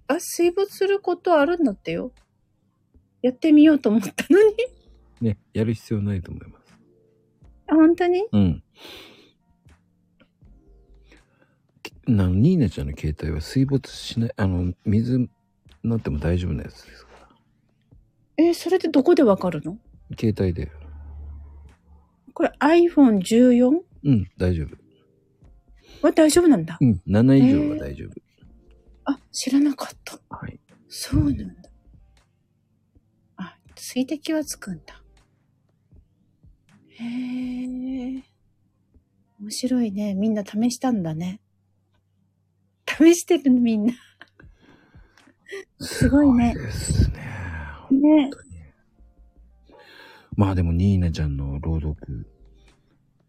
Speaker 3: あ、水没することあるんだってよ。やってみようと思ったのに。
Speaker 1: ね、やる必要ないと思います。
Speaker 3: あ、本当に
Speaker 1: うん。きなニーナちゃんの携帯は水没しない、あの、水になっても大丈夫なやつです。
Speaker 3: えーそれってどこでわかるの
Speaker 1: 携帯で。
Speaker 3: これ iPhone14
Speaker 1: うん、大丈夫。
Speaker 3: は大丈夫なんだ。
Speaker 1: うん、7以上は大丈夫。
Speaker 3: あ、知らなかった。そうなんだ。あ、水滴はつくんだ。へえ。面白いね。みんな試したんだね。試してるのみんな。 すごいね。
Speaker 1: ですね。
Speaker 3: ね。
Speaker 1: まあでも、ニーナちゃんの朗読、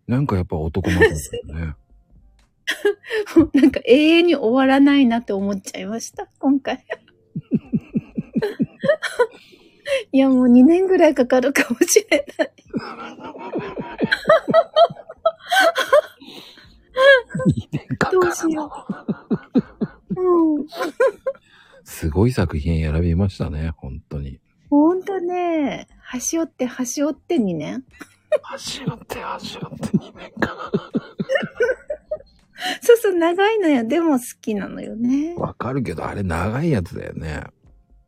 Speaker 1: なんかやっぱ男前だった よね。
Speaker 3: もう なんか永遠に終わらないなって思っちゃいました。今回。 いや、もう2年ぐらいかかるかもしれない。どうしよう。うん。
Speaker 1: すごい作品選びましたね、本当に。
Speaker 3: ほんとね、端折って端折って2年。
Speaker 1: 端折って端折って2年か。
Speaker 3: そうそう、長いのよ。でも好きなのよね。
Speaker 1: わかるけど、あれ長いやつだよね。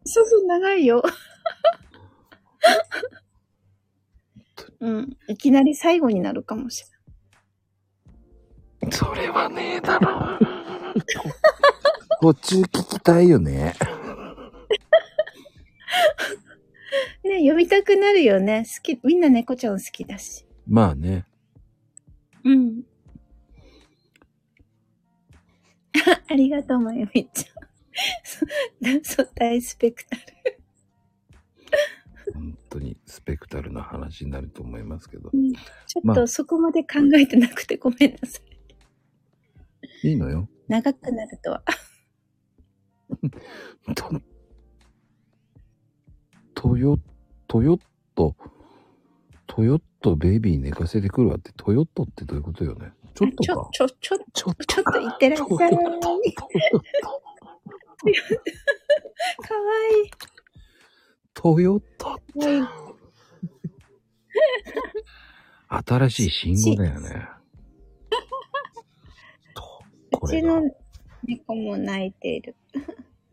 Speaker 3: そうそう、長いよ。 うん。いきなり最後になるかもし
Speaker 1: れない。それはねえだ ろ。途中聞きたいよね。
Speaker 3: ね、読みたくなるよね。好き、みんな猫ちゃん好きだし。
Speaker 1: まあね。
Speaker 3: うん。 ありがとう、まゆみちゃん。 そう、大スペクタル。
Speaker 1: 本当にスペクタルな話になると思いますけど
Speaker 3: う。んちょっ
Speaker 1: まあ
Speaker 3: とそこまで考えてなくてごめんなさい。
Speaker 1: いいのよ。
Speaker 3: 長くなるとは。
Speaker 1: トヨ、トヨット、トヨットベイビー寝かせてくるわって、トヨットってどういうことよね。ちょっと
Speaker 3: ち
Speaker 1: か
Speaker 3: ょ、。ちょ、ちょ、ちょ、ちょっといってらっしゃい。かわいい。
Speaker 1: トヨット、
Speaker 3: かわいい。
Speaker 1: 新しい信号だよね。
Speaker 3: うちの猫も泣いている。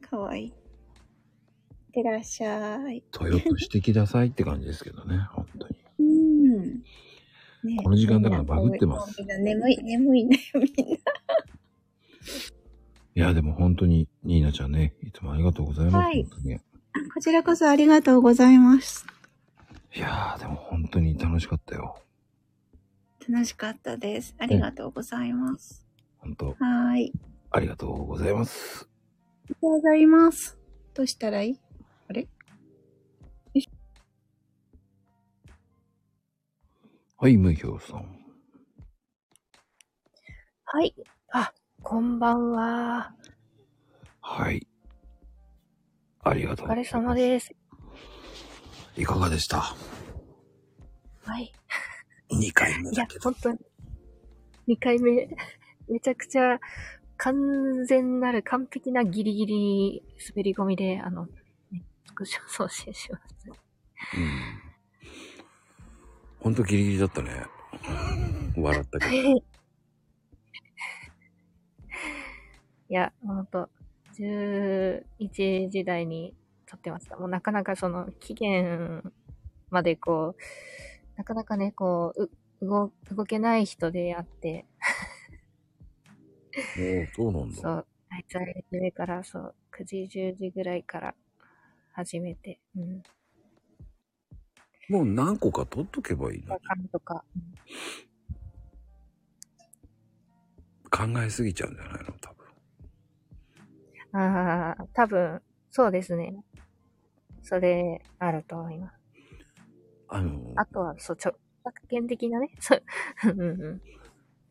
Speaker 3: かわいい。いってらっしゃい。
Speaker 1: トヨットしてきなさいって感じですけどね。 本当に。
Speaker 3: うん。ね
Speaker 1: この時間だからバグってます。
Speaker 3: みんな眠い、眠いね、みんな。
Speaker 1: いいや、でも本当に、ニーナちゃんね、いつもありがとうございます。
Speaker 3: はい
Speaker 1: 本当に。い
Speaker 3: こちらこそありがとうございます。
Speaker 1: やー、でも本当に楽しかったよ。
Speaker 3: 楽しかったです。ありがとうございます。
Speaker 1: 本当、
Speaker 3: はーい。
Speaker 1: ありがとうございます。
Speaker 3: ありがとうございます。どうしたらいいあれ
Speaker 1: はい、無表さん。
Speaker 18: はい。あ、こんばんは。
Speaker 1: はい。ありが
Speaker 18: お
Speaker 1: とう
Speaker 18: 疲。れ様です。
Speaker 1: いかがでした
Speaker 18: はい。
Speaker 1: ?2 回目
Speaker 18: い
Speaker 1: だ
Speaker 18: や
Speaker 1: け、ど。
Speaker 18: 本当に。2回目、めちゃくちゃ完全なる完璧なギリギリ滑り込みで、あの、ねスクショ送信しました。
Speaker 1: 本当ギリギリだったね。笑ったけど。
Speaker 18: いや、ほんと、11時台に撮ってました。もうなかなかその期限までこう、なかなかね、こう、う動動けない人であって、
Speaker 1: おお、そうなんだ。
Speaker 18: そう、あいつあれ上から、そう、9時、10時ぐらいから始めて、うん、
Speaker 1: もう何個か取っとけばいいの。
Speaker 18: わかんとか、
Speaker 1: 考えすぎちゃうんじゃないの
Speaker 18: ああ、多分、そうですね。それ、あると思います。
Speaker 1: あの、
Speaker 18: あとは、そう、ちょ、作権的なね、そう、うんうん。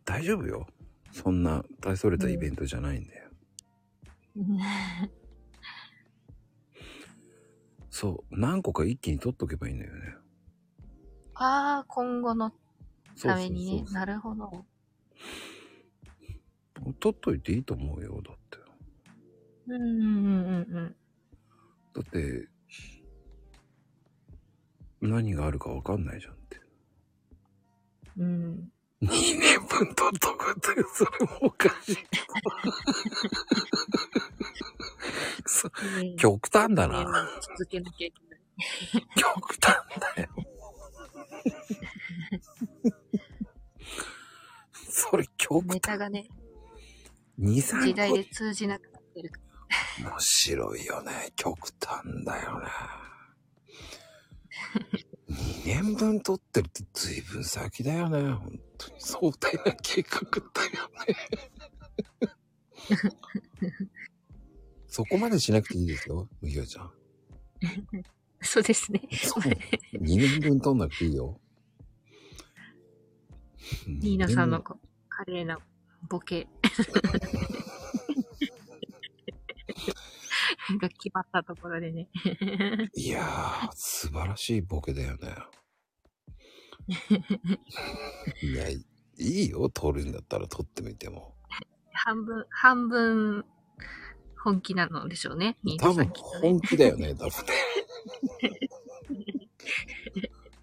Speaker 1: 大丈夫よ。そんな大それたイベントじゃないんだよ。そう、何個か一気に取っとけばいいんだよね。
Speaker 18: ああ、今後のために
Speaker 1: そう
Speaker 18: ね、
Speaker 1: そうそうそう
Speaker 18: なるほど。
Speaker 1: 取っといていいと思うよ。だ
Speaker 18: うんうんうんうん。
Speaker 1: だって、何があるかわかんないじゃん。
Speaker 18: うん。
Speaker 1: 2年分取っとくって、それもおか しい。そ極端だな。
Speaker 18: 続けなきゃいけない。
Speaker 1: 極端だよ。それ極端。
Speaker 18: ネタがね、
Speaker 1: 2、
Speaker 18: 時代
Speaker 1: 3
Speaker 18: で通じなく なってるから。
Speaker 1: 個。面白いよね。極端だよね。2年分取ってるって随分先だよね。本当に壮大な計画だよ ね。そこまでしなくていいですよ、むひろちゃん。
Speaker 18: そうですね。
Speaker 1: 2年分取んなくていいよ。
Speaker 18: ニーナさんのこ華麗な ボケ。が決まったところでね。
Speaker 1: いやー、素晴らしいボケだよね。いや、いいよ、取るんだったら取ってみても。
Speaker 18: 半分、半分、本気なのでしょうね。ニー
Speaker 1: 多
Speaker 18: ナ
Speaker 1: 分
Speaker 18: さんきっとね。
Speaker 1: 本気だよね、多分ね。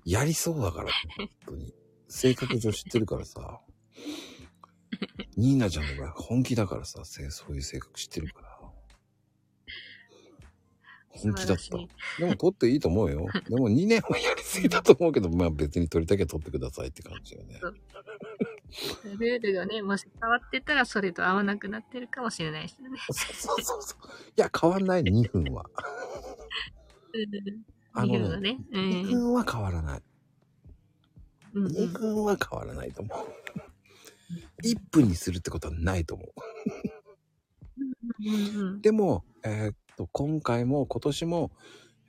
Speaker 1: やりそうだから、本当に。性格上知ってるからさ。ニーナちゃんの場合本気だからさ、せそういう性格知ってるから。本気だった。でも取っていいと思うよ。でも2年はやりすぎだと思うけど、まあ別に取りたきゃ取ってくださいって感じよね。
Speaker 18: ルールがね、もし変わってたらそれと合わなくなってるかもしれないしね。
Speaker 1: そうそうそう。いや、変わんない、2分は。あ
Speaker 18: あ
Speaker 1: の
Speaker 18: の
Speaker 1: ね
Speaker 18: ね。う
Speaker 1: 2
Speaker 18: ん。
Speaker 1: 分は変わらない。
Speaker 18: うん
Speaker 1: 2分は変わらないと思う。1分にするってことはないと思う。でも、えーっと、今回も今年も、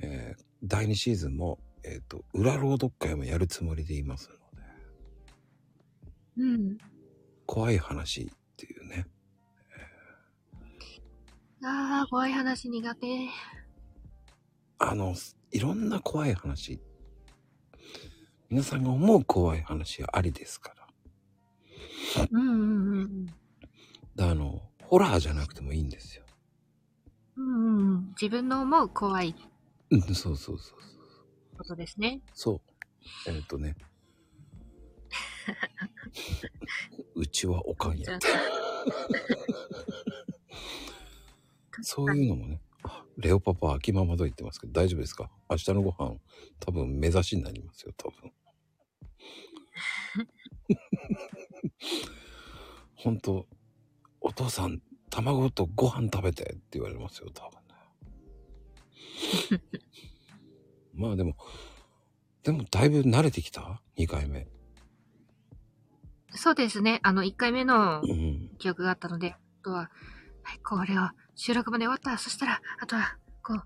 Speaker 1: えー第2シーズンも、えーっと、裏朗読会もやるつもりでいます。
Speaker 18: うん。
Speaker 1: 怖い話。
Speaker 18: ああ、怖い話苦手。
Speaker 1: あの、いろんな怖い話。皆さんが思う怖い話はありですから。
Speaker 18: うんうんうん。
Speaker 1: だからあの、ホラーじゃなくてもいいんですよ。
Speaker 18: うんうんうん。自分の思う怖い
Speaker 1: うん、そうそうそう。
Speaker 18: ことですね。
Speaker 1: そう。えーっ、とね。 うちはおかんやって。 そういうのもね。あレオパパ、秋ママと言ってますけど、大丈夫ですか明日のご飯、多分目指しになりますよ、多分。本当お父さん、卵とご飯食べてって言われますよ、多分ね。 まあでも、でもだいぶ慣れてきた ?2 回目。
Speaker 18: そうですね。あの、1回目の
Speaker 1: うん
Speaker 18: 記憶があったので、あとは、はい、これを収録まで終わった。そしたら、あとは、こう、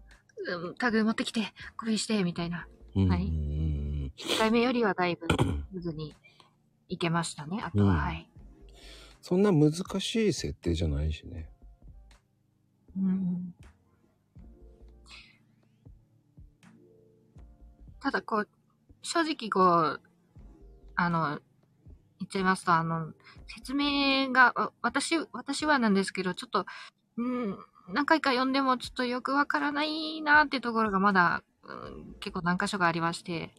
Speaker 18: うんタグ持ってきて、コピーして、みたいな。
Speaker 1: うん
Speaker 18: はい。1回目よりはだいぶ、スムーズにいけましたね。あとは、
Speaker 1: うん
Speaker 18: はい。
Speaker 1: そんな難しい設定じゃないしね。
Speaker 18: うんただこう、正直こう、あの、言っちゃいますと、あの、説明が、わ私、私はなんですけど、ちょっと、うん、何回か読んでもちょっとよくわからないなってところがまだ、うん、結構何箇所かありまして、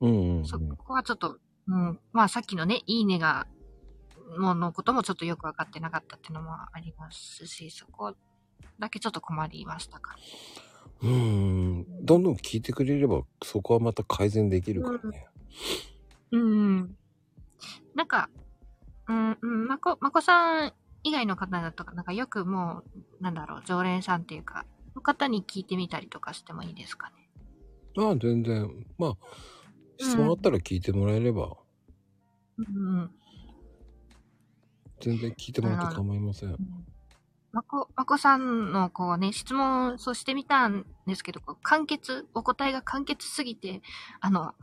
Speaker 1: うんうん。
Speaker 18: そここはちょっと、うん、まあさっきのね、いいねが、ものこともちょっとよくわかってなかったっていうのもありますし、そこだけちょっと困りましたか。
Speaker 1: うーん。どんどん聞いてくれれば、そこはまた改善できるからね。
Speaker 18: うん。なんか、うん、うん、まこ、まこさん以外の方だとか、なんかよくもう、なんだろう、常連さんっていうか、の方に聞いてみたりとかしてもいいですかね。
Speaker 1: まあ全然。まあ、質問あったら聞いてもらえれば、
Speaker 18: うんうん。
Speaker 1: 全然聞いてもらって構いません。
Speaker 18: まこ、まこさんのこうね、質問、そうしてみたんですけど、こう、簡潔、お答えが簡潔すぎて、あの、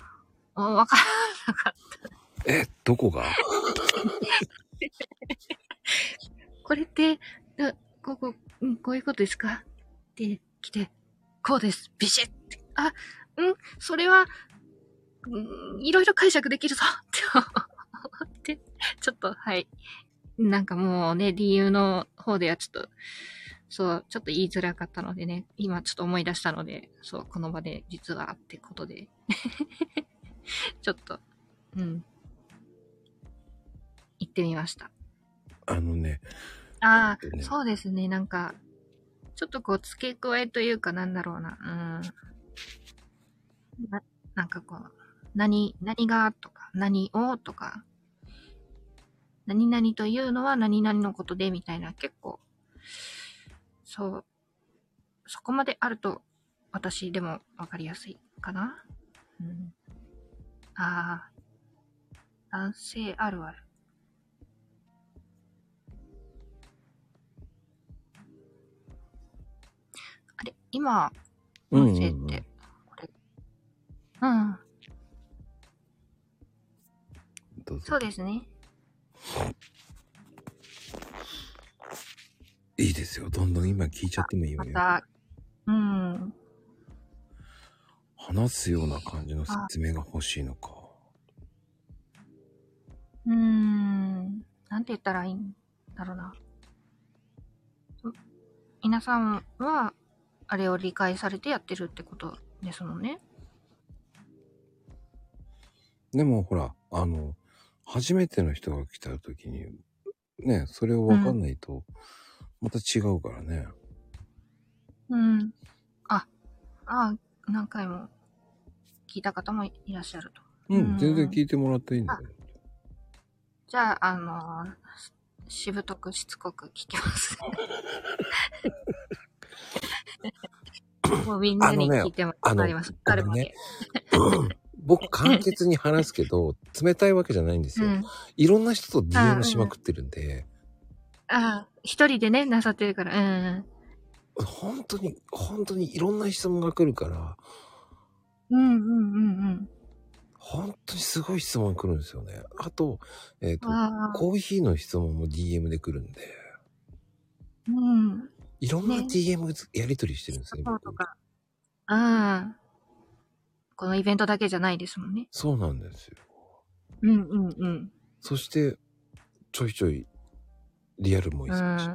Speaker 18: おわからなかった。
Speaker 1: え、どこが
Speaker 18: これって、なここ、うん、こういうことですかって来て、こうです。ビシッって。あ、うん、それは、うん、いろいろ解釈できるぞって思って、ちょっと、はい。なんかもうね、理由の方ではちょっと、そう、ちょっと言いづらかったのでね、今ちょっと思い出したので、そう、この場で実はってことで、 ちょっと、うん、行ってみました。
Speaker 1: あのね、
Speaker 18: ああ、そうですね。なんか、ちょっとこう、付け加えというか、なんだろうな。うん。な、なんかこう、何、何がとか、何をとか、何々というのは何々のことで、みたいな、結構、そう、そこまであると、私でもわかりやすいかな。うん。ああ、男性あるある。あれ、今、
Speaker 1: うん
Speaker 18: 音声って、これ。うん。そうですね。
Speaker 1: いいですよ。どんどん今聞いちゃってもいいわ
Speaker 18: ま
Speaker 1: よ。
Speaker 18: た、うん。
Speaker 1: 話すような感じの説明が欲しいのか。
Speaker 18: うーん。なんて言ったらいいんだろうな。そ皆さんは、あれを理解されてやってるってことですもんね。
Speaker 1: でもほら、あの、初めての人が来た時に、ね、それを分かんないと、また違うからね。
Speaker 18: うん。あ、ああ、何回も聞いた方もいらっしゃると。
Speaker 1: うん、全然聞いてもらっていいんだよ。
Speaker 18: じゃあ、あのーししぶとくしつこく聞きます。もうみんなに聞いても
Speaker 1: あ
Speaker 18: わ
Speaker 1: の
Speaker 18: か
Speaker 1: ね
Speaker 18: ります。わかる
Speaker 1: あの
Speaker 18: わ
Speaker 1: ね
Speaker 18: け。
Speaker 1: 僕、簡潔に話すけど、冷たいわけじゃないんですよ。
Speaker 18: うん
Speaker 1: いろんな人と DM しまくってるんで、
Speaker 18: ああ、一人でね、なさってるから、うん
Speaker 1: 本当に、本当にいろんな質問が来るから、
Speaker 18: うん。うんうんうん
Speaker 1: 本当にすごい質問が来るんですよね。あと、えっ、と
Speaker 18: あー、
Speaker 1: コーヒーの質問も DM で来るんで、
Speaker 18: うん。うん。
Speaker 1: いろんな DM やり取りしてるんですね。
Speaker 18: そうとか。うん。このイベントだけじゃないですもんね。
Speaker 1: そうなんですよ。
Speaker 18: うんうんうん。
Speaker 1: そして、ちょいちょい、リアルも
Speaker 18: う
Speaker 1: い
Speaker 18: ん。う
Speaker 1: いし、
Speaker 18: ん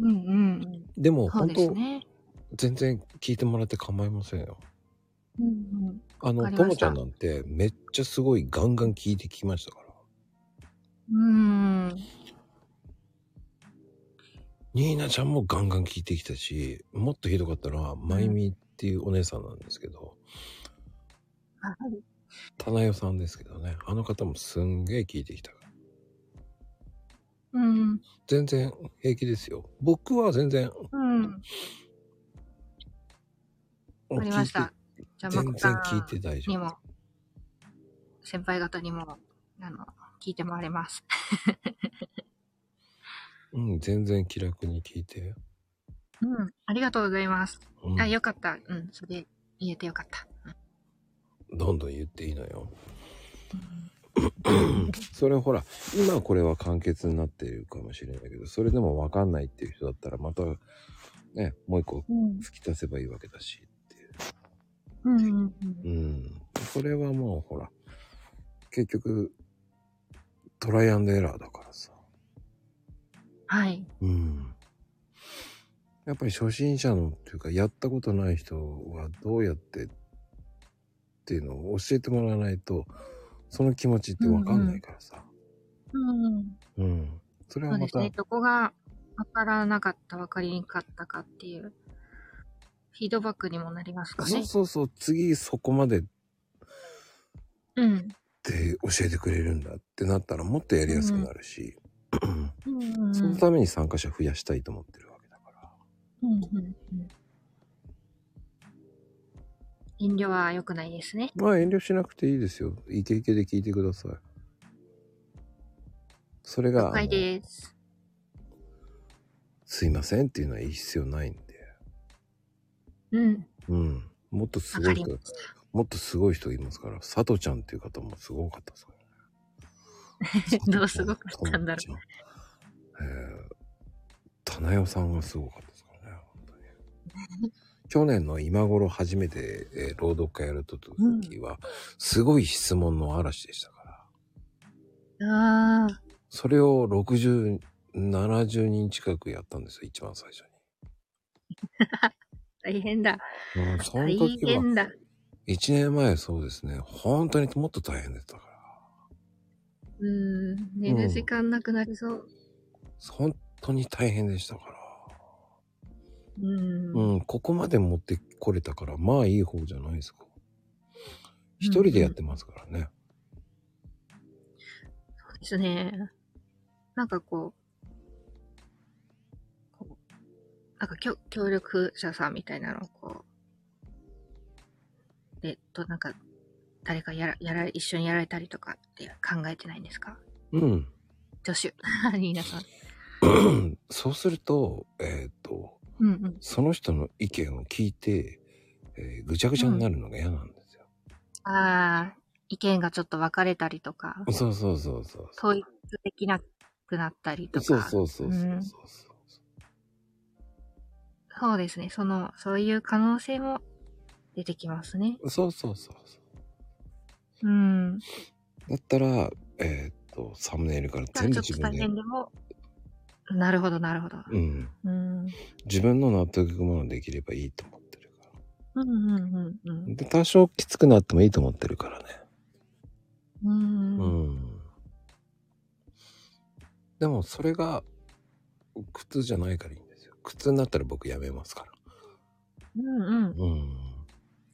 Speaker 18: うんうん。
Speaker 1: でも
Speaker 18: そう
Speaker 1: 本
Speaker 18: です
Speaker 1: 当、
Speaker 18: ね。
Speaker 1: 全然聞いてもらって構いませんよ。
Speaker 18: うんうん。
Speaker 1: あ
Speaker 18: わか
Speaker 1: の、
Speaker 18: り
Speaker 1: と
Speaker 18: ま
Speaker 1: も
Speaker 18: し
Speaker 1: ちゃ
Speaker 18: た
Speaker 1: んなんて、めっちゃすごいガンガン聞いてきましたから。
Speaker 18: うん。
Speaker 1: ニーナちゃんもガンガン聞いてきたし、もっとひどかったのは、まゆみっていうお姉さんなんですけど、
Speaker 18: はい
Speaker 1: たなよさんですけどね、あの方もすんげえ聞いてきたから。
Speaker 18: うん。
Speaker 1: 全然平気ですよ。僕は全然、
Speaker 18: うん。わかりました。じゃあ、ま
Speaker 1: 全
Speaker 18: こ
Speaker 1: 然
Speaker 18: さ
Speaker 1: 聞いて大
Speaker 18: ん
Speaker 1: 丈
Speaker 18: にも、先輩方にも、あの、聞いてもらいます。
Speaker 1: 夫。うん、全然気楽に聞いて。
Speaker 18: うん。ありがとうございます。
Speaker 1: うん
Speaker 18: あ、よかった。うん。それ、言えてよかった。
Speaker 1: どんどん言っていいのよ。それほら、今これは簡潔になっているかもしれないけど、それでもわかんないっていう人だったら、また、ね、もう一個
Speaker 18: うん
Speaker 1: 吹き足せばいいわけだし。
Speaker 18: うんうんうん。
Speaker 1: うん。それはもうほら、結局、トライアンドエラーだからさ。
Speaker 18: はい。
Speaker 1: うん。やっぱり初心者のっていうか、やったことない人はどうやってっていうのを教えてもらわないと、その気持ちってわかんないからさ。
Speaker 18: うん。
Speaker 1: うん、それ
Speaker 18: そ
Speaker 1: は
Speaker 18: う
Speaker 1: ま
Speaker 18: です
Speaker 1: た、
Speaker 18: ね。どこがわからなかった、わかりにくかったかっていう、フィードバックにもなりますかね。
Speaker 1: そうそうそう、次そこまでっ
Speaker 18: うん。
Speaker 1: て教えてくれるんだってなったらもっとやりやすくなるし、
Speaker 18: うんうんうん。
Speaker 1: そのために参加者増やしたいと思ってる。
Speaker 18: うんうんうん。遠慮は良くないですね。
Speaker 1: まあ遠慮しなくていいですよ。イケイケで聞いてください。それが、
Speaker 18: 了解です。
Speaker 1: すいませんっていうのは言う必要ないんで。
Speaker 18: うん。
Speaker 1: うん。もっとすごい人、もっとすごい人いますから、佐藤ちゃんっていう方もすごかったですから
Speaker 18: どうすごかったんだろう。
Speaker 1: えー、棚代さんがすごかったですからね、本当に。去年の今頃初めて、えー朗読会やると時は、すごい質問の嵐でしたから。
Speaker 18: ああ。
Speaker 1: それを60、70人近くやったんですよ、一番最初
Speaker 18: 大変だ。
Speaker 1: に。うん、その
Speaker 18: 大
Speaker 1: 時は、
Speaker 18: 変だ。
Speaker 1: 1年前そうですね、本当にもっと大変でしたから。
Speaker 18: うん。寝る時間なくなりそう。
Speaker 1: 本当に大変でしたから。
Speaker 18: うん。
Speaker 1: うん、ここまで持ってこれたから、まあいい方じゃないですか。一人でやってますからね。
Speaker 18: そうですね。なんかこう、こうなんか協協力者さんみたいなのをこう、で、となんか、誰かやら、やら、一緒にやられたりとかって考えてないんですか
Speaker 1: うん。
Speaker 18: 助手。 皆さん。
Speaker 1: そうすると、えーっと、
Speaker 18: うんうん。
Speaker 1: その人の意見を聞いて、えーぐちゃぐちゃになるのが嫌なんで
Speaker 18: ああ、意見がちょっと分かれたりとか、
Speaker 1: す。そうそうそうそう。
Speaker 18: 統一できなくなったりとか。
Speaker 1: そうそうそうそうそう
Speaker 18: うんそうですね。その、そういう可能性も出てきますね。
Speaker 1: そうそうそうそ
Speaker 18: うん。
Speaker 1: う。だったら、えーっと、サムネイルから全部自分
Speaker 18: 大
Speaker 1: で。
Speaker 18: 変でも、なるほど、なるほど。
Speaker 1: うん。
Speaker 18: うん。
Speaker 1: 自分の納得いくものができればいいと思って
Speaker 18: うんうんうんうん。
Speaker 1: で。多少きつくなってもいいと思ってるからね。
Speaker 18: う。
Speaker 1: うんん。でも、それが、苦痛じゃないからいいんですよ。苦痛になったら僕やめますから。
Speaker 18: うんうん。
Speaker 1: うん。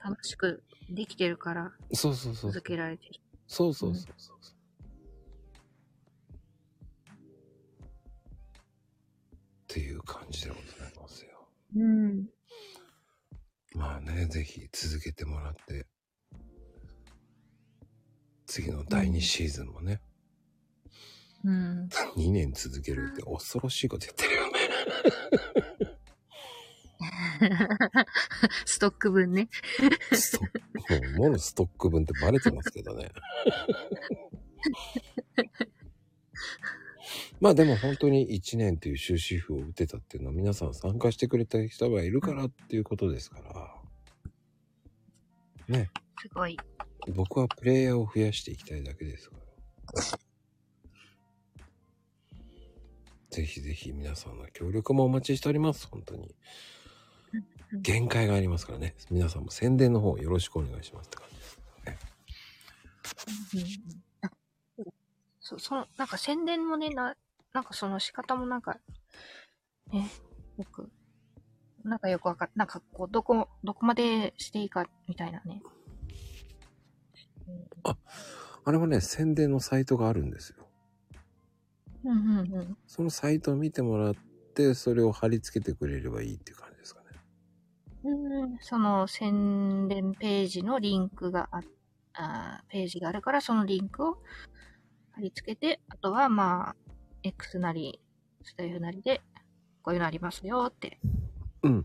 Speaker 18: 楽しくできてるから、
Speaker 1: そうそうそう
Speaker 18: 続けられてる。
Speaker 1: そうそうそうそうそう。っていう感じでございますよ。
Speaker 18: うん。
Speaker 1: まあね、ぜひ続けてもらって、次の第2シーズンもね、
Speaker 18: うん。
Speaker 1: 2年続けるって恐ろしいことやってるよね。
Speaker 18: ストック分ね。
Speaker 1: ストック、もうものストック分ってバレてますけどね。まあでも本当に1年という終止符を打てたっていうのは皆さん参加してくれた人がいるからっていうことですから。ね。
Speaker 18: すごい。
Speaker 1: 僕はプレイヤーを増やしていきたいだけですから。ぜひぜひ皆さんの協力もお待ちしております、本当に。限界がありますからね。皆さんも宣伝の方よろしくお願いしますって感じですね。
Speaker 18: そ、その、なんか宣伝もね、な、なんかその仕方もなんか、ね、よく、なんかよくわかっ、なんかこう、どこ、どこまでしていいか、みたいなね。
Speaker 1: あれはね、宣伝のサイトがあるんですよ。
Speaker 15: うんうんうん。
Speaker 1: そのサイトを見てもらって、それを貼り付けてくれればいいっていう感じですかね。
Speaker 18: うんその宣伝ページのリンクがあ、あーページがあるから、そのリンクを貼り付けて、あとはまあ、X なり、スタイフなりで、こういうのありますよって。
Speaker 1: うん。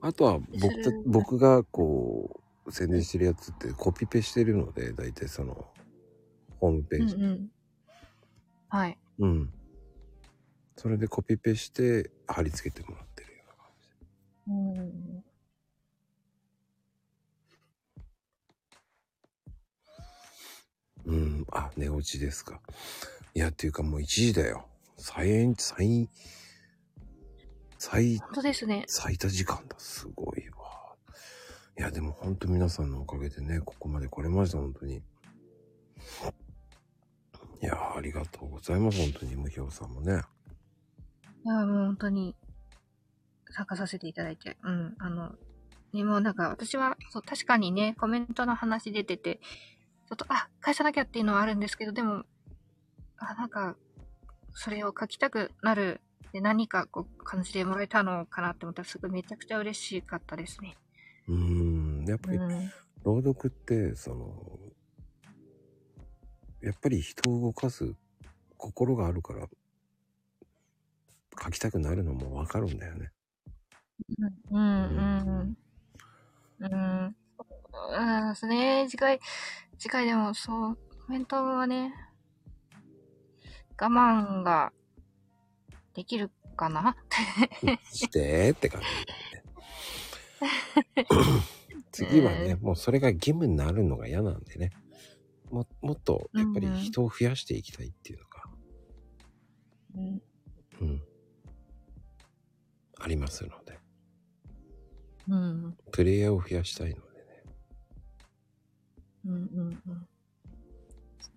Speaker 1: あとは僕た
Speaker 18: それ
Speaker 1: 僕がこう、宣伝してるやつってコピペしてるので、大体その、ホームペ
Speaker 18: う
Speaker 1: ー
Speaker 18: ん
Speaker 1: ジ。
Speaker 18: うん。はい。
Speaker 1: うん、それでコピペして貼り付けてもらってる。
Speaker 18: うん。
Speaker 1: うん。あ、寝落ちですか。いや、っていうかもう1時だよ。最、最、最、
Speaker 18: 本当ですね。
Speaker 1: 最多時間だ。すごいわ。いや、でも本当皆さんのおかげでね、ここまで来れました、本当に。いやー、ありがとうございます、本当に、無表さんもね。
Speaker 18: いや、もう本当に、参加させていただいて、うん、あの、ね、もうなんか私は、そう、確かにね、コメントの話出てて、ちょっと、あ、返さなきゃっていうのはあるんですけど、でも、あ、なんか、それを書きたくなる、で何かこう、感じてもらえたのかなって思ったら、すごいめちゃくちゃ嬉しかったですね。
Speaker 1: うーん、やっぱり、
Speaker 18: うん
Speaker 1: 朗読って、その、やっぱり人を動かす心があるから、書きたくなるのもわかるんだよね。
Speaker 18: うん、うん、うん。うん、そうですね。次回、次回でもそう、コメントはね、我慢ができるかな
Speaker 1: してーって感じ。 次はね、もうそれが義務になるのが嫌なんでね。ももっと、やっぱり人を増やしていきたいっていうのが、
Speaker 18: うん
Speaker 1: うん。ありますので。
Speaker 18: うん、
Speaker 1: プレイヤーを増やしたいので。
Speaker 18: うん、うん。うん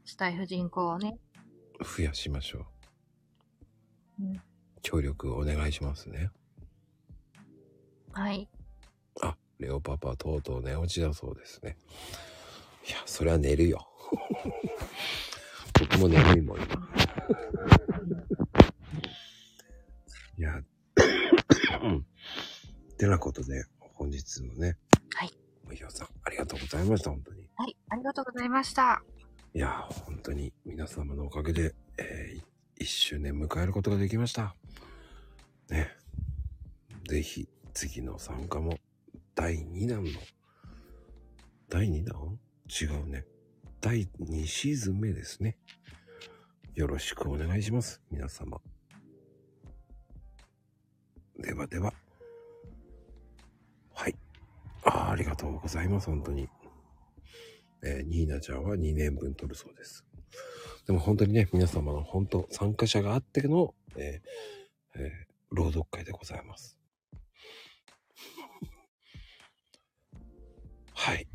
Speaker 18: スタイフ人口をね。
Speaker 1: 増やしましょう、
Speaker 18: うん
Speaker 1: 協力お願いしますね
Speaker 18: はい。
Speaker 1: あレオパパとうとう寝落ちだそうですねいやそれは寝るよ 僕も眠いもん今いやうんてなことで本日もね
Speaker 18: はい
Speaker 1: むひろさんありがとうございました本当に
Speaker 18: はい、ありがとうございました。
Speaker 1: いやー本当に皆様のおかげで、え1周年迎えることができました。ね。ぜひ、次の参加も、第2弾の、第2弾違うね。第2シーズン目ですね。よろしくお願いします、皆様。ではでは。はい。あーありがとうございます、本当に。えーニーナちゃんは2年分取るそうです。でも本当にね、皆様の本当、参加者があっての、えーえー朗読会でございます。はい。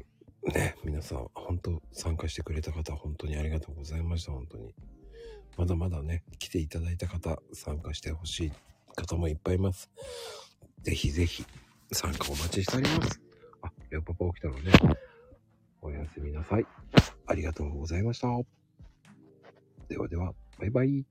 Speaker 1: ね、皆さん、本当、参加してくれた方、本当にありがとうございました、本当に。まだまだね、来ていただいた方、参加してほしい方もいっぱいいます。ぜひぜひ、参加お待ちしております。あ、レオパパ起きたのね。おやすみなさい。ありがとうございました。ではでは、バイバイ。